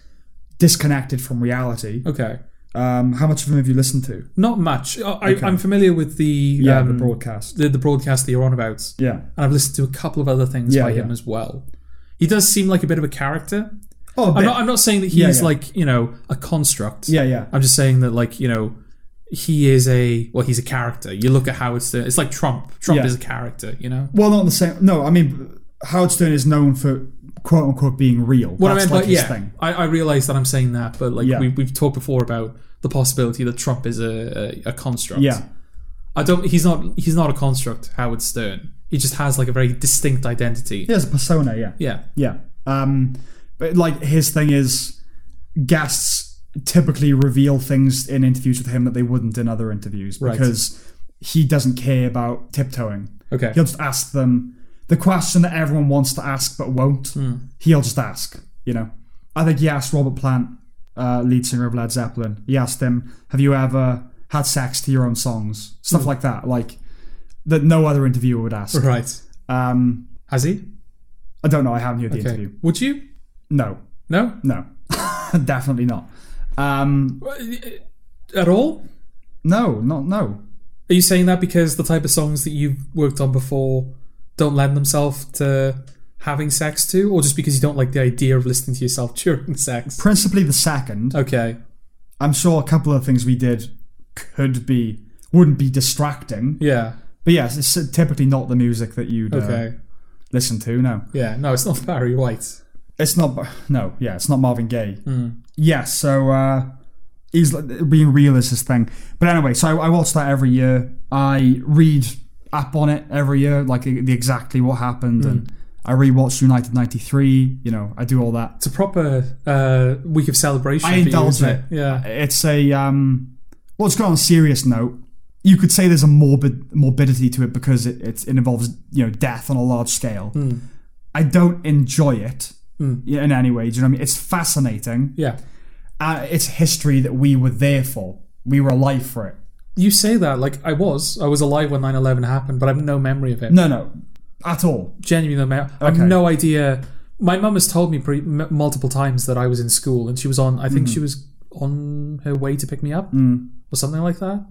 Speaker 2: disconnected from reality.
Speaker 1: Okay.
Speaker 2: Um, how much of him have you listened to?
Speaker 1: Not much. Oh, I, I- I'm familiar with the
Speaker 2: Yeah, the
Speaker 1: um,
Speaker 2: broadcast.
Speaker 1: the, the broadcast that you're on about,
Speaker 2: Yeah.
Speaker 1: and I've listened to a couple of other things
Speaker 2: Yeah,
Speaker 1: by him
Speaker 2: yeah.
Speaker 1: as well. He does seem like a bit of a character.
Speaker 2: Oh, a
Speaker 1: I'm
Speaker 2: bit.
Speaker 1: not. I'm not saying that he's
Speaker 2: Yeah, yeah.
Speaker 1: like you know a construct.
Speaker 2: yeah, yeah.
Speaker 1: I'm just saying that like you know he is a well he's a character. You look at Howard Stern. It's like Trump. Trump
Speaker 2: Yeah.
Speaker 1: is a character. You know.
Speaker 2: Well, not the same. No, I mean, Howard Stern is known for quote unquote being real.
Speaker 1: What
Speaker 2: That's
Speaker 1: I meant,
Speaker 2: like
Speaker 1: by,
Speaker 2: his
Speaker 1: yeah,
Speaker 2: thing.
Speaker 1: I, I realize that I'm saying that, but like
Speaker 2: Yeah.
Speaker 1: we, we've talked before about the possibility that Trump is a, a, a construct.
Speaker 2: Yeah.
Speaker 1: I don't. He's not. He's not a construct. Howard Stern. He just has like a very distinct identity.
Speaker 2: He has a persona, yeah.
Speaker 1: Yeah.
Speaker 2: Yeah. Um, but like his thing is guests typically reveal things in interviews with him that they wouldn't in other interviews
Speaker 1: Right.
Speaker 2: because he doesn't care about tiptoeing.
Speaker 1: Okay.
Speaker 2: He'll just ask them the question that everyone wants to ask but won't.
Speaker 1: Hmm.
Speaker 2: He'll just ask, you know. I think he asked Robert Plant, uh, lead singer of Led Zeppelin, he asked him, Have you ever had sex to your own songs?
Speaker 1: Hmm.
Speaker 2: Stuff like that, like that no other interviewer would ask.
Speaker 1: Right.
Speaker 2: Um,
Speaker 1: Has he?
Speaker 2: I don't know, I haven't heard the
Speaker 1: Okay.
Speaker 2: interview.
Speaker 1: Would you?
Speaker 2: No,
Speaker 1: No.
Speaker 2: no, <laughs> definitely not. Um,
Speaker 1: At all?
Speaker 2: no, not no.
Speaker 1: Are you saying that because the type of songs that you've worked on before don't lend themselves to having sex to, or just because you don't like the idea of listening to yourself during <laughs> sex?
Speaker 2: Principally the second.
Speaker 1: Okay.
Speaker 2: I'm sure a couple of things we did could be wouldn't be distracting,
Speaker 1: Yeah.
Speaker 2: but yes, it's typically not the music that you'd uh,
Speaker 1: Okay.
Speaker 2: listen to. No,
Speaker 1: Yeah. No, it's not <laughs> Barry White.
Speaker 2: it's not. No, yeah, it's not Marvin Gaye. Yes, so uh, he's like- being real is his thing. But anyway, so I, I watch that every year. I read up on it every year, like the, the exactly what happened, and I rewatch United '93. You know, I do all that.
Speaker 1: It's a proper uh, week of celebration.
Speaker 2: I
Speaker 1: for you,
Speaker 2: indulge
Speaker 1: isn't
Speaker 2: it.
Speaker 1: Yeah.
Speaker 2: It's a um, well, it's got on a serious note. You could say there's a morbid morbidity to it because it, it, it involves you know death on a large scale. I don't enjoy it in any way. Do you know what I mean? It's fascinating.
Speaker 1: Yeah.
Speaker 2: Uh, it's history that we were there for. We were alive for it.
Speaker 1: You say that like I was. I was alive when 9/11 happened, but I have no memory of it.
Speaker 2: No, no, at all.
Speaker 1: genuinely no ma- I have
Speaker 2: Okay.
Speaker 1: no idea. My mum has told me pre- m- multiple times that I was in school and she was on. I
Speaker 2: Mm.
Speaker 1: think she was on her way to pick me up or something like that.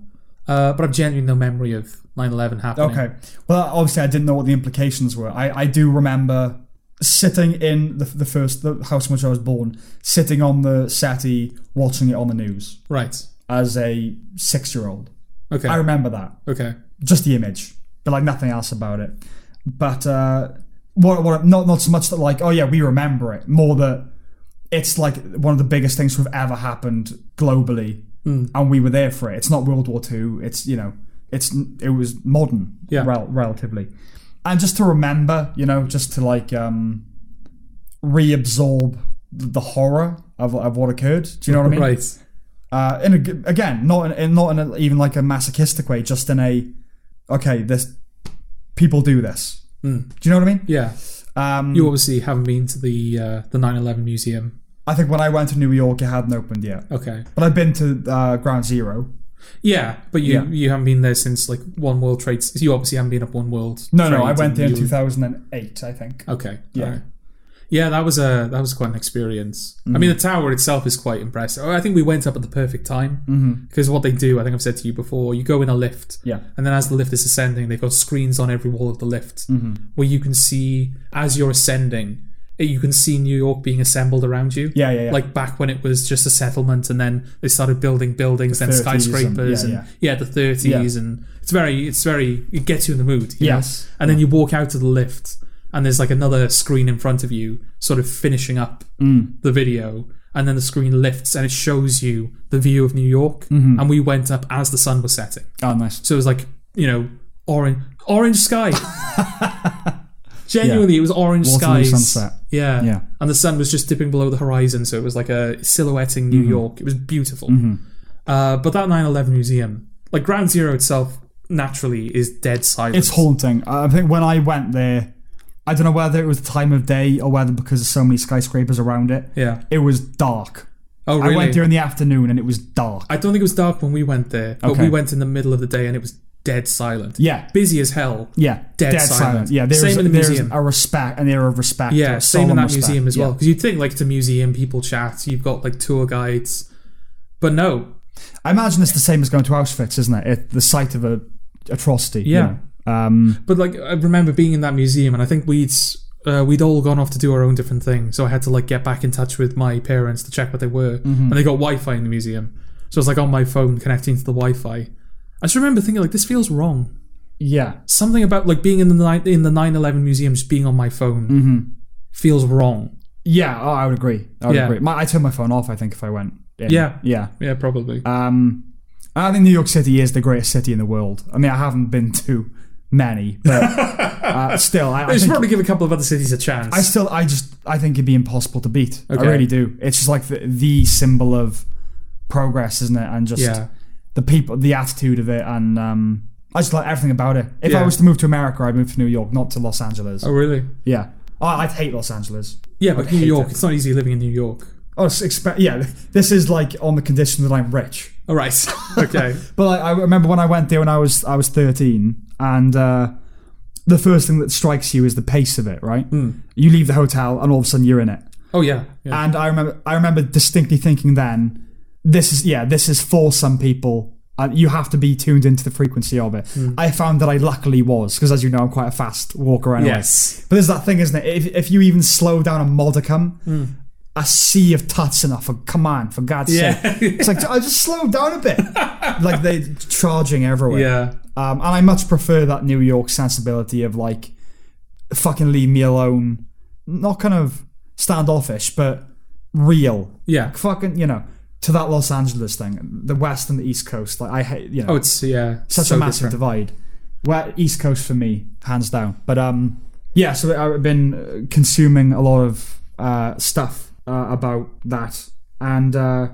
Speaker 1: Uh, but I've genuinely no memory of 9/11 happening.
Speaker 2: Okay. Well, obviously, I didn't know what the implications were. I, I do remember sitting in the, the first the house in which I was born, sitting on the settee, watching it on the news
Speaker 1: Right.
Speaker 2: as a six year old.
Speaker 1: Okay.
Speaker 2: I remember that,
Speaker 1: okay.
Speaker 2: just the image, but like nothing else about it. But uh, what, what not not so much that like oh yeah we remember it, more that it's like one of the biggest things to have ever happened globally,
Speaker 1: Hmm.
Speaker 2: and we were there for it. It's not World War Two. It's you know it's it was modern,
Speaker 1: Yeah.
Speaker 2: rel- relatively, and just to remember, you know, just to like um, reabsorb the the horror of, of what occurred. Do you know what I mean?
Speaker 1: Right.
Speaker 2: uh, in a g again, not in, in not in a, even like a masochistic way, just in a okay, this people do this. Do you know what I mean?
Speaker 1: Yeah.
Speaker 2: Um,
Speaker 1: Hmm. You obviously haven't been to the uh, the 9/11 museum.
Speaker 2: I think when I went to New York, it hadn't opened yet,
Speaker 1: Okay.
Speaker 2: but I've been to uh, Ground Zero.
Speaker 1: Yeah, but you
Speaker 2: Yeah.
Speaker 1: you haven't been there since like One World Trade. You obviously haven't been up One World.
Speaker 2: No, no,
Speaker 1: Trade
Speaker 2: I went
Speaker 1: and
Speaker 2: there in
Speaker 1: you-
Speaker 2: 2008, I think.
Speaker 1: Okay.
Speaker 2: Yeah.
Speaker 1: alright. Yeah, that was a that was quite an experience. I
Speaker 2: Mm.
Speaker 1: mean, the tower itself is quite impressive. Oh, I think we went up at the perfect time because what they do, I think I've said to you before, you go in a lift,
Speaker 2: Mm-hmm. Yeah.
Speaker 1: and then as the lift is ascending, they've got screens on every wall of the lift
Speaker 2: Mm-hmm.
Speaker 1: where you can see as you're ascending, eh, you can see New York being assembled around you.
Speaker 2: Yeah, yeah, yeah.
Speaker 1: Like back when it was just a settlement, and then they started building buildings, then
Speaker 2: 30s and-
Speaker 1: skyscrapers, and
Speaker 2: yeah,
Speaker 1: yeah, the 30s, and it's very it's very it gets you in the mood. you
Speaker 2: Yes.
Speaker 1: know? and then you walk out of the lift and there's like another screen in front of you sort of finishing up
Speaker 2: Mm.
Speaker 1: the video and then the screen lifts and it shows you the view of new york
Speaker 2: Mm-hmm.
Speaker 1: and we went up as the sun was setting
Speaker 2: Oh, nice.
Speaker 1: so it was like you know orange orange
Speaker 2: <laughs>
Speaker 1: sky genuinely it was orange
Speaker 2: Waterloo
Speaker 1: skies
Speaker 2: sunset.
Speaker 1: Yeah.
Speaker 2: Yeah.
Speaker 1: and the sun was just dipping below the horizon so it was like a silhouetting
Speaker 2: Mm-hmm.
Speaker 1: new york it was beautiful uh, but that 9-11 museum like ground zero itself naturally is dead silent
Speaker 2: It's haunting. I I think when I went there, I don't know whether it was the time of day or whether because there's so many skyscrapers around it.
Speaker 1: yeah
Speaker 2: It was dark.
Speaker 1: oh really
Speaker 2: I went there in the afternoon and it was dark.
Speaker 1: I don't think it was dark when we went there, but
Speaker 2: Okay.
Speaker 1: we went in the middle of the day and it was dead silent.
Speaker 2: Yeah.
Speaker 1: Busy as hell.
Speaker 2: Yeah,
Speaker 1: Dead silent.
Speaker 2: Yeah, there's,
Speaker 1: Same in the
Speaker 2: there's
Speaker 1: museum.
Speaker 2: a respect, and there are respect.
Speaker 1: Yeah,
Speaker 2: a
Speaker 1: same in
Speaker 2: solemn
Speaker 1: that
Speaker 2: respect.
Speaker 1: museum as
Speaker 2: Yeah.
Speaker 1: well. Because you'd think like it's a museum, people chat, you've got like tour guides, but no.
Speaker 2: I imagine it's the same as going to Auschwitz, isn't it? it the site of a atrocity. you
Speaker 1: Yeah.
Speaker 2: know. Um,
Speaker 1: But like I remember being in that museum, and I think we'd s- uh, we'd all gone off to do our own different thing, so I had to like get back in touch with my parents to check what they were,
Speaker 2: Mm-hmm.
Speaker 1: and they got Wi-Fi in the museum, so I was like on my phone connecting to the Wi-Fi. I just remember thinking like this feels wrong.
Speaker 2: yeah.
Speaker 1: Something about like being in the nine in the nine eleven museum, just being on my phone,
Speaker 2: Mm-hmm.
Speaker 1: feels wrong.
Speaker 2: Yeah, oh, I would agree. I would
Speaker 1: Yeah.
Speaker 2: agree. My, I turned my phone off, I think, if I went. in.
Speaker 1: Yeah.
Speaker 2: Yeah.
Speaker 1: Yeah, probably.
Speaker 2: Um, I think New York City is the greatest city in the world. I mean, I haven't been to many,
Speaker 1: <laughs>
Speaker 2: but uh, still, I, I
Speaker 1: I should
Speaker 2: think
Speaker 1: probably give a couple of other cities a chance.
Speaker 2: I still, I just, I think it'd be impossible to beat.
Speaker 1: Okay.
Speaker 2: I really do. It's just like the, the symbol of progress, isn't it? And just
Speaker 1: Yeah.
Speaker 2: the people, the attitude of it, and um, I just like everything about it. If
Speaker 1: Yeah.
Speaker 2: I was to move to America, I'd move to New York, not to Los Angeles.
Speaker 1: oh really?
Speaker 2: Yeah, I, I'd hate Los Angeles.
Speaker 1: Yeah, but New
Speaker 2: hate
Speaker 1: York.
Speaker 2: it.
Speaker 1: It's not easy living in New York.
Speaker 2: Oh, it's expe- yeah. This is like on the condition that I'm rich.
Speaker 1: All right.
Speaker 2: <laughs>
Speaker 1: Okay.
Speaker 2: But like, I remember when I went there when I was I was 13, and uh, the first thing that strikes you is the pace of it. Right? You leave the hotel, and all of a sudden you're in it.
Speaker 1: Hmm. oh yeah. yeah.
Speaker 2: And I remember I remember distinctly thinking then, this is yeah, this is for some people. Uh, you have to be tuned into the frequency of it.
Speaker 1: Hmm.
Speaker 2: I found that I luckily was because, as you know, I'm quite a fast walker anyway.
Speaker 1: Yes.
Speaker 2: But there's that thing, isn't it? If, if you even slow down a modicum,
Speaker 1: Hmm.
Speaker 2: a sea of tuts enough. For, come on, for God's
Speaker 1: Yeah.
Speaker 2: sake. It's like, I just slow down a bit. like they're charging everywhere.
Speaker 1: <laughs> Yeah.
Speaker 2: Um, and I much prefer that New York sensibility of like, fucking leave me alone. Not kind of standoffish, but real.
Speaker 1: Yeah.
Speaker 2: Fucking, you know, to that Los Angeles thing, the West and the East Coast. Like, I hate, you know
Speaker 1: Oh, it's yeah.
Speaker 2: such
Speaker 1: so
Speaker 2: a massive
Speaker 1: different.
Speaker 2: divide. Well, East Coast for me, hands down. But um, yeah, so I've been uh, consuming a lot of uh, stuff uh, about that, and uh,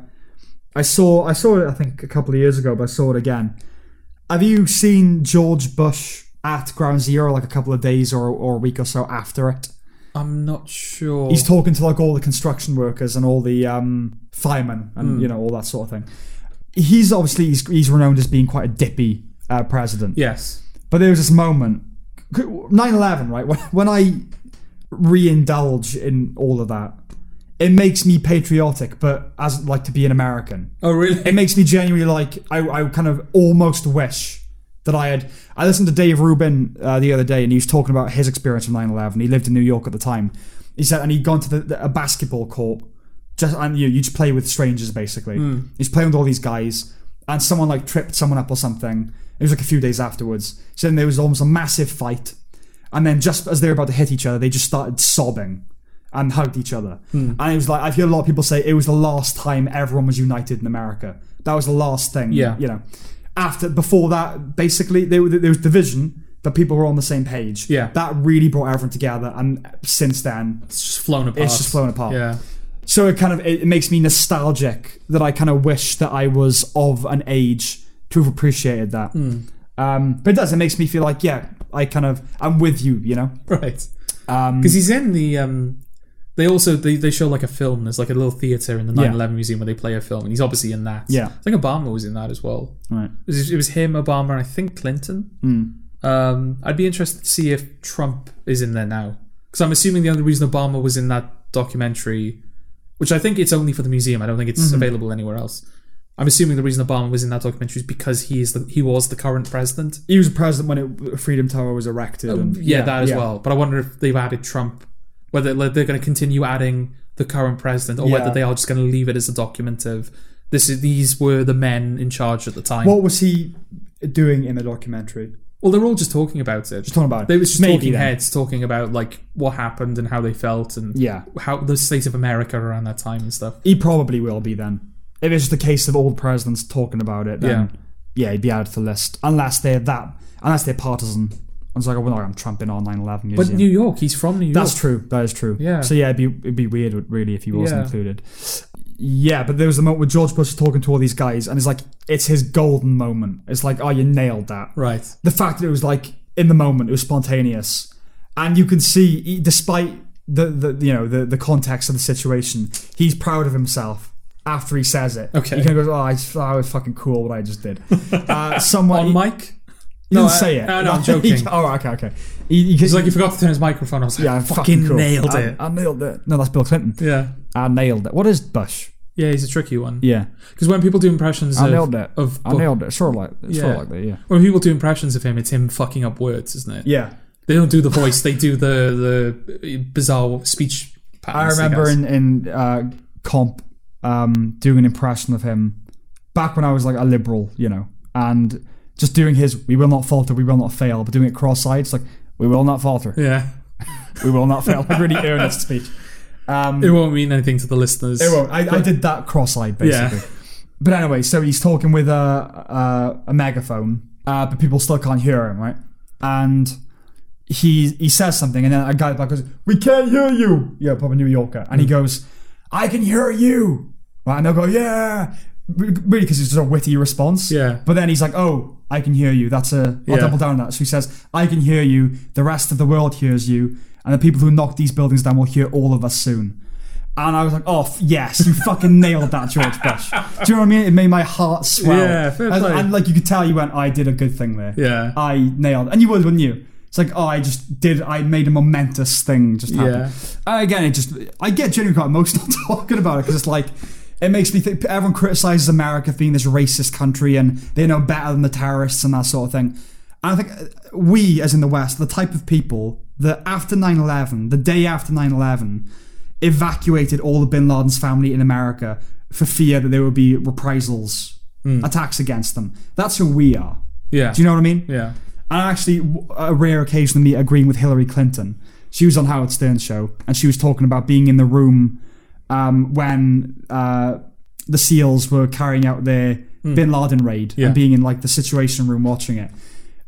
Speaker 2: I saw I saw it I think a couple of years ago, but I saw it again. Have you seen George Bush at Ground Zero like a couple of days or or a week or so after it?
Speaker 1: I'm not sure.
Speaker 2: he's talking to like all the construction workers and all the um, firemen
Speaker 1: Hmm.
Speaker 2: and you know all that sort of thing. He's obviously he's, he's renowned as being quite a dippy uh, president.
Speaker 1: yes.
Speaker 2: But there was this moment, 9/11, right? When, when I re-indulge in all of that, it makes me patriotic, but as like to be an American.
Speaker 1: Oh really?
Speaker 2: It makes me genuinely like I, I kind of almost wish that I had. I listened to Dave Rubin uh, the other day, and he was talking about his experience of 9/11. He lived in New York at the time. He said, and he'd gone to the, the, a basketball court, just and you you just play with strangers basically. He's playing with all these guys, and someone like tripped someone up or something. It was like a few days afterwards. So then there was almost a massive fight, and then just as they were about to hit each other, they just started sobbing and hugged each other.
Speaker 1: Hmm.
Speaker 2: And it was like I've heard a lot of people say it was the last time everyone was united in America. That was the last thing.
Speaker 1: Yeah.
Speaker 2: You know, after before that, basically there, there was division, but people were on the same page.
Speaker 1: Yeah.
Speaker 2: That really brought everyone together, and since then,
Speaker 1: It's just flown apart.
Speaker 2: it's just flown apart.
Speaker 1: Yeah. <laughs>
Speaker 2: So it kind of it, it makes me nostalgic that I kind of wish that I was of an age to have appreciated that.
Speaker 1: Hmm.
Speaker 2: Um, but it does. It makes me feel like yeah, I kind of I'm with you. You know.
Speaker 1: Right.
Speaker 2: Um,
Speaker 1: Because he's in the um. They also they, they show like a film. There's like a little theater in the 9/11 museum where they play a film, and he's obviously in that.
Speaker 2: Yeah.
Speaker 1: I think Obama was in that as well.
Speaker 2: Right. Hmm.
Speaker 1: It was, it was him, Obama, and I think Clinton. Um, I'd be interested to see if Trump is in there now, because I'm assuming the only reason Obama was in that documentary, which I think it's only for the museum. I don't think it's
Speaker 2: Mm-hmm.
Speaker 1: available anywhere else. I'm assuming the reason Obama was in that documentary is because he is the, he was the current president.
Speaker 2: He was president when it, Freedom Tower was erected. and-
Speaker 1: Oh, Yeah, that as
Speaker 2: yeah.
Speaker 1: well. But I wonder if they've added Trump, whether like, they're going to continue adding the current president, or whether
Speaker 2: Yeah.
Speaker 1: they are just going to leave it as a document of this is these were the men in charge at the time. Well,
Speaker 2: What was he doing in the documentary?
Speaker 1: they're all just talking about it.
Speaker 2: Talking about it.
Speaker 1: They was just
Speaker 2: Maybe
Speaker 1: talking
Speaker 2: then.
Speaker 1: heads, talking about like what happened and how they felt and
Speaker 2: Yeah.
Speaker 1: how the state of America around that time and stuff.
Speaker 2: He probably will be then. If it's just a case of all presidents talking about it, then
Speaker 1: Yeah.
Speaker 2: yeah, he'd be out of the list. Unless they're that, unless they're partisan. I was like, oh, well, no, I'm trumping on 9 11.
Speaker 1: But New York, he's from New York.
Speaker 2: That's true. That is true.
Speaker 1: Yeah.
Speaker 2: So yeah, it'd be, it'd be weird, really, if he wasn't
Speaker 1: Yeah.
Speaker 2: included. Yeah, but there was the moment where George Bush was talking to all these guys, and it's like, it's his golden moment. It's like, oh, you nailed that.
Speaker 1: right.
Speaker 2: the fact that it was like in the moment, it was spontaneous, and you can see, he- despite the, the you know the, the context of the situation, he's proud of himself after he says it.
Speaker 1: Okay. <laughs>
Speaker 2: he kind of goes, "Oh, I, that was fucking cool what I just did." uh, someone,
Speaker 1: On Mike.
Speaker 2: You
Speaker 1: No,
Speaker 2: didn't
Speaker 1: I-
Speaker 2: say it.
Speaker 1: I
Speaker 2: <laughs>
Speaker 1: know, I'm joking.
Speaker 2: oh, okay, okay. He, he,
Speaker 1: It's like you forgot to turn his microphone. I was like,
Speaker 2: yeah,
Speaker 1: fucking, nailed
Speaker 2: I,
Speaker 1: it.
Speaker 2: I nailed it. No, that's Bill Clinton.
Speaker 1: yeah,
Speaker 2: I nailed it. What is Bush?
Speaker 1: yeah, he's a tricky one.
Speaker 2: Yeah,
Speaker 1: Because when people do impressions,
Speaker 2: I
Speaker 1: of,
Speaker 2: nailed it.
Speaker 1: Of
Speaker 2: I nailed it. Sort of like, it's sort
Speaker 1: Yeah.
Speaker 2: of like that. Yeah.
Speaker 1: when people do impressions of him, it's him fucking up words, isn't it?
Speaker 2: Yeah.
Speaker 1: They don't do the voice; they do the the bizarre speech.
Speaker 2: I
Speaker 1: Patterns,
Speaker 2: remember
Speaker 1: guess.
Speaker 2: in in uh, comp um, doing an impression of him back when I was like a liberal, you know, and just doing his "We will not falter, we will not fail," but doing it cross-eyed. It's like "We will not falter,
Speaker 1: yeah,
Speaker 2: we will not fail." Like really earnest
Speaker 1: <laughs>
Speaker 2: speech. Um,
Speaker 1: it won't mean anything to the listeners.
Speaker 2: It won't. I, I did that cross-eyed basically. But anyway, so he's talking with a a, a megaphone, uh, but people still can't hear him, right? And he he says something, and then a guy back goes, "We can't hear you." Yeah, probably New Yorker,
Speaker 1: Hmm.
Speaker 2: and he goes, "I can hear you," right? And they'll go, "Yeah," really because it's just a witty response.
Speaker 1: Yeah.
Speaker 2: But then he's like, "Oh, I can hear you." That's a I'll
Speaker 1: Yeah.
Speaker 2: double down on that. So he says, "I can hear you. The rest of the world hears you, and the people who knock these buildings down will hear all of us soon." And I was like, "Oh f- yes, you fucking nailed that, George Bush." Do you know what I mean? It made my heart swell.
Speaker 1: Yeah, fair
Speaker 2: and,
Speaker 1: play.
Speaker 2: and, like you could tell, you went, "I did a good thing there.
Speaker 1: Yeah.
Speaker 2: I nailed." And you would, wouldn't you? It's like, "Oh, I just did. I made a momentous thing just happen."
Speaker 1: Yeah.
Speaker 2: And again, it just I get genuinely quite emotional <laughs> talking about it because it's like. It makes me think everyone criticizes America for being this racist country and they know better than the terrorists and that sort of thing. And I think uh, we, as in the West, the type of people that after 9 11, the day after 9 11, evacuated all of bin Laden's family in America for fear that there would be reprisals, attacks against them. That's who we are.
Speaker 1: Yeah,
Speaker 2: Do you know what I mean?
Speaker 1: yeah,
Speaker 2: And actually, w- a rare occasion of me agreeing with Hillary Clinton. She was on Howard Stern's show, and she was talking about being in the room um, when uh, the SEALs were carrying out their Bin Laden raid,
Speaker 1: Yeah.
Speaker 2: and being in like the Situation Room watching it.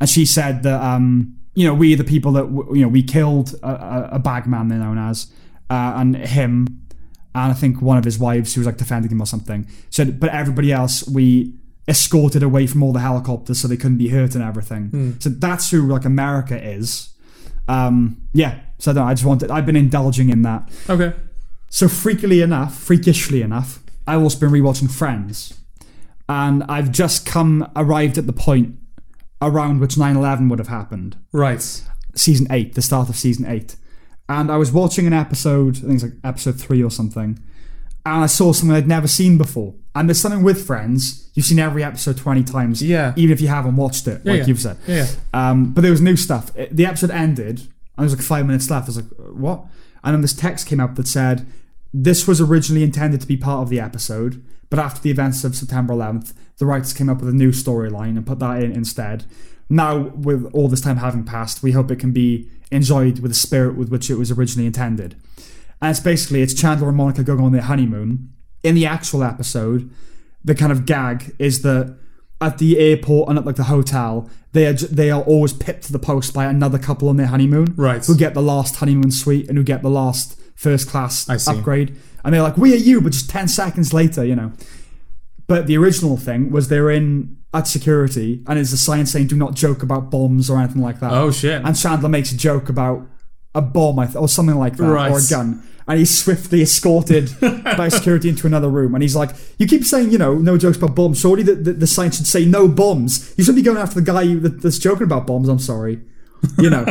Speaker 2: And she said that um, you know we the people that w- you know we killed a, a, a bag man they're known as, uh, and him, and I think one of his wives who was like defending him or something said, but everybody else we escorted away from all the helicopters so they couldn't be hurt and everything. So that's who like America is. Um, yeah. So no, I just wanted. I've been indulging in that.
Speaker 1: okay,
Speaker 2: So freakily enough, freakishly enough, I've also been rewatching Friends, and I've just come arrived at the point around which 9/11 would have happened
Speaker 1: right,
Speaker 2: season eight, the start of season eight. And I was watching an episode, I think it's like episode three or something, and I saw something I'd never seen before. And there's something with Friends, you've seen every episode 20 times,
Speaker 1: Yeah.
Speaker 2: even if you haven't watched it, like
Speaker 1: yeah.
Speaker 2: you've said.
Speaker 1: yeah,
Speaker 2: Um, but there was new stuff. It- the episode ended, and there was like five minutes left. I was like, what? And then this text came up that said, this was originally intended to be part of the episode, but after the events of September 11th, the writers came up with a new storyline and put that in instead. Now, with all this time having passed, we hope it can be enjoyed with the spirit with which it was originally intended. And it's basically it's Chandler and Monica going on their honeymoon. In the actual episode, the kind of gag is that at the airport and at like the hotel, they are ju- they are always pipped to the post by another couple on their honeymoon,
Speaker 1: Right.
Speaker 2: Who get the last honeymoon suite and who get the last first class
Speaker 1: I see.
Speaker 2: upgrade, and they're like, "We are you," but just ten seconds later, you know. But the original thing was they're in at security, and it's a sign saying "Do not joke about bombs" or anything like that.
Speaker 1: Oh, shit.
Speaker 2: And Chandler makes a joke about a bomb I th- or something like that, or a
Speaker 1: Right.
Speaker 2: gun. And he's
Speaker 1: <laughs>
Speaker 2: swiftly escorted by security into another room. And he's like, You keep saying, you know, no jokes about bombs. Surely the, the, the sign should say no bombs. You shouldn't be going after the guy you, that, that's joking about bombs. I'm sorry.
Speaker 1: <laughs>
Speaker 2: You know.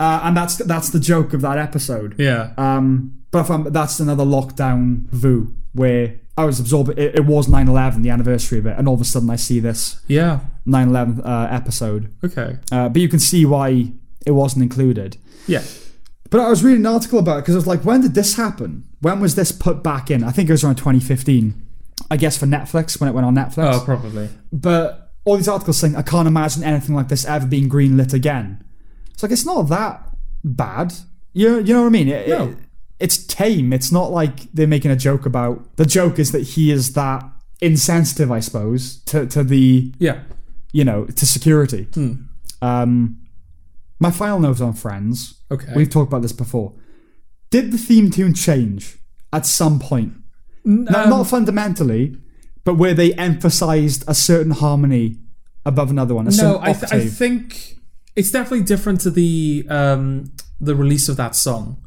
Speaker 2: uh, and that's that's the joke of that episode.
Speaker 1: yeah,
Speaker 2: Um, but if I'm, that's another lockdown vu where I was absorbed. It, it was 9 11, the anniversary of it. And all of a sudden I see this
Speaker 1: yeah,
Speaker 2: 9 11 uh, episode.
Speaker 1: okay,
Speaker 2: Uh, but you can see why it wasn't included.
Speaker 1: yeah,
Speaker 2: But I was reading an article about it because I was like, when did this happen? When was this put back in? I think it was around 2015. I guess for Netflix, when it went on Netflix.
Speaker 1: oh, probably,
Speaker 2: But all these articles saying, I can't imagine anything like this ever being greenlit again. It's like, it's not that bad. You, you know what I mean? It-
Speaker 1: No.
Speaker 2: it- it's tame. It's not like they're making a joke about. The joke is that he is that insensitive, I suppose, to, to the
Speaker 1: yeah,
Speaker 2: you know, to security.
Speaker 1: Hmm.
Speaker 2: Um, my final note on Friends.
Speaker 1: okay.
Speaker 2: We've talked about this before. Did the theme tune change at some point? No,
Speaker 1: Um,
Speaker 2: not fundamentally, but where they emphasized a certain harmony above another one. A certain
Speaker 1: no, I, th- I
Speaker 2: octave.
Speaker 1: think it's definitely different to the um the release of that song.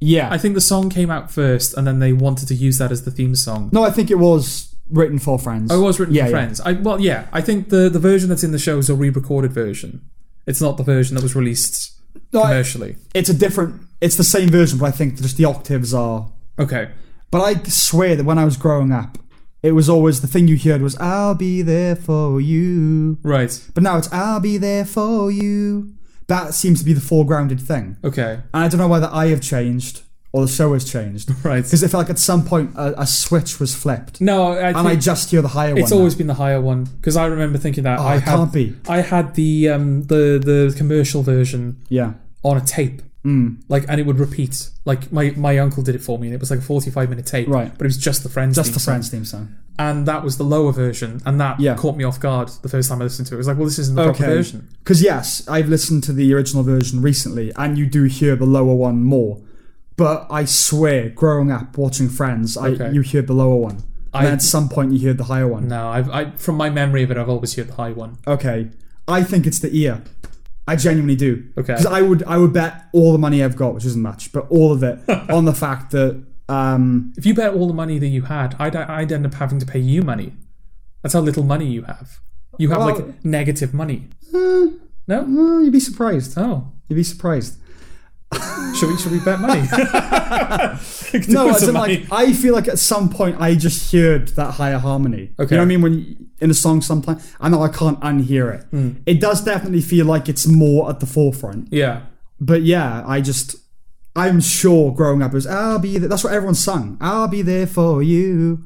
Speaker 2: yeah.
Speaker 1: I think the song came out first, and then they wanted to use that as the theme song.
Speaker 2: no, I think it was written for Friends.
Speaker 1: Oh, It was written
Speaker 2: Yeah,
Speaker 1: for
Speaker 2: yeah.
Speaker 1: Friends. I well, yeah. I think the the version that's in the show is a re-recorded version. It's not the version that was released
Speaker 2: No, I-
Speaker 1: commercially.
Speaker 2: it's a different. It's the same version, but I think just the octaves are.
Speaker 1: Okay.
Speaker 2: But I swear that when I was growing up, it was always the thing you heard was "I'll be there for you,"
Speaker 1: Right.
Speaker 2: but now it's "I'll be there for you." That seems to be the foregrounded thing,
Speaker 1: Okay.
Speaker 2: and I don't know whether I have changed or the show has
Speaker 1: <laughs>
Speaker 2: changed.
Speaker 1: Right.
Speaker 2: Because it felt like at some point a, a switch was flipped,
Speaker 1: No, I
Speaker 2: and
Speaker 1: think
Speaker 2: I just hear the higher one.
Speaker 1: it's always been the higher one because I remember thinking that
Speaker 2: now. oh,
Speaker 1: I
Speaker 2: it
Speaker 1: had
Speaker 2: can't be.
Speaker 1: I had the um the the commercial version
Speaker 2: Yeah.
Speaker 1: on a tape.
Speaker 2: Mm.
Speaker 1: Like and it would repeat. Like my, my uncle did it for me, and it was like a forty-five minute tape.
Speaker 2: Right.
Speaker 1: but it was just the friends.
Speaker 2: Just
Speaker 1: theme
Speaker 2: the
Speaker 1: song.
Speaker 2: Friends theme song.
Speaker 1: and that was the lower version, and that
Speaker 2: Yeah.
Speaker 1: caught me off guard the first time I listened to it. It was like, well, this isn't the proper
Speaker 2: Okay.
Speaker 1: version.
Speaker 2: Because yes, I've listened to the original version recently, and you do hear the lower one more. But I swear, growing up watching Friends, I
Speaker 1: Okay.
Speaker 2: you hear the lower one, and
Speaker 1: I-
Speaker 2: then at some point you hear the higher one.
Speaker 1: No, I've, I from my memory of it, I've always heard the high one.
Speaker 2: Okay, I think it's the ear. I genuinely do.
Speaker 1: Okay.
Speaker 2: Because I would I would bet all the money I've got, which isn't much, but all of
Speaker 1: <laughs>
Speaker 2: it on the fact that um
Speaker 1: If you bet all the money that you had, I'd I'd end up having to pay you money. That's how little money you have. You have
Speaker 2: Well-
Speaker 1: like negative money. No.
Speaker 2: well, you'd be surprised. <laughs>
Speaker 1: Oh,
Speaker 2: You'd be surprised.
Speaker 1: <laughs> should we should we bet money?
Speaker 2: <laughs> No,
Speaker 1: Give us <laughs>
Speaker 2: as
Speaker 1: some
Speaker 2: in, like I feel like at some point I just heard that higher harmony.
Speaker 1: Okay.
Speaker 2: You know what I mean? When you- in a song, sometimes I know I can't unhear it.
Speaker 1: Hmm.
Speaker 2: It does definitely feel like it's more at the forefront.
Speaker 1: yeah.
Speaker 2: But yeah, I just I'm sure growing up it was I'll be there. that's what everyone sung. I'll be there for you.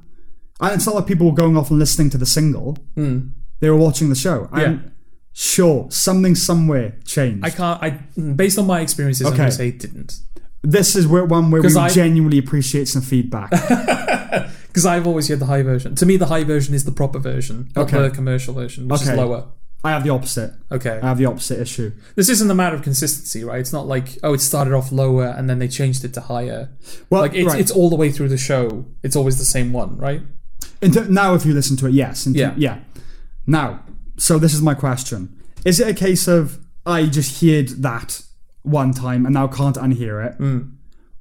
Speaker 2: And it's not like people were going off and listening to the single. They were watching the show.
Speaker 1: Hmm. Yeah.
Speaker 2: I'm sure something somewhere changed.
Speaker 1: I can't. I based on my experiences, I'm
Speaker 2: Okay.
Speaker 1: gonna say it didn't
Speaker 2: this is where one where we
Speaker 1: 'Cause I-
Speaker 2: genuinely appreciate some
Speaker 1: <laughs>
Speaker 2: feedback.
Speaker 1: because I've always heard the high version. To me, the high version is the proper version, not
Speaker 2: Okay.
Speaker 1: the commercial version, which
Speaker 2: Okay. Uh,
Speaker 1: is lower.
Speaker 2: I have the opposite.
Speaker 1: Okay.
Speaker 2: I have the opposite issue.
Speaker 1: this isn't a matter of consistency, right? It's not like oh, it started off lower and then they changed it to higher.
Speaker 2: Well,
Speaker 1: like it's
Speaker 2: Uh, right.
Speaker 1: it's all the way through the show. It's always the same one, right?
Speaker 2: In ter- now, if you listen to it, yes. In ter-
Speaker 1: Yeah.
Speaker 2: yeah. Now, so this is my question: Is it a case of I just heard that one time and now can't unhear it,
Speaker 1: Mm.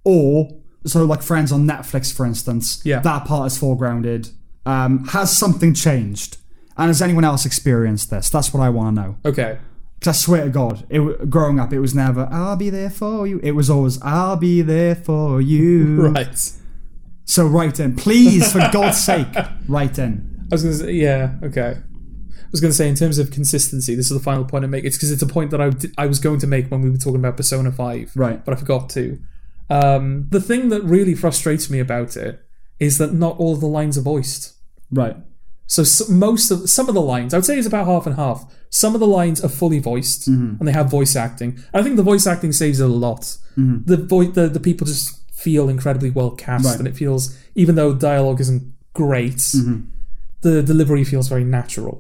Speaker 2: or so like Friends on Netflix, for instance?
Speaker 1: Yeah.
Speaker 2: That part is foregrounded. Um, has something changed? And has anyone else experienced this? That's what I want to know.
Speaker 1: Okay.
Speaker 2: Because I swear to God, it, w- growing up, it was never "I'll be there for you." It was always "I'll be there for you."
Speaker 1: <laughs> Right.
Speaker 2: So write in, please, for God's sake, write in.
Speaker 1: I was gonna say yeah. Okay. I was gonna say in terms of consistency, this is the final point I make. It's because it's a point that I d- I was going to make when we were talking about Persona Five,
Speaker 2: Right.
Speaker 1: But I forgot to. Um, the thing that really frustrates me about it is that not all of the lines are voiced.
Speaker 2: Right.
Speaker 1: So s most of some of the lines, I would say, it's about half and half. Some of the lines are fully voiced,
Speaker 2: Mm-hmm.
Speaker 1: and they have voice acting. I think the voice acting saves it a lot. The, vo- the the people just feel incredibly well cast,
Speaker 2: Mm-hmm. Right.
Speaker 1: and it feels even though dialogue isn't great,
Speaker 2: Mm-hmm.
Speaker 1: the delivery feels very natural.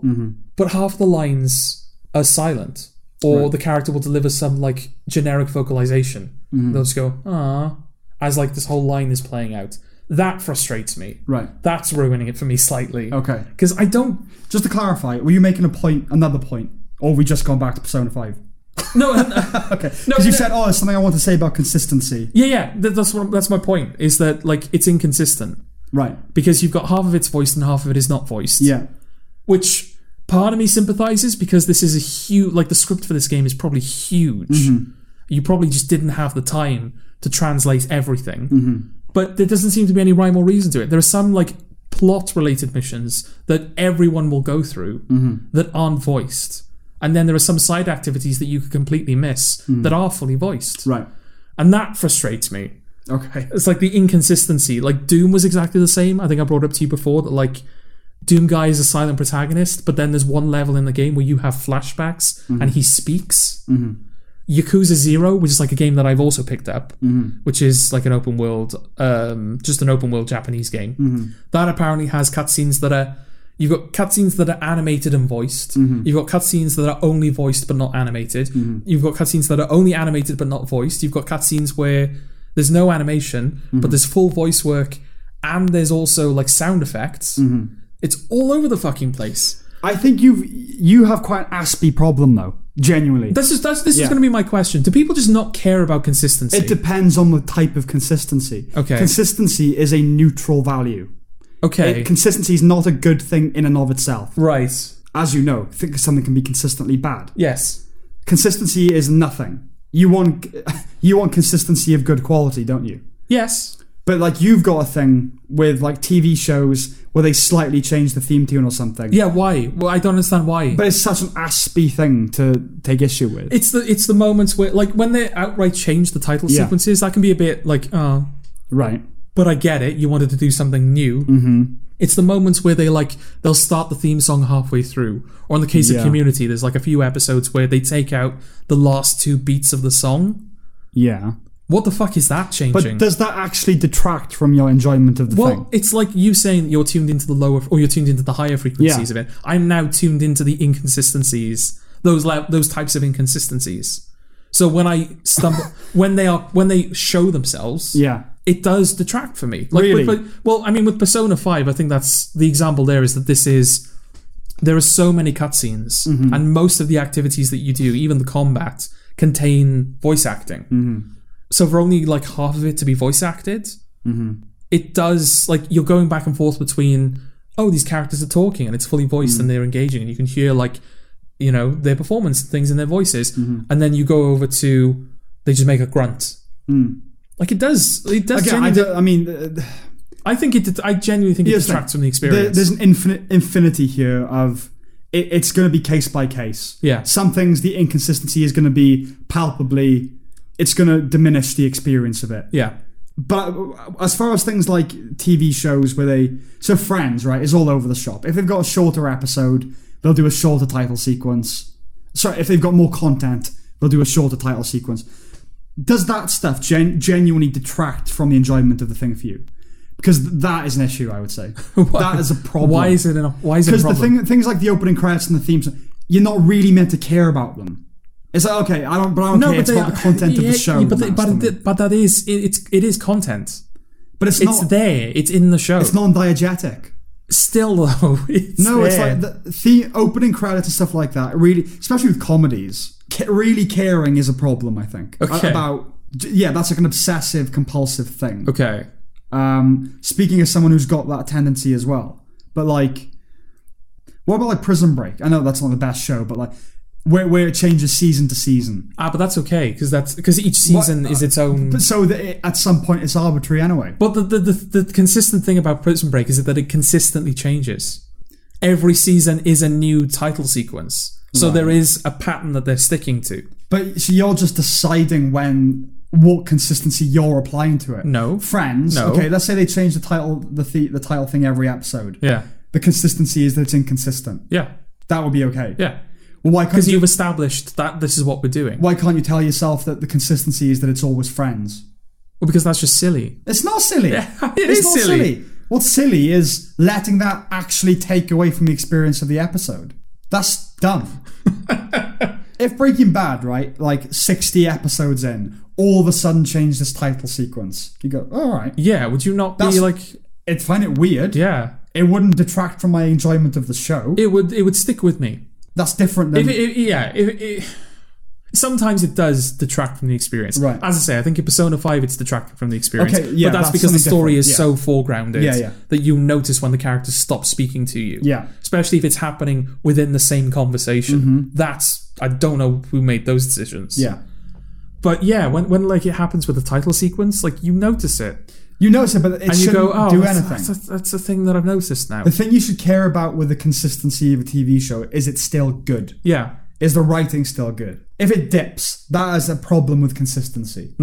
Speaker 1: But half the lines are silent, or the character will deliver some like generic vocalization.
Speaker 2: Mm-hmm.
Speaker 1: They'll just go ah, as like this whole line is playing out. That frustrates me.
Speaker 2: Right.
Speaker 1: That's ruining it for me slightly.
Speaker 2: Okay.
Speaker 1: Because I don't.
Speaker 2: Just to clarify, were you making a point, another point, or have we just gone back to Persona 5?
Speaker 1: No. uh,
Speaker 2: Okay. Because you
Speaker 1: no.
Speaker 2: said, oh, there's something I want to say about consistency.
Speaker 1: yeah, yeah. That, that's what, that's my point. Is that like it's inconsistent
Speaker 2: Right.
Speaker 1: because you've got half of it's voiced and half of it is not voiced.
Speaker 2: Yeah.
Speaker 1: Which part of me sympathizes because this is a huge. Like the script for this game is probably huge. You probably just didn't have the time to translate everything. But there doesn't seem to be any rhyme or reason to it. There are some like plot related missions that everyone will go through that aren't voiced. And then there are some side activities that you could completely miss that are fully voiced.
Speaker 2: Right.
Speaker 1: and that frustrates me.
Speaker 2: Okay.
Speaker 1: It's like the inconsistency. Like Doom was exactly the same. I think I brought it up to you before that like Doom guy is a silent protagonist, but then there's one level in the game where you have flashbacks and he speaks. Yakuza Zero, which is like a game that I've also picked up,
Speaker 2: Mm-hmm.
Speaker 1: which is like an open world, um, just an open world Japanese game.
Speaker 2: Mm-hmm.
Speaker 1: That apparently has cutscenes that are you've got cutscenes that are animated and voiced.
Speaker 2: Mm-hmm.
Speaker 1: You've got cutscenes that are only voiced but not animated. You've got cutscenes that are only animated but not voiced. You've got cutscenes where there's no animation
Speaker 2: Mm-hmm.
Speaker 1: but there's full voice work and there's also like sound effects.
Speaker 2: Mm-hmm.
Speaker 1: It's all over the fucking place.
Speaker 2: I think you've, you have quite an aspy problem, though, genuinely.
Speaker 1: That's just that's this
Speaker 2: Yeah.
Speaker 1: is going to be my question. Do people just not care about consistency?
Speaker 2: It depends on the type of consistency.
Speaker 1: Okay.
Speaker 2: Consistency is a neutral value.
Speaker 1: okay.
Speaker 2: Consistency is not a good thing in and of itself.
Speaker 1: right.
Speaker 2: As you know, think something can be consistently bad.
Speaker 1: Yes.
Speaker 2: consistency is nothing. You want <laughs> you want consistency of good quality, don't you?
Speaker 1: Yes.
Speaker 2: But like you've got a thing with like TV shows where they slightly change the theme tune or something.
Speaker 1: Yeah. Why? Well, I don't understand why.
Speaker 2: But it's such an aspy thing to take issue with.
Speaker 1: it's the it's the moments where like when they outright change the title
Speaker 2: Yeah.
Speaker 1: sequences, that can be a bit like oh,
Speaker 2: right.
Speaker 1: but I get it. You wanted to do something new. Mm-hmm. It's the moments where they like they'll start the theme song halfway through, or in the case
Speaker 2: Yeah.
Speaker 1: of Community, there's like a few episodes where they take out the last two beats of the song.
Speaker 2: Yeah.
Speaker 1: What the fuck is that
Speaker 2: But
Speaker 1: changing?
Speaker 2: does that actually detract from your enjoyment of the
Speaker 1: well,
Speaker 2: thing?
Speaker 1: it's like you saying you're tuned into the lower or you're tuned into the higher frequencies of it. I'm now tuned into the inconsistencies, those la- those types of inconsistencies. So when I
Speaker 2: <laughs>
Speaker 1: stumble, when they are when they show themselves,
Speaker 2: Yeah.
Speaker 1: it does detract for me. Like,
Speaker 2: Really?
Speaker 1: With, with- well, I mean, with Persona Five, I think that's the example. There is that this is there are so many cutscenes,
Speaker 2: Mm-hmm.
Speaker 1: and most of the activities that you do, even the combat, contain voice acting.
Speaker 2: Mm-hmm.
Speaker 1: So for only like half of it to be voice acted, it does like you're going back and forth between oh these characters are talking and it's fully voiced
Speaker 2: Mm.
Speaker 1: and they're engaging and you can hear like you know their performance and things in their voices,
Speaker 2: Mm-hmm.
Speaker 1: and then you go over to they just make a grunt. Like it does, it does.
Speaker 2: Mm. Again, I,
Speaker 1: genuinely-
Speaker 2: don't- I mean, uh,
Speaker 1: I think it. I genuinely think it
Speaker 2: Here's the
Speaker 1: detracts from the
Speaker 2: there,
Speaker 1: experience.
Speaker 2: there's an infinite infinity here of it, it's going to be case by case.
Speaker 1: Yeah.
Speaker 2: Some things the inconsistency is going to be palpably. It's going to diminish the experience of it.
Speaker 1: yeah,
Speaker 2: But uh, as far as things like TV shows where they so Friends right is all over the shop. If they've got a shorter episode, they'll do a shorter title sequence. Sorry, if they've got more content, they'll do a shorter title sequence. Does that stuff gen- genuinely detract from the enjoyment of the thing for you? Because th- that is an issue, I would say. that is a
Speaker 1: <laughs>
Speaker 2: problem.
Speaker 1: why is it? An, why is it a
Speaker 2: Because the
Speaker 1: problem?
Speaker 2: thing, things like the opening credits and the themes, you're not really meant to care about them. It's like okay, I don't, but I don't care. It's
Speaker 1: they
Speaker 2: about
Speaker 1: are-
Speaker 2: the content of
Speaker 1: yeah,
Speaker 2: the show.
Speaker 1: But,
Speaker 2: that
Speaker 1: they-
Speaker 2: matters to
Speaker 1: but,
Speaker 2: me.
Speaker 1: it- but that is it, it's it is content.
Speaker 2: but it's,
Speaker 1: It's
Speaker 2: not.
Speaker 1: there. It's in the show.
Speaker 2: It's non-diegetic.
Speaker 1: Still though. <laughs> It's
Speaker 2: No, it's
Speaker 1: there.
Speaker 2: like the, the opening credits and stuff like that. Really, especially with comedies, ca- really caring is a problem. I think A-
Speaker 1: Okay.
Speaker 2: about yeah, that's like an obsessive compulsive thing.
Speaker 1: okay.
Speaker 2: Um, speaking as someone who's got that tendency as well, but like, what about like Prison Break? I know that's not the best show, but like where where it changes season to season,
Speaker 1: Ah, but that's okay because that's because each season is its own.
Speaker 2: but so that it, at some point it's arbitrary anyway.
Speaker 1: But the, the the the consistent thing about Prison Break is that it consistently changes. Every season is a new title sequence, so there is a pattern that they're sticking to.
Speaker 2: But so you're just deciding when what consistency you're applying to it.
Speaker 1: No.
Speaker 2: Friends.
Speaker 1: No.
Speaker 2: Okay, let's say they change the title the, the the title thing every episode.
Speaker 1: Yeah.
Speaker 2: The consistency is that it's inconsistent.
Speaker 1: Yeah.
Speaker 2: That would be okay.
Speaker 1: Yeah.
Speaker 2: Well, why can't
Speaker 1: Because
Speaker 2: you,
Speaker 1: you've established that this is what we're doing.
Speaker 2: why can't you tell yourself that the consistency is that it's always friends?
Speaker 1: Well, because that's just silly.
Speaker 2: It's not
Speaker 1: <laughs>
Speaker 2: silly.
Speaker 1: it
Speaker 2: <laughs> it's
Speaker 1: is
Speaker 2: not
Speaker 1: silly.
Speaker 2: What's silly is letting that actually take away from the experience of the episode.
Speaker 1: <laughs>
Speaker 2: That's dumb. if Breaking Bad, right, like 60 episodes in, all of a sudden changed this title sequence, you go, all right.
Speaker 1: Yeah, would you not be
Speaker 2: That's-
Speaker 1: like
Speaker 2: I'd find it weird.
Speaker 1: yeah?
Speaker 2: It wouldn't detract from my enjoyment of the show.
Speaker 1: It would it would stick with me.
Speaker 2: That's different
Speaker 1: If
Speaker 2: than.
Speaker 1: it, it- yeah, if it, sometimes it does detract from the experience.
Speaker 2: Right.
Speaker 1: As I say, I think in Persona Five it's detracting from the experience.
Speaker 2: Okay, yeah,
Speaker 1: but that's,
Speaker 2: that's
Speaker 1: because the
Speaker 2: something
Speaker 1: story
Speaker 2: different,
Speaker 1: is so foregrounded
Speaker 2: Yeah, yeah.
Speaker 1: that you notice when the characters stop speaking to you.
Speaker 2: Yeah. Mm-hmm.
Speaker 1: Especially if it's happening within the same conversation. That's I don't know who made those decisions.
Speaker 2: yeah.
Speaker 1: But yeah, when when like it happens with the title sequence, like you notice it.
Speaker 2: You notice it, but it
Speaker 1: and you go,
Speaker 2: shouldn't
Speaker 1: oh,
Speaker 2: do
Speaker 1: that's,
Speaker 2: anything.
Speaker 1: That's, that's a thing that I've noticed now.
Speaker 2: the thing you should care about with the consistency of a TV show is it still good?
Speaker 1: Yeah,
Speaker 2: is the writing still good? If it dips, that is a problem with consistency.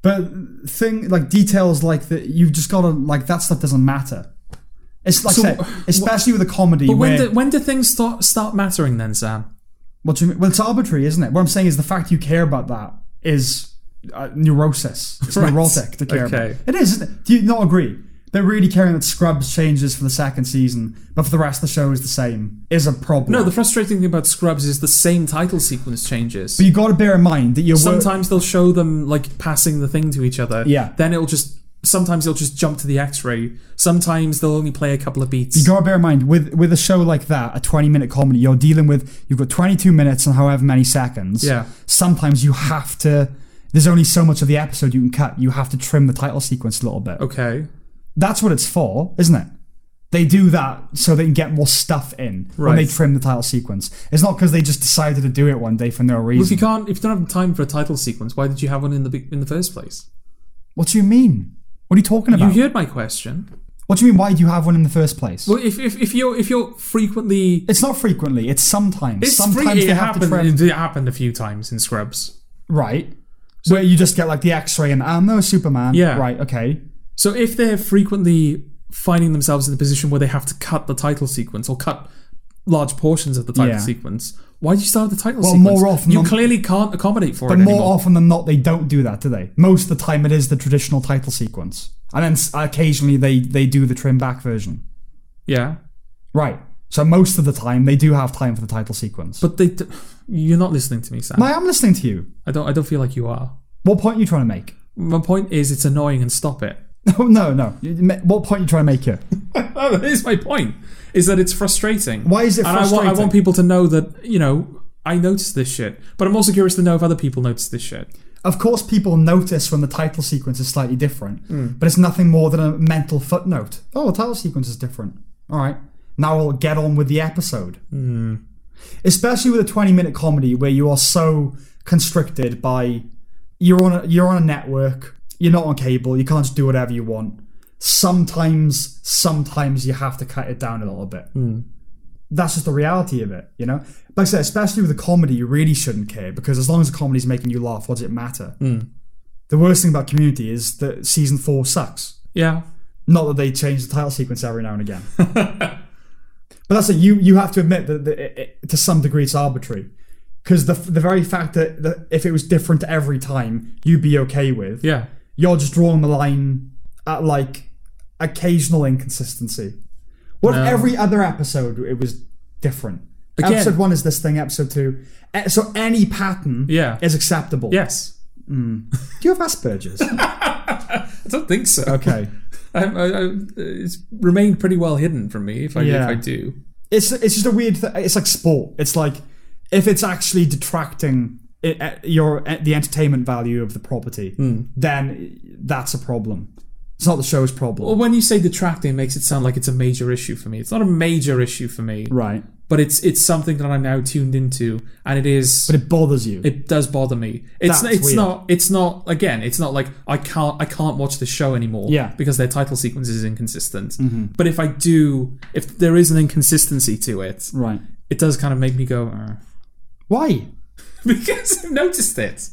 Speaker 2: But thing like details like that, you've just got to like that stuff doesn't matter. It's like I
Speaker 1: So,
Speaker 2: said, especially with a comedy
Speaker 1: but when
Speaker 2: where
Speaker 1: do, when do things start start mattering then, Sam?
Speaker 2: what do you mean? Well, it's arbitrary, isn't it? What I'm saying is the fact you care about that is uh, neurosis. It's
Speaker 1: Right.
Speaker 2: neurotic to care
Speaker 1: Okay.
Speaker 2: about. It is. Isn't it? Do you not agree? They're really caring that Scrubs changes for the second season, but for the rest of the show is the same. Is a problem.
Speaker 1: No, the frustrating thing about Scrubs is the same title sequence changes.
Speaker 2: but you got to bear in mind that you're wor-
Speaker 1: Sometimes they'll show them like passing the thing to each other.
Speaker 2: Yeah.
Speaker 1: Then it'll just sometimes it'll just jump to the X-ray. Sometimes they'll only play a couple of beats.
Speaker 2: you gotta bear in mind with with a show like that, a twenty minute comedy, you're dealing with you've got twenty two minutes and however many seconds.
Speaker 1: Yeah.
Speaker 2: Sometimes you have to. There's only so much of the episode you can cut. You have to trim the title sequence a little bit.
Speaker 1: okay.
Speaker 2: That's what it's for, isn't it? They do that so they can get more stuff in when they
Speaker 1: Right.
Speaker 2: trim the title sequence. It's not because they just decided to do it one day for no
Speaker 1: If you
Speaker 2: reason.
Speaker 1: can't, if you don't have time for a title sequence, why did you have one in the be- in the first place?
Speaker 2: what do you mean? What are you talking
Speaker 1: You
Speaker 2: about?
Speaker 1: heard my question.
Speaker 2: what do you mean? Why do you have one in the first place?
Speaker 1: Well, if if, if you're if you're frequently
Speaker 2: it's not frequently. It's sometimes.
Speaker 1: It's
Speaker 2: sometimes
Speaker 1: free,
Speaker 2: they
Speaker 1: it
Speaker 2: have to
Speaker 1: happened.
Speaker 2: trim.
Speaker 1: It happened a few times in Scrubs.
Speaker 2: Right. Where you just get like the X-ray and "Oh, I'm no Superman.
Speaker 1: Yeah.
Speaker 2: Right. Okay.
Speaker 1: So if they're frequently finding themselves in a position where they have to cut the title sequence or cut large portions of the title
Speaker 2: Yeah.
Speaker 1: sequence, why do you start the title
Speaker 2: Well,
Speaker 1: sequence?
Speaker 2: more often
Speaker 1: you
Speaker 2: than-
Speaker 1: clearly can't accommodate for
Speaker 2: But
Speaker 1: it
Speaker 2: more
Speaker 1: anymore.
Speaker 2: often than not, they don't do that, do they? Most of the time, it is the traditional title sequence, and then s- occasionally they they do the trim back version.
Speaker 1: yeah,
Speaker 2: Right. So most of the time, they do have time for the title sequence.
Speaker 1: but they. D- you're not listening to me, Sam.
Speaker 2: I am listening to you.
Speaker 1: I don't. I don't feel like you are.
Speaker 2: What point are you trying to make? <laughs>
Speaker 1: My point is, it's annoying and stop it. <laughs>
Speaker 2: No, no, no. You- you ma- What point are you trying to make here?
Speaker 1: that is my point. Is that it's frustrating.
Speaker 2: Why is it
Speaker 1: and I want, I
Speaker 2: frustrating?
Speaker 1: want people to know that you know I noticed this shit, but I'm also curious to know if other people notice this shit.
Speaker 2: Of course, people notice when the title sequence is slightly different,
Speaker 1: Hmm.
Speaker 2: but it's nothing more than a mental footnote. Oh, the title sequence is different. All right, now we'll get on with the episode. Especially with a twenty-minute comedy where you are so constricted by you're on a, you're on a network, you're not on cable, you can't just do whatever you want. Sometimes, sometimes you have to cut it down a little bit that's just the reality of it, you know. Like I said, especially with a comedy, you really shouldn't care because as long as the comedy's making you laugh, what does it matter? The worst thing about Community is that season four sucks.
Speaker 1: Yeah,
Speaker 2: Not that they change the title sequence every now and again, <laughs> but that's it. You you have to admit that, that it, it- to some degree it's arbitrary because the the very fact that, that if it was different every time, you'd be okay with.
Speaker 1: yeah.
Speaker 2: You're just drawing the line at like occasional inconsistency. What if
Speaker 1: No.
Speaker 2: every other episode it was different?
Speaker 1: Again-
Speaker 2: Episode one is this thing. Episode two, eh, so any pattern
Speaker 1: Yeah.
Speaker 2: is acceptable.
Speaker 1: Yes.
Speaker 2: Do you have
Speaker 1: <laughs>
Speaker 2: Asperger's?
Speaker 1: I don't think so.
Speaker 2: okay.
Speaker 1: I, I, I, it's remained pretty well hidden from me. If I
Speaker 2: Yeah.
Speaker 1: if I do,
Speaker 2: It's it's just a weird. Th- it's like sport. It's like if it's actually detracting it, eh, your eh, the entertainment value of the property,
Speaker 1: Hmm.
Speaker 2: then that's a problem. It's not the show's problem,
Speaker 1: well, when you say detracting, it makes it sound like it's a major issue for me. It's not a major issue for me,
Speaker 2: right?
Speaker 1: but it's it's something that I'm now tuned into, and it is.
Speaker 2: But it bothers you.
Speaker 1: it does bother me. It's
Speaker 2: That's
Speaker 1: it's
Speaker 2: weird.
Speaker 1: not it's not again. It's not like I can't I can't watch the show anymore.
Speaker 2: Yeah. Mm-hmm.
Speaker 1: because their title sequence is inconsistent. But if I do, if there is an inconsistency to it,
Speaker 2: right?
Speaker 1: it does kind of make me go uh, <laughs>
Speaker 2: Why?
Speaker 1: because I've noticed it.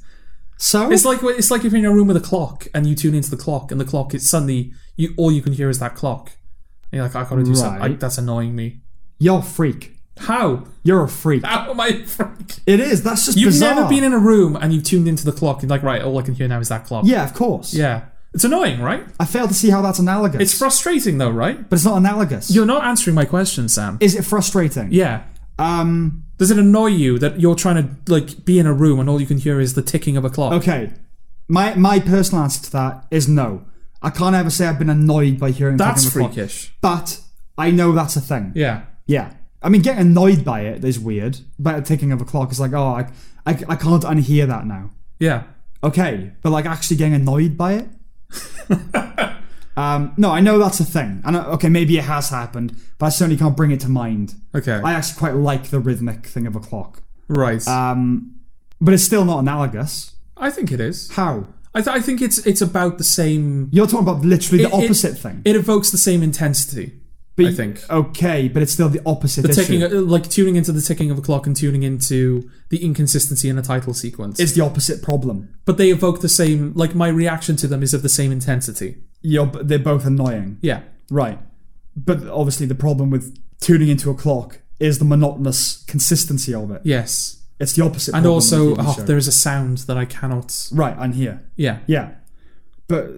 Speaker 2: So
Speaker 1: It's like it's like if you're in a room with a clock and you tune into the clock and the clock is suddenly you all you can hear is that clock. And you're like I gotta do something. I,
Speaker 2: Right.
Speaker 1: that's annoying me.
Speaker 2: You're a freak.
Speaker 1: How?
Speaker 2: You're a freak.
Speaker 1: How am I? freak?
Speaker 2: It is. That's just
Speaker 1: Ah. You've
Speaker 2: bizarre.
Speaker 1: never been in a room and you've tuned into the clock and you're like right, all I can hear now is that clock.
Speaker 2: yeah, of course.
Speaker 1: yeah. It's annoying, right?
Speaker 2: I fail to see how that's analogous.
Speaker 1: It's frustrating though, right?
Speaker 2: but it's not analogous.
Speaker 1: You're not answering my question, Sam.
Speaker 2: is it frustrating?
Speaker 1: Yeah.
Speaker 2: Um.
Speaker 1: Does it annoy you that you're trying to like be in a room and all you can hear is the ticking of a clock?
Speaker 2: Okay. My my personal answer to that is no. I can't ever say I've been annoyed by hearing
Speaker 1: That's
Speaker 2: ticking the clock,
Speaker 1: freakish.
Speaker 2: but I know that's a thing.
Speaker 1: Yeah.
Speaker 2: Yeah. I mean, getting annoyed by it is weird. But the ticking of a clock is like, oh, I, I, I can't unhear that now.
Speaker 1: Yeah.
Speaker 2: okay, but like actually getting annoyed
Speaker 1: <laughs>
Speaker 2: by it. um, no, I know that's a thing, and uh, okay, maybe it has happened, but I certainly can't bring it to mind.
Speaker 1: Okay.
Speaker 2: I actually quite like the rhythmic thing of a clock,
Speaker 1: right.
Speaker 2: um, but it's still not analogous.
Speaker 1: I think it is.
Speaker 2: How
Speaker 1: I, th- I think it's it's about the same.
Speaker 2: you're talking about literally the
Speaker 1: It- it-
Speaker 2: opposite thing,
Speaker 1: It evokes the same intensity.
Speaker 2: but
Speaker 1: I
Speaker 2: you-
Speaker 1: think.
Speaker 2: okay, but it's still the opposite
Speaker 1: The
Speaker 2: issue.
Speaker 1: ticking, uh, like tuning into the ticking of a clock and tuning into the inconsistency in a title sequence.
Speaker 2: it's the opposite problem.
Speaker 1: but they evoke the same. Like my reaction to them is of the same intensity.
Speaker 2: You're, b- they're both annoying,
Speaker 1: Yeah.
Speaker 2: right? But obviously, the problem with tuning into a clock is the monotonous consistency of it.
Speaker 1: Yes.
Speaker 2: It's the opposite.
Speaker 1: And
Speaker 2: problem
Speaker 1: also,
Speaker 2: with TV
Speaker 1: oh,
Speaker 2: show.
Speaker 1: there is a sound that I cannot.
Speaker 2: Right, I'm here.
Speaker 1: Yeah.
Speaker 2: Yeah. But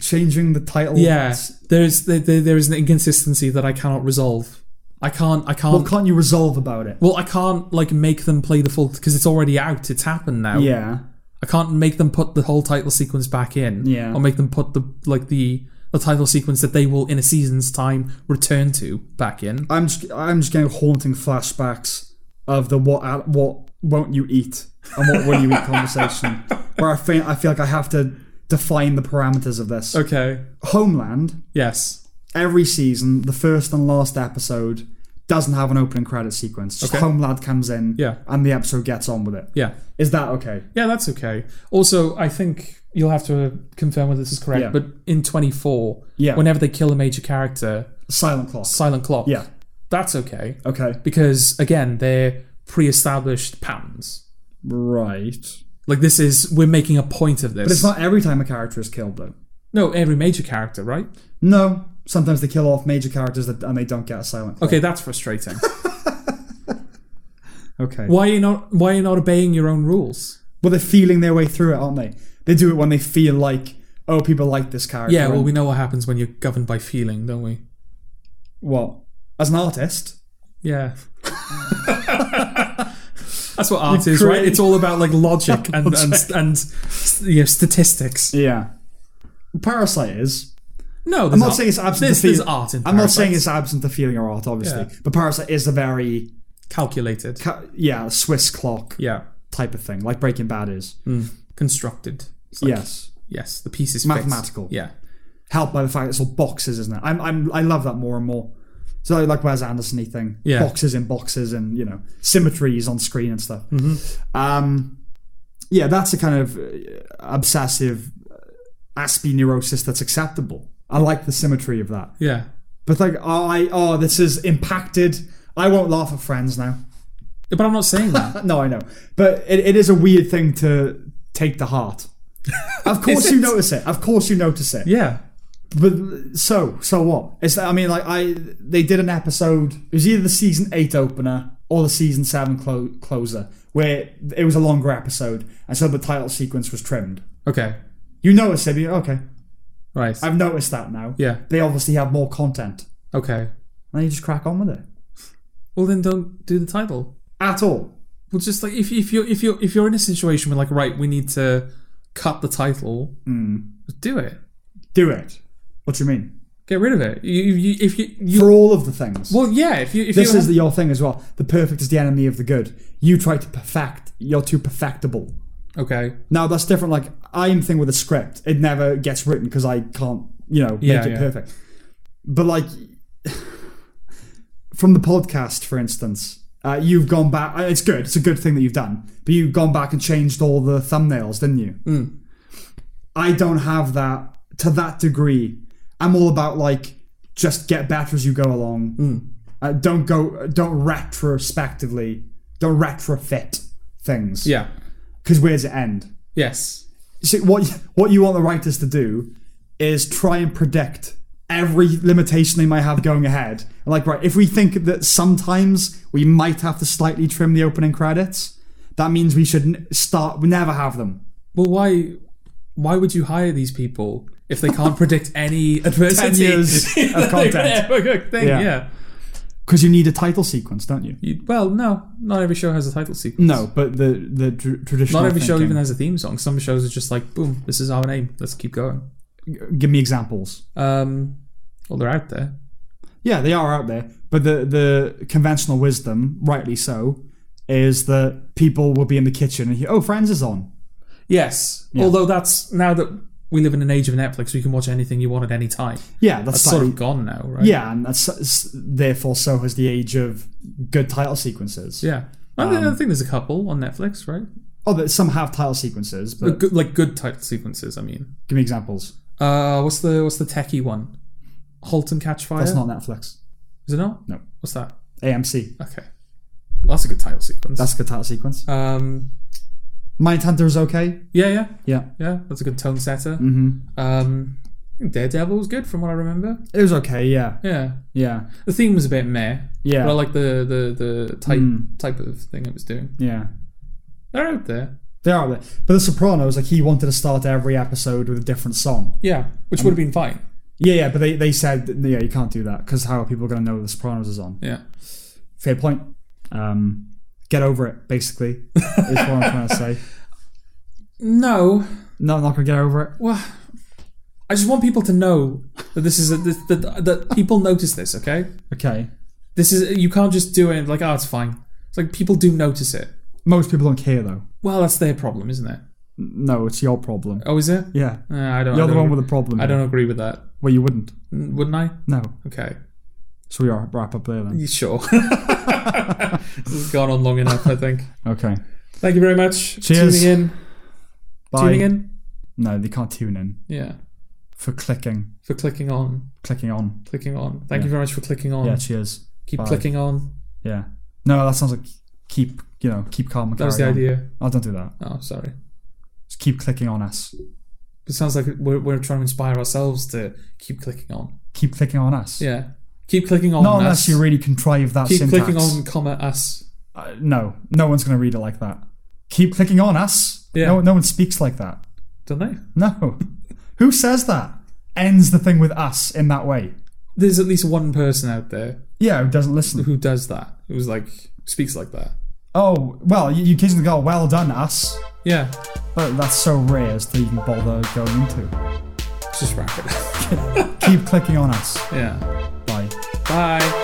Speaker 2: changing the title.
Speaker 1: Yeah, there's there, there, there is an inconsistency that I cannot resolve. I can't I can't
Speaker 2: What can't you resolve about it?
Speaker 1: well I can't like make them play the full because it's already out. It's happened now.
Speaker 2: Yeah.
Speaker 1: I can't make them put the whole title sequence back in.
Speaker 2: Yeah.
Speaker 1: or make them put the like the the title sequence that they will in a season's time return to back in.
Speaker 2: I'm just, I'm just getting haunting flashbacks of the what what won't you eat and what will
Speaker 1: <laughs>
Speaker 2: you eat conversation, where I feel I feel like I have to define the parameters of this.
Speaker 1: Okay.
Speaker 2: Homeland
Speaker 1: Yes.
Speaker 2: every season, the first and last episode doesn't have an opening credit sequence. Just
Speaker 1: Okay.
Speaker 2: Homelad comes in,
Speaker 1: Yeah.
Speaker 2: and the episode gets on with it.
Speaker 1: Yeah.
Speaker 2: Is that okay?
Speaker 1: Yeah, that's okay. Also, I think you'll have to confirm whether this is correct,
Speaker 2: Yeah.
Speaker 1: but in 24,
Speaker 2: Yeah.
Speaker 1: whenever they kill a major character,
Speaker 2: Silent clock.
Speaker 1: silent clock.
Speaker 2: Yeah.
Speaker 1: That's okay
Speaker 2: Okay.
Speaker 1: because again, they're pre-established patterns.
Speaker 2: Right.
Speaker 1: Like this is we're making a point of this.
Speaker 2: But it's not every time a character is killed, though.
Speaker 1: no, every major character, right?
Speaker 2: No. Sometimes they kill off major characters that, and they don't get a silent clock.
Speaker 1: Okay, that's frustrating.
Speaker 2: Okay.
Speaker 1: why are you not why are you not obeying your own rules?
Speaker 2: Well, they're feeling their way through it, aren't they? They do it when they feel like, oh, people like this character.
Speaker 1: Yeah, well
Speaker 2: and-
Speaker 1: we know what happens when you're governed by feeling, don't we?
Speaker 2: what? As an artist,
Speaker 1: <laughs> Yeah. That's what art is, right?
Speaker 2: create-
Speaker 1: It's all about like logic and and, and you know, statistics.
Speaker 2: yeah. Parasite is.
Speaker 1: No,
Speaker 2: I'm not saying it's absent
Speaker 1: There's,
Speaker 2: to feel.
Speaker 1: there's art in.
Speaker 2: I'm not
Speaker 1: Parasite.
Speaker 2: saying it's absent to feeling or art, obviously.
Speaker 1: Yeah.
Speaker 2: But Parasite is a very,
Speaker 1: calculated.
Speaker 2: ca- yeah, Swiss clock
Speaker 1: Yeah,
Speaker 2: type of thing, like Breaking Bad is.
Speaker 1: constructed. It's like-
Speaker 2: yes,
Speaker 1: Yes, the piece is
Speaker 2: mathematical.
Speaker 1: Fixed. Yeah.
Speaker 2: Helped by the fact it's all boxes, isn't it? I'm, I'm, I love that more and more. So like Wes Anderson thing,
Speaker 1: Yeah.
Speaker 2: boxes in boxes, and you know symmetries on screen and stuff.
Speaker 1: Mm-hmm.
Speaker 2: Um, yeah, that's a kind of uh, obsessive uh, aspie neurosis that's acceptable. I like the symmetry of that.
Speaker 1: Yeah.
Speaker 2: But like, oh, I, oh, this is impacted. I won't laugh at friends now. Uh,
Speaker 1: But I'm not saying that. <laughs>
Speaker 2: No, I know. But it, it is a weird thing to take to
Speaker 1: <laughs>
Speaker 2: heart. Of course
Speaker 1: Is
Speaker 2: you
Speaker 1: it?
Speaker 2: notice it. Of course you notice it.
Speaker 1: yeah.
Speaker 2: But so, so what? It's I mean like I they did an episode it was either the season 8 opener or the season 7 clo- closer where it was a longer episode and so the title sequence was trimmed.
Speaker 1: Okay.
Speaker 2: You notice it, you okay.
Speaker 1: Right.
Speaker 2: I've noticed that now.
Speaker 1: yeah.
Speaker 2: They obviously have more content.
Speaker 1: Okay.
Speaker 2: And you just crack on with it.
Speaker 1: Well, then don't do the title.
Speaker 2: At all.
Speaker 1: Well, just like if if you're if you're if you're in a situation where like right, we need to cut the title,
Speaker 2: Mm.
Speaker 1: just do it.
Speaker 2: Do it. What do you mean?
Speaker 1: Get rid of it. You, you if you you
Speaker 2: For all of the things.
Speaker 1: well yeah if you if
Speaker 2: This
Speaker 1: you
Speaker 2: is the, your thing as well. The perfect is the enemy of the good. You try to perfect. You're too perfectible.
Speaker 1: okay
Speaker 2: Now that's different. Like I'm thing with a script. It never gets written because I can't, you know, make
Speaker 1: Yeah,
Speaker 2: it
Speaker 1: yeah.
Speaker 2: perfect. But like <sighs> from the podcast, for instance, uh, you've gone back. uh, It's good. It's a good thing that you've done. But you've gone back and changed all the thumbnails, didn't you?
Speaker 1: Mm.
Speaker 2: I don't have that to that degree. I'm all about like just get better as you go along.
Speaker 1: Mm.
Speaker 2: Uh, don't go. Don't retrospectively. Don't retrofit things.
Speaker 1: yeah
Speaker 2: Because where's it end?
Speaker 1: yes
Speaker 2: See, what what you want the writers to do is try and predict every limitation they might have going ahead. Like, right, if we think that sometimes we might have to slightly trim the opening credits, that means we should n- start. We never have them.
Speaker 1: well why why would you hire these people if they can't predict any
Speaker 2: <laughs>
Speaker 1: adversity <laughs>
Speaker 2: years
Speaker 1: that
Speaker 2: of
Speaker 1: they
Speaker 2: content.
Speaker 1: could ever think?
Speaker 2: Yeah.
Speaker 1: yeah,
Speaker 2: Because you need a title sequence, don't you?
Speaker 1: You, well no not every show has a title sequence
Speaker 2: No, but the the tr- traditional.
Speaker 1: not every show
Speaker 2: thinking-
Speaker 1: even has a theme song some shows are just like boom this is our name let's keep going
Speaker 2: Give me examples.
Speaker 1: um well they're out there
Speaker 2: Yeah, they are out there, but the the conventional wisdom, rightly so, is that people will be in the kitchen and hear, "Oh, Friends is on."
Speaker 1: yes although that's now that we live in an age of Netflix we can watch anything you want at any time
Speaker 2: Yeah, that's,
Speaker 1: it's sort
Speaker 2: slightly-
Speaker 1: of gone now right
Speaker 2: Yeah, and that's s- therefore so has the age of good title sequences.
Speaker 1: yeah I think-
Speaker 2: Um,
Speaker 1: I think there's a couple on Netflix right
Speaker 2: Oh, but some have title sequences, but
Speaker 1: good, like good title sequences. I mean,
Speaker 2: give me examples.
Speaker 1: uh, what's the what's the techie one? Halt and Catch Fire.
Speaker 2: That's not Netflix.
Speaker 1: Is it not?
Speaker 2: No.
Speaker 1: What's that?
Speaker 2: AMC.
Speaker 1: Okay, well, that's a good title sequence.
Speaker 2: That's a good title sequence.
Speaker 1: um,
Speaker 2: Mindhunter is okay.
Speaker 1: yeah, yeah,
Speaker 2: Yeah,
Speaker 1: yeah. That's a good tone setter.
Speaker 2: Mm.
Speaker 1: Mm-hmm. Um, I think Daredevil was good from what I remember.
Speaker 2: it was okay. Yeah,
Speaker 1: Yeah,
Speaker 2: yeah,
Speaker 1: the theme was a bit meh.
Speaker 2: Yeah. Mm.
Speaker 1: but I like the the the type type of thing it was doing.
Speaker 2: yeah.
Speaker 1: They're out there.
Speaker 2: They are there. But The Sopranos, like he wanted to start every episode with a different song.
Speaker 1: Yeah, which
Speaker 2: Um,
Speaker 1: would have been fine.
Speaker 2: Yeah, yeah. But they, they said, that, yeah, you can't do that because how are people going to know The Sopranos is on?
Speaker 1: Yeah.
Speaker 2: Fair point. Um, get over it. Basically, is what I'm trying to say.
Speaker 1: No,
Speaker 2: No, I'm not gonna get over it.
Speaker 1: Well, I just want people to know that this is a, this, that that people notice this. Okay,
Speaker 2: Okay.
Speaker 1: this is you can't just do it and like oh it's fine. It's like people do notice it.
Speaker 2: Most people don't care though.
Speaker 1: Well, that's their problem, isn't it?
Speaker 2: No, it's your problem.
Speaker 1: Oh, is it?
Speaker 2: Yeah.
Speaker 1: Uh, I don't. I
Speaker 2: You're the
Speaker 1: don't-
Speaker 2: one with the problem.
Speaker 1: I don't agree with that.
Speaker 2: Well, you wouldn't.
Speaker 1: Mm, wouldn't I?
Speaker 2: No.
Speaker 1: Okay.
Speaker 2: So we are wrap up there then.
Speaker 1: You sure? <laughs> this has gone on long enough, I think.
Speaker 2: Okay.
Speaker 1: Thank you very much. for
Speaker 2: Cheers.
Speaker 1: Tuning in.
Speaker 2: Bye.
Speaker 1: Tuning in.
Speaker 2: No, they can't tune in
Speaker 1: Yeah.
Speaker 2: for clicking,
Speaker 1: For clicking on.
Speaker 2: clicking on.
Speaker 1: Clicking on. Thank
Speaker 2: Yeah.
Speaker 1: you very much for clicking on.
Speaker 2: Yeah. Cheers.
Speaker 1: Keep
Speaker 2: bye.
Speaker 1: clicking on.
Speaker 2: Yeah. No, that sounds like keep. You know, keep calm. and
Speaker 1: That was the
Speaker 2: carry on.
Speaker 1: idea.
Speaker 2: Oh, don't do that.
Speaker 1: Oh, sorry.
Speaker 2: Just keep clicking on us.
Speaker 1: It sounds like we're, we're trying to inspire ourselves to keep clicking on.
Speaker 2: Keep clicking on us.
Speaker 1: Yeah. Keep clicking on.
Speaker 2: Not
Speaker 1: us.
Speaker 2: unless you really contrive that
Speaker 1: Keep
Speaker 2: syntax.
Speaker 1: clicking on, comma, us.
Speaker 2: Uh, no, no one's going to read it like that. Keep clicking on us.
Speaker 1: Yeah.
Speaker 2: No, no one speaks like that.
Speaker 1: Don't they?
Speaker 2: No. <laughs> Who says that? Ends the thing with us in that way.
Speaker 1: There's at least one person out there
Speaker 2: Yeah, who doesn't listen?
Speaker 1: who does that. Who's like, speaks like that.
Speaker 2: Oh, well, you, you kids go, well done, us.
Speaker 1: Yeah.
Speaker 2: But that's so rare as to even bother going into.
Speaker 1: Just wrap it <laughs> up.
Speaker 2: Keep clicking on us.
Speaker 1: Yeah.
Speaker 2: Bye.
Speaker 1: Bye.